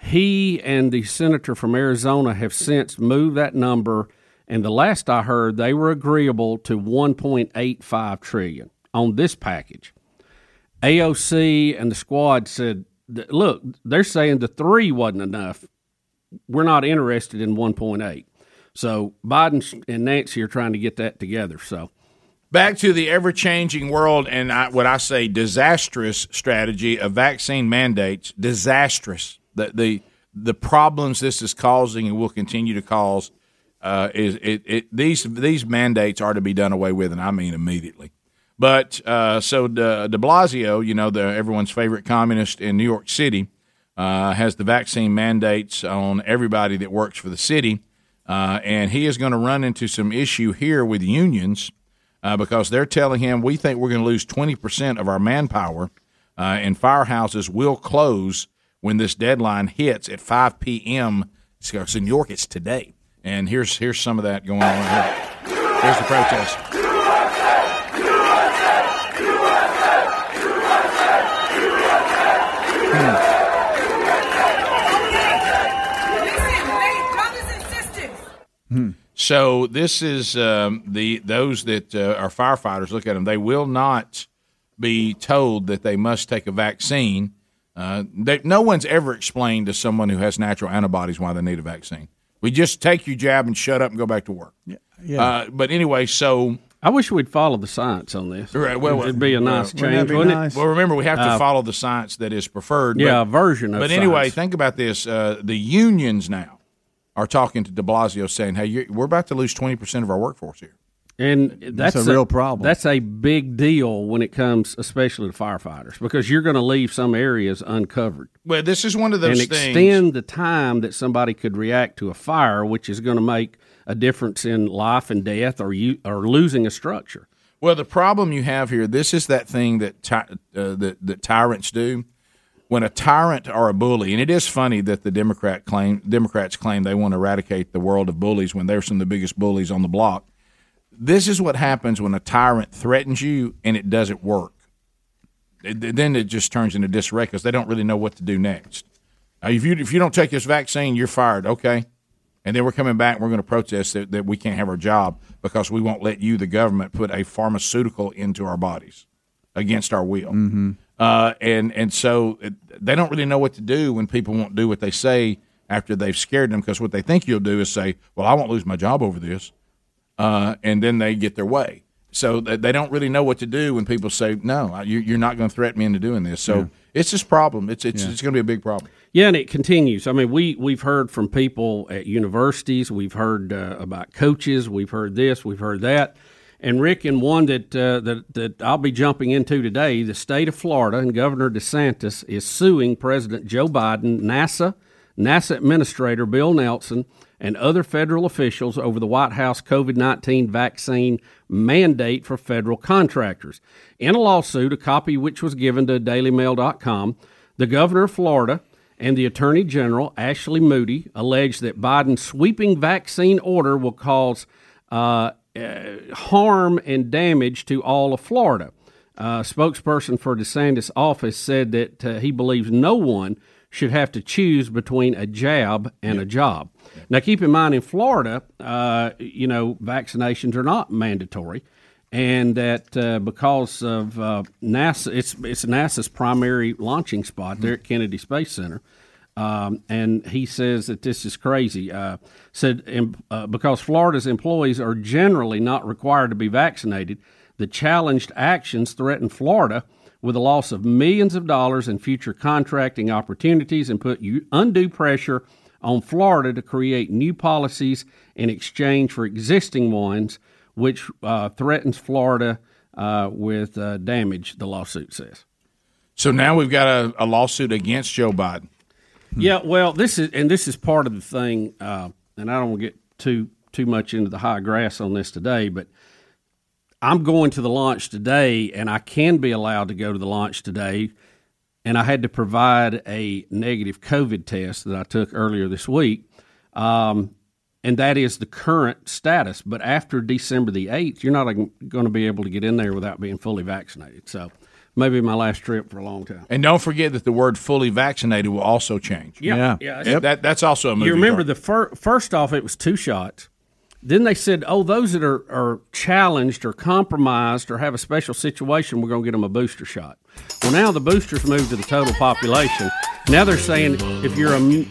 S12: He and the senator from Arizona have since moved that number and the last I heard they were agreeable to 1.85 trillion on this package. AOC and the squad said, th- "Look, they're saying the 3 wasn't enough we're not interested in 1.8. So Biden and Nancy are trying to get that together. So
S11: Back to the ever changing world and I, what I say disastrous strategy of vaccine mandates. Disastrous. The, the, the problems this is causing and will continue to cause uh, is it, it, these, these mandates are to be done away with, and I mean immediately. But uh, so de, de Blasio, you know, the, everyone's favorite communist in New York City, uh, has the vaccine mandates on everybody that works for the city. Uh, and he is going to run into some issue here with unions uh, because they're telling him we think we're going to lose 20% of our manpower uh, and firehouses will close when this deadline hits at 5 p.m. So it's in York, it's today. And here's here's some of that going on here. Here's the protest. Hmm. So this is um, the those that uh, are firefighters. Look at them; they will not be told that they must take a vaccine. Uh, they, no one's ever explained to someone who has natural antibodies why they need a vaccine. We just take your jab and shut up and go back to work. Yeah, Uh, but anyway, so
S12: I wish we'd follow the science on this.
S11: Right, well,
S12: it'd be a nice
S11: well,
S12: change, wouldn't it?
S11: Well, remember we have to
S12: Uh,
S11: follow the science that is preferred.
S12: Yeah, a version of
S11: But anyway,
S12: science.
S11: think about this: uh, the unions now are talking to De Blasio, saying, "Hey, you we're about to lose twenty percent of our workforce here."
S12: And that's,
S11: a real problem.
S12: That's a big deal when it comes, especially to firefighters, because you're going to leave some areas uncovered.
S11: Well, this is one of those
S12: and
S11: things.
S12: extend the time that somebody could react to a fire, which is going to make a difference in life and death, or you or losing a structure.
S11: Well, the problem you have here, this is that thing that ty- uh, that, that tyrants do. When a tyrant or a bully, and it is funny that the Democrat claim Democrats claim they want to eradicate the world of bullies when they're some of the biggest bullies on the block. This is what happens when a tyrant threatens you and it doesn't work. It- then it just turns into disarray because they don't really know what to do next. Uh, if you if you don't take this vaccine, you're fired. Okay, and then we're coming back and we're going to protest that, that we can't have our job because we won't let you, the government, put a pharmaceutical into our bodies against our will.
S1: Mm-hmm.
S11: Uh, and and so it, they don't really know what to do when people won't do what they say after they've scared them because what they think you'll do is say, "Well, I won't lose my job over this," uh, and then they get their way. So they, they don't really know what to do when people say, "No, I- you, you're not going to threaten me into doing this." So
S12: Yeah.
S11: it's this problem. It's it's it's going to be a big problem.
S12: Yeah, and it continues. I mean, we we've heard from people at universities. We've heard uh, about coaches. We've heard this. We've heard that. And Rick, in one that uh, that that I'll be jumping into today, the state of Florida and Governor DeSantis is suing President Joe Biden, NASA, NASA Administrator Bill Nelson, and other federal officials over the White House COVID 19 vaccine mandate for federal contractors. In a lawsuit, a copy which was given to DailyMail.com, the governor of Florida and the attorney general, Ashley Moody, allege that Biden's sweeping vaccine order will cause uh, uh, harm and damage to all of Florida. Uh, spokesperson for DeSantis' office said that uh, he believes no one should have to choose between a jab and a job. Now, keep in mind, in Florida, uh, you know, vaccinations are not mandatory, and that uh, because of uh, NASA, it's it's NASA's primary launching spot there at Kennedy Space Center. Um, and he says that this is crazy. Uh, said em- uh, because Florida's employees are generally not required to be vaccinated, the challenged actions threaten Florida with a loss of millions of dollars in future contracting opportunities and put u- undue pressure on Florida to create new policies in exchange for existing ones, which uh, threatens Florida uh, with uh, damage. The lawsuit says.
S11: So now we've got a, a lawsuit against Joe Biden.
S12: Yeah, well, this is and this is part of the thing, uh, and I don't want to get too too much into the high grass on this today, but I'm going to the launch today, and I can be allowed to go to the launch today, and I had to provide a negative COVID test that I took earlier this week, um, and that is the current status. But after December the eighth, you're not going to be able to get in there without being fully vaccinated. So maybe my last trip for a long time.
S11: And don't forget that the word "fully vaccinated" will also change.
S12: Yeah. Yeah. Yeah, it's-
S11: That, that's also a movie.
S12: You remember
S11: term.
S12: the fir- first off, it was two shots. Then they said, "Oh, those that are, are challenged or compromised or have a special situation, we're going to get them a booster shot." Well, now the boosters moved to the total population. Now they're saying if you're immu-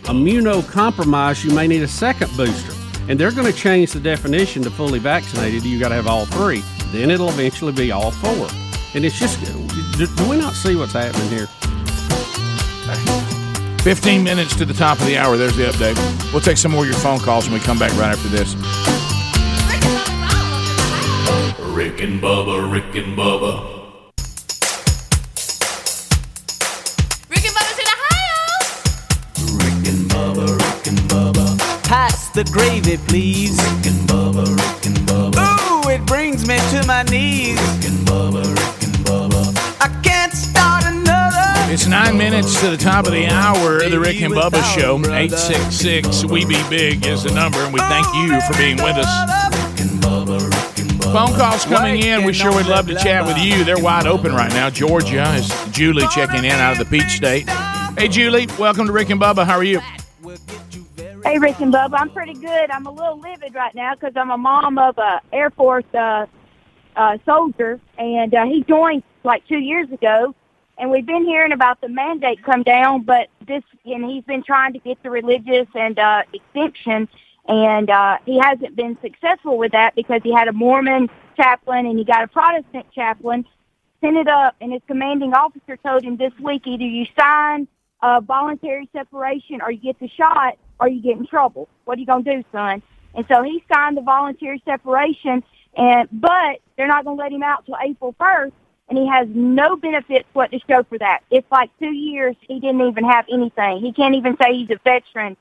S12: immunocompromised, you may need a second booster, and they're going to change the definition to fully vaccinated. You got to have all three. Then it'll eventually be all four. And it's just, do, do we not see what's happening here?
S11: 15 minutes to the top of the hour. There's the update. We'll take some more of your phone calls when we come back right after this.
S6: Rick and Bubba, Rick and Bubba,
S10: Rick and Bubba's in Ohio.
S18: Pass the gravy, please. Rick and Bubba, Rick and Bubba. Ooh, it brings me to my knees. Rick and Bubba, Rick and Bubba. I can't start another.
S13: It's nine minutes to the top of the hour of the Rick and Bubba Show. 866 We Be Big is the number, and we thank you for being with us. Phone calls coming in. We sure would love to chat with you. They're wide open right now. Georgia is Julie checking in out of the Peach State. Hey, Julie, welcome to Rick and Bubba. How are you?
S26: Hey, Rick and Bubba, I'm pretty good. I'm a little livid right now because I'm a mom of a Air Force uh, uh, soldier, and uh, he joined like two years ago. And we've been hearing about the mandate come down, but this, and he's been trying to get the religious and uh, exemption, and uh, he hasn't been successful with that because he had a Mormon chaplain and he got a Protestant chaplain, sent it up, and his commanding officer told him this week either you sign uh, voluntary separation or you get the shot or you get in trouble. What are you going to do, son? And so he signed the voluntary separation, and but they're not going to let him out till April 1st, and he has no benefits what to show for that. It's like two years he didn't even have anything. He can't even say he's a veteran.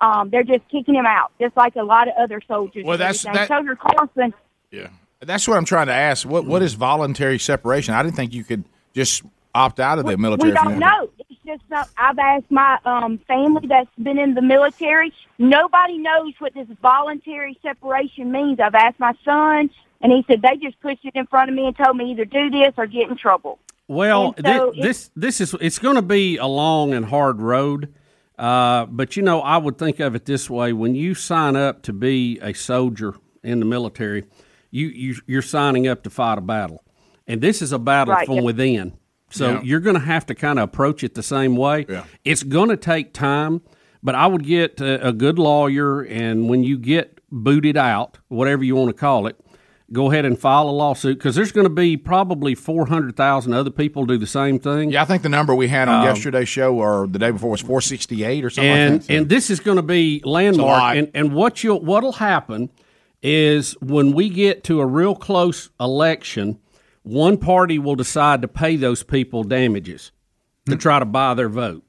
S26: Um, they're just kicking him out, just like a lot of other soldiers.
S11: Well,
S26: and
S11: that's-
S26: everything.
S11: that-
S26: Soldier Carson.
S11: Yeah. That's what I'm trying to ask. What What is voluntary separation? I didn't think you could just opt out of the military.
S26: We don't know. It's just not, I've asked my um, family that's been in the military. Nobody knows what this voluntary separation means. I've asked my son, and he said they just pushed it in front of me and told me either do this or get in trouble.
S12: Well,
S26: And so
S12: thi- this this is it's going to be a long and hard road. Uh, but you know, I would think of it this way: when you sign up to be a soldier in the military, you, you you're signing up to fight a battle, and this is a battle
S27: Right,
S12: from
S27: yeah.
S12: within. So
S27: Yeah.
S12: you're going to have to kind of approach it the same way. It's going to take time, but I would get a, a good lawyer, and when you get booted out, whatever you want to call it, go ahead and file a lawsuit because there's going to be probably four hundred thousand other people do the same thing. Um,
S13: Yeah, I think the number we had
S11: on yesterday's show or the day before was 468 or something
S12: and
S11: like that.
S12: and this is going to be
S11: It's a
S12: landmark
S11: lot.
S12: and and what you will what'll happen is when we get to a real close election one party will decide to pay those people damages
S11: Hmm.
S12: to try to buy their vote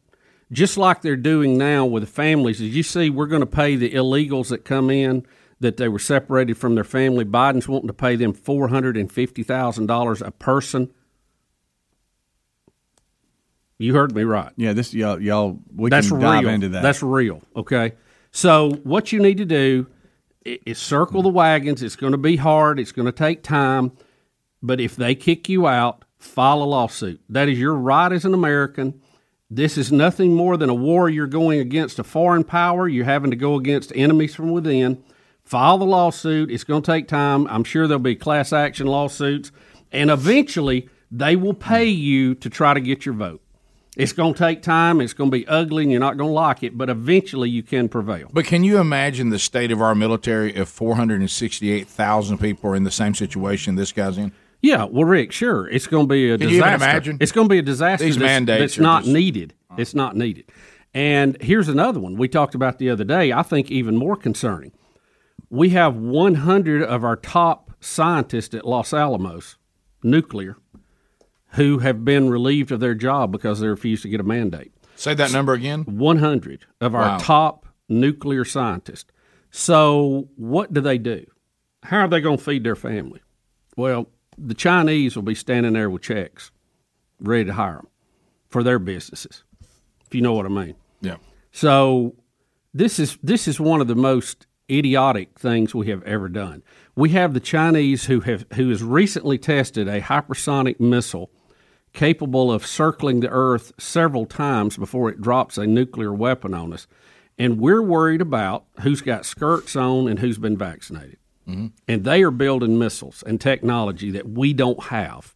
S12: just like they're doing now with the families as you see we're going to pay the illegals that come in that they were separated from their family biden's wanting to pay them $450000 a person you heard me right
S1: yeah this y'all y'all we
S12: that's
S1: can
S12: real.
S1: dive into that.
S12: That's real. Okay. So what you need to do i- is circle the wagons. It's going to be hard. It's going to take time. But if they kick you out, file a lawsuit. That is your right as an American. This is nothing more than a war you're going against a foreign power. You're having to go against enemies from within. File the lawsuit. It's going to take time. I'm sure there'll be class action lawsuits. And eventually, they will pay you to try to get your vote. It's going to take time. It's going to be ugly, and you're not going to like it. But eventually, you can prevail.
S11: But can you imagine the state of our military if 468,000 people are in the same situation this guy's in?
S12: Yeah, well, Rick, sure, it's going to be a
S11: Can you even
S12: disaster.
S11: imagine?
S12: It's going to be a disaster.
S11: These
S12: that's,
S11: mandates
S12: that's
S11: are
S12: not
S11: just-
S12: needed. It's not needed. And here's another one we talked about the other day. I think even more concerning. We have 100 of our top scientists at Los Alamos nuclear who have been relieved of their job because they refused to get a mandate.
S11: Say that number again.
S12: 100 of our
S11: Wow.
S12: top nuclear scientists. So, what do they do? How are they going to feed their family? Well, the Chinese will be standing there with checks ready to hire them for their businesses, if you know what I mean.
S11: Yeah.
S12: So this is this is one of the most idiotic things we have ever done. We have the Chinese who have who has recently tested a hypersonic missile capable of circling the earth several times before it drops a nuclear weapon on us. And we're worried about who's got skirts on and who's been vaccinated.
S27: Mhm.
S12: And they are building missiles and technology that we don't have.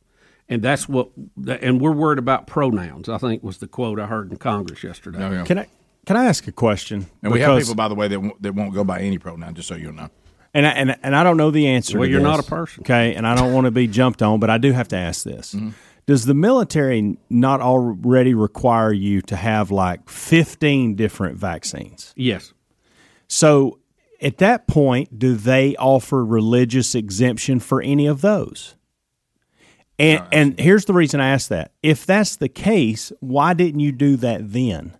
S12: And that's what, and we're worried about pronouns, I think was the quote I heard in Congress yesterday.
S3: Can I can I ask a question?
S11: And we have
S3: Because-
S11: people, by the way, that, won't- that won't go by any pronoun, just so you know.
S3: and I, and and I don't know the answer.
S11: Well,
S3: to
S11: you're
S3: this,
S11: not a person. Mm-hmm.
S3: okay? And I don't want to be jumped on, but I do have to ask this: Does the military not already require you to have like 15 different vaccines?
S12: Yes.
S3: So, at that point, do they offer religious exemption for any of those? And and here's the reason I ask that: If that's the case, why didn't you do that then?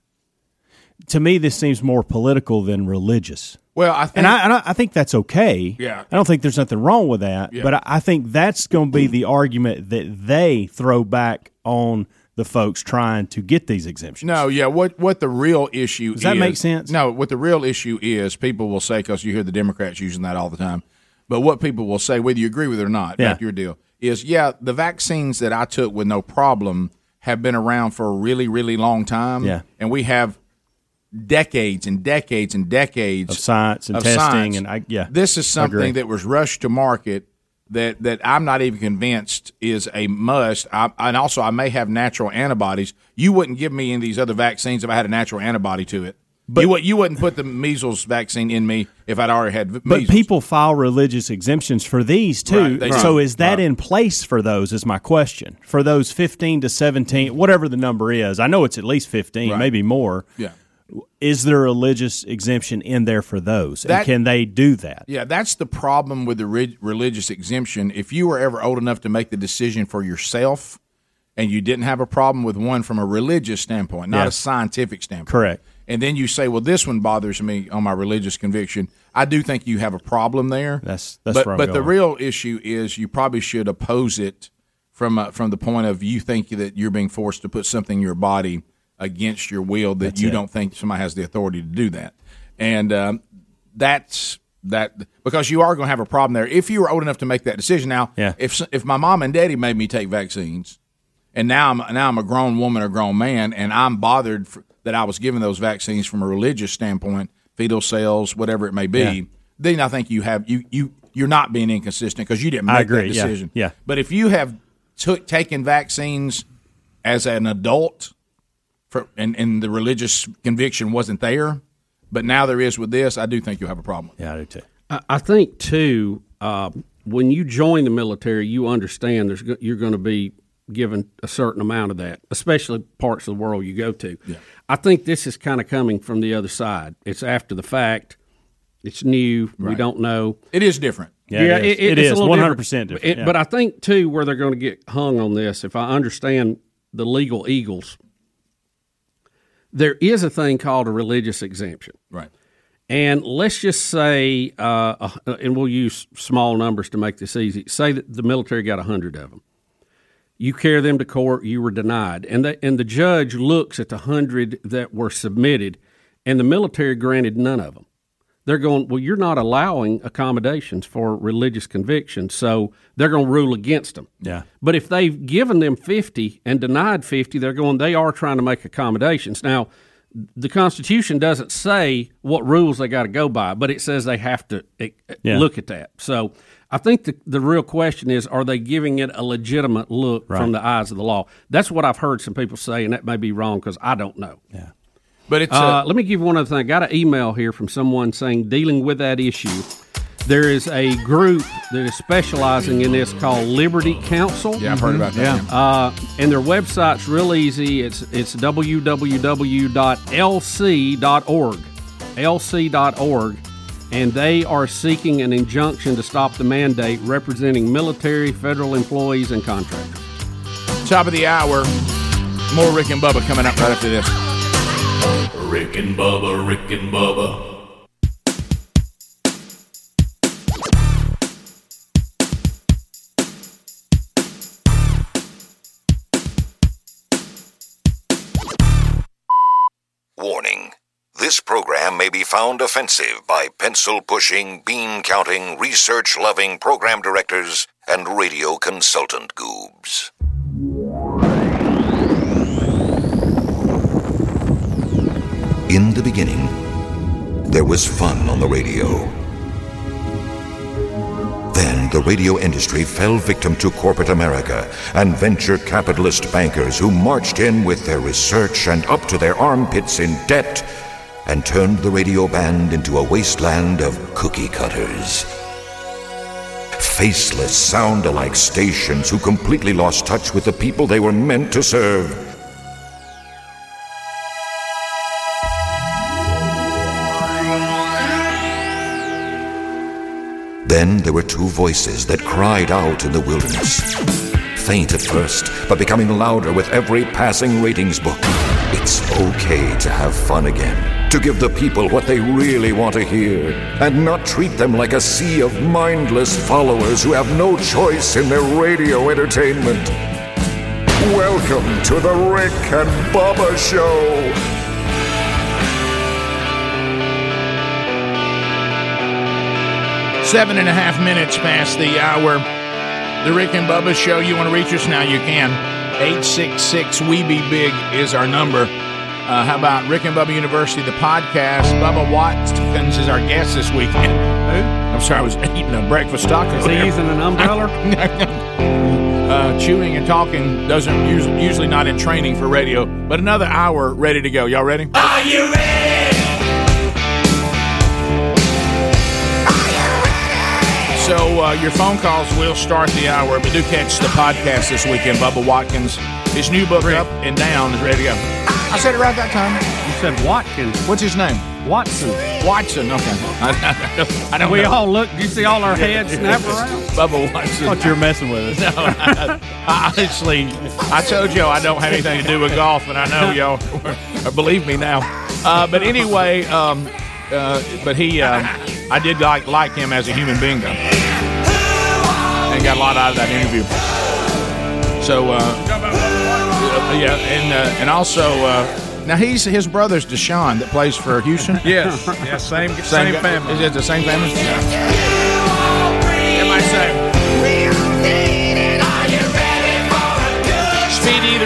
S3: To me, this seems more political than religious.
S11: Well, I think,
S3: and I, and I, I think that's okay.
S11: Yeah.
S3: I don't think there's nothing wrong with that.
S11: Yeah.
S3: But I, I think that's going to be the argument that they throw back on the folks trying to get these exemptions.
S11: No, yeah. What what the real issue
S3: Does that
S11: is-
S3: make sense?
S11: No, what the real issue is, people will say because you hear the Democrats using that all the time. But what people will say, whether you agree with it or not,
S3: Yeah.
S11: not your deal, is yeah, the vaccines that I took with no problem have been around for a really, really long time.
S3: Yeah.
S11: and we have decades and decades and decades
S3: Of science and
S11: of
S3: testing
S11: science.
S3: and I- yeah,
S11: this is
S3: agree.
S11: something that was rushed to market that that I'm not even convinced is a must. I, and also, I may have natural antibodies. You wouldn't give me any of these other vaccines if I had a natural antibody to it. But you, would- you wouldn't put the measles vaccine in me if I'd already had v-
S3: But
S11: measles.
S3: people file religious exemptions for these too.
S11: Right, they
S3: so
S11: do.
S3: is that in place for those? Is my question for those fifteen to seventeen, whatever the number is. I know it's at least fifteen,
S11: Right.
S3: maybe more.
S11: Yeah.
S3: Is there a religious exemption in there for those?
S11: That-
S3: and can they do that?
S11: Yeah, that's the problem with the re- religious exemption. If you were ever old enough to make the decision for yourself, and you didn't have a problem with one from a religious standpoint, not
S3: Yeah.
S11: a scientific standpoint,
S3: Correct.
S11: And then you say, "Well, this one bothers me on my religious conviction." I do think you have a problem there.
S3: That's that's
S11: but
S3: where I'm
S11: but the
S3: going.
S11: real issue is you probably should oppose it from uh, from the point of you think that you're being forced to put something in your body against your will that
S3: That's
S11: you
S3: it.
S11: don't think somebody has the authority to do that, and um, that's that because you are going to have a problem there if you were old enough to make that decision. Now,
S3: Yeah.
S11: if s- if my mom and daddy made me take vaccines and now I'm now I'm a grown woman or grown man, and I'm bothered f that I was given those vaccines from a religious standpoint, fetal cells, whatever it may be.
S3: Yeah.
S11: Then I think you have you you you're not being inconsistent because you didn't make
S3: I agree.
S11: that
S3: yeah,
S11: decision.
S3: Yeah.
S11: But if you have took taken vaccines as an adult, for, and and the religious conviction wasn't there, but now there is with this, I do think you have a problem.
S3: Yeah, I do too.
S12: I, I think too, uh, when you join the military, you understand there's go- you're going to be given a certain amount of that, especially parts of the world you go to. I think this is kind of coming from the other side. It's after the fact. It's new. We
S11: Right.
S12: don't know.
S11: It is different.
S3: Yeah, it is. It
S12: it's a
S3: is
S12: little
S3: 100% different,
S12: But,
S3: yeah.
S12: but I think too where they're going to get hung on this, if I understand the legal eagles, there is a thing called a religious exemption.
S11: Right.
S12: And let's just say, uh, uh, and we'll use small numbers to make this easy. Say that the military got 100 of them. You carry them to court, you were denied. And the, and the judge looks at the 100 that were submitted, and the military granted none of them. They're going, well, you're not allowing accommodations for religious convictions, so they're going to rule against them.
S3: Yeah.
S12: But if they've given them 50 and denied 50, they're going, they are trying to make accommodations. Now, the Constitution doesn't say what rules they got to go by, but it says they have to eh, eh,
S3: Yeah.
S12: look at that. So I think the, the real question is are they giving it a legitimate look
S3: Right.
S12: from the eyes of the law? That's what I've heard some people say, and that may be wrong because I don't know. Yeah.
S11: But it's,
S12: uh,
S11: uh,
S12: let me give you one other thing. I got an email here from someone saying dealing with that issue. There is a group that is specializing in this called Liberty Counsel.
S11: Yeah, I've heard about that. Yeah.
S12: Uh, and their website's real easy. It's it's www.lc.org, lc.org, and they are seeking an injunction to stop the mandate representing military, federal employees, and contractors.
S11: Top of the hour. More Rick and Bubba coming up right after this.
S6: Rick and Bubba, Rick and Bubba,
S27: Warning. This program may be found offensive by pencil pushing, bean counting, research loving program directors and radio consultant goobs. In the beginning, there was fun on the radio. Then the radio industry fell victim to corporate America and venture capitalist bankers who marched in with their research and up to their armpits in debt and turned the radio band into a wasteland of cookie cutters. Faceless, sound alike stations who completely lost touch with the people they were meant to serve. Then there were two voices that cried out in the wilderness. Faint at first, but becoming louder with every passing ratings book. It's okay to have fun again, to give the people what they really want to hear, and not treat them like a sea of mindless followers who have no choice in their radio entertainment. Welcome to the Rick and Bubba Show.
S13: Seven and a half minutes past the hour. The Rick and Bubba Show. You want to reach us now? You can. 866 We Be Big is our number. Uh, how about Rick and Bubba University, the podcast? Bubba Watkins is our guest this weekend. I'm sorry, I was eating a breakfast taco.
S12: Is he
S13: there.
S12: using an umbrella?
S13: uh, chewing and talking. Those are usually, usually not in training for radio, but another hour ready to go. Y'all ready? Are you ready? So uh, your phone calls will start the hour, but do catch the podcast this weekend. Bubba Watkins, his new book up and down is ready to go. I said it right that time.
S12: You said Watkins.
S13: What's his name?
S12: Watson.
S13: Watson. Okay. I, I don't
S12: we
S13: know.
S12: all look. You see all our heads snap around.
S13: Bubba Watson.
S3: Thought you were messing with us.
S13: No, I, I honestly, I told y'all I don't have anything to do with golf, and I know y'all or believe me now. Uh, but anyway, um, uh, but he, uh, I did like like him as a human being, though, and got a lot out of that interview. So, uh, yeah, and uh, and also. Uh, now he's his brother's Deshaun that plays for Houston.
S14: Yes, yeah, same, same,
S13: guy-
S14: family.
S13: Is it the same family? Am I saying? Speedy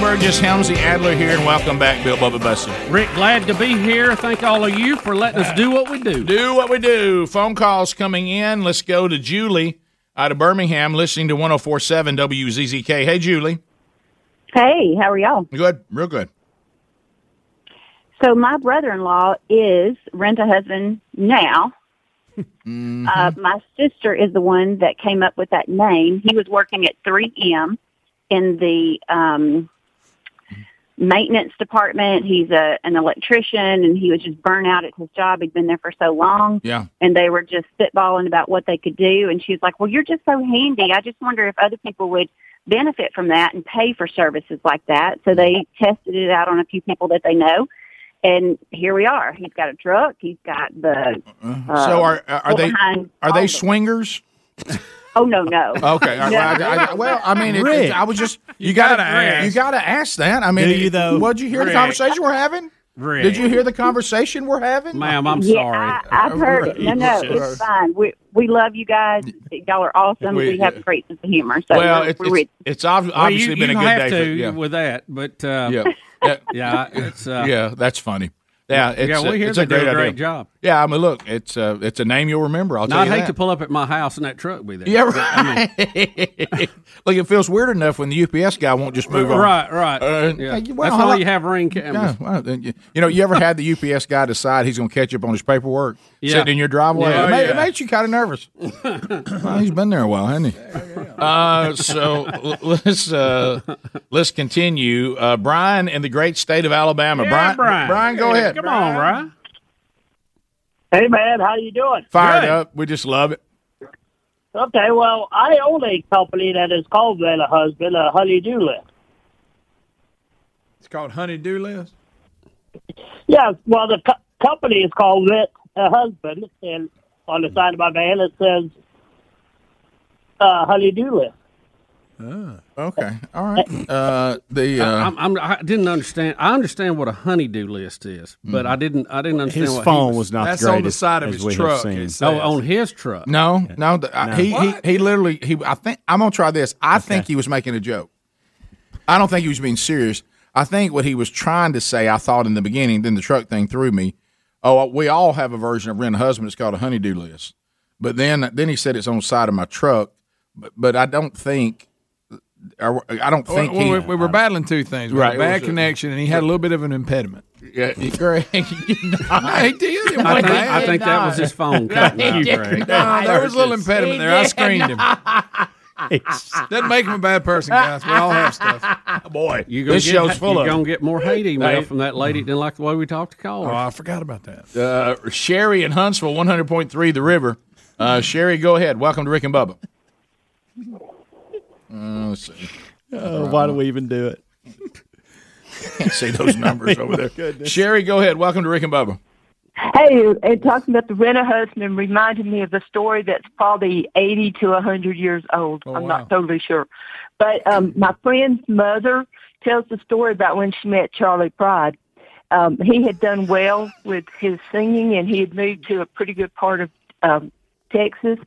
S11: Burgess, Helmsy Adler here, and welcome back, Bill Bubba Bussy.
S12: Rick, glad to be here. Thank all of you for letting us do what we do.
S11: Do what we do. Phone calls coming in. Let's go to Julie out of Birmingham, listening to 1047 WZZK. Hey, Julie.
S5: Hey, how are y'all?
S11: Good, real good.
S5: So my brother-in-law is rent a husband now. Uh, my sister is the one that came up with that name. He was working at 3M in the um, maintenance department. He's a an electrician, and he was just burnt out at his job. He'd been there for so long,
S11: Yeah.
S5: and they were just spitballing about what they could do. And she was like, "Well, you're just so handy. I just wonder if other people would." benefit from that and pay for services like that. So they tested it out on a few people that they know. And here we are. He's got a truck. He's got the uh,
S11: so are are they
S5: behind
S11: are
S5: all
S11: they
S5: the-
S11: swingers?
S5: Oh no, no.
S11: Okay. all right, well, I, I- well, I mean, it,
S5: Rick.
S11: I was just you,
S5: You
S11: gotta,
S5: gotta ask.
S11: you gotta ask that. I mean,
S5: Do you,
S11: though? What'd you hear
S5: Rick.
S11: the conversation we're having?
S12: Rick.
S11: Did you hear the conversation we're having, Oh,
S12: Ma'am, I'm
S5: Yeah,
S12: sorry.
S5: I, I've heard it. No, no, it's fine. We we love you guys. Y'all are awesome.
S12: We-
S5: We, have a great sense of humor. So
S12: Well,
S5: we're,
S12: it's-
S5: we're
S12: it's-
S5: with
S11: It's ob-
S12: Well,
S11: obviously
S12: you,
S11: been a
S12: you
S11: good
S12: have
S11: day.
S12: to
S11: for, yeah.
S12: with that, but uh,
S11: Yeah. yeah,
S12: it's uh,
S11: yeah, that's funny. Yeah, it's,
S12: yeah, we hear
S11: it's
S12: they
S11: a great,
S12: do a great
S11: idea.
S12: job.
S11: Yeah, I mean, look, it's uh, it's a name you'll remember. I'll
S12: Now,
S11: tell
S12: I'd
S11: you
S12: hate
S11: that.
S12: to pull up at my house and that truck be there.
S11: Yeah,
S12: But, I mean,
S11: Look, it feels weird enough when the UPS guy won't just move on.
S12: right, right. yeah.
S11: hey, well,
S12: That's
S11: how
S12: why
S11: lo-
S12: you have ring
S11: Yeah,
S12: cameras.
S11: well, then you, you know, you ever had the UPS guy decide he's going to catch up on his paperwork
S12: Yeah.
S11: sitting in your driveway?
S12: Yeah.
S11: it, ma-
S12: Oh,
S11: it
S12: yeah.
S11: makes you kind of nervous. well, he's been there a while, hasn't he? Uh, so l- let's uh, let's continue. Uh, Brian in the great state of Alabama. Brian, go ahead.
S12: Come on, Brian.
S13: Hey man, how you doing?
S11: Fired up. We just love it.
S13: Okay, well, I own a company that is called Van a Husband, a Honey Do List.
S4: It's called Honey Do List.
S13: Yeah, well, the co- company is called Vet a Husband, and on the side of my van it says uh, Honey Do List.
S11: Okay. All right. Uh, the
S12: I,
S11: uh,
S12: I'm, I'm, I didn't understand. I understand what a honeydew list is, but
S11: Mm-hmm.
S12: I didn't. I didn't understand.
S10: His
S12: what
S10: phone
S12: he
S10: was not the That's on the greatest, side of as his we have truck, seen. it
S12: Oh,
S10: says.
S12: on his truck.
S11: no, no, the, I-
S12: No.
S11: He, he he literally he. I think I'm gonna try this. I think he was making a joke. I don't think he was being serious. I think what he was trying to say. I thought in the beginning. Then the truck thing threw me. Oh, we all have a version of rent a husband. It's called a honeydew list. But then then he said it's on the side of my truck. But, but I don't think. I I don't think
S4: Well,
S11: he,
S4: we, we were battling two things. We had
S11: Right.
S4: a
S11: It
S4: bad
S11: was a-
S4: connection, and he had a little bit of an impediment.
S11: Yeah, Greg, you
S4: I hate to hear him.
S12: I think, I think that was his phone. cutting out, Greg.
S4: No, there was a little impediment there. I screened him. Doesn't make him a bad person, guys. We all have stuff.
S11: Boy,
S12: You gonna
S11: This
S12: get,
S11: show's full
S12: you're
S11: of
S12: gonna
S11: them.
S12: get more hate email
S11: Hey.
S12: from that lady that didn't like the way we talked to callers.
S11: Oh, I
S4: forgot about that.
S11: Uh, Sherry in Huntsville, 100.3 The River. Uh, Sherry, go ahead. Welcome to Rick and Bubba. Uh, let's see.
S10: why do we even do it?
S11: Can't see those numbers
S10: Oh,
S11: over there.
S10: my goodness.
S11: Sherry, go ahead. Welcome to Rick and Bubba.
S15: Hey, and talking about the rent a husband reminded me of a story that's probably 80 to a 100 years old. I'm not totally sure. But um, my friend's mother tells the story about when she met Charlie Pride. Um, he had done well with his singing and he had moved to a pretty good part of um, Texas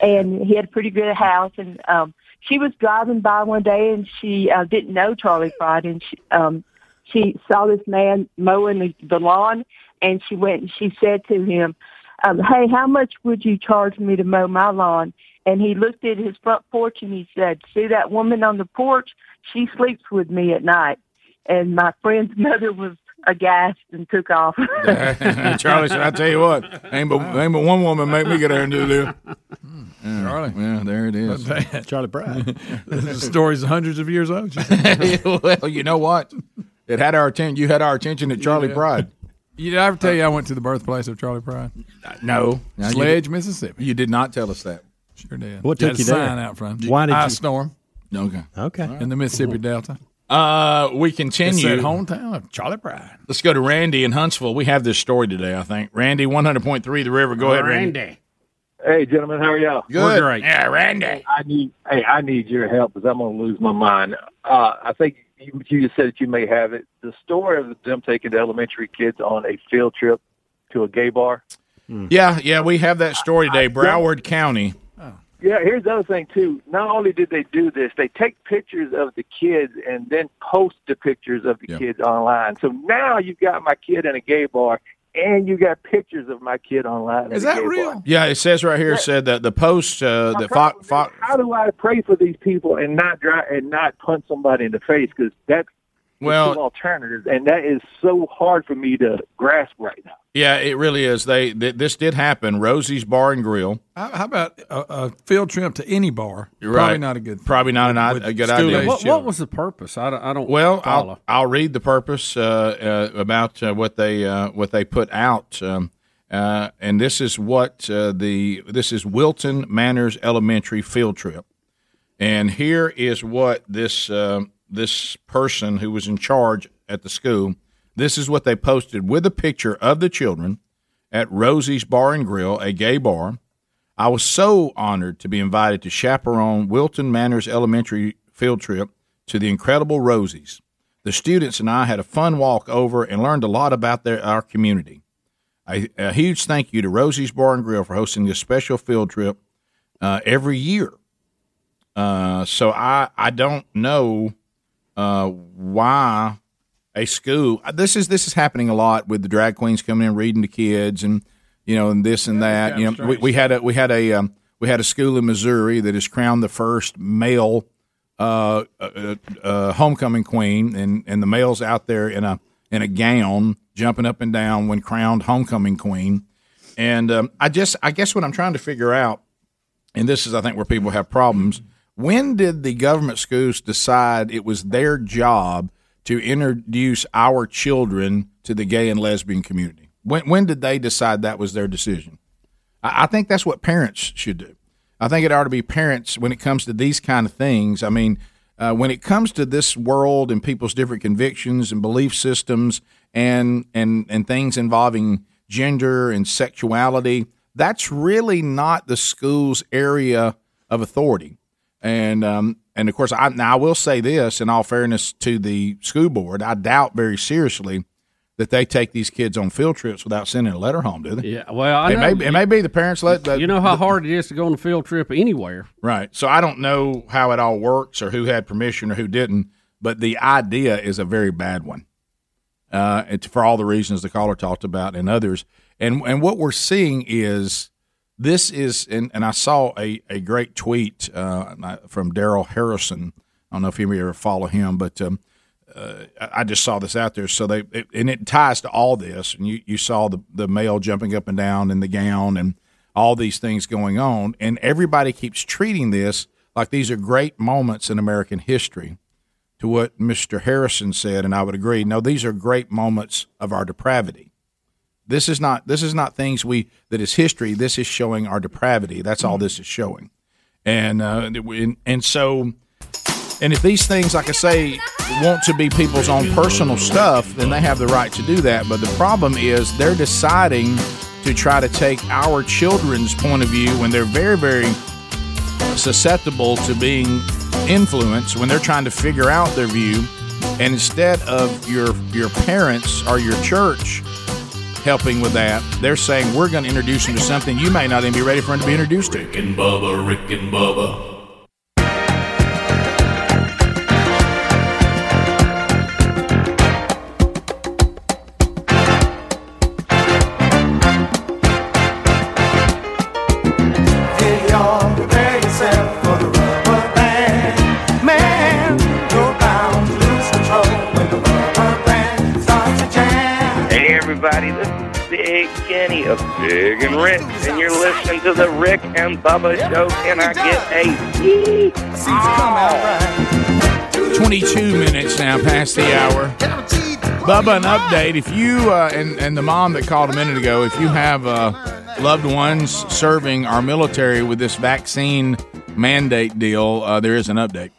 S15: and he had a pretty good house and um, she was driving by one day and she uh, didn't know Charlie Pride and she, um, she saw this man mowing the, the lawn and she went and she said to him, um, hey, how much would you charge me to mow my lawn? And he looked at his front porch and he said, see that woman on the porch? She sleeps with me at night. And my friend's mother was aghast and took off.
S11: Charlie said, I tell you what, ain't but, ain't but one woman make me get there and do this. Yeah,
S4: Charlie.
S11: Yeah, there it is.
S4: Charlie Pride. the story's hundreds of years old.
S11: well, you know what? It had our attention. You had our attention at Charlie
S4: Yeah.
S11: Pride.
S4: You did I ever tell you I went to the birthplace of Charlie Pride?
S11: No. No, you
S4: Sledge,
S11: didn't.
S4: Mississippi.
S11: You did not tell us that.
S4: Sure did.
S11: What
S4: Had
S11: took
S4: a
S11: you there?
S4: Sign out front.
S11: Why did you-
S4: Ice storm?
S11: Okay.
S4: Okay. In the Mississippi Delta.
S11: Uh, we
S4: It's
S11: continue.
S4: the hometown of Charlie Pride.
S11: Let's go to Randy in Huntsville. We have this story today, I think. Randy, 100.3 The River. Go ahead, Randy.
S24: Hey, gentlemen, how are y'all?
S11: Good. We're great. Yeah, Randy.
S24: I need, hey, I need your help because I'm going to lose my mind. Uh, I think you, you just said that you may have it. The story of them taking the elementary kids on a field trip to a gay bar.
S11: Hmm. Yeah, yeah, we have that story today. Broward County.
S24: Yeah, here's the other thing too. Not only did they do this, they take pictures of the kids and then post the pictures of the
S11: Yeah.
S24: kids online. So now you've got my kid in a gay bar, and you got pictures of my kid online. Is that real?
S11: Yeah, it says right here said that the post uh, that Fox, Fox
S24: How do I pray for these people and not dry, and not punch somebody in the face? Because that's
S11: Well-
S24: the two alternatives, and that is so hard for me to grasp right now.
S11: Yeah, it really is. They th- this did happen. Rosie's Bar and Grill.
S4: How, how about a, a field trip to any bar?
S11: You're
S4: Probably
S11: right.
S4: not a good.
S11: Probably not an, i- a good idea.
S12: What, what was the purpose? I don't. I don't
S11: Well,
S12: follow.
S11: I'll, I'll read the purpose uh, uh, about uh, what they uh, what they put out, um, uh, and this is what uh, the this is Wilton Manners Elementary field trip, and here is what this um this person who was in charge at the school, this is what they posted with a picture of the children at Rosie's Bar and Grill, a gay bar. I was so honored to be invited to chaperone Wilton Manners Elementary field trip to the incredible Rosies. The students and I had a fun walk over and learned a lot about their, our community. A, a huge thank you to Rosie's Bar and Grill for hosting this special field trip uh, every year. Uh, so I I don't know uh, why a school this is this is happening a lot with the drag queens coming in reading to kids and you know and this and that. You know we, we had a we had a um, we had a school in Missouri that is crowned the first male uh, uh, uh, homecoming queen, and, and the male's out there in a in a gown jumping up and down when crowned homecoming queen. And um, I just I guess what I'm trying to figure out, and this is I think where people have problems. When did the government schools decide it was their job to introduce our children to the gay and lesbian community? When when did they decide that was their decision? I, I think that's what parents should do. I think it ought to be parents when it comes to these kind of things. I mean, uh, when it comes to this world and people's different convictions and belief systems and and and things involving gender and sexuality, that's really not the school's area of authority. And um, and of course, I now I will say this in all fairness to the school board, I doubt very seriously that they take these kids on field trips without sending a letter home, do they?
S12: Yeah, well, I
S11: it
S12: know.
S11: may be- it may be the parents let the,
S12: you know how hard it is to go on a field trip anywhere.
S11: Right. So I don't know how it all works or who had permission or who didn't, but the idea is a very bad one. Uh, it's for all the reasons the caller talked about and others. And and what we're seeing is this is and, and I saw a, a great tweet uh, from Daryl Harrison. I don't know if anybody ever follow him, but um, uh, I I just saw this out there. So they it, and it ties to all this. And you, you saw the the male jumping up and down in the gown and all these things going on, and everybody keeps treating this like these are great moments in American history. To what Mr. Harrison said, and I would agree. No, these are great moments of our depravity. This is not this is not things we that is history. This is showing our depravity. That's all this is showing, and uh, and, and so and if these things, like I say, want to be people's own personal stuff, then they have the right to do that. But the problem is they're deciding to try to take our children's point of view when they're very, very susceptible to being influenced, when they're trying to figure out their view. And instead of your your parents or your church helping with that, they're saying we're going to introduce them to something you may not even be ready for them to be introduced to.
S6: Rick and Bubba, Rick and Bubba.
S10: Hey, y'all, prepare yourself for the rubber band. Man, you're bound to lose control when the rubber band starts to jam.
S22: Hey everybody, this is Big Kenny of Big and Rick, and you're listening to the Rick and Bubba Show. Can I get a yee?
S11: Twenty two minutes now past the hour. Bubba, an update. If you uh, and and the mom that called a minute ago, if you have uh, loved ones serving our military with this vaccine mandate deal, uh, there is an update.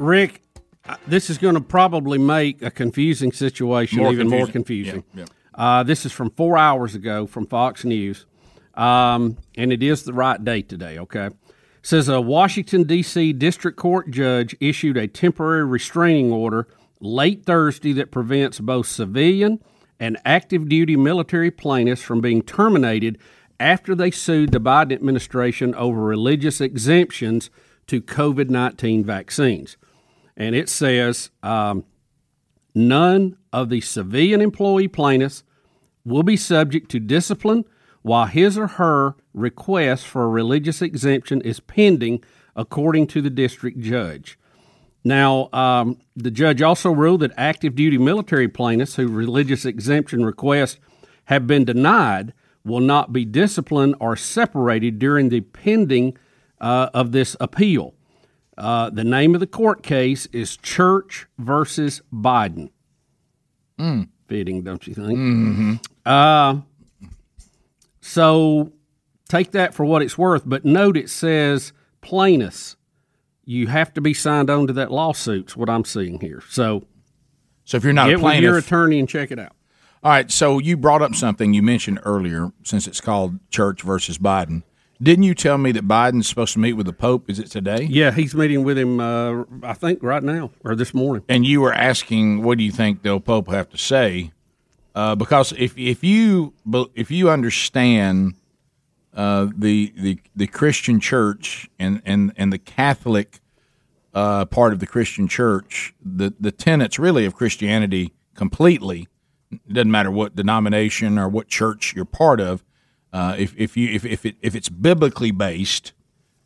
S12: Rick, uh, this is going to probably make a confusing situation
S11: More
S12: even more
S11: confusing.
S12: confusing.
S11: Yeah,
S12: Uh, this is from four hours ago from Fox News, um, and it is the right date today. Okay, says a Washington D.C. District Court judge issued a temporary restraining order late Thursday that prevents both civilian and active duty military plaintiffs from being terminated after they sued the Biden administration over religious exemptions to COVID 19 vaccines. And it says um, none of the civilian employee plaintiffs will be subject to discipline while his or her request for a religious exemption is pending, according to the district judge. Now, um, the judge also ruled that active duty military plaintiffs whose religious exemption requests have been denied will not be disciplined or separated during the pending uh, of this appeal. Uh, the name of the court case is Church versus Biden. Fitting, don't you think?
S11: Mm-hmm.
S10: Mhm.
S12: Uh, so take that for what it's worth, but note it says plaintiffs. You have to be signed on to that lawsuit's what I'm seeing here. So,
S11: so if you're not a
S12: get with your
S11: plaintiff-
S12: attorney and check it out.
S11: All right, so you brought up something you mentioned earlier, since it's called Church versus Biden. Didn't you tell me that Biden's supposed to meet with the Pope? Is it today?
S12: Yeah, he's meeting with him. Uh, I think right now or this morning.
S11: And you were asking, what do you think the Pope have to say? Uh, because if if you if you understand uh, the the the Christian Church and and and the Catholic uh, part of the Christian Church, the the tenets really of Christianity completely. It doesn't matter what denomination or what church you're part of. Uh, if if you if if, it, if it's biblically based,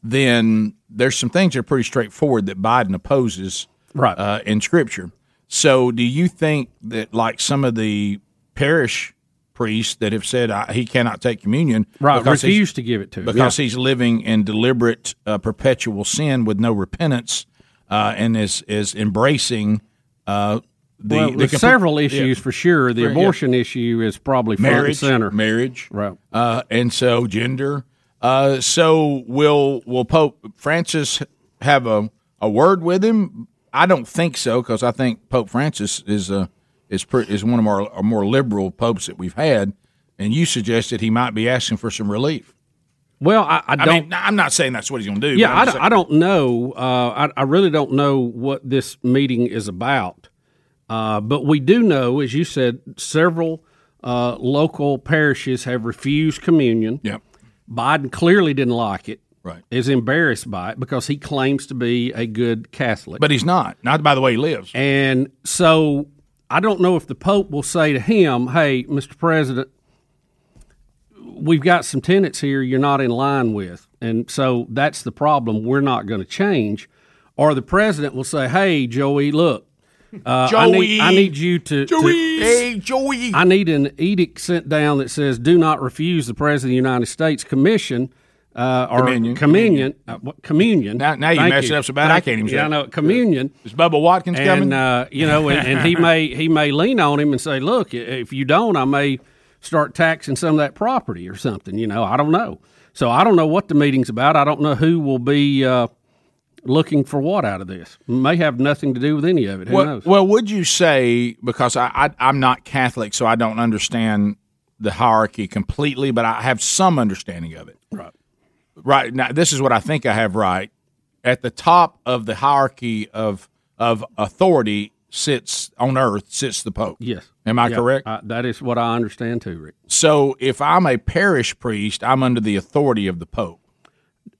S11: then there's some things that are pretty straightforward that Biden opposes
S12: right.
S11: uh, in Scripture. So, do you think that like some of the parish priests that have said I, he cannot take communion,
S12: Right,
S11: because he's-
S12: refused to give it to him,
S11: because
S12: yeah.
S11: he's living in deliberate uh, perpetual sin with no repentance uh, and is is embracing uh, the,
S12: well,
S11: the
S12: there's
S11: complete-
S12: several
S11: yeah.
S12: issues for sure. The
S11: Yeah.
S12: abortion issue is probably front
S11: Marriage,
S12: and center.
S11: Marriage,
S12: right?
S11: Uh, and so gender. Uh, so will will Pope Francis have a, a word with him? I don't think so because I think Pope Francis is a is pre, is one of our, our more liberal popes that we've had, and you suggested he might be asking for some relief.
S12: Well, I, I don't.
S11: mean, I'm not saying that's what he's going to do.
S12: yeah,
S11: but
S12: I,
S11: I'm
S12: don't-
S11: just
S12: I don't know. Uh, I, I really don't know what this meeting is about. Uh, but we do know, as you said, several uh, local parishes have refused communion.
S11: Yep.
S12: Biden clearly didn't like it.
S11: Right.
S12: Is embarrassed by it because he claims to be a good Catholic.
S11: But he's not. Not by the way he lives.
S12: And so I don't know if the Pope will say to him, "Hey, Mr. President, we've got some tenants here you're not in line with. And so that's the problem. We're not going to change. Or the president will say, hey, Joey, look, uh, I, need, I
S11: Joey.
S12: need you to, to-
S11: hey Joey.
S12: I need an edict sent down that says do not refuse the president of the United States commission uh, or communion. Communion. Uh, what, communion. Now,
S11: now you messed it up so bad I can't even say
S12: Yeah, I
S11: it.
S12: know. Communion.
S11: Is Bubba Watkins
S12: and,
S11: coming?
S12: Uh, you know, and, and he may he may lean on him and say, "Look, i- if you don't, I may start taxing some of that property or something." You know, I don't know. So I don't know what the meeting's about. I don't know who will be uh, looking for what out of this. May have nothing to do with any of it. Who
S11: well,
S12: knows?
S11: well, would you say because I, I I'm not Catholic, so I don't understand the hierarchy completely, but I have some understanding of it.
S12: Right.
S11: Right now, this is what I think I have right. At the top of the hierarchy of of authority sits on Earth sits the Pope.
S12: Yes.
S11: Am I
S12: Yeah,
S11: correct?
S12: I- that is what I understand too, Rick.
S11: So if I'm a parish priest, I'm under the authority of the Pope.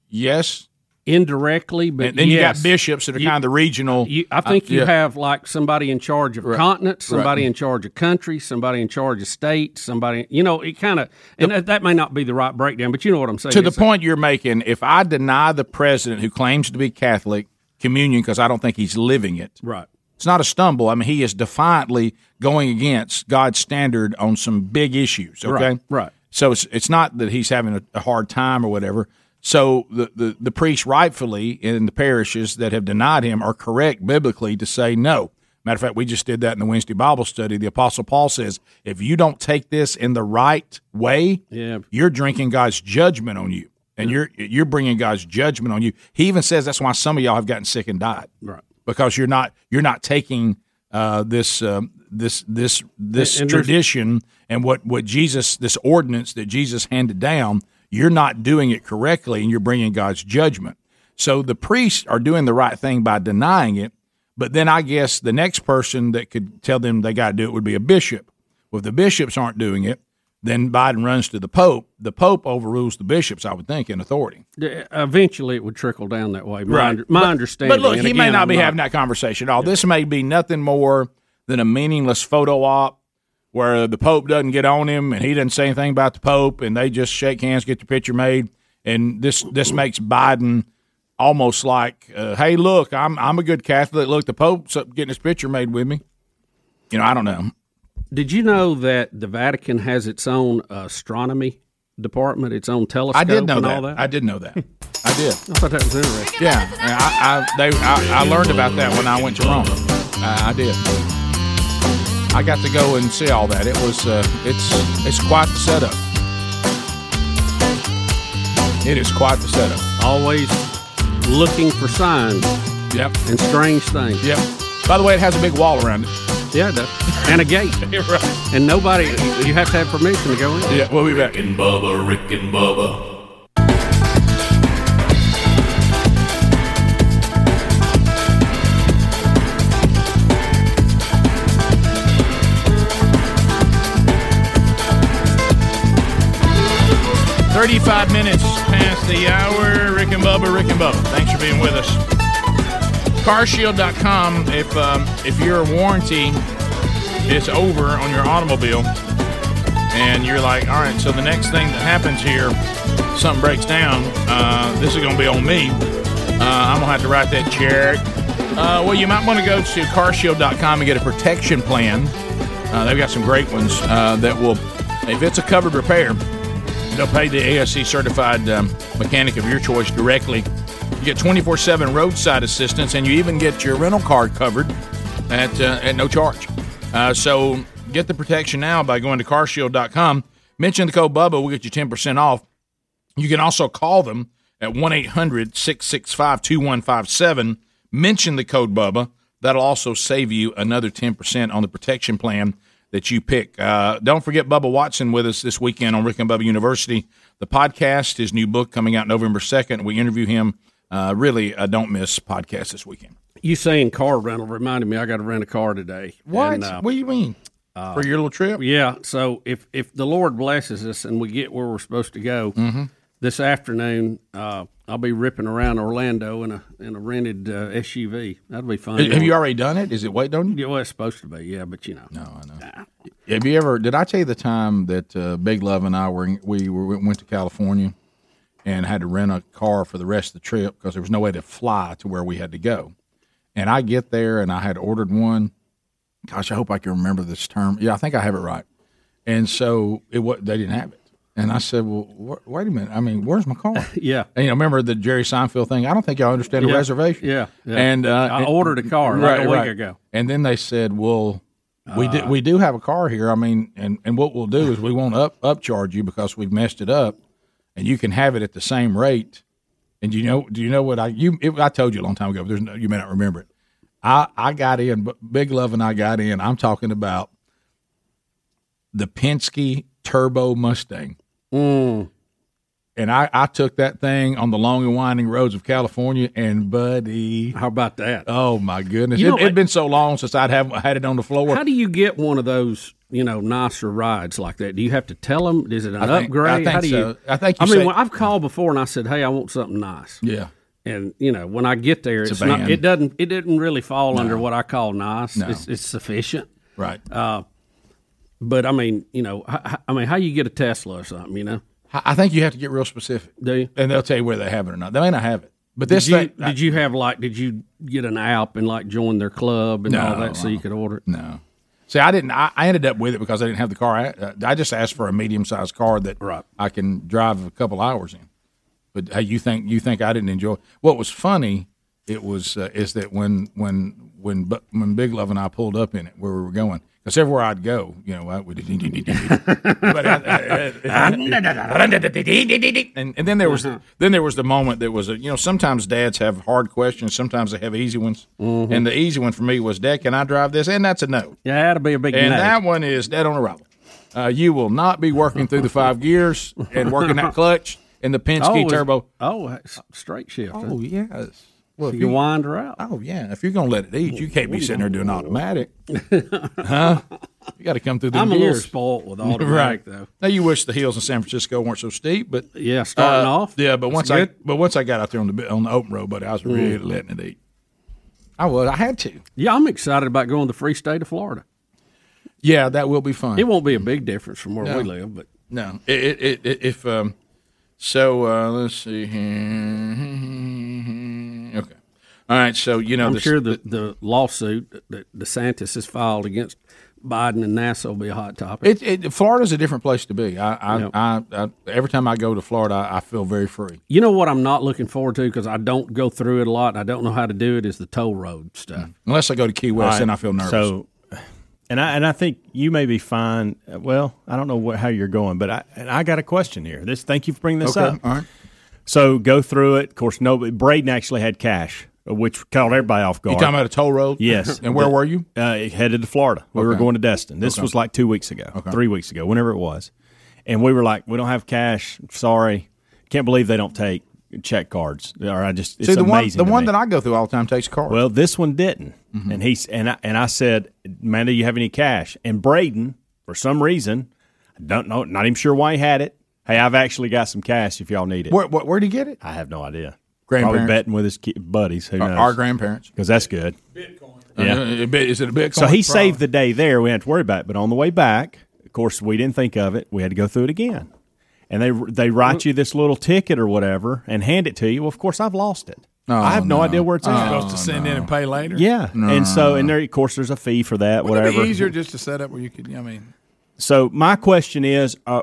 S11: Yes.
S12: Indirectly, but
S11: and then you
S12: yes.
S11: got bishops that are
S12: You-
S11: kind of the regional. uh,
S12: You, I think you
S11: yeah.
S12: have like somebody in charge of continents, somebody
S11: Right.
S12: in charge of countries, somebody in charge of states, somebody, you know, it kind of, and that, that may not be the right breakdown, but you know what I'm saying.
S11: to the
S12: It's-
S11: point you're making, if I deny the president who claims to be Catholic communion because I don't think he's living it,
S12: Right.
S11: it's not a stumble. I mean, he is defiantly going against God's standard on some big issues. Okay,
S12: Right, right.
S11: So it's it's not that he's having a, a hard time or whatever. So the, the the priests rightfully in the parishes that have denied him are correct biblically to say no. Matter of fact, we just did that in the Wednesday Bible study. The Apostle Paul says, if you don't take this in the right way,
S12: Yeah.
S11: you're drinking God's judgment on you, and you're you're bringing God's judgment on you. He even says that's why some of y'all have gotten sick and died,
S12: Right.
S11: Because you're not you're not taking uh, this um, this this this
S12: And- and there's-
S11: tradition and what what Jesus this ordinance that Jesus handed down. You're not doing it correctly, and you're bringing God's judgment. So the priests are doing the right thing by denying it, but then I guess the next person that could tell them they got to do it would be a bishop. Well, if the bishops aren't doing it, Then Biden runs to the Pope. The Pope overrules the bishops, I would think, in authority.
S12: Yeah, Eventually, it would trickle down that way. My,
S11: Right.
S12: under- my
S11: But-
S12: understanding.
S11: But look,
S12: and
S11: he may
S12: again,
S11: not
S12: I'm
S11: be having that conversation at all. This may be nothing more than a meaningless photo op where the Pope doesn't get on him and he doesn't say anything about the Pope and they just shake hands, get the picture made, and this this makes Biden almost like, uh, hey, look, I'm I'm a good Catholic. Look, the Pope's up getting his picture made with me. You know, I don't know.
S12: Did you know that the Vatican has its own astronomy department, its own telescope,
S11: I did know
S12: and
S11: that.
S12: all that?
S11: I did know that. I did.
S12: I thought that was interesting.
S11: Yeah, and I, I, they, I, I learned about that when I went to Rome. I, I did. I got to go and see all that. It was, uh, it's, it's quite the setup. It is quite the setup.
S12: Always looking for signs.
S11: Yep.
S12: And strange things.
S11: Yep. By the way, it has a big wall around it.
S12: Yeah, it does. And a gate.
S11: right.
S12: And nobody, you have to have permission to go in.
S11: Yeah, we'll be back.
S6: Rick and Bubba, Rick and Bubba.
S13: Thirty-five minutes past the hour. Rick and Bubba, Rick and Bubba. Thanks for being with us. CarShield.com. If um, if your warranty is over on your automobile, and you're like, all right, so the next thing that happens here, something breaks down. Uh, this is going to be on me. Uh, I'm gonna have to write that check. Uh, well, you might want to go to CarShield.com and get a protection plan. Uh, they've got some great ones uh, that will, if it's a covered repair, They'll pay the ASC certified um, mechanic of your choice directly. You get 24 7 roadside assistance, and you even get your rental car covered at, uh, at no charge. Uh, so get the protection now by going to carshield.com. Mention the code Bubba, we'll get you 10% off. You can also call them at 1 800 665 2157. Mention the code Bubba. That'll also save you another 10% on the protection plan that you pick. Uh, don't forget Bubba Watson with us this weekend on Rick and Bubba University. The podcast, his new book coming out November 2nd. We interview him. Uh, really, uh, don't miss podcast this weekend.
S12: You saying car rental reminded me I got to rent a car today.
S11: What?
S12: And, uh,
S11: what do you mean? For your little trip?
S12: Yeah. So if if the Lord blesses us and we get where we're supposed to go
S11: Mhm.
S12: this afternoon, uh, I'll be ripping around Orlando in a in a rented uh, SUV. That'll be fun.
S11: Have have you already done it? Is it waiting on you?
S12: Yeah, well, it's supposed to be. Yeah, but you know.
S11: No, I know. Have you ever? Did I tell you the time that uh, Big Love and I were in- we were, went to California and had to rent a car for the rest of the trip because there was no way to fly to where we had to go. And I get there and I had ordered one. Gosh, I hope I can remember this term. Yeah, I think I have it right. And so it wa they didn't have it. And I said, well, wh- wait a minute. I mean, where's my car?
S12: Yeah.
S11: And you know, remember the Jerry Seinfeld thing? I don't think y'all understand a
S12: Yeah.
S11: reservation.
S12: Yeah. Yeah.
S11: And uh,
S12: I ordered a car like a week ago.
S11: And then they said, "Well, we do
S12: Uh.
S11: we do have a car here. I mean, and and what we'll do is we won't up upcharge you because we've messed it up, and you can have it at the same rate." And you know, do you know what I you it, I told you a long time ago? But there's no, you may not remember it. I I got in, but Big Love and I got in. I'm talking about the Penske Turbo Mustang.
S12: Mm.
S11: And I, I took that thing on the long and winding roads of California, and buddy,
S12: how about that?
S11: Oh my goodness!
S12: You
S11: it,
S12: know,
S11: it'd been so long since I'd have had it on the floor.
S12: How do you get one of those, you know, nicer rides like that? Do you have to tell them? Is it an
S11: I think-
S12: upgrade?
S11: I think
S12: How do you?
S11: so. I think you
S12: I mean,
S11: say-
S12: when I've called before and I said, "Hey, I want something nice."
S11: Yeah.
S12: And you know, when I get there,
S11: It's
S12: it's,
S11: a
S12: not.
S11: van.
S12: It doesn't. It didn't really fall
S11: No.
S12: under what I call nice.
S11: No.
S12: It's, it's sufficient.
S11: Right.
S12: Uh, but I mean, you know, I, I mean, how you get a Tesla or something? You know,
S11: I think you have to get real specific.
S12: Do you?
S11: And they'll tell you whether they have it or not. They may not have it, but this
S12: did you,
S11: thing,
S12: did you have like? Did you get an app and like join their club and all
S11: No,
S12: that so you could order it?
S11: No. See, I didn't. I, I ended up with it because I didn't have the car. I, uh, I just asked for a medium sized car that I can drive a couple hours in. But hey, you think you think I didn't enjoy? What was funny? It was uh, is that when when when Bu- when Big Love and I pulled up in it where we were going because everywhere I'd go, you know, I would. but uh, I- I- I- and, and then there was
S12: Mm-hmm.
S11: then there was the moment that was a, you know sometimes dads have hard questions, sometimes they have easy ones, and the easy one for me was, "Dad, can I drive this?" And that's a no.
S12: Mm-hmm. Yeah, that'll be a big.
S11: And
S12: no.
S11: that one is dead on arrival. Uh, you will not be working through the five gears and working that clutch and the Penske
S12: Oh, it's-
S11: turbo.
S12: Oh, it's straight shift.
S11: Oh yes.
S12: So you wind her out.
S11: Oh yeah. If you're gonna let it eat, you can't be sitting there doing automatic, huh? You got to come through the
S12: I'm a little spoilt with automatic, though.
S11: Now you wish the hills in San Francisco weren't so steep, but uh,
S12: yeah, starting off,
S11: yeah. But
S12: that's
S11: once
S12: good.
S11: I but once I got out there on the bi- on the open road, buddy, I was really
S12: Mm.
S11: letting it eat. I was. I had to.
S12: Yeah, I'm excited about going to the free state of Florida.
S11: Yeah, that will be fun.
S12: It won't be a big difference from where
S11: No.
S12: we live, but
S11: No, it, it, it, it if um, so uh, let's see here. Okay, all right. So you know,
S12: I'm
S11: this-
S12: sure the, the lawsuit that DeSantis has filed against Biden and NASA will be a hot topic.
S11: It, it Florida's a different place to be. I I,
S12: Yep.
S11: I, I every time I go to Florida, I, I feel very free.
S12: You know what I'm not looking forward to because I don't go through it a lot and I don't know how to do it is the toll road stuff.
S11: Mm. Unless I go to Key West,
S12: All
S11: then
S12: right.
S11: I feel nervous.
S3: So, and I and I think you may be fine. uh, Well, I don't know what, how you're going, but I and I got a question here. This, thank you for bringing this
S11: Okay,
S3: up.
S11: all right.
S3: So go through it. Of course, no. Braden actually had cash, which caught everybody off guard.
S11: talking about a toll road?
S3: Yes.
S11: And where were you?
S3: Uh, headed to Florida. We were
S11: Okay.
S3: going to Destin. This
S11: Okay.
S3: was like two weeks ago, three weeks ago, whenever it was. And we were like, we don't have cash. Sorry, can't believe they don't take check cards. Or I just it's
S11: See the one
S3: amazing
S11: the
S3: to
S11: one
S3: me.
S11: that I go through all the time takes a Mm-hmm. car.
S3: Well, this one didn't, and he's and I, and I said, "Man, do you have any cash?" And Braden, for some reason, I don't know, not even sure why he had it. Hey, I've actually got some cash if y'all need it.
S11: Where, where where'd he get it?
S3: I have no idea. Probably
S11: Grandparents?
S3: betting with his ki- buddies. Who
S11: Our-
S3: knows?
S11: our grandparents.
S3: because that's good.
S11: Uh, a bit- is it a Bitcoin?
S3: So
S11: Probably.
S3: he saved the day there. We didn't have to worry about it. But on the way back, of course, we didn't think of it. We had to go through it again. And they they
S4: Mm.
S3: write you this little ticket or whatever and hand it to you. Well, of course, I've lost it.
S4: Oh,
S3: I have no, idea where it's at.
S4: supposed to send in and pay later.
S3: Yeah, and so and there of course there's a fee for that.
S4: Wouldn't
S3: whatever.
S4: it be easier just to set up where you could? I mean,
S3: So my question is, uh,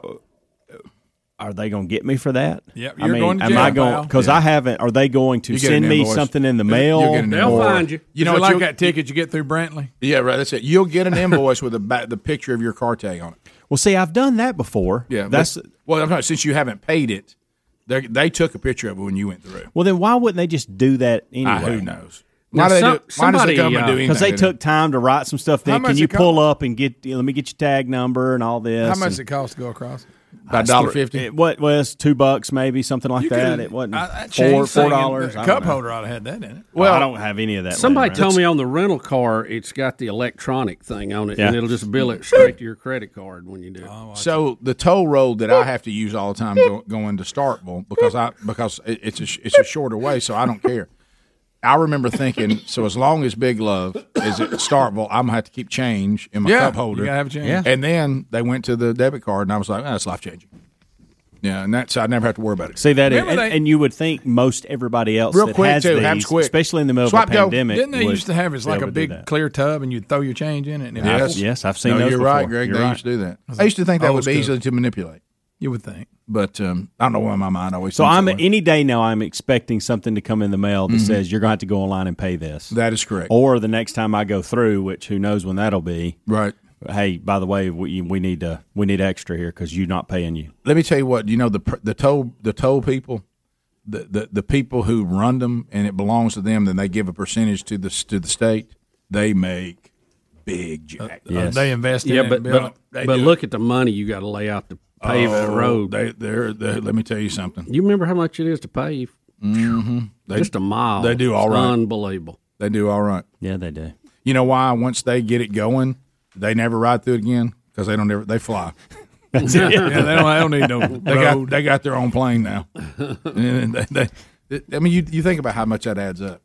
S3: are they going to get me for that?
S4: Yep,
S3: I
S4: you're
S3: mean,
S4: going to
S3: am
S4: jail,
S3: I going
S4: pal.
S3: because I haven't? Are they going to
S4: You get
S3: send
S4: an
S3: me
S4: invoice.
S3: something in the
S4: You'll-
S3: mail?
S4: you'll get an They'll invoice.
S12: find you.
S4: You know
S11: what,
S4: like
S11: you'll-
S4: that ticket you get through Brantley?
S11: Yeah, right. That's it. You'll get an invoice with the ba- the picture of your car tag on it.
S3: Well, see, I've done that before.
S11: Yeah,
S3: that's
S11: but- well. I'm talking since you haven't paid it, they they took a picture of it when you went through.
S3: well. Then why wouldn't they just do that anyway?
S11: Ah, who knows? Why do they do- why does the government
S4: uh,
S11: do
S3: Because they
S11: anything?
S3: took time to write some stuff.
S4: How
S3: Then can
S4: much
S3: you
S4: it co-
S3: pull up and get? Let me get your tag number and all this.
S4: How much
S3: and-
S4: it cost to go across?
S3: It's three- It, what was two bucks maybe something like
S4: You
S3: that?
S4: could've-
S3: It wasn't
S4: I- that
S3: four
S4: changed
S3: four
S4: thing in-
S3: dollars.
S4: the
S3: I don't
S4: cup
S3: know.
S4: holder ought to have that in it.
S3: Well, I don't have any of that.
S12: Somebody
S3: laying around.
S12: told me on the rental car, it's got the electronic thing on it, and
S11: Yeah.
S12: it'll just bill it straight to your credit card when you do. it.
S11: So the toll road that I have to use all the time go, going to Starkville because I because it- it's a sh- it's a shorter way, so I don't care. I remember thinking, so as long as Big Love is at Starkville, I'm gonna have to keep change in my
S4: Yeah,
S11: cup holder.
S4: you gotta have change.
S11: Yeah. And then they went to the debit card, and I was like, "Ah, that's life changing. Yeah, and that's I never have to worry about it.
S3: See that, is-
S4: Remember
S3: and,
S4: they-
S3: and you would think most everybody else
S11: Real
S3: that
S11: quick,
S3: has
S11: too.
S3: these,
S11: Happens quick.
S3: especially in the middle
S11: Swipe
S3: of a
S11: go.
S3: pandemic,
S4: Didn't they
S3: would
S4: used to have it's
S3: be
S4: like
S3: able
S4: a
S3: to do
S4: big
S3: that.
S4: clear tub and you'd throw your change in it? And it
S3: Yes.
S4: rattles?
S3: Yes, I've seen No, those
S11: You're right, Greg.
S3: You're
S11: they
S3: right.
S11: used to do that. I used to think that
S4: Old
S11: would be
S4: school.
S11: easy to manipulate.
S4: You would think.
S11: But um, I don't know why my mind always.
S3: So
S11: thinks
S3: I'm
S11: that way.
S3: any day now. I'm expecting something to come in the mail that
S11: Mhm.
S3: says you're going to have to go online and pay this.
S11: That is correct.
S3: Or the next time I go through, which who knows when that'll be.
S11: Right.
S3: Hey, by the way, we, we need to we need extra here because you're not paying you.
S11: Let me tell you what you know the pr- the toll the toll people, the, the the people who run them and it belongs to them. Then they give a percentage to the s- to the state. They make big
S12: Uh,
S11: jack.
S12: Yes. Yeah, but but, but look at the money you got to lay out to pave that
S11: Oh,
S12: road.
S11: They, they're, they're- let me tell you something.
S12: You remember how much it is to pave?
S11: Mhm. They-
S12: Just a mile.
S11: They do all
S12: It's
S11: right.
S12: Unbelievable.
S11: They do all right.
S3: Yeah, they do.
S11: You know why? Once they get it going, they never ride through it again because they don't ever they fly.
S4: That's it. Yeah, they don't- they don't need no
S11: They got
S4: road.
S11: they got their own plane now. And they- they- I mean, you you think about how much that adds up.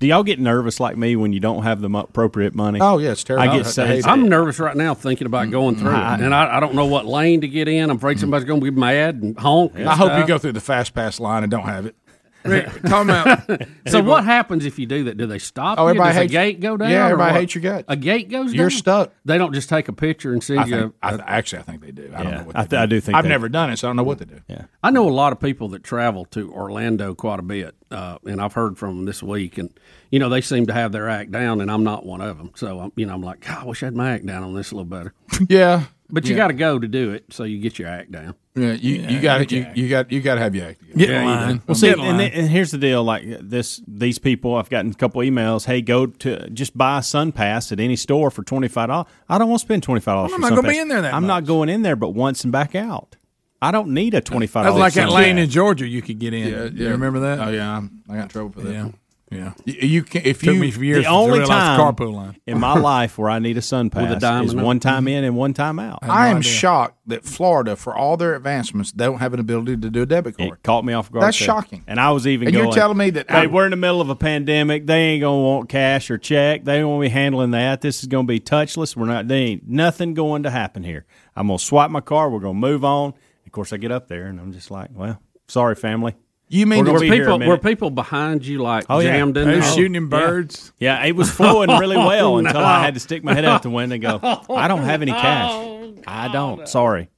S3: Do y'all get nervous like me when you don't have the mo- appropriate money?
S11: Oh, yeah, it's terrible.
S3: I get sad. Mm-hmm.
S12: I'm nervous right now thinking about going through it,
S3: I-
S12: and I, I don't know what lane to get in. I'm
S3: Mm-hmm.
S12: afraid somebody's going to be mad and honk. and
S11: I hope you
S12: stuff.
S11: go through the fast pass line and don't have it.
S12: so what happens if you do that? Do they stop?
S11: Oh,
S12: you?
S11: everybody
S12: Does
S11: hates-
S12: a gate go down?
S11: Yeah,
S12: or
S11: everybody
S12: what?
S11: hates your guts.
S12: A gate goes down.
S11: You're stuck.
S12: They don't just take a picture and send
S11: I
S12: you.
S11: think,
S12: a-
S11: I th- actually, I think they do. I don't know what
S12: I
S11: they
S12: th- I do think
S11: I've
S12: they-
S11: never done it, so I don't know what they do.
S3: Yeah.
S12: I know a lot of people that travel to Orlando quite a bit, uh, and I've heard from them this week, and you know they seem to have their act down, and I'm not one of them. So I'm, you know, I'm like, God, I wish I had my act down on this a little better.
S11: Yeah,
S12: But you
S11: Yeah.
S12: got to go to do it, so you get your act down.
S11: Yeah, you, you got you, you got you got to have your act together.
S12: Yeah, you do.
S3: Well, see, and, th- and here's the deal: like this, these people, I've gotten a couple emails. Hey, go to just buy a Sun Pass at any store for twenty five dollars. I don't want to spend twenty five dollars.
S4: I'm not gonna be in there that
S3: I'm not going in there, but once and back out. I don't need a twenty five
S4: That's
S3: dollars.
S4: like that lane in Georgia you could get in. You remember that?
S11: Oh yeah, I got in trouble for that.
S4: Yeah. Yeah,
S11: you can if
S4: Took
S3: you
S4: me years
S3: the
S4: to
S3: only
S4: realize
S3: time
S4: carpool line.
S3: in my life where I need a sun
S4: With a
S3: pass
S4: dime
S3: is
S4: in it. Mm-hmm.
S3: one time in and one time out.
S11: I, am shocked that Florida, for all their advancements, they don't have an ability to do a debit card.
S3: It caught me off guard.
S11: That's
S3: too.
S11: shocking.
S3: And I was even.
S11: And
S3: going,
S11: you're telling me that
S3: hey, we're in the middle of a pandemic. They ain't gonna want cash or check. They don't want to be handling that. This is gonna be touchless. We're not. They ain't nothing going to happen here. I'm gonna swipe my car. We're gonna move on. Of course, I get up there and I'm just like, well, sorry, family. We're
S12: were
S3: gonna be here a
S12: people
S3: minute.
S12: were people behind you like
S3: Oh, yeah.
S12: jammed in?
S3: They were
S12: there?
S3: shooting him birds. Yeah, it was flowing really well
S12: Oh,
S3: until
S12: no.
S3: I had to stick my head out the window and go,
S12: Oh,
S3: I don't have any cash. I don't. Sorry.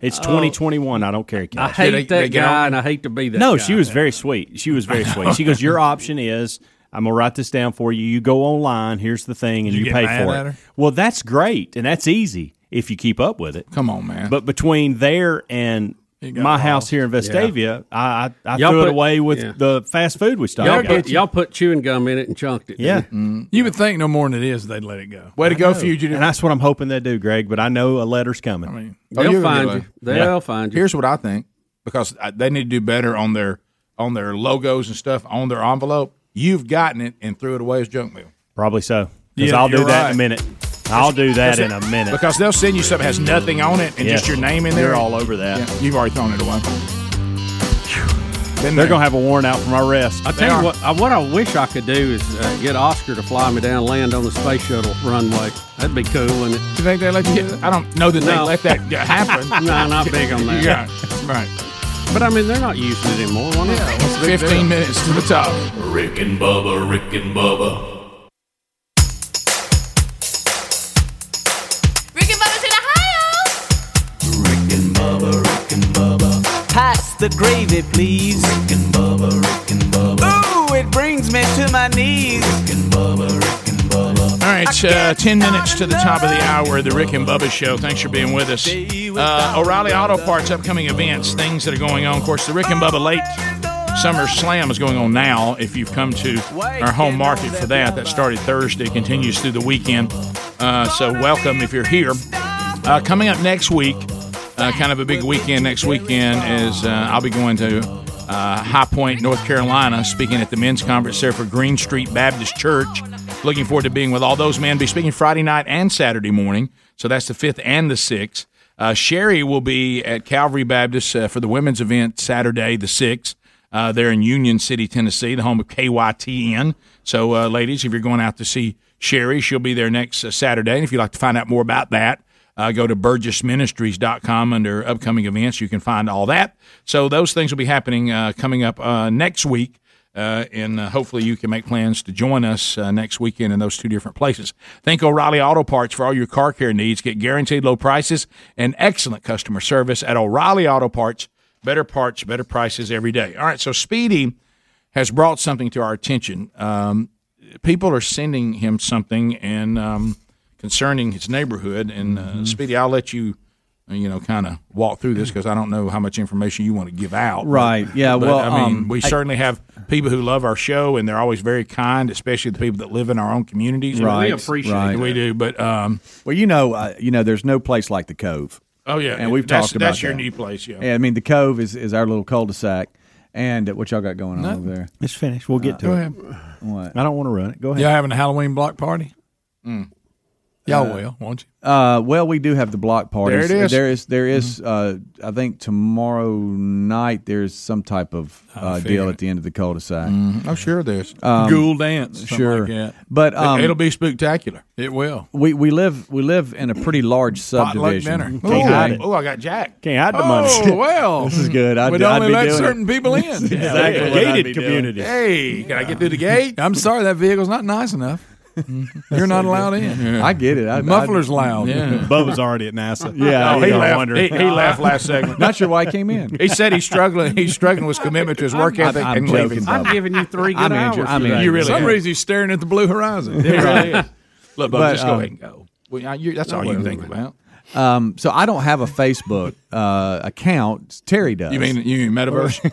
S3: It's
S12: Oh.
S3: 2021. I don't carry cash.
S12: I hate that guy, and I hate to be that.
S3: no,
S12: guy.
S3: she was very sweet. She was very sweet. She goes, Your option is I'm going to write this down for you. You go online. Here's the thing, and
S12: Did you
S3: you,
S12: get
S3: pay
S12: mad
S3: for
S12: at
S3: it.
S12: her?
S3: Well, that's great, and that's easy if you keep up with it.
S11: Come on, man.
S3: But between there and my house here in Vestavia, I, I, I
S12: Y'all
S3: threw
S12: put-
S3: it away with
S12: yeah.
S3: the fast food we stopped.
S12: Y'all
S3: at.
S12: put, y'all put chewing gum in it and chunked it.
S3: Yeah.
S12: didn't you?
S4: Mm. You would think no more than it is they'd let it go.
S3: Way
S4: to go, fugitive.
S3: And that's what I'm hoping they do, Greg. But I know a letter's coming. I mean,
S11: Oh,
S12: They'll find you. They'll
S11: find you. Here's what I think because I, they need to do better on their on their logos and stuff on their envelope. You've gotten it and threw it away as junk mail.
S3: Probably so. Because
S11: Yeah,
S3: I'll do
S11: you're
S3: that
S11: right.
S3: in a minute. I'll do that in a minute.
S11: because they'll send you something that has nothing on it and
S3: Yeah.
S11: just your name in there.
S3: They're all over that.
S11: Yeah, you've already thrown it away.
S3: They're going to have a warrant out for my arrest.
S12: I tell you what, I, what I wish I could do is uh, get Oscar to fly me down, land on the space shuttle runway. That'd be cool, wouldn't it?
S11: Do you think they let you get I don't know that Oh, they let that happen.
S12: no, not big on that.
S11: Yeah, right.
S12: But I mean, they're not using it anymore. Why not?
S11: Fifteen minutes to the top.
S6: Rick and Bubba, Rick and Bubba.
S10: Rick and Bubba's in Ohio.
S18: Pass the gravy, please. Rick and Bubba, Rick and Bubba. Ooh, it brings me to my knees.
S11: All right, uh, 10 minutes to the top of the hour, the Rick and Bubba Show. Thanks for being with us. Uh, O'Reilly Auto Parts, upcoming events, things that are going on. Of course, the Rick and Bubba Late Summer Slam is going on now. If you've come to our home market for that, that started Thursday, continues through the weekend. Uh, so, welcome if you're here. Uh, coming up next week, uh, kind of a big weekend next weekend, is uh, I'll be going to. Uh, High Point, North Carolina, speaking at the men's conference there for Green Street Baptist Church. Looking forward to being with all those men. Be speaking Friday night and Saturday morning. So that's the 5th and the 6th. Uh, Sherry will be at Calvary Baptist uh, for the women's event Saturday, the 6th. Uh, there in Union City, Tennessee, the home of KYTN. So, uh, ladies, if you're going out to see Sherry, she'll be there next uh, Saturday. And if you'd like to find out more about that, uh, go to burgessministries.com under upcoming events. You can find all that. So those things will be happening uh, coming up uh, next week. Uh, and uh, hopefully you can make plans to join us uh, next weekend in those two different places. Thank O'Reilly Auto Parts for all your car care needs. Get guaranteed low prices and excellent customer service at O'Reilly Auto Parts. Better parts, better prices every day. All right, so Speedy has brought something to our attention. Um, people are sending him something and um, concerning his neighborhood. And uh,
S1: Mm-hmm.
S11: Speedy, I'll let you, uh, you know, kind of walk through this because I don't know how much information you want to give out.
S1: Right. Yeah,
S11: But,
S1: well,
S11: I mean,
S1: um,
S11: we
S1: I-
S11: certainly have people who love our show, and they're always very kind, especially the people that live in our own communities.
S1: Right, We appreciate right.
S11: We do, but um,
S1: Well, you know, uh, you know, there's no place like the Cove.
S11: Oh, yeah,
S1: and
S11: yeah.
S1: we've
S11: That's-
S1: talked about
S11: that's your
S1: that.
S11: new place, yeah.
S1: I mean, the Cove is, is our little cul-de-sac, and uh, what y'all got going on
S4: No.
S1: over there?
S3: It's finished. We'll get to
S4: Go
S3: it.
S4: ahead.
S1: What?
S3: I don't want to run it. Go ahead. Mm.
S4: Y'all having a Halloween block party? Y'all
S1: Uh,
S4: will, won't you?
S1: Uh, well, we do have the block parties.
S4: There it is. Mm-hmm.
S1: There is. There is, Uh, I think tomorrow night there's some type of uh, deal
S11: figuring
S1: at the end of the cul-de-sac. Um,
S11: Mhm. Oh, sure, there's
S4: Mm-hmm. Ghoul dance, something
S1: Sure,
S4: like that.
S1: but
S4: It-
S1: um,
S4: it'll
S11: be spectacular.
S4: It will.
S1: We we live we live in a pretty large subdivision.
S4: dinner.
S1: Okay.
S4: Ooh.
S11: Oh, I- oh, I got Jack.
S3: Can't hide
S1: the money.
S4: Oh, well.
S1: This is good. I'd-
S4: We'd
S1: I'd
S4: only
S1: be
S4: let
S1: doing
S4: certain
S1: it.
S4: people in.
S1: This is exactly Yeah. what I'd Gated be doing. community.
S11: Hey, can I get through the gate?
S4: I'm sorry, that vehicle's not nice enough. You're not allowed in.
S1: I get it.
S4: The
S1: I,
S4: muffler's loud.
S3: Bubba's already at NASA.
S1: Yeah,
S11: Oh, he, left, he, he left last segment.
S1: Not sure why he came in.
S11: He said he's struggling. He's struggling with his commitment to his work
S1: I'm-
S11: ethic
S1: I'm
S11: and
S1: joking,
S11: leaving.
S1: Bubba.
S12: giving you three
S1: I'm in. I'm in.
S11: You really
S4: For some
S11: are.
S4: reason, he's staring at the blue horizon.
S11: It really is. Look, Bubba,
S1: But,
S11: just go
S1: um,
S11: ahead and go. Well, now you- that's all you can think about.
S1: Um, so I don't have a Facebook uh, account. Terry does.
S11: You mean you mean metaverse?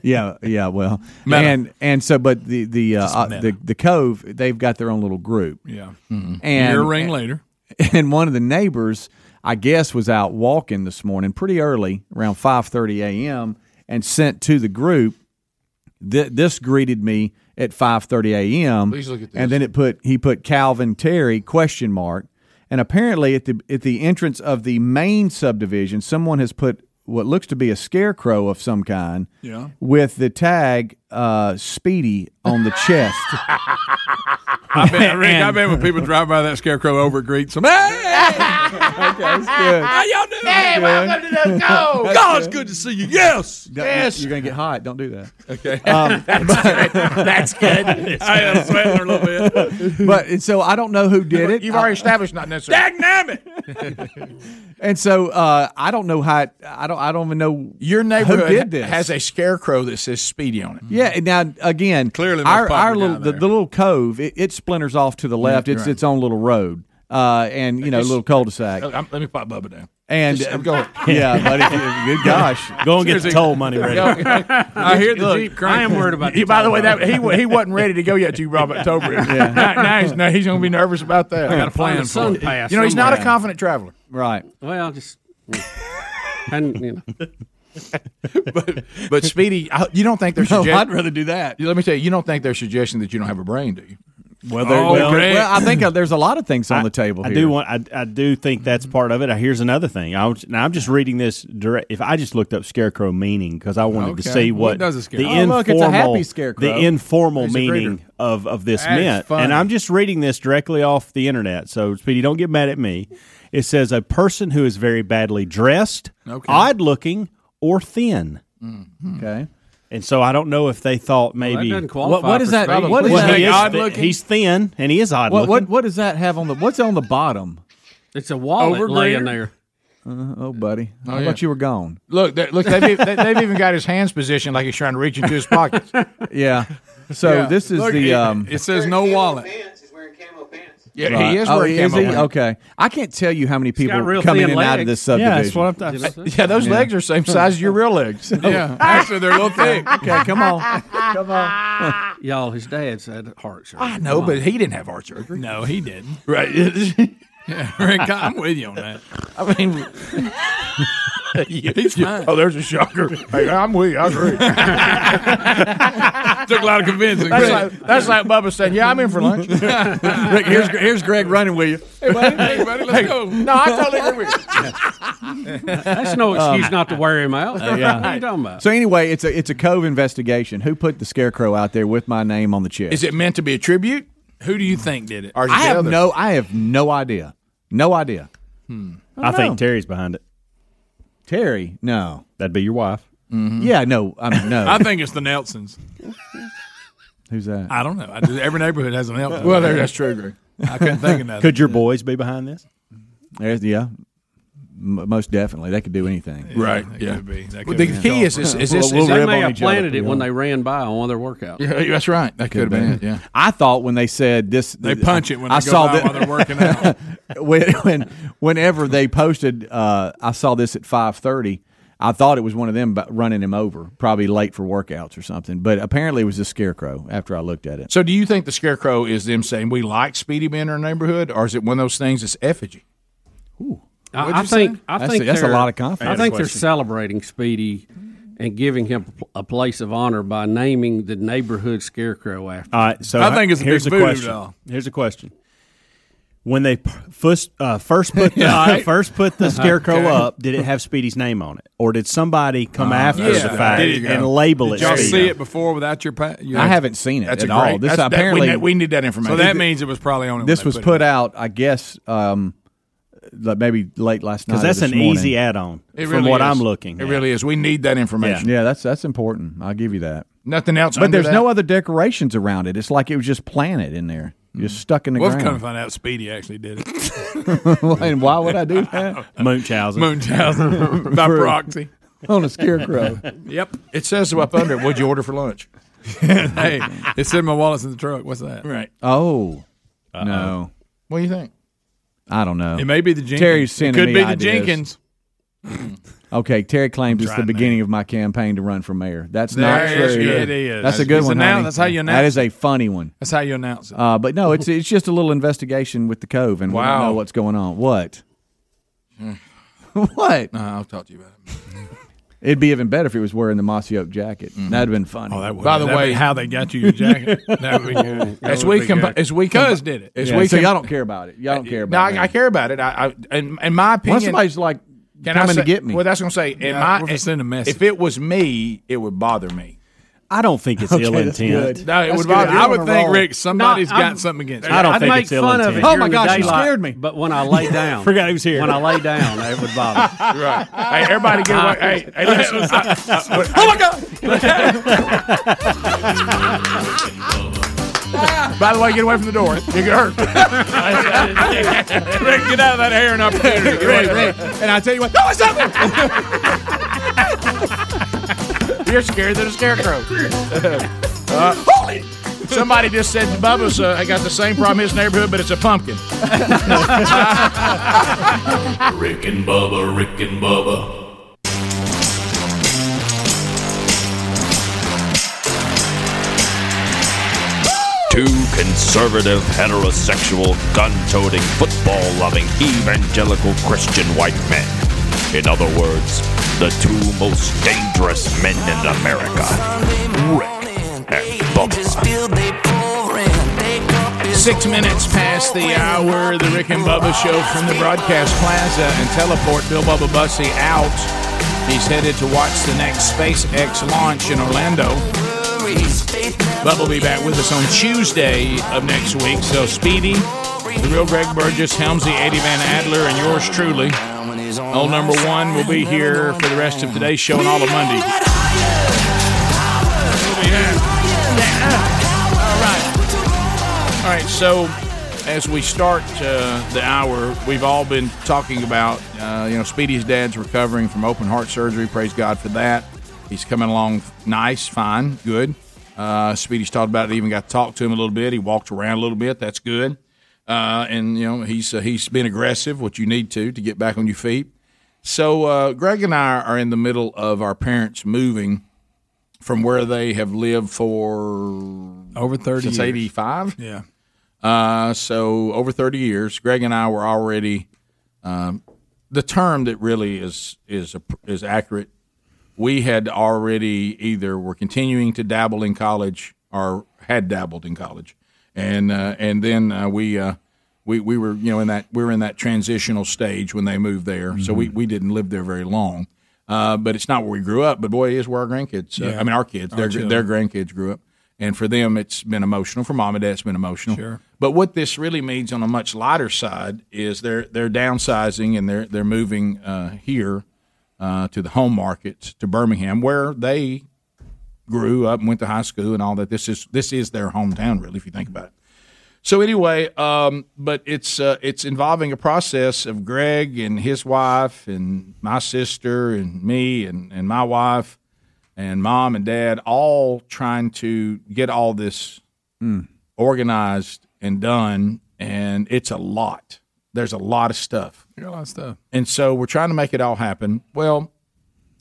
S1: yeah, yeah. Well,
S11: Meta.
S1: and and so, but the the uh,
S11: Just
S1: uh,
S11: meta.
S1: the the Cove, they've got their own little group. Mm-hmm.
S4: Yeah.
S1: and
S4: You're a ringleader.
S1: And one of the neighbors, I guess, was out walking this morning, pretty early, around five thirty a.m., and sent to the group Th- this greeted me at 5:30 a.m.
S13: Please look at
S1: And then it put he put Calvin Terry question mark. And apparently at the at the entrance of the main subdivision, someone has put what looks to be a scarecrow of some kind
S4: Yeah.
S1: with the tag uh, Speedy on the chest.
S4: I bet, Rick, I bet when people drive by that scarecrow over at greet some. Hey,
S1: that's good.
S10: How y'all doing? Hey,
S13: welcome
S10: to the show.
S1: That's
S10: God, it's
S1: good.
S10: good to see you. Yes,
S1: Don't-
S10: yes.
S1: You're going to get hot. Don't do that.
S10: Okay.
S1: Um,
S10: That's
S1: but-
S10: good. That's good. I am sweating a little
S1: bit. But and so I don't know who did it.
S13: You've already established not necessarily.
S1: And so uh, I don't know how. It, I don't. I don't even know
S13: your
S1: who
S11: neighborhood
S1: did this.
S11: has a scarecrow that says Speedy on it.
S1: yeah. and Now again, clearly
S11: most
S1: our
S11: popular
S1: our
S11: down
S1: little the,
S11: there. Mm,
S1: the little cove it, it splinters off to the left.
S11: you're
S1: it's
S11: right.
S1: its own little road, uh, and you know,
S11: It's-
S1: little cul-de-sac.
S11: Oh, I'm- let me pop Bubba down.
S1: And uh,
S11: Just- I'm going.
S1: yeah, buddy. Good gosh,
S11: Go and get the toll money ready.
S13: I hear the Jeep cranking.
S12: I am worried about.
S13: He, by the way, that he wa- he wasn't ready to go yet. You brought up Tober.
S1: Yeah.
S13: now, now he's, now he's going to be nervous about that.
S12: I got a plan for Sun it. pass
S13: You know, he's not a
S12: somewhere.
S13: confident traveler.
S1: Right.
S12: Well, just and you know.
S11: But Speedy, I, you don't think they're
S12: No,
S11: suggest-
S12: I'd rather
S1: do that.
S11: Let me tell you, you don't think they're suggesting that you don't have a brain, do you?
S3: Well, they're- Oh, well- Greg.
S1: well, I think uh, there's a lot of things on the table
S3: I
S1: here.
S3: do want. I, I do think that's part of it. Uh, Here's another thing. I was, now I'm just reading this direct. If I just looked up scarecrow meaning because I wanted to
S1: Okay.
S3: see
S1: What
S3: what,
S1: does a
S3: the
S1: scarecrow- Oh,
S3: informal
S1: look, it's a happy scarecrow.
S3: the informal
S1: He's a
S3: meaning
S1: greeter.
S3: of of this
S1: That's
S3: meant.
S1: funny.
S3: And I'm just reading this directly off the internet. So Speedy, don't get mad at me. It says a person who is very badly dressed,
S1: Okay.
S3: odd looking, or thin.
S1: Okay.
S3: And so I don't know if they thought maybe
S1: doesn't qualify What- what is for that- speedy. what is
S3: Well,
S1: that
S3: he
S1: odd
S3: thi-
S1: looking?
S3: He's thin and he is odd
S1: What,
S3: looking.
S1: what what does that have on the? What's on the bottom?
S12: It's a wallet
S1: Overgrader?
S12: laying there.
S1: Uh, oh, buddy,
S11: Oh,
S1: I
S11: yeah.
S1: thought you were gone.
S11: Look, they, look, they've, e- they, they've even got his hands positioned like he's trying to reach into his pockets.
S1: Yeah. So
S11: Yeah.
S1: this is
S11: Look,
S1: the.
S11: it-
S1: um,
S11: it says no wallet. Yeah,
S1: Right.
S11: he is
S1: Oh,
S11: wearing
S1: is
S11: camo
S1: he?
S11: pants.
S1: Okay, I can't tell you how many people
S11: got real
S1: come in
S11: thin
S1: and out of
S11: legs.
S1: this
S11: Yeah,
S1: subdivision.
S11: that's what I'm talking- You know what I'm Yeah, those saying? legs are same size as your real legs.
S4: Yeah, actually, they're a little thick.
S1: Okay, come on, come on.
S12: Y'all, his dad's had heart surgery.
S11: I know,
S12: Come on.
S11: but he didn't have heart surgery.
S4: No, he didn't.
S11: Right.
S4: yeah, Rick, I'm with you on that.
S11: I mean,
S4: He's fine.
S13: Oh, there's a shocker. Hey, I'm with you. I agree.
S4: Took a lot of convincing.
S13: That's like, that's like Bubba saying, "Yeah, I'm in for lunch."
S4: Rick, here's here's Greg running with you. Hey, buddy, hey, buddy let's go.
S13: No, I totally agree with you.
S12: That's no
S11: Um,
S12: excuse not to wear him out.
S1: Uh,
S12: What are you talking about?
S1: So anyway, it's a it's a Cove investigation. Who put the scarecrow out there with my name on the chest?
S11: Is it meant to be a tribute?
S4: Who do you think did it?
S1: I have no. I have no idea. No idea.
S13: Hmm.
S3: I think Terry's behind it.
S1: Terry, no, Mm-hmm.
S3: that'd be your wife.
S1: Yeah, no, I mean, no.
S4: I think it's the Nelsons.
S1: Who's that?
S4: I don't know. I just, every neighborhood has an Nelson.
S1: Well, there- that's true, Greg.
S4: I couldn't think of nothing.
S3: Could your boys be behind this?
S1: There's, yeah, M- most definitely. They could do anything.
S11: Right,
S4: That could be- that
S11: Well,
S4: could
S11: the
S4: be.
S11: key is, is, is this
S1: We'll-
S11: is
S1: we'll
S11: that-
S1: rib
S12: They
S1: on
S12: have
S1: each other,
S12: planted it
S1: yeah.
S12: when they ran by on one of their workouts.
S11: Yeah, that's right. That could have been it. Yeah.
S1: I thought when they said this, they
S4: punch it when they go by while they're working
S1: out. when, when, whenever they posted, uh, I saw this at five thirty. I thought it was one of them bu- running him over, probably late for workouts or something. But apparently, it was a scarecrow. After I looked at it,
S11: So, do you think the scarecrow is them saying we like Speedy being in our neighborhood, or is it one of those things that's effigy? What'd
S12: I, I
S11: you
S12: think
S11: say?
S12: I
S11: That's
S12: think
S11: a- that's a
S12: they're-
S11: lot of confidence.
S12: I think they're
S11: Question.
S12: celebrating Speedy and giving him a pl- a place of honor by naming the neighborhood scarecrow after.
S3: All right, so here's a question. Here's a question. When they p- first uh, first put the,
S12: All right.
S3: first put the scarecrow
S12: Okay.
S3: up, did it have Speedy's name on it, or did somebody come
S4: Uh,
S3: after
S4: yeah.
S3: the fact
S4: There you go.
S3: and label
S4: Did
S3: it?
S4: y'all
S3: Speedy?
S4: see it before without your? Pa- your
S1: I haven't seen it
S4: That's
S1: at
S4: a
S1: all.
S4: great-
S1: This
S4: that's- that- we
S1: apparently
S4: need- we need
S11: that
S4: So that means it was probably on. it when
S1: This
S4: they
S1: was
S4: put it
S1: put out, I guess, um, like maybe late last night.
S3: Because
S1: or
S3: that's
S1: this
S3: an
S1: morning.
S3: easy add-on
S11: It
S3: from
S11: really
S3: what
S11: is.
S3: I'm looking.
S11: It really is. We need that information.
S1: Yeah, that's that's important. I'll give you that.
S11: Nothing else.
S1: But
S11: under
S1: there's
S11: that?
S1: no other decorations around it. It's like it was just planted in there, just stuck in the
S4: Mm. We'll have to come
S1: ground.
S4: to find out Speedy actually did it.
S1: and why would I do that?
S3: Munchausen.
S4: Munchausen by
S1: For-
S4: proxy.
S1: on a scarecrow.
S4: Yep.
S11: It says up under. What'd you order for lunch?
S4: hey, it said my wallet's in the truck. What's that? Right.
S1: Oh no,
S11: What do you think?
S1: I don't know.
S4: It may be the Jenkins.
S1: Terry's
S4: it
S1: sending
S4: could
S1: me
S4: be the
S1: ideas.
S4: Jenkins.
S1: Okay, Terry claims it's the
S4: trying,
S1: beginning of my campaign to run for mayor. That's not
S4: There is
S1: true.
S4: good. It is.
S1: That's a
S4: It's
S1: good one.
S4: announced-
S1: honey.
S4: that's how you
S1: That
S4: announce
S1: is a funny one.
S4: That's how you announce it.
S1: Uh, but no, it's it's just a little investigation with the cove, and we don't
S4: Wow.
S1: know what's going on. What? what?
S4: Uh,
S11: No, I'll talk to you about it.
S1: It'd be even better if he was wearing the mossy oak jacket. That'd have been funny. Oh, that
S4: By the way, how they got you your jacket? That would be good. That
S11: As we
S4: would be
S11: compa-
S4: good.
S11: as we
S4: Cuz
S11: compa-
S4: did it.
S11: as
S1: Yeah,
S11: we
S1: so
S11: com-
S1: y'all don't care about it. Y'all don't care
S11: No,
S1: about. it.
S11: I, I care about it. I, I in, in my opinion,
S1: somebody's, like,
S11: Can
S1: coming
S11: I
S1: to
S11: say-
S1: get me.
S11: Well, that's what I'm saying. In
S1: Yeah,
S11: my,
S1: we're gonna send a message.
S11: If it was me, it would bother me.
S3: I don't think it's
S11: Okay,
S3: ill
S11: that's
S3: intent.
S11: good. No, it would bother- I would think, Rick, somebody's No, got I'm- something against you.
S3: I don't
S11: I'd
S3: think
S11: make
S3: it's ill
S11: fun of
S3: intent.
S11: it Oh, my during the gosh, you daylight.
S12: scared me. But when I lay down,
S3: Forgot he was here.
S12: When I lay down, it would bother. me.
S11: right. Hey, everybody, get away. hey, hey, listen.
S10: Oh my
S11: God! By the way, get away from the door. You get hurt. Rick, get out of that hair and opportunity. Get away from it. And I tell you what, no, it's not there. You're scarier than a scarecrow. Uh, Holy! Somebody just said Bubba's. Uh, I got the same problem in his neighborhood, but it's a pumpkin.
S6: Rick and Bubba, Rick and Bubba,
S27: Two conservative, heterosexual, gun toting, football loving, evangelical Christian white men. In other words, the two most dangerous men in America Rick and Bubba.
S11: Six minutes past the hour, the Rick and Bubba show from the broadcast plaza and teleport Bill Bubba Bussy out. He's headed to watch the next SpaceX launch in Orlando. Bubba will be back with us on Tuesday of next week. So Speedy, the real Greg Burgess, Helmsy, Eddie Van Adler, and yours truly. Old number one will be here for the rest of today's show and all of Monday. We'll be there. All right, so as we start uh, the hour, we've all been talking about, uh, you know, Speedy's dad's recovering from open heart surgery. Praise God for that. He's coming along nice, fine, good. Uh, Speedy's talked about it, even got to talk to him a little bit. He walked around a little bit. That's good. Uh, and, you know, he's, uh, he's been aggressive, which you need to, to get back on your feet. So, uh, Greg and I are in the middle of our parents moving from where they have lived for
S4: over 30
S11: since
S4: years.
S11: 85.
S4: Yeah.
S11: Uh, so over 30 years, Greg and I were already um, the term that really is is is accurate. We had already either were continuing to dabble in college or had dabbled in college, and uh, and then uh, we uh, we we were you know in that we were in that transitional stage when they moved there. So
S4: Mm-hmm.
S11: we we didn't live there very long. Uh, but it's not where we grew up. But boy, it is where our grandkids. Uh,
S4: Yeah.
S11: I mean, our kids,
S4: Our
S11: their
S4: children.
S11: their grandkids grew up, and for them, it's been emotional. For mom and dad, it's been emotional.
S4: Sure.
S11: But what this really means on a much lighter side is they're they're downsizing and they're they're moving uh, here uh, to the home market to Birmingham, where they grew up and went to high school and all that. This is this is their hometown, really, if you think about it. So anyway, um, but it's uh, it's involving a process of Greg and his wife and my sister and me and, and my wife and mom and dad all trying to get all this organized and done, and it's a lot. There's a lot of stuff,
S4: You got a lot of stuff.
S11: and so we're trying to make it all happen. Well,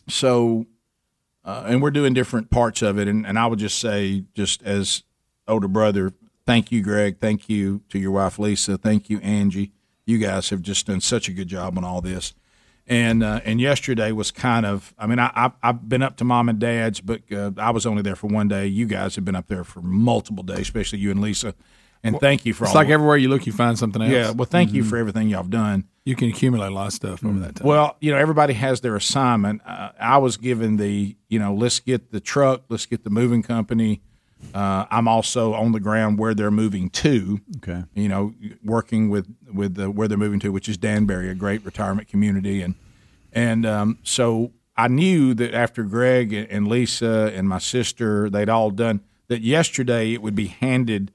S11: so uh, and we're doing different parts of it, and, and I would just say, just as older brother, thank you, Greg. Thank you to your wife, Lisa. Thank you, Angie. You guys have just done such a good job on all this. And uh, and yesterday was kind of I mean I, I I've been up to mom and dad's but uh, I was only there for one day. You guys have been up there for multiple days, especially you and Lisa. And thank you for
S4: It's
S11: all
S4: like everywhere you look, you find something else.
S11: yeah. Well, thank you for everything y'all have done. Mm-hmm.
S4: You can accumulate a lot of stuff over that time.
S11: Well, you know, everybody has their assignment. Uh, I was given the, you know, let's get the truck, let's get the moving company. Uh, I'm also on the ground where they're moving to.
S1: Okay.
S11: You know, working with with the, where they're moving to, which is Danbury, a great retirement community, and and um, so I knew that after Greg and Lisa and my sister, they'd all done that. Yesterday, it would be handed.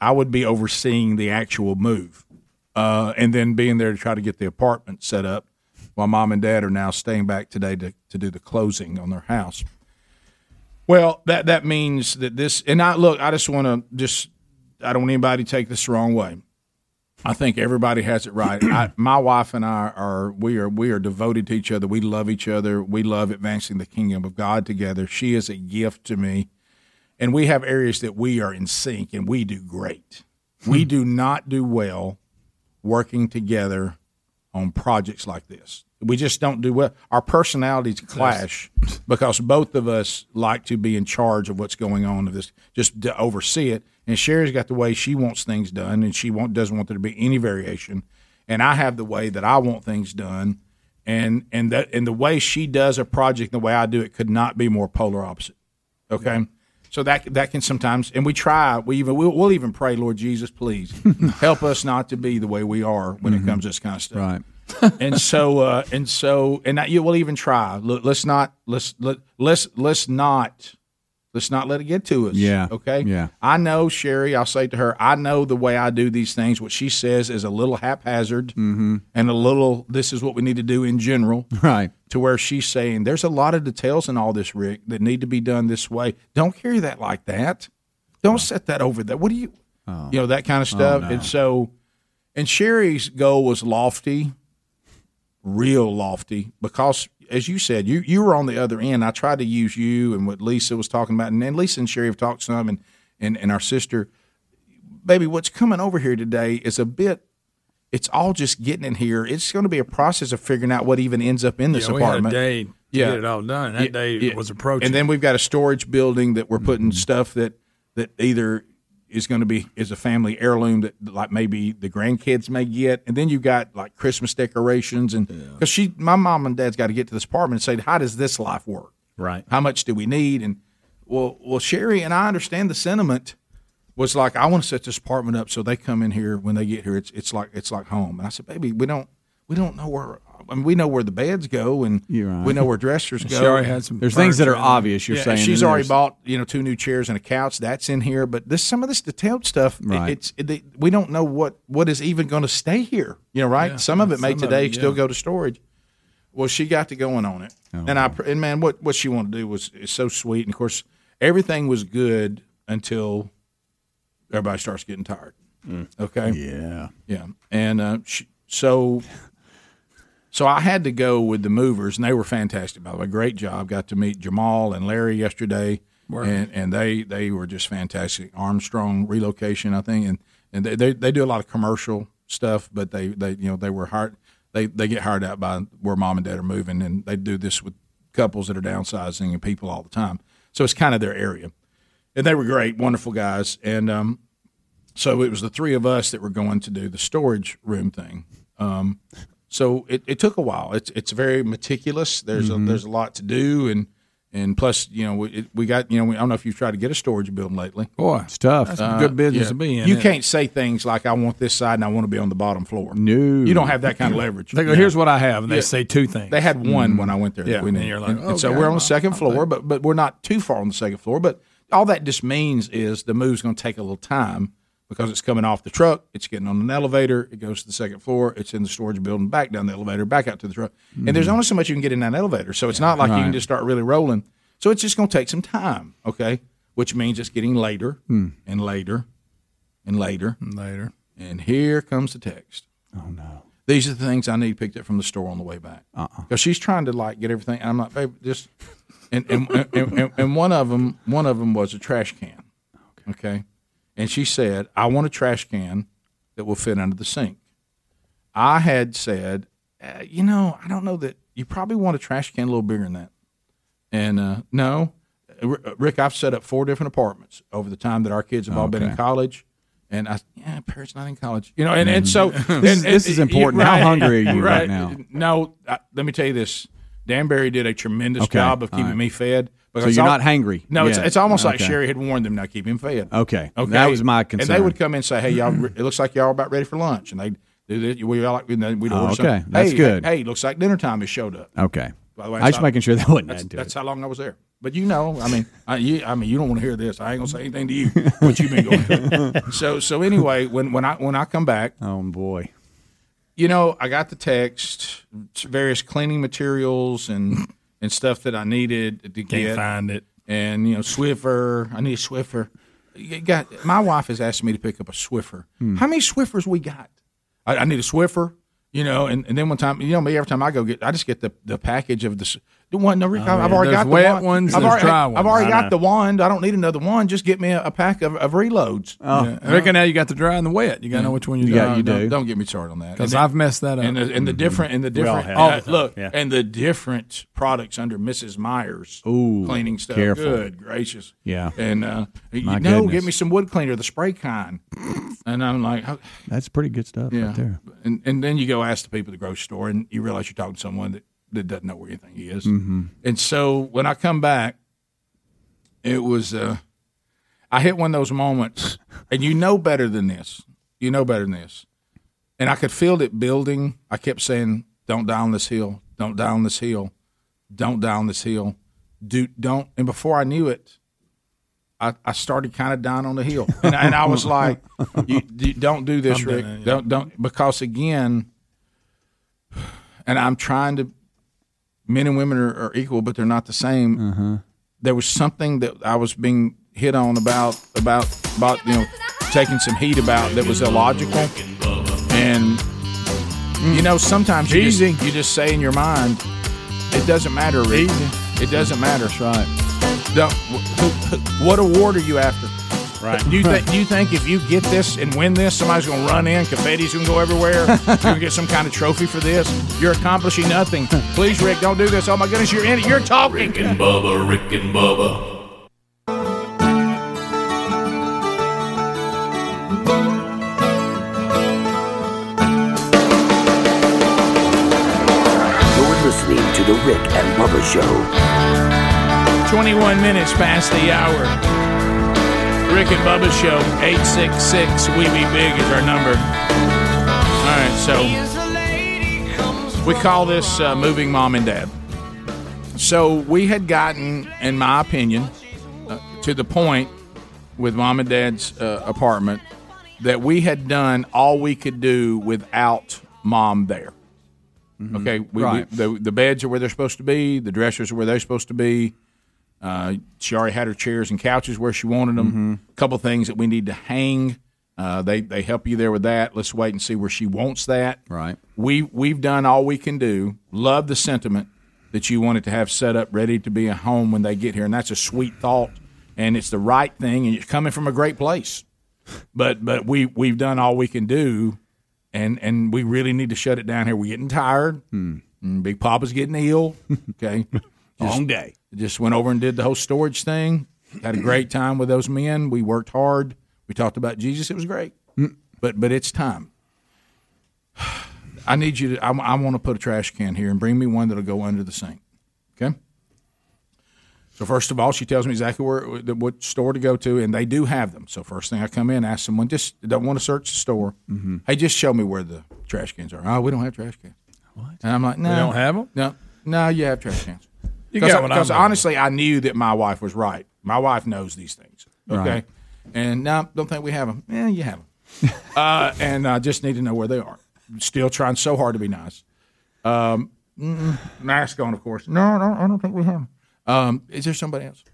S11: I would be overseeing the actual move, uh, and then being there to try to get the apartment set up. While mom and dad are now staying back today to, to do the closing on their house. Well, that that means that this and I look. I just want to just. I don't want anybody to take this the wrong way. I think everybody has it right. I, my wife and I are we are we are devoted to each other. We love each other. We love advancing the kingdom of God together. She is a gift to me, and we have areas that we are in sync, and we do great. we do not do well working together on projects like this. we just don't do well. Our personalities clash because both of us like to be in charge of what's going on of this, just to oversee it. And Sherry's got the way she wants things done, and she want, doesn't want there to be any variation. And I have the way that I want things done, and and that and the way she does a project, and the way I do it, could not be more polar opposite. Okay. So that that can sometimes, and we try. We even we'll, we'll even pray, Lord Jesus, please help us not to be the way we are when
S4: Mm-hmm.
S11: it comes to this kind of stuff. Mm-hmm. Right. and so uh, and so and that you will even try. Let, let's not let's let, let's let's not let's not let it get to us.
S1: Yeah.
S11: Okay.
S1: Yeah.
S11: I know Sherry. I'll say to her, I know the way I do these things. What she says is a little haphazard
S1: Mm-hmm.
S11: and a little. This is what we need to do in general.
S1: Right.
S11: To where she's saying there's a lot of details in all this, Rick, that need to be done this way. Don't carry that like that. Don't set that over that. What do you? You know that kind of
S1: Oh,
S11: stuff.
S1: no.
S11: And so, and Sherry's goal was lofty real lofty because, as you said, you you were on the other end. I tried to use you and what Lisa was talking about, and then Lisa and Sherry have talked some, and and and our sister, baby, what's coming over here today is a bit. It's all just getting in here. It's going to be a process of figuring out what even ends up in this
S4: yeah, we had a
S11: apartment.
S4: day to get it all done. That
S11: Yeah,
S4: day
S11: yeah.
S4: was approaching.
S11: And then we've got a storage building that we're putting stuff that that either is going to be is a family heirloom that like maybe the grandkids may get, and then you've got like Christmas decorations and because she, my mom and dad's got to get to this apartment and say, how does this life work?
S12: Right.
S11: How much do we need? And well, well, Sherry and I understand the sentiment was like, I want to set this apartment up so they come in here when they get here. It's it's like it's like home. And I said, baby, we don't we don't know where. I mean, we know where the beds go, and we know where dressers go.
S4: She already had some
S1: There's things that are obvious. You're
S11: Yeah,
S1: saying
S11: she's
S1: and
S11: already
S1: there's-
S11: bought you know two new chairs and a couch. That's in here, but this some of this detailed stuff. it-
S1: Right.
S11: it's it, we don't know what what is even going to stay here. You know, right?
S1: Yeah,
S11: some of it may
S1: some of
S11: today
S1: it,
S11: still
S1: yeah. Oh.
S11: go to storage. Well, she got to going on it, and I pr- and man, what what she wanted to do was is so sweet. And of course, everything was good until everybody starts getting tired. Okay.
S1: Mm. Yeah.
S11: Yeah, and uh, sh so so I had to go with the movers, and they were fantastic. By the way, great job. Got to meet Jamal and Larry yesterday,
S4: Word.
S11: and and they they were just fantastic. Armstrong relocation, I think, and and they they, they do a lot of commercial stuff, but they they you know they were hired. They, they get hired out by where mom and dad are moving, and they do this with couples that are downsizing and people all the time. So it's kind of their area and they were great, wonderful guys. And um, so it was the three of us that were going to do the storage room thing. Um, so it, it took a while. It's it's very meticulous. There's
S4: Mm-hmm.
S1: Mhm.
S11: a, there's a lot to do, and and plus you know we, it, we got you know we, I don't know if you've tried to get a storage building lately. Uh,
S4: Boy, it's tough. That's some good business to be in,
S11: You
S4: isn't it?
S11: can't say things like I want this side and I want to be on the bottom floor.
S1: No,
S11: you don't have that kind of leverage.
S4: They go,
S11: No.
S4: here's what I have, and they
S11: Yeah.
S4: say two things.
S11: They had one when I went there.
S4: Yeah,
S11: that we knew.
S4: and you're like,
S11: Uh, and, and so
S4: okay,
S11: we're on
S4: well,
S11: the second floor, but but we're not too far on the second floor. But all that just means is the move's going to take a little time because it's coming off the truck, it's getting on an elevator, it goes to the second floor, it's in the storage building, back down the elevator, back out to the truck, and there's
S1: Mhm.
S11: only so much you can get in that elevator. So it's not like you
S1: Right.
S11: can just start really rolling. So it's just going to take some time, okay? Which means it's getting later
S1: Hmm.
S11: and later and later and later. And here comes the text. Oh no. These are the things I need picked up from the store on the way back. Because she's trying to like get everything. I'm like, babe, just and and, and, and and one of them one of them was a trash can. Okay. And she said, I want a trash can that will fit under the sink. I had said, uh, you know, I don't know that you probably want a trash can a little bigger than that. And uh, no, R- Rick, I've set up four different apartments over the time that our kids have all been in
S1: Okay.
S11: college. And I, yeah, Paris not in college, you know, and, and
S1: Mhm.
S11: so
S1: This
S11: and-
S1: is-
S11: and-
S1: this is important. How hungry are you right now?
S11: No, I, let me tell you this. Danbury did a tremendous
S1: Okay,
S11: job of
S1: all
S11: keeping
S1: right.
S11: me fed.
S1: So you're not hangry
S11: No, it's,
S1: yet.
S11: it's almost like
S1: Okay.
S11: Sherry had warned them not keep him fed.
S1: Okay. That was my
S11: And
S1: concern.
S11: they would come in and say, "Hey, y'all, it looks like y'all about ready for lunch," and they do this. We all like we'd order
S1: Oh, okay.
S11: something.
S1: That's
S11: hey,
S1: good.
S11: Hey, looks like dinner time has showed up.
S1: Okay.
S11: By the way,
S1: I was
S11: so-
S1: making sure that wasn't
S11: that's,
S1: added to
S11: that's how long I was there. But you know, I mean, I, you, I mean, you don't want to hear this. I ain't gonna say anything to you. What you've been going through. so, so anyway, when when I when I come back,
S1: oh boy,
S11: you know, I got the text, various cleaning materials and and stuff that I needed to
S4: Can't
S11: get.
S4: find it.
S11: And you know, Swiffer. I need a Swiffer. You got my wife has asked me to pick up a Swiffer.
S1: Hmm.
S11: How many Swiffers we got? I, I need a Swiffer. You know, and, and then one time, you know, me every time I go get, I just get the, the package of the s- The one, no, Rick,
S4: Oh,
S11: I've- I've
S4: man,
S11: already
S4: there's
S11: got
S4: wet
S11: the wand.
S4: ones,
S11: I've
S4: there's
S11: already,
S4: dry
S11: I've
S4: ones.
S11: already
S4: I
S11: got
S4: know.
S11: the wand. I don't need another one. Just get me a, a pack of, of reloads.
S4: Oh. Yeah. I reckon now you got the dry and the wet. You got to know which one you
S11: Oh. Yeah,
S4: do.
S11: you do. Mm-hmm. Don't- don't get me started on that.
S4: Because
S11: And
S4: I've messed that up.
S11: And the, and the different and the
S4: Mm-hmm. We all
S11: different
S4: have.
S11: oh,
S4: All the time.
S11: look
S4: Yeah.
S11: and the different products under Mrs. Myers
S1: Ooh,
S11: cleaning stuff.
S1: careful.
S11: Good gracious.
S1: Yeah.
S11: And uh, you
S1: My
S11: know,
S1: goodness.
S11: give me some wood cleaner, the spray kind. and I'm like, oh,
S1: That's pretty good stuff
S11: yeah.
S1: right there.
S11: And and then you go ask the people at the grocery store, and you realize you're talking to someone that, that doesn't know where anything is.
S1: Mhm.
S11: Mm-hmm. And so when I come back, it was uh, I hit one of those moments, and you know better than this. You know better than this. And I could feel it building. I kept saying, "Don't down this hill. Don't down this hill. Don't down this hill. Do don't." And before I knew it, I, I started kind of down on the hill, and, and I was like, you, you "Don't do this,
S13: I'm doing
S11: Rick.
S13: that, yeah.
S11: Don't don't." Because again, and I'm trying to. Men and women are, are equal, but they're not the same. There was something that I was being hit on about about about you know taking some heat about that was illogical, and you know sometimes you just, you just say in your mind, it doesn't matter, Rick. It doesn't matter. That's
S1: right.
S11: Don't, wh- wh- what award are you after?
S1: Right.
S11: Do you, think do you think if you get this and win this, somebody's going to run in, confetti's going to go everywhere, you're going to get some kind of trophy for this? You're accomplishing nothing. Please, Rick, don't do this. Oh my goodness, you're in it. You're talking.
S6: Rick and Bubba, Rick and Bubba.
S19: You're listening to The Rick and Bubba Show.
S11: 21 minutes past the hour. Rick and Bubba Show, 866 We Be Big is our number. All right, so we call this uh, Moving Mom and Dad. So we had gotten, in my opinion, uh, to the point with Mom and Dad's uh, apartment that we had done all we could do without Mom there. Okay, we,
S13: Right.
S11: we, the, the beds are where they're supposed to be. The dressers are where they're supposed to be. Uh, she already had her chairs and couches where she wanted them. A couple things that we need to hang. Uh, they they help you there with that. Let's wait and see where she wants that.
S1: Right.
S11: We we've done all we can do. Love the sentiment that you wanted to have set up ready to be a home when they get here, and that's a sweet thought, and it's the right thing, and it's coming from a great place. But but we we've done all we can do, and and we really need to shut it down here. We're getting tired.
S4: Hmm.
S11: Mm, Big Papa's getting ill. Okay. Long day. Just went over and did the whole storage thing. Had a great time with those men. We worked hard. We talked about Jesus. It was great. But but it's time. I need you to. I, I want to put a trash can here and bring me one that'll go under the sink. Okay. So first of all, she tells me exactly where what store to go to, and they do have them. So first thing I come in, ask someone just don't want to search the store. Mm-hmm. Hey, just show me where the trash cans are. Oh, we don't have trash cans. What? And I'm like,
S4: We
S11: no,
S4: don't have
S11: them. No, no, you have trash cans.
S4: You
S11: Because-
S4: got what I'm
S11: because
S4: doing.
S11: honestly, I knew that my wife was right. My wife knows these things. Okay,
S13: Right.
S11: and no, don't think we have them. Yeah, you have them uh, and I just need to know where they are. Still trying so hard to be nice. Um, mm, mask on, of course. No, no, I don't think we have. Um, is there somebody else?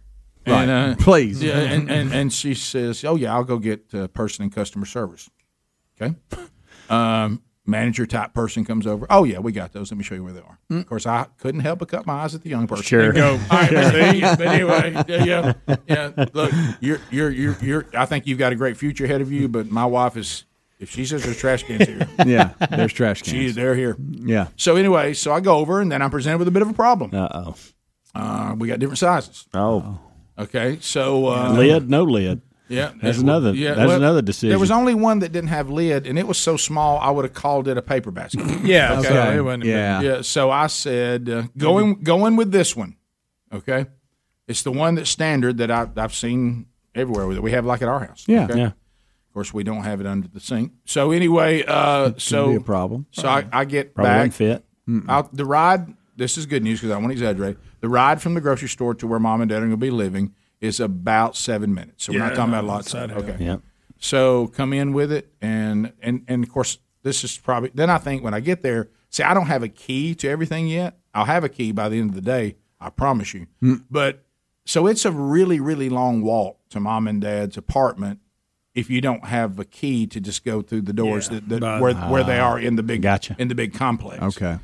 S13: Right. Please.
S11: uh, Yeah, and, and, and she says, "Oh yeah, I'll go get uh, person in customer service." Okay. Um, manager type person comes over. Oh yeah, we got those. Let me show you where they are. Of course, I couldn't help but cut my eyes at the young person.
S13: Sure.
S11: And go, All right,
S13: Sure.
S11: see? but anyway, yeah, yeah, yeah. Look, you're, you're, you're, you're. I think you've got a great future ahead of you. But my wife is. If she says there's trash cans here,
S1: Yeah, there's trash cans.
S11: She's they're here.
S1: Yeah.
S11: So anyway, so I go over and then I'm presented with a bit of a problem.
S1: Uh-oh.
S11: Uh, we got different sizes.
S3: Oh.
S11: Okay, so uh,
S3: lid, no lid.
S11: Yeah,
S3: That's
S11: it-
S3: another.
S11: yeah,
S3: that's
S11: well,
S3: another decision.
S11: There was only one that didn't have lid, and it was so small I would have called it a paper basket.
S4: Yeah, so it wasn't a
S11: yeah.
S4: big-
S11: yeah. So I said, uh, going going with this one. Okay, it's the one that's standard that I, I've seen everywhere with it. We have like at our house.
S1: Yeah.
S11: okay?
S1: Yeah.
S11: Of course, we don't have it under the sink. So anyway, uh, so
S1: be a problem.
S11: So I, I get
S1: Probably
S11: back
S1: wouldn't fit.
S11: out the ride. This is good news because I don't want to exaggerate. The ride from the grocery store to where mom and dad are going to be living is about seven minutes. So we're not
S13: Yeah,
S11: talking about a lot.
S13: outside
S11: Side.
S13: of
S11: Okay.
S13: it. Yeah.
S11: So come in with it, and and and of course this is probably. Then I think when I get there, see, I don't have a key to everything yet. I'll have a key by the end of the day. I promise you.
S13: Hmm.
S11: But so it's a really really long walk to mom and dad's apartment if you don't have a key to just go through the doors that, that
S13: But-
S11: where where they
S13: Ah,
S11: are in the big in the big complex
S1: Okay.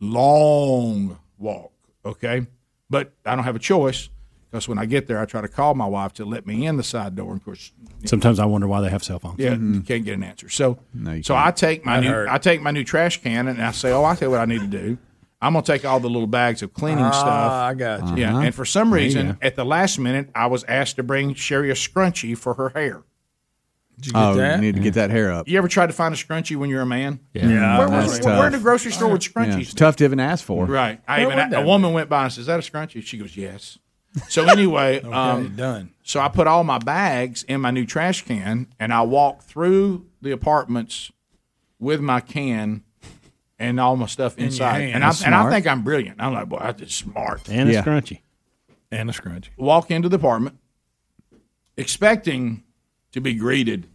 S11: long walk. Okay. But I don't have a choice because when I get there, I try to call my wife to let me in the side door. And of course,
S28: Sometimes I wonder why they have cell phones.
S11: yeah, you can't get an answer. So, so I take my
S28: That
S11: new
S28: hurt.
S11: I take my new trash can and I say, oh, I tell you what I need to do. I'm gonna take all the little bags of cleaning
S4: Ah,
S11: stuff.
S4: I got you.
S11: Yeah,
S4: Uh-huh.
S11: and for some
S4: There you
S11: reason,
S4: go.
S11: at the last minute, I was asked to bring Sherry a scrunchie for her hair.
S1: Did you oh, you need to get that hair up.
S11: You ever tried to find a scrunchie when you're a man?
S1: Yeah. Yeah,
S11: where, where,
S1: that's
S11: where- where in the
S1: tough.
S11: grocery store would
S1: Yeah,
S11: scrunchies?
S1: it's tough to even ask for.
S11: Right. I
S1: Where
S11: even,
S1: would
S11: a
S1: that
S11: woman went by and says, "Is that a scrunchie?" She goes, "Yes." So anyway, um, done. So I put all my bags in my new trash can, and I walked through the apartments with my can and all my stuff
S4: In your
S11: inside.
S4: hand.
S11: and I
S4: That's
S11: and I
S4: smart.
S11: think I'm brilliant. I'm like, boy, I just smart
S4: And a Yeah.
S28: scrunchie.
S4: And a scrunchie.
S11: walk into the apartment expecting to be greeted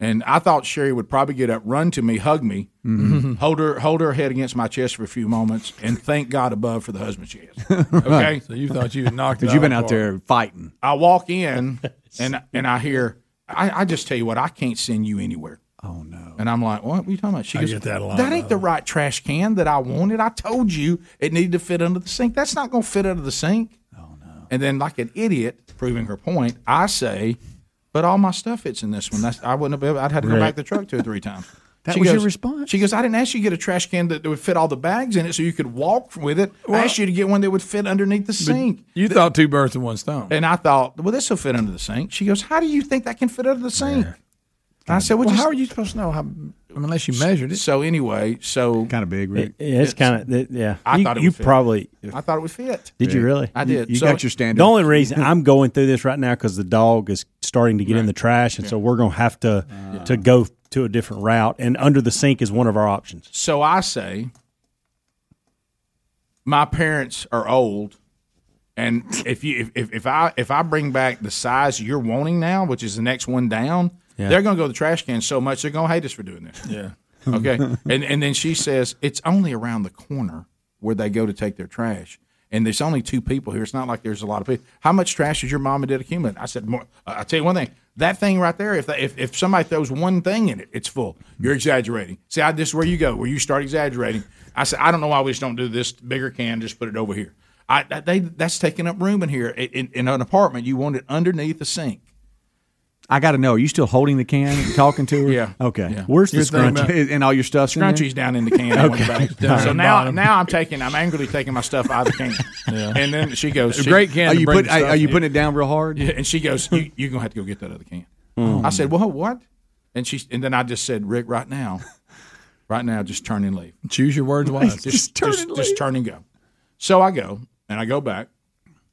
S11: and i thought sherry would probably get up run to me hug me
S1: Mhm.
S11: hold her hold her head against my chest for a few moments and thank god above for the husband she has okay
S4: So you thought you had knocked it
S1: Because you've been out there fighting.
S11: i walk in and and i hear I, I just tell you what i can't send you anywhere oh no and i'm like what, what are you talking about she
S4: I
S11: goes
S4: get that a lot,
S11: that ain't the right trash can that i wanted i told you it needed to fit under the sink that's not going to fit under the sink
S1: Oh,
S11: and then, like an idiot, proving her point, I say, "But all my stuff fits in this one. That's, I wouldn't have been. able- I'd had to go
S1: Right.
S11: back to the truck two or three times."
S1: That was your
S11: response. She goes, "I didn't ask you to get a trash can that, that would fit all the bags in it, so you could walk with it. I asked you to get one that would fit underneath the sink."
S4: You thought two birds and one stone.
S11: And I thought, "Well, this will fit under the sink." She goes, "How do you think that can fit under the sink?" And I said, "Well,
S4: Well,
S11: just,
S4: how are you supposed to know? How, I mean, unless you measured it.
S11: So anyway, so
S1: kind of big,
S11: Rick.
S3: Yeah, it's kind of that- yeah.
S11: I
S3: you,
S11: thought it
S3: you
S11: would fit.
S3: probably
S11: I thought it would fit.
S3: did. You really?
S11: I did.
S3: You,
S11: So-
S3: The only reason I'm going through this right now because the dog is starting to get in the trash, and so we're gonna have to to go to a different route. And under the sink is one of our options.
S11: So I say, my parents are old, and if you if, if, if I if I bring back the size you're wanting now, which is the next one down,
S4: Yeah.
S11: they're going to go to the trash can so much they're going to hate us for doing this.
S4: Yeah.
S11: Okay, and and then she says it's only around the corner where they go to take their trash. And there's only two people here. It's not like there's a lot of people. How much trash did your mom and dad accumulate? I said, more. I I tell you one thing. That thing right there, if, they, if if somebody throws one thing in it, it's full. You're exaggerating. See, I, this is where you go, where you start exaggerating. I said, I don't know why we just don't do this bigger can. Just put it over here. I, I they that's taking up room in here in, in, in an apartment. You want it underneath the sink.
S1: I got to know. Are you still holding the can, and talking to her? yeah. Okay.
S11: Where's the You're thinking scrunchie? about-
S1: and all your stuff?
S11: Scrunchies down in the can. and one
S1: okay.
S11: back. So now, now I'm taking, I'm angrily taking my stuff out of the can. And then she goes, she-
S1: Are you, put, are, are you putting it down real hard?
S11: Yeah, and she goes, you, "You're gonna have to go get that other can."
S1: Mm.
S11: I said, "Well, what?" And she, and then I just said, "Rick, right now, right now, just turn and leave.
S4: Choose your words wisely.
S11: Just, just, turn, just, turn and go." So I go and I go back,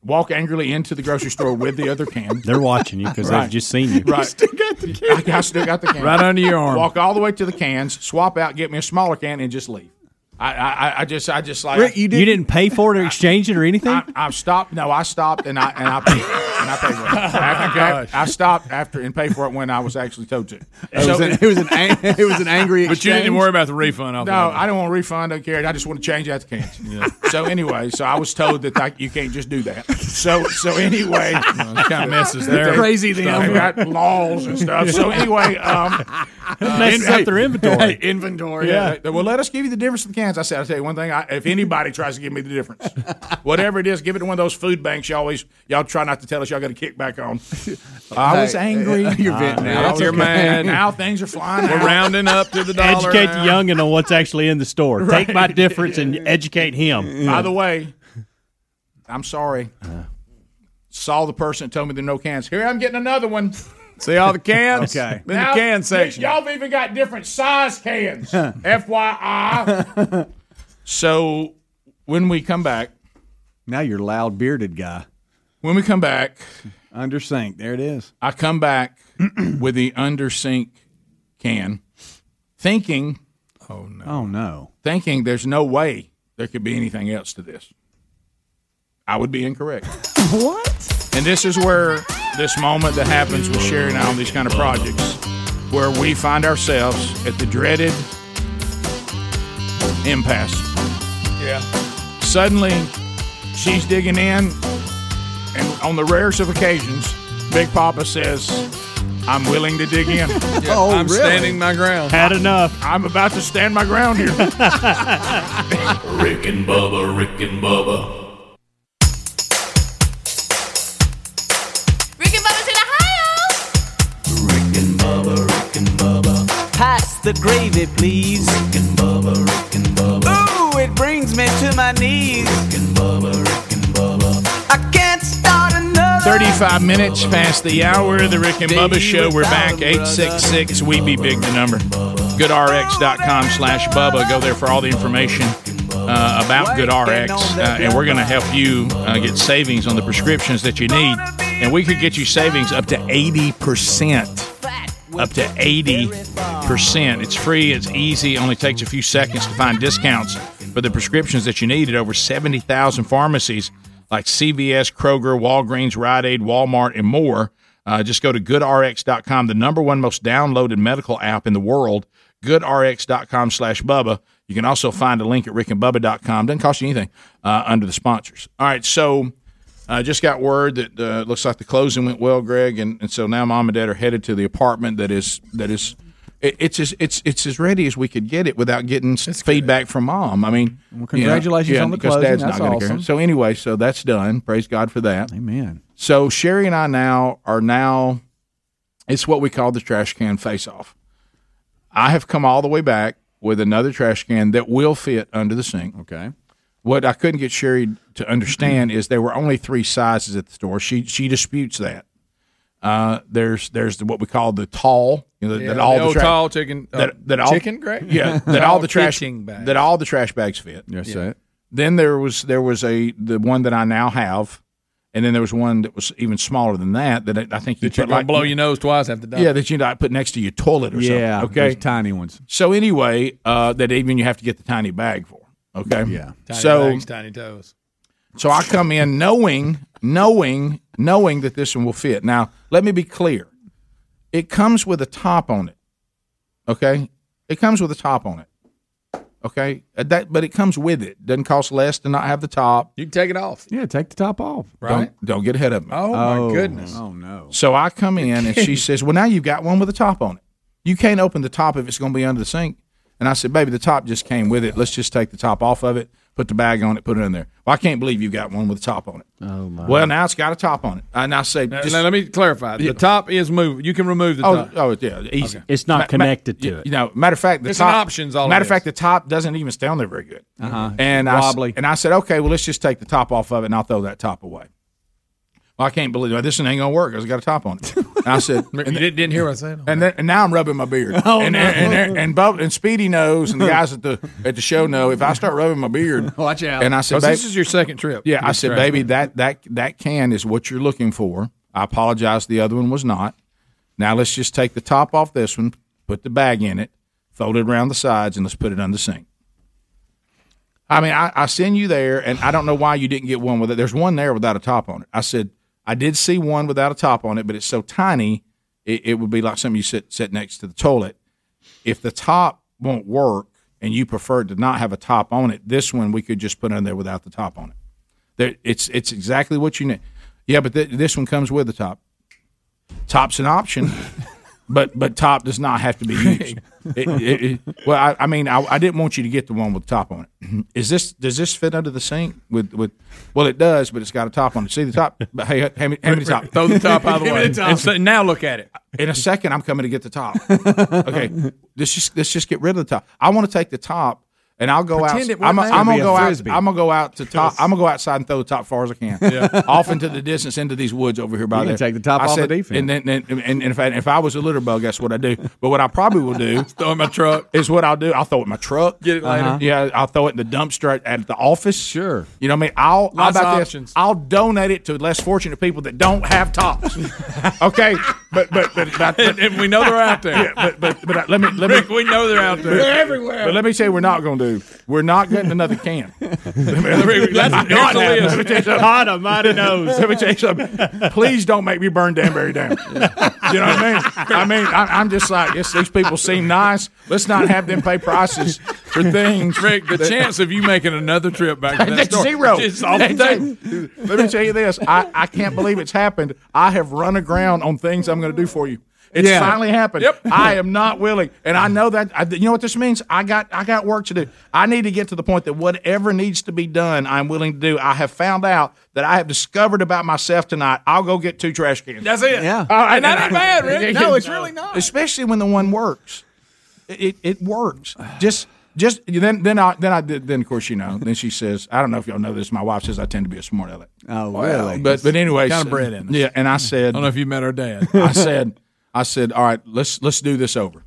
S11: walk angrily into the grocery store with the other can.
S3: They're watching you because
S11: Right.
S3: they've just seen you.
S11: Right. I, I still got the can
S3: Right under your arm.
S11: Walk all the way to the cans, swap out, get me a smaller can, and just leave. I, I, I- I just, I just like
S3: you, didn't, pay for it or exchange it or anything.
S11: I stopped. No, I stopped and I and I paid, and I paid for
S1: Oh,
S11: it. After, after- I stopped after and paid for it when I was actually told to.
S1: It was an- it was an ang- it was an angry But you didn't exchange. worry about the refund
S11: No,
S1: off of it.
S11: I don't want a refund. I don't care. I just want to change that to cans. So anyway, so I was told that I, you can't just do that. So so anyway,
S4: Well, it kinda messes their
S11: They-
S4: Crazy
S11: they
S4: them.
S11: got laws and stuff. So anyway, um,
S4: Messes up their inventory.
S11: inventory.
S4: Yeah.
S11: Yeah. They- Well, let us give you the difference of the cans. I said, I'll tell you one thing. I, if anybody tries to give me the difference, whatever it is, give it to one of those food banks. You always, y'all try not to tell us y'all got a kickback on. I was
S1: Hey,
S11: angry.
S1: uh, you're venting now.
S11: I
S1: That's
S11: was
S1: okay.
S11: mad. Now things are flying.
S3: We're
S11: out.
S3: rounding
S4: up to
S3: educate the youngin on what's actually in the store. Take my difference and educate him.
S11: By the way, I'm sorry. Saw the person that told me there are no cans. Here I'm getting another one.
S4: See all the cans?
S11: Okay.
S4: In the can section.
S11: Y'all have even got different size cans. FYI. So when we come back,
S1: now you're loud bearded guy.
S11: When we come back,
S1: under sink, there it is.
S11: I come back with the under sink can, thinking, oh no,
S1: oh no,
S11: thinking there's no way there could be anything else to this. I would be incorrect.
S1: What?
S11: And this is where this moment that happens with Sherry and I on these kind of projects, where we find ourselves at the dreaded impasse.
S4: Yeah.
S11: Suddenly, she's digging in, and on the rarest of occasions, Big Papa says, "I'm willing to dig in."
S4: Oh, I'm really? standing my ground. Had
S3: enough.
S11: I'm about to stand my ground here.
S6: Rick and Bubba, Rick and Bubba.
S18: the gravy, please. Rick and Bubba, Rick and Bubba. Ooh, it brings me to my knees. Rick and Bubba, Rick and Bubba. I can't start another.
S11: 35 minutes past the hour of the Rick and Bubba Show. We're back, 866 We Be Big, the number. GoodRx.com slash Bubba. Go there for all the information uh, about GoodRx. Uh, and we're going to help you uh, get savings on the prescriptions that you need. And we could get you savings up to 80%. Up to 80%. It's free, it's easy, only takes a few seconds to find discounts for the prescriptions that you need at over 70,000 pharmacies like CVS, Kroger, Walgreens, Rite Aid, Walmart, and more. Uh, just go to goodrx.com, the number one most downloaded medical app in the world, goodrx.com slash Bubba. You can also find a link at rickandbubba.com. Doesn't cost you anything uh, under the sponsors. All right, so uh, just got word that uh, looks like the closing went well, Greg, and, and so now mom and dad are headed to the apartment that is that is it, it's as it's it's as ready as we could get it without getting s- feedback from mom. I mean, well,
S1: congratulations on the closing.
S11: Dad's
S1: That's
S11: not gonna care.
S1: awesome.
S11: So anyway, so that's done. Praise God for that.
S1: Amen.
S11: So Sherry and I now are now it's what we call the trash can face off. I have come all the way back with another trash can that will fit under the sink.
S1: Okay.
S11: What I couldn't get Sherry to understand is there were only three sizes at the store. She she disputes that. Uh, there's there's the, what we call the tall, you know,
S4: Yeah,
S11: that all
S4: the
S11: the,
S4: old
S11: trash
S4: tall chicken- uh,
S11: that, that all
S4: chicken, Greg?
S11: yeah, that
S4: Tall
S11: all the trash
S4: kitchen bag.
S11: that all the trash bags fit.
S1: Yes,
S11: yeah.
S1: sir.
S11: Then there was there was a the one that I now have, and then there was one that was even smaller than that that I, I think you
S4: That you're
S11: put
S4: gonna
S11: like
S4: blow your nose twice after that.
S11: yeah that you not put next to your toilet or
S1: Yeah,
S11: something. Okay,
S1: those tiny ones.
S11: So anyway, uh, that even you have to get the tiny bag for. Okay, yeah.
S4: Tiny
S11: so
S4: bags, tiny toes.
S11: so I come in knowing, knowing, knowing that this one will fit. Now, let me be clear. It comes with a top on it. Okay? It comes with a top on it. Okay? Uh, That but it comes with it. Doesn't cost less to not have the top.
S4: You can take it off.
S1: Yeah, take the top off.
S4: Right.
S11: Don't, don't get ahead of me.
S4: Oh, my Oh. goodness.
S1: Oh no.
S11: So I come in and she says, Well, now you've got one with a top on it. You can't open the top if it's gonna be under the sink. And I said, Baby, the top just came with it. Let's just take the top off of it, put the bag on it, put it in there. Well, I can't believe you've got one with a top on it.
S29: Oh my.
S11: Well, now it's got a top on it, and I say,
S4: Now, now let me clarify. The
S11: Yeah.
S4: top is moved. You can remove the
S11: oh,
S4: top.
S11: oh, yeah, easy.
S4: Okay.
S30: It's not connected to
S11: you,
S30: it.
S11: You know, matter of fact, the
S4: It's an
S11: top
S4: option is all it
S11: Matter of
S4: is.
S11: fact, the top doesn't even stay on there very good.
S1: Uh-huh.
S11: And I, s- and I said, okay, well, let's just take the top off of it, and I'll throw that top away. Well, I can't believe it. this thing ain't gonna work. 'cause It's got a top on it. And I said, and,
S4: You didn't, didn't hear what I said.
S11: and then, and now I'm rubbing my beard.
S4: Oh,
S11: and,
S4: no.
S11: and, and, and, Bub- and Speedy knows, and the guys at the at the show know if I start rubbing my beard,
S4: Watch out.
S11: And I said,
S4: 'Cause Oh, this
S11: "Babe-
S4: is your second trip.
S11: yeah, I
S4: That's
S11: said,
S4: right.
S11: baby, that that that can is what you're looking for. I apologize, the other one was not. Now let's just take the top off this one, put the bag in it, fold it around the sides, and let's put it on the sink. I mean, I, I send you there, and I don't know why you didn't get one with it. There's one there without a top on it. I said I did see one without a top on it, but it's so tiny, it, it would be like something you sit sit next to the toilet. If the top won't work, and you prefer to not have a top on it, this one we could just put in there without the top on it. There, it's it's exactly what you need. Yeah, but th- this one comes with a top. Top's an option, but but top does not have to be used. It- it- it- well, I, I mean, I, I didn't want you to get the one with the top on it. Is this does this fit under the sink with with? Well, it does, but it's got a top on it. See the top? But hey, hand me, hand me the top.
S4: Throw the top out of the way. And so now look at it.
S11: In a second, I'm coming to get the top. Okay, let's just let's just get rid of the top. I want to take the top. And I'll go
S4: Pretend it
S11: out.
S4: wasn't
S11: I'm,
S4: there.
S11: I'm
S4: It'd
S11: gonna
S4: be a
S11: go out.
S4: Frisbee.
S11: I'm gonna go out to top. I'm gonna go outside and throw the top far as I can,
S4: Yeah.
S11: off into the distance, into these woods over here. By
S1: You can
S11: there,
S1: take the top
S11: I
S1: off the
S11: said-
S1: defense.
S11: And then, and, and, and if I, if I was a litter bug, that's what I do. But what I probably will do, throw in my truck. Is what I'll do. I'll throw it in my truck. Get
S4: it later. Uh-huh.
S11: Yeah, I'll throw it in the dumpster at, at the office. Sure. You know what I mean? I'll how
S4: Lots of
S11: about this?
S4: options.
S11: I'll donate it to less fortunate people that don't have tops. okay, but but but, but,
S4: And- and we know they're out there.
S11: Yeah, but but but uh, let me let
S4: Rick,
S11: me.
S4: we know they're out there.
S11: But- But let me tell you, we're not going to do. We're not getting another can. That's
S4: That's- here's the list. God almighty knows.
S11: Let me tell you something. Please don't make me burn Danbury down. You know what I mean? I mean, I, I'm just like, yes, these people seem nice. Let's not have them pay prices for things.
S4: Rick, the
S11: that-
S4: chance of you making another trip back to that
S11: That's
S4: store
S11: zero.
S4: is off the table.
S11: Let me tell you this. I, I can't believe it's happened. I have run aground on things I'm going to do for you. It's
S4: Yeah.
S11: finally happened.
S4: Yep.
S11: I am not willing, and I know that. I, you know what this means? I got I got work to do. I need to get to the point that whatever needs to be done, I'm willing to do. I have found out that I have discovered about myself tonight. I'll go get two trash cans.
S4: That's it.
S1: Yeah.
S11: All right,
S4: and that ain't bad, Rick.
S11: No, it's really not. Especially when the one works. it, it works. Just just then then I then I did then of course you know then she says I don't know if y'all know this. My wife says I tend to be a smart aleck.
S1: Oh
S4: really?
S11: But but anyway,
S4: Kinda bred in us.
S11: Yeah, and I said
S4: I don't know if you met her dad.
S11: I said, I said, all right, let's let's do this over.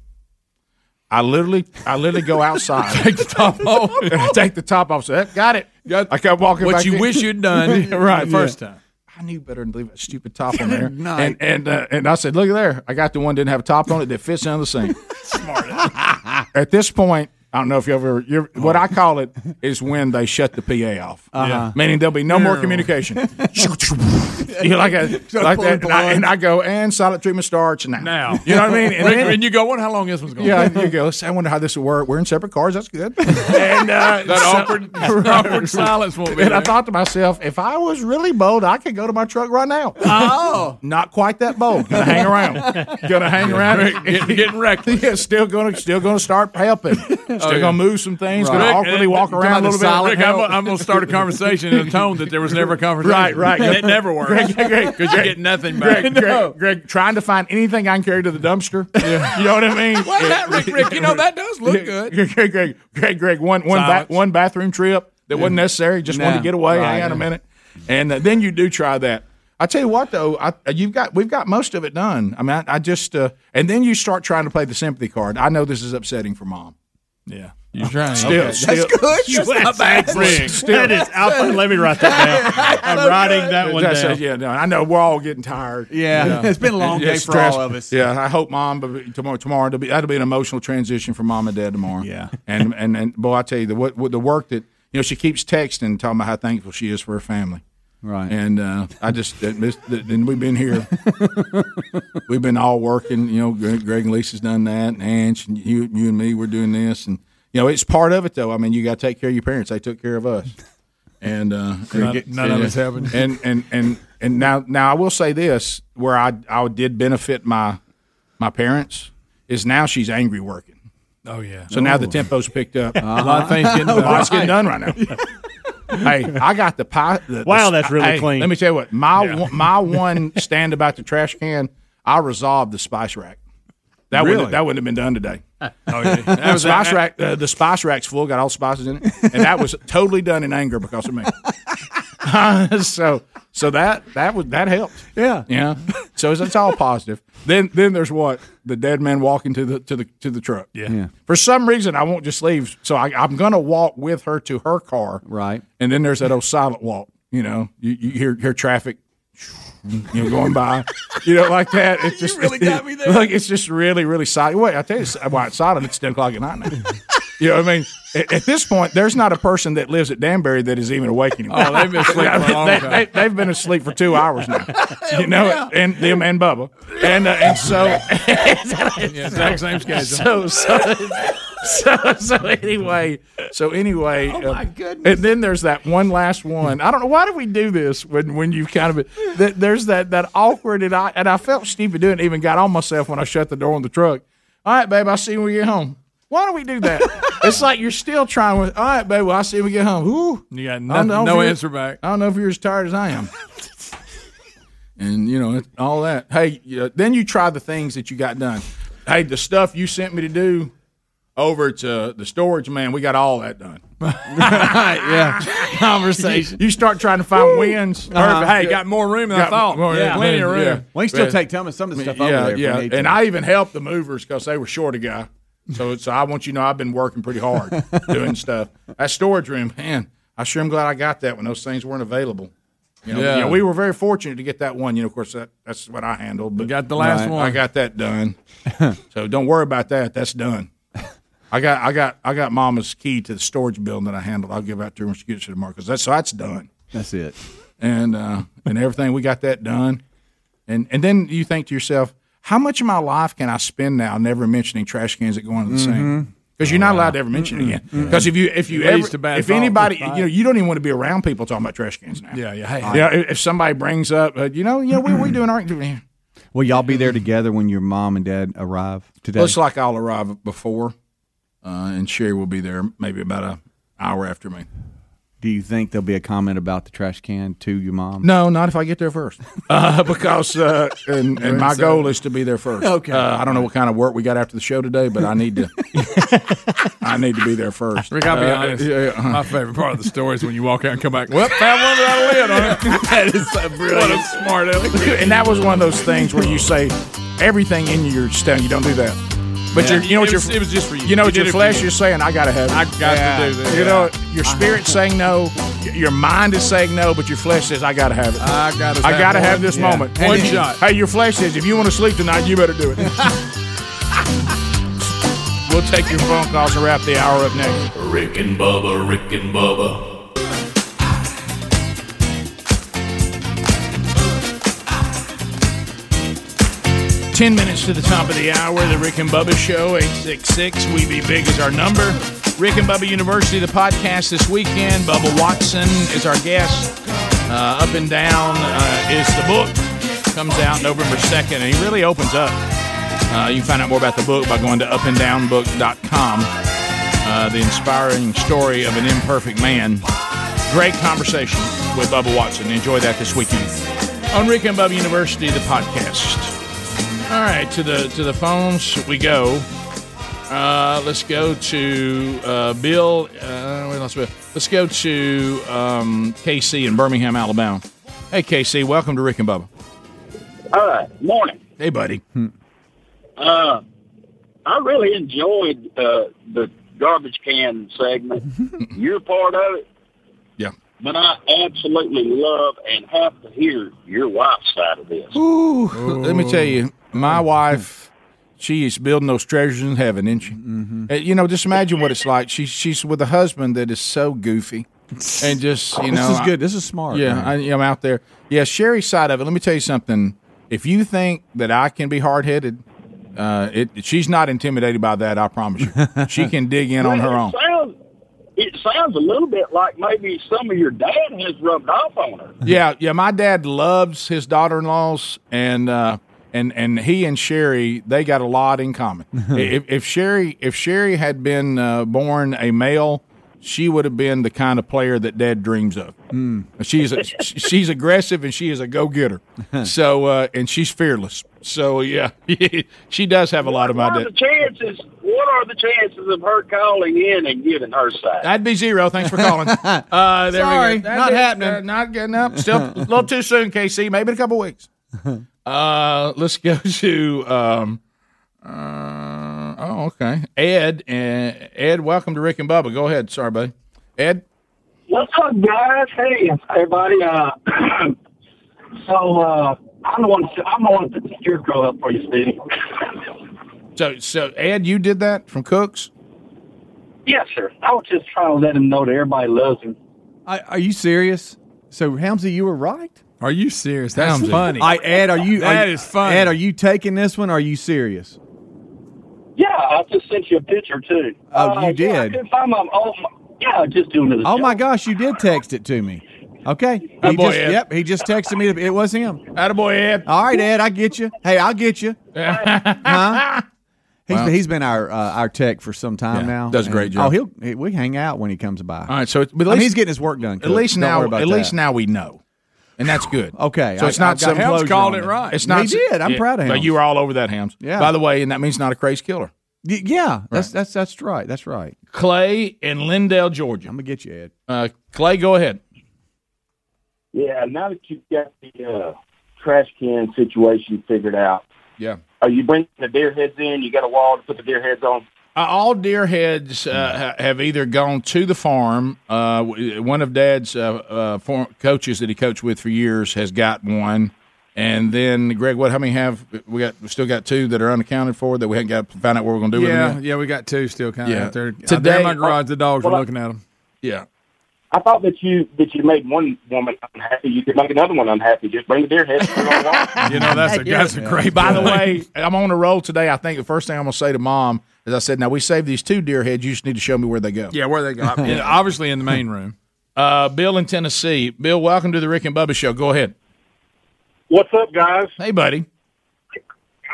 S11: I literally, I literally go outside, take the top off, I take the top off. Say, "Eh, got it, got I kept walking.
S4: What
S11: back
S4: you
S11: in.
S4: wish you'd done
S11: right
S4: Yeah.
S11: first time. I knew better than leave that stupid top on there.
S4: No.
S11: and and uh, and I said, look at there, I got the one that didn't have a top on it that fits under the sink. Smart. At this point. I don't know if you ever. You're, what I call it is when they shut the PA off,
S4: Uh-huh.
S11: meaning there'll be no more communication. you like a, like that, and I, and I go and solid treatment starts now.
S4: Now.
S11: you know what I mean. And,
S4: And,
S11: then-
S4: you go, what? How long is this one's going?
S11: yeah, and you go. I wonder how this will work. We're in separate cars. That's good. And uh,
S4: That awkward- awkward silence won't be
S11: And I
S4: there.
S11: thought to myself, if I was really bold, I could go to my truck right now.
S4: Oh.
S11: not quite that bold. Gonna hang around. Gonna hang around.
S4: Getting- getting
S11: reckless. Yeah, still gonna still gonna start helping. Still
S4: Oh, yeah.
S11: gonna move some things.
S4: Rick,
S11: Gonna
S4: and
S11: awkwardly
S4: then-
S11: walk
S4: come
S11: around
S4: on,
S11: a
S4: the
S11: little bit.
S4: silent Rick, I'm, I'm going to start a conversation in a tone that there was never a conversation.
S11: Right, right.
S4: And it never works. Because you get nothing back.
S11: Greg, Greg, Greg, trying to find anything I can carry to the dumpster. You know what I mean?
S4: Well, that, Rick, Rick, you know, that does look good.
S11: Greg, Greg, Greg, Greg, Greg, one one ba-
S4: Silence.
S11: one bathroom trip that wasn't
S4: Yeah.
S11: necessary. Just wanted
S4: Nah.
S11: to get away.
S4: Right.
S11: Hang on a minute, and uh, then you do try that. I tell you what, though, I, uh, you've got we've got most of it done. I mean, I, I just uh, and then you start trying to play the sympathy card. I know this is upsetting for mom.
S4: Yeah. You're trying.
S11: Still,
S4: Okay.
S11: still,
S4: That's good.
S11: Still,
S4: That's not bad.
S11: Still, still-
S4: That is output. Let me write that down. I'm
S11: That's
S4: writing
S11: good.
S4: that one
S11: That's-
S4: down.
S11: Yeah, no, I know we're all getting tired.
S1: Yeah. It's been a long
S11: Yeah,
S1: day for all of us.
S11: Yeah, I hope mom but tomorrow. Tomorrow it'll be, that'll be an emotional transition for mom and dad tomorrow. Yeah, and and and boy, I tell you the what, what the work that you know she keeps texting talking about how thankful she is for her family.
S1: Right.
S11: And uh, I just that- this- that- and we've been here, we've been all working. You know, Greg, Greg and Lisa's done that, and Ange, and you, you and me, we're doing this, and you know, it's part of it though. I mean, you got to take care of your parents. They took care of us, and uh,
S4: None-
S11: and get-
S4: none of it's happened.
S11: And and and and now now I will say this: where I I did benefit my my parents is now she's angry working.
S4: Oh, yeah. Uh-huh.
S11: So now the tempo's picked up.
S4: A lot of things getting
S11: A
S4: done.
S11: lot's getting done right now. hey, I got the pie. The,
S4: Wow,
S11: the-
S4: that's really
S11: hey,
S4: clean.
S11: Let me tell you what my one, my one stand about the trash can. I resolved the spice rack. That
S4: Really?
S11: wouldn't that wouldn't have been done today. oh,
S4: yeah. That was-
S11: spice
S4: that-
S11: rack. Uh, the spice rack's full. Got all spices in it, and that was totally done in anger because of me. so so that that was that helped. Yeah. Yeah. So it's, it's all positive. then then there's what the dead man walking to the to the to the truck. Yeah. For some reason, I won't just leave. So I, I'm going to walk with her to her car.
S1: Right.
S11: And then there's that old silent walk. You know, you, you hear hear traffic. You know, going by, you know, like that. It's just really got me there. Like it's just really, really silent. Wait, I tell you, why it's silent? It's ten o'clock at night now. You know what I mean? At, at this point, there's not a person that lives at Danbury that is even awake anymore.
S4: Oh, they've been asleep for a long
S11: They-
S4: time.
S11: they- they've been asleep for two hours now. you know, and them and Bubba, and uh, and so
S4: Yeah, exact same schedule.
S11: So so so, so anyway, so anyway.
S4: uh,
S11: Oh my goodness! And then there's that one last one. I don't know why do we do this when when you kind of that, there's that that awkward and I and I felt stupid doing. It, even got on myself when I shut the door on the truck. All right, babe, I'll see you when we get home. Why don't we do that? it's like you're still trying with. All right, babe, well, I'll see you when we get home. Ooh,
S4: You got
S11: I
S4: no,
S11: don't know if
S4: no
S11: you're-
S4: answer back.
S11: I don't know if you're as tired as I am. and you know it- all that. Hey, you- then you try the things that you got done. Hey, the stuff you sent me to do over to the storage man, we got all that done. right, yeah. Conversation. You start trying to find wins.
S4: Uh-huh.
S11: Or, Hey,
S4: Yeah.
S11: got more room than I
S4: Got
S11: thought.
S4: more- yeah, plenty of room.
S1: We can still take some of some of the stuff over there if we
S11: Yeah,
S1: need
S11: yeah. And
S1: to.
S11: I even helped the movers because they were short a guy. So, so I want you to know I've been working pretty hard doing stuff. That storage room, man, I sure am glad I got that when those things weren't available. You know,
S4: Yeah.
S11: you know, we were very fortunate to get that one. You know, of course, that, that's what I handled. But
S4: got the last Right. one.
S11: I got that done. so don't worry about that. That's done. I got, I got, I got Mama's key to the storage building that I handled. I'll give out to her when she gets here tomorrow because that's so that's done
S1: That's it.
S11: and uh, and everything. We got that done, and and then you think to yourself, how much of my life can I spend now never mentioning trash cans that go into the
S4: Mm-hmm.
S11: sink? Because you're not
S4: Oh,
S11: allowed to ever mention it again. Because if you if you
S4: It leads
S11: ever
S4: to bad
S11: if
S4: thoughts,
S11: anybody
S4: right?
S11: you know you don't even want to be around people talking about trash cans now.
S4: Yeah, yeah. Hey,
S11: Yeah, if if somebody brings up, uh, you know, you know, we we doing our. Well,
S1: Will y'all be there together when your mom and dad arrive today?
S11: Looks like I'll arrive before, uh, and Sherry will be there maybe about a hour after me.
S1: do you think there'll be a comment about the trash can to your mom?
S11: No, not if I get there first. Uh, because uh, and, and my goal is to be there first.
S1: Okay.
S11: Uh, I don't know what kind of work we got after the show today, but I need to. I need to be there first.
S4: Rick, I'll be
S11: Uh,
S4: honest.
S11: yeah, yeah.
S4: My favorite part of the story is when you walk out and come back. Well, found one without a lid on it. that is so brilliant. What a smart aleck.
S11: and that was one of those things where you say everything in your stomach. You don't do that, but
S31: Yeah.
S11: your, you know what
S31: It
S11: your
S31: was- it was just for you.
S11: know
S31: You
S11: what
S31: did
S11: your
S31: it for
S11: flesh
S31: you.
S11: is saying. I gotta have it.
S31: I got to do this.
S11: You know
S31: Yeah.
S11: your spirit's saying no. y- Your mind is saying no, but your flesh says I gotta have it.
S31: I gotta
S11: I
S31: have
S11: gotta
S31: one.
S11: have this
S31: Yeah.
S11: moment.
S31: One
S11: And you-
S31: shot.
S11: Hey, your flesh says if you want to sleep tonight, you better do it. we'll take your phone calls and wrap the hour up next.
S6: Rick and Bubba, Rick and Bubba.
S31: Ten minutes to the top of the hour. The Rick and Bubba Show. Eight six six. We be big is our number. Rick and Bubba University, the podcast this weekend. Bubba Watson is our guest. Uh, Up and down uh, is the book. Comes out November second, and he really opens up. Uh, you can find out more about the book by going to upanddownbook.com. Uh, the inspiring story of an imperfect man. Great conversation with Bubba Watson. Enjoy that this weekend on Rick and Bubba University, the podcast. All right, to the to the phones we go. Uh, let's go to uh, Bill. Uh, wait, let's, let's go to um, KC in Birmingham, Alabama. Hey, KC, welcome to Rick and Bubba.
S32: All right, morning.
S31: Hey, buddy.
S32: Uh, I really enjoyed uh, the garbage can segment. You're part of it.
S11: Yeah.
S32: But I absolutely love and have to hear your wife's side of this.
S11: Ooh, let me tell you, my wife, she is building those treasures in heaven, isn't she?
S1: Mm-hmm.
S11: Uh, You know, just imagine what it's like. She's she's with a husband that is so goofy, and just you
S1: This
S11: know,
S1: is good.
S11: I-
S1: This is smart,
S11: Yeah,
S1: man.
S11: I, I'm out there. Yeah, Sherry's side of it. Let me tell you something. If you think that I can be hard headed, uh, it she's not intimidated by that. I promise you, she can dig in on
S32: Well,
S11: her
S32: it
S11: own.
S32: Sounds, it sounds a little bit like maybe some of your dad has rubbed off on her.
S11: Yeah, yeah. My dad loves his daughter-in-laws, and uh, and and he and Sherry they got a lot in common. if, if Sherry if Sherry had been uh, born a male, she would have been the kind of player that Dad dreams of.
S1: Hmm.
S11: She's a, she's aggressive and she is a go-getter. So uh, and she's fearless. So yeah, she does have a lot of my
S32: What are
S11: dad.
S32: the chances? What are the chances of her calling in and giving her side?
S11: That'd be zero. Thanks for calling. Uh, there
S32: Sorry,
S11: we go. That
S32: not
S11: is,
S32: happening.
S11: uh, not getting up. Still a little too soon, KC. Maybe in a couple weeks. Uh, let's go to um, uh, oh, okay, Ed. Uh, Ed, welcome to Rick and Bubba. Go ahead. Sorry, buddy. Ed.
S24: What's up, guys? Hey, everybody. Uh, so uh, I'm the one. I'm the one that set your girl up for you, Steve.
S11: So, so Ed, you did that from Cooks.
S24: Yes, sir. I was just trying to let him know that everybody loves him.
S1: I, are you serious? So Helmsy, you were right.
S4: Are you serious? That's
S1: Helmsy.
S4: funny.
S1: I Ed, are you?
S4: That
S1: are,
S4: is funny.
S1: Ed, are you taking this one? Are you serious?
S24: Yeah, I just sent you a picture too. Uh,
S1: Oh, you
S24: Yeah, I
S1: did.
S24: couldn't find my. Oh, my, yeah, just doing it.
S1: Oh my gosh, you did text it to me. Okay.
S24: Attaboy,
S1: he just,
S24: Ed.
S1: Yep, he just texted me. It was him.
S11: Attaboy, Ed.
S1: All right, Ed, I get you. Hey, I'll get you. huh? He's,
S11: Well.
S1: he's been our uh, our tech for some time
S11: Yeah,
S1: now.
S11: does a great
S1: And-
S11: job.
S1: Oh, he'll he, we hang out when he comes by.
S11: All right, so it's,
S1: I mean, he's getting his work done.
S11: At least
S1: Cook. Don't
S11: now,
S1: worry about
S11: at least
S1: that.
S11: now we know, and that's good.
S1: Okay,
S11: so
S1: I-
S11: it's not
S1: I've got
S11: some
S1: Helms
S11: closure
S1: called
S11: on
S1: it right.
S11: It's not.
S1: He did. I'm proud of
S11: But
S1: Helms.
S11: you were all over that Hams.
S1: Yeah.
S11: By the way, and that means not a craze killer.
S1: Y- yeah, that's that's that's right. That's right.
S11: Clay in Lindale, Georgia. I'm
S1: gonna get you, Ed.
S11: Uh, Clay, go ahead.
S24: Yeah, now that you've got the uh, trash can situation figured out,
S11: Yeah.
S24: are you bringing the deer heads in? You got a wall to put the deer heads on?
S11: Uh, all deer heads uh, ha- have either gone to the farm. Uh, w- one of Dad's uh, uh, form coaches that he coached with for years has got one, and then Greg, what? How many have we got? We still got two that are unaccounted for that we haven't got. Found out what we're going to do with them.
S4: yeah,
S11: yet?
S4: yeah, we got two still kind of
S11: Yeah.
S4: out there. Today, out there
S11: Today-
S4: in my garage, the dogs
S24: Well,
S4: were
S24: I-
S4: looking at them.
S11: Yeah.
S24: I thought that you that you made one woman unhappy. You could make another one unhappy. Just bring the deer heads. put it on the wall.
S4: You know, that's a that's a great.
S11: By the
S4: point.
S11: way, I'm on a roll today. I think the first thing I'm going to say to Mom is, I said, "Now we saved these two deer heads. You just need to show me where they go."
S4: yeah, where they got? yeah, obviously in the main room.
S11: Uh, Bill in Tennessee. Bill, welcome to the Rick and Bubba Show. Go ahead.
S20: What's up, guys?
S11: Hey, buddy.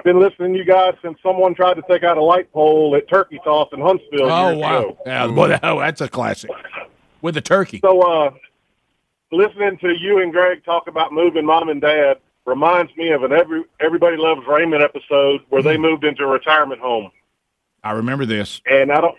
S20: Been listening to you guys since someone tried to take out a light pole at Turkey Toss in Huntsville.
S11: Oh
S20: years
S11: wow!
S20: ago.
S11: Yeah, boy, that- oh, that's a classic. with a turkey.
S20: So, uh, listening to you and Greg talk about moving mom and dad reminds me of an every everybody loves Raymond episode where
S11: Hmm.
S20: they moved into a retirement home,
S11: I remember this.
S20: and I don't.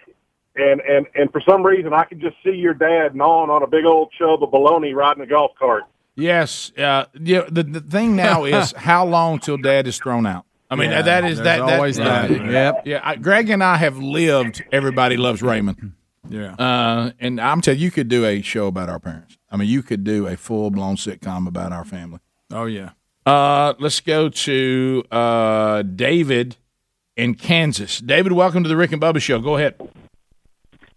S20: And, and and for some reason, I can just see your dad gnawing on a big old chub of bologna riding a golf cart.
S11: Yes. Uh, yeah, the, the thing now is how long till dad is thrown out? I mean,
S33: Yeah,
S11: that is
S33: there's
S11: that. that-
S33: always
S11: yeah,
S33: that.
S11: Yep. Yeah. I, Greg and I have lived. Everybody loves Raymond.
S4: Yeah.
S11: Uh,
S33: and I'm telling you, you could do a show about our parents. I mean, you could do a full blown sitcom about our family.
S4: Oh yeah.
S11: Uh, let's go to uh, David in Kansas. David, welcome to the Rick and Bubba Show. Go ahead.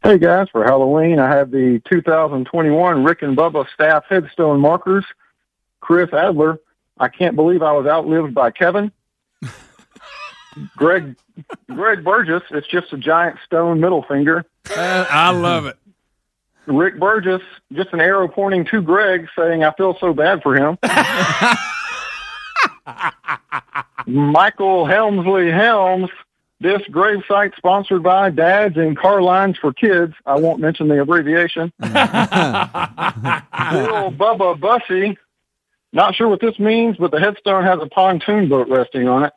S24: Hey guys, for Halloween, I have the 2021 Rick and Bubba staff headstone markers. Chris Adler, I can't believe I was outlived by Kevin. Greg, Greg Burgess, it's just a giant stone middle finger.
S4: I love it.
S24: Rick Burgess, just an arrow pointing to Greg, saying I feel so bad for him. Michael Helmsley Helms, this gravesite sponsored by Dads and Car Lines for Kids. I won't mention the abbreviation. Bill Bubba Bussy. Not sure what this means, but the headstone has a pontoon boat resting on it.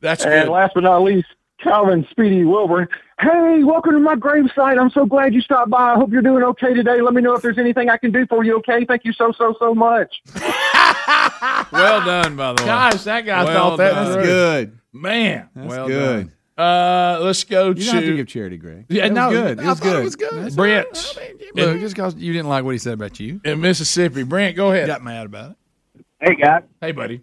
S11: That's
S24: and
S11: good.
S24: last but not least, Calvin Speedy Wilbur. Hey, welcome to my gravesite. I'm so glad you stopped by. I hope you're doing okay today. Let me know if there's anything I can do for you, okay? Thank you so, so, so much.
S4: Well done, by the way.
S11: Gosh, that guy
S4: Well
S11: thought that
S4: done.
S11: was
S4: That's
S1: good.
S11: Man,
S1: That's
S11: well
S1: good.
S11: done. Uh, let's go
S1: You
S11: to
S1: don't have to give charity, Greg.
S11: Yeah,
S1: That was
S11: no,
S1: good. It
S11: I
S1: was
S11: thought
S1: good.
S11: It was good.
S1: That's
S11: Brent
S4: Look, just because you didn't like what he said about you,
S11: in Mississippi. Brent, go ahead.
S4: got mad about it.
S34: Hey, guys.
S11: Hey, buddy.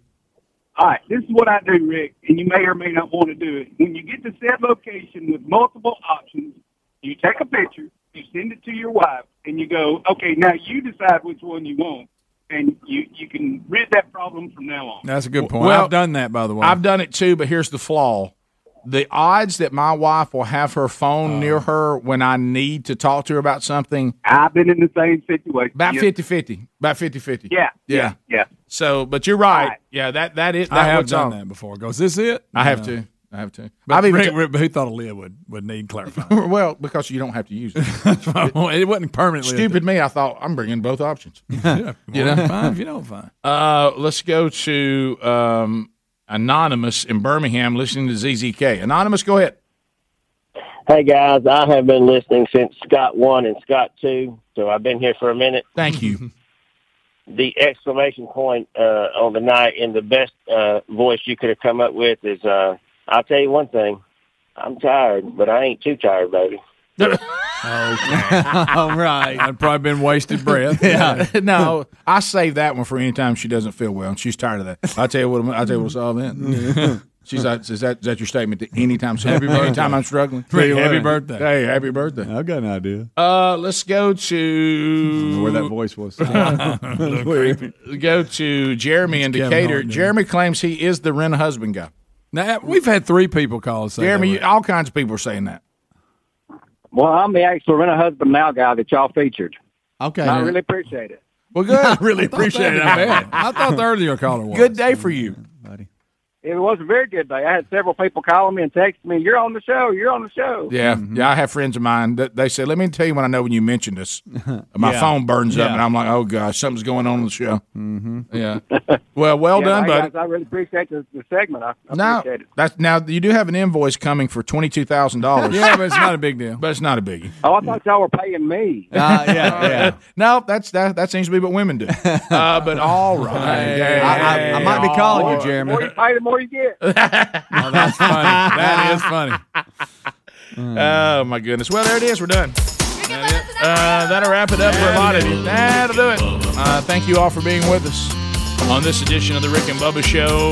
S34: All right, this is what I do, Rick, and you may or may not want to do it. When you get to said location with multiple options, you take a picture, you send it to your wife, and you go, okay, now you decide which one you want, and you, you can rid that problem from now on.
S4: That's a good point.
S11: Well-
S4: I've done that, by the way.
S11: I've done it too, but here's the flaw. The odds that my wife will have her phone
S4: Oh.
S11: near her when I need to talk to her about something.
S34: I've been in the same situation.
S11: About
S34: Yeah.
S11: 50 50. About 50 50.
S34: Yeah,
S11: Yeah.
S34: Yeah.
S11: So, but you're right. Yeah, that that is. That
S4: I have
S11: what's
S4: done
S11: on.
S4: that before. Goes, is this it?
S11: I have
S4: No.
S11: to. I have to.
S4: But
S11: I've even
S4: Rick,
S11: t-
S4: Rick- who thought Leah would, would need clarifying?
S11: well, because you don't have to use it.
S4: it wasn't permanently.
S11: Stupid me. I thought I'm bringing both options.
S4: yeah,
S11: You know?
S4: fine. If you don't, fine.
S11: Uh, let's go to um, Anonymous in Birmingham listening to ZZK. Anonymous, go ahead.
S35: Hey guys, I have been listening since Scott one and Scott two, so I've been here for a minute.
S11: Thank you.
S35: The exclamation point uh, on the night and the best uh, voice you could have come up with is, uh, "I'll tell you one thing, I'm tired, but I ain't too tired, baby."
S4: All right. I've probably been wasted breath.
S11: Yeah. no, I save that one for any time she doesn't feel well. She's tired of that. I'll tell you what, I'll tell you what's all then. She's like, is that, is that your statement to any time,
S4: Happy birthday.
S11: anytime I'm struggling?
S4: Tell you Happy what. birthday.
S11: Hey, happy birthday.
S1: I got an idea.
S11: Uh, let's go to
S1: Where that voice was.
S11: go to Jeremy in
S4: Kevin
S11: Decatur.
S4: Hart, dude.
S11: Jeremy claims he is the rent husband guy.
S4: Now, we've had three people call us.
S11: Jeremy, you, all kinds of people are saying that.
S34: Well, I'm the actual rent a husband now guy that y'all featured.
S1: Okay.
S34: I really appreciate it.
S11: Well, good. I
S4: really
S34: appreciate it.
S4: I bet. I thought the earlier caller was.
S11: Good day for you.
S34: It was a very good day. I had several people calling me and texting me, "You're on the show. You're on the show."
S11: Yeah, yeah. I have friends of mine that they say, "Let me tell you when I know when you mentioned us." My
S34: Yeah.
S11: phone burns up,
S34: Yeah.
S11: and I'm like, "Oh gosh, something's going on on the show." Mm-hmm. Yeah. Well, well
S34: Yeah,
S11: done,
S34: hey,
S11: buddy.
S34: guys, I really appreciate the, the segment. I, I
S11: Now
S34: appreciate it.
S11: that's now you do have an invoice coming for twenty two thousand dollars.
S34: Yeah, but it's not
S4: a big deal. Ah,
S11: But it's not a biggie.
S34: Oh, I thought y'all were paying me.
S11: yeah, no, that's that. That seems to be what women do. Uh, but all right,
S1: I- I- I might be calling you,
S11: all
S1: Jeremy.
S11: right.
S34: The more you pay, the more you get.
S11: that's funny. That is funny. Oh my goodness. Well, there it is. We're done. That it. Uh, that'll wrap it up for a lot of you. That'll do it. Uh, thank you all for being with us on this edition of the Rick and Bubba Show.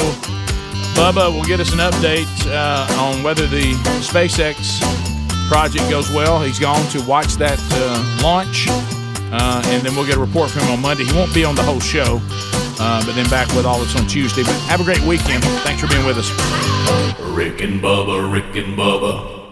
S11: Bubba will get us an update uh, on whether the SpaceX project goes well. He's gone to watch that uh, launch, uh, and then we'll get a report from him on Monday. He won't be on the whole show, uh, but then back with all this on Tuesday. But have a great weekend. Thanks for being with us.
S6: Rick and Bubba, Rick and Bubba.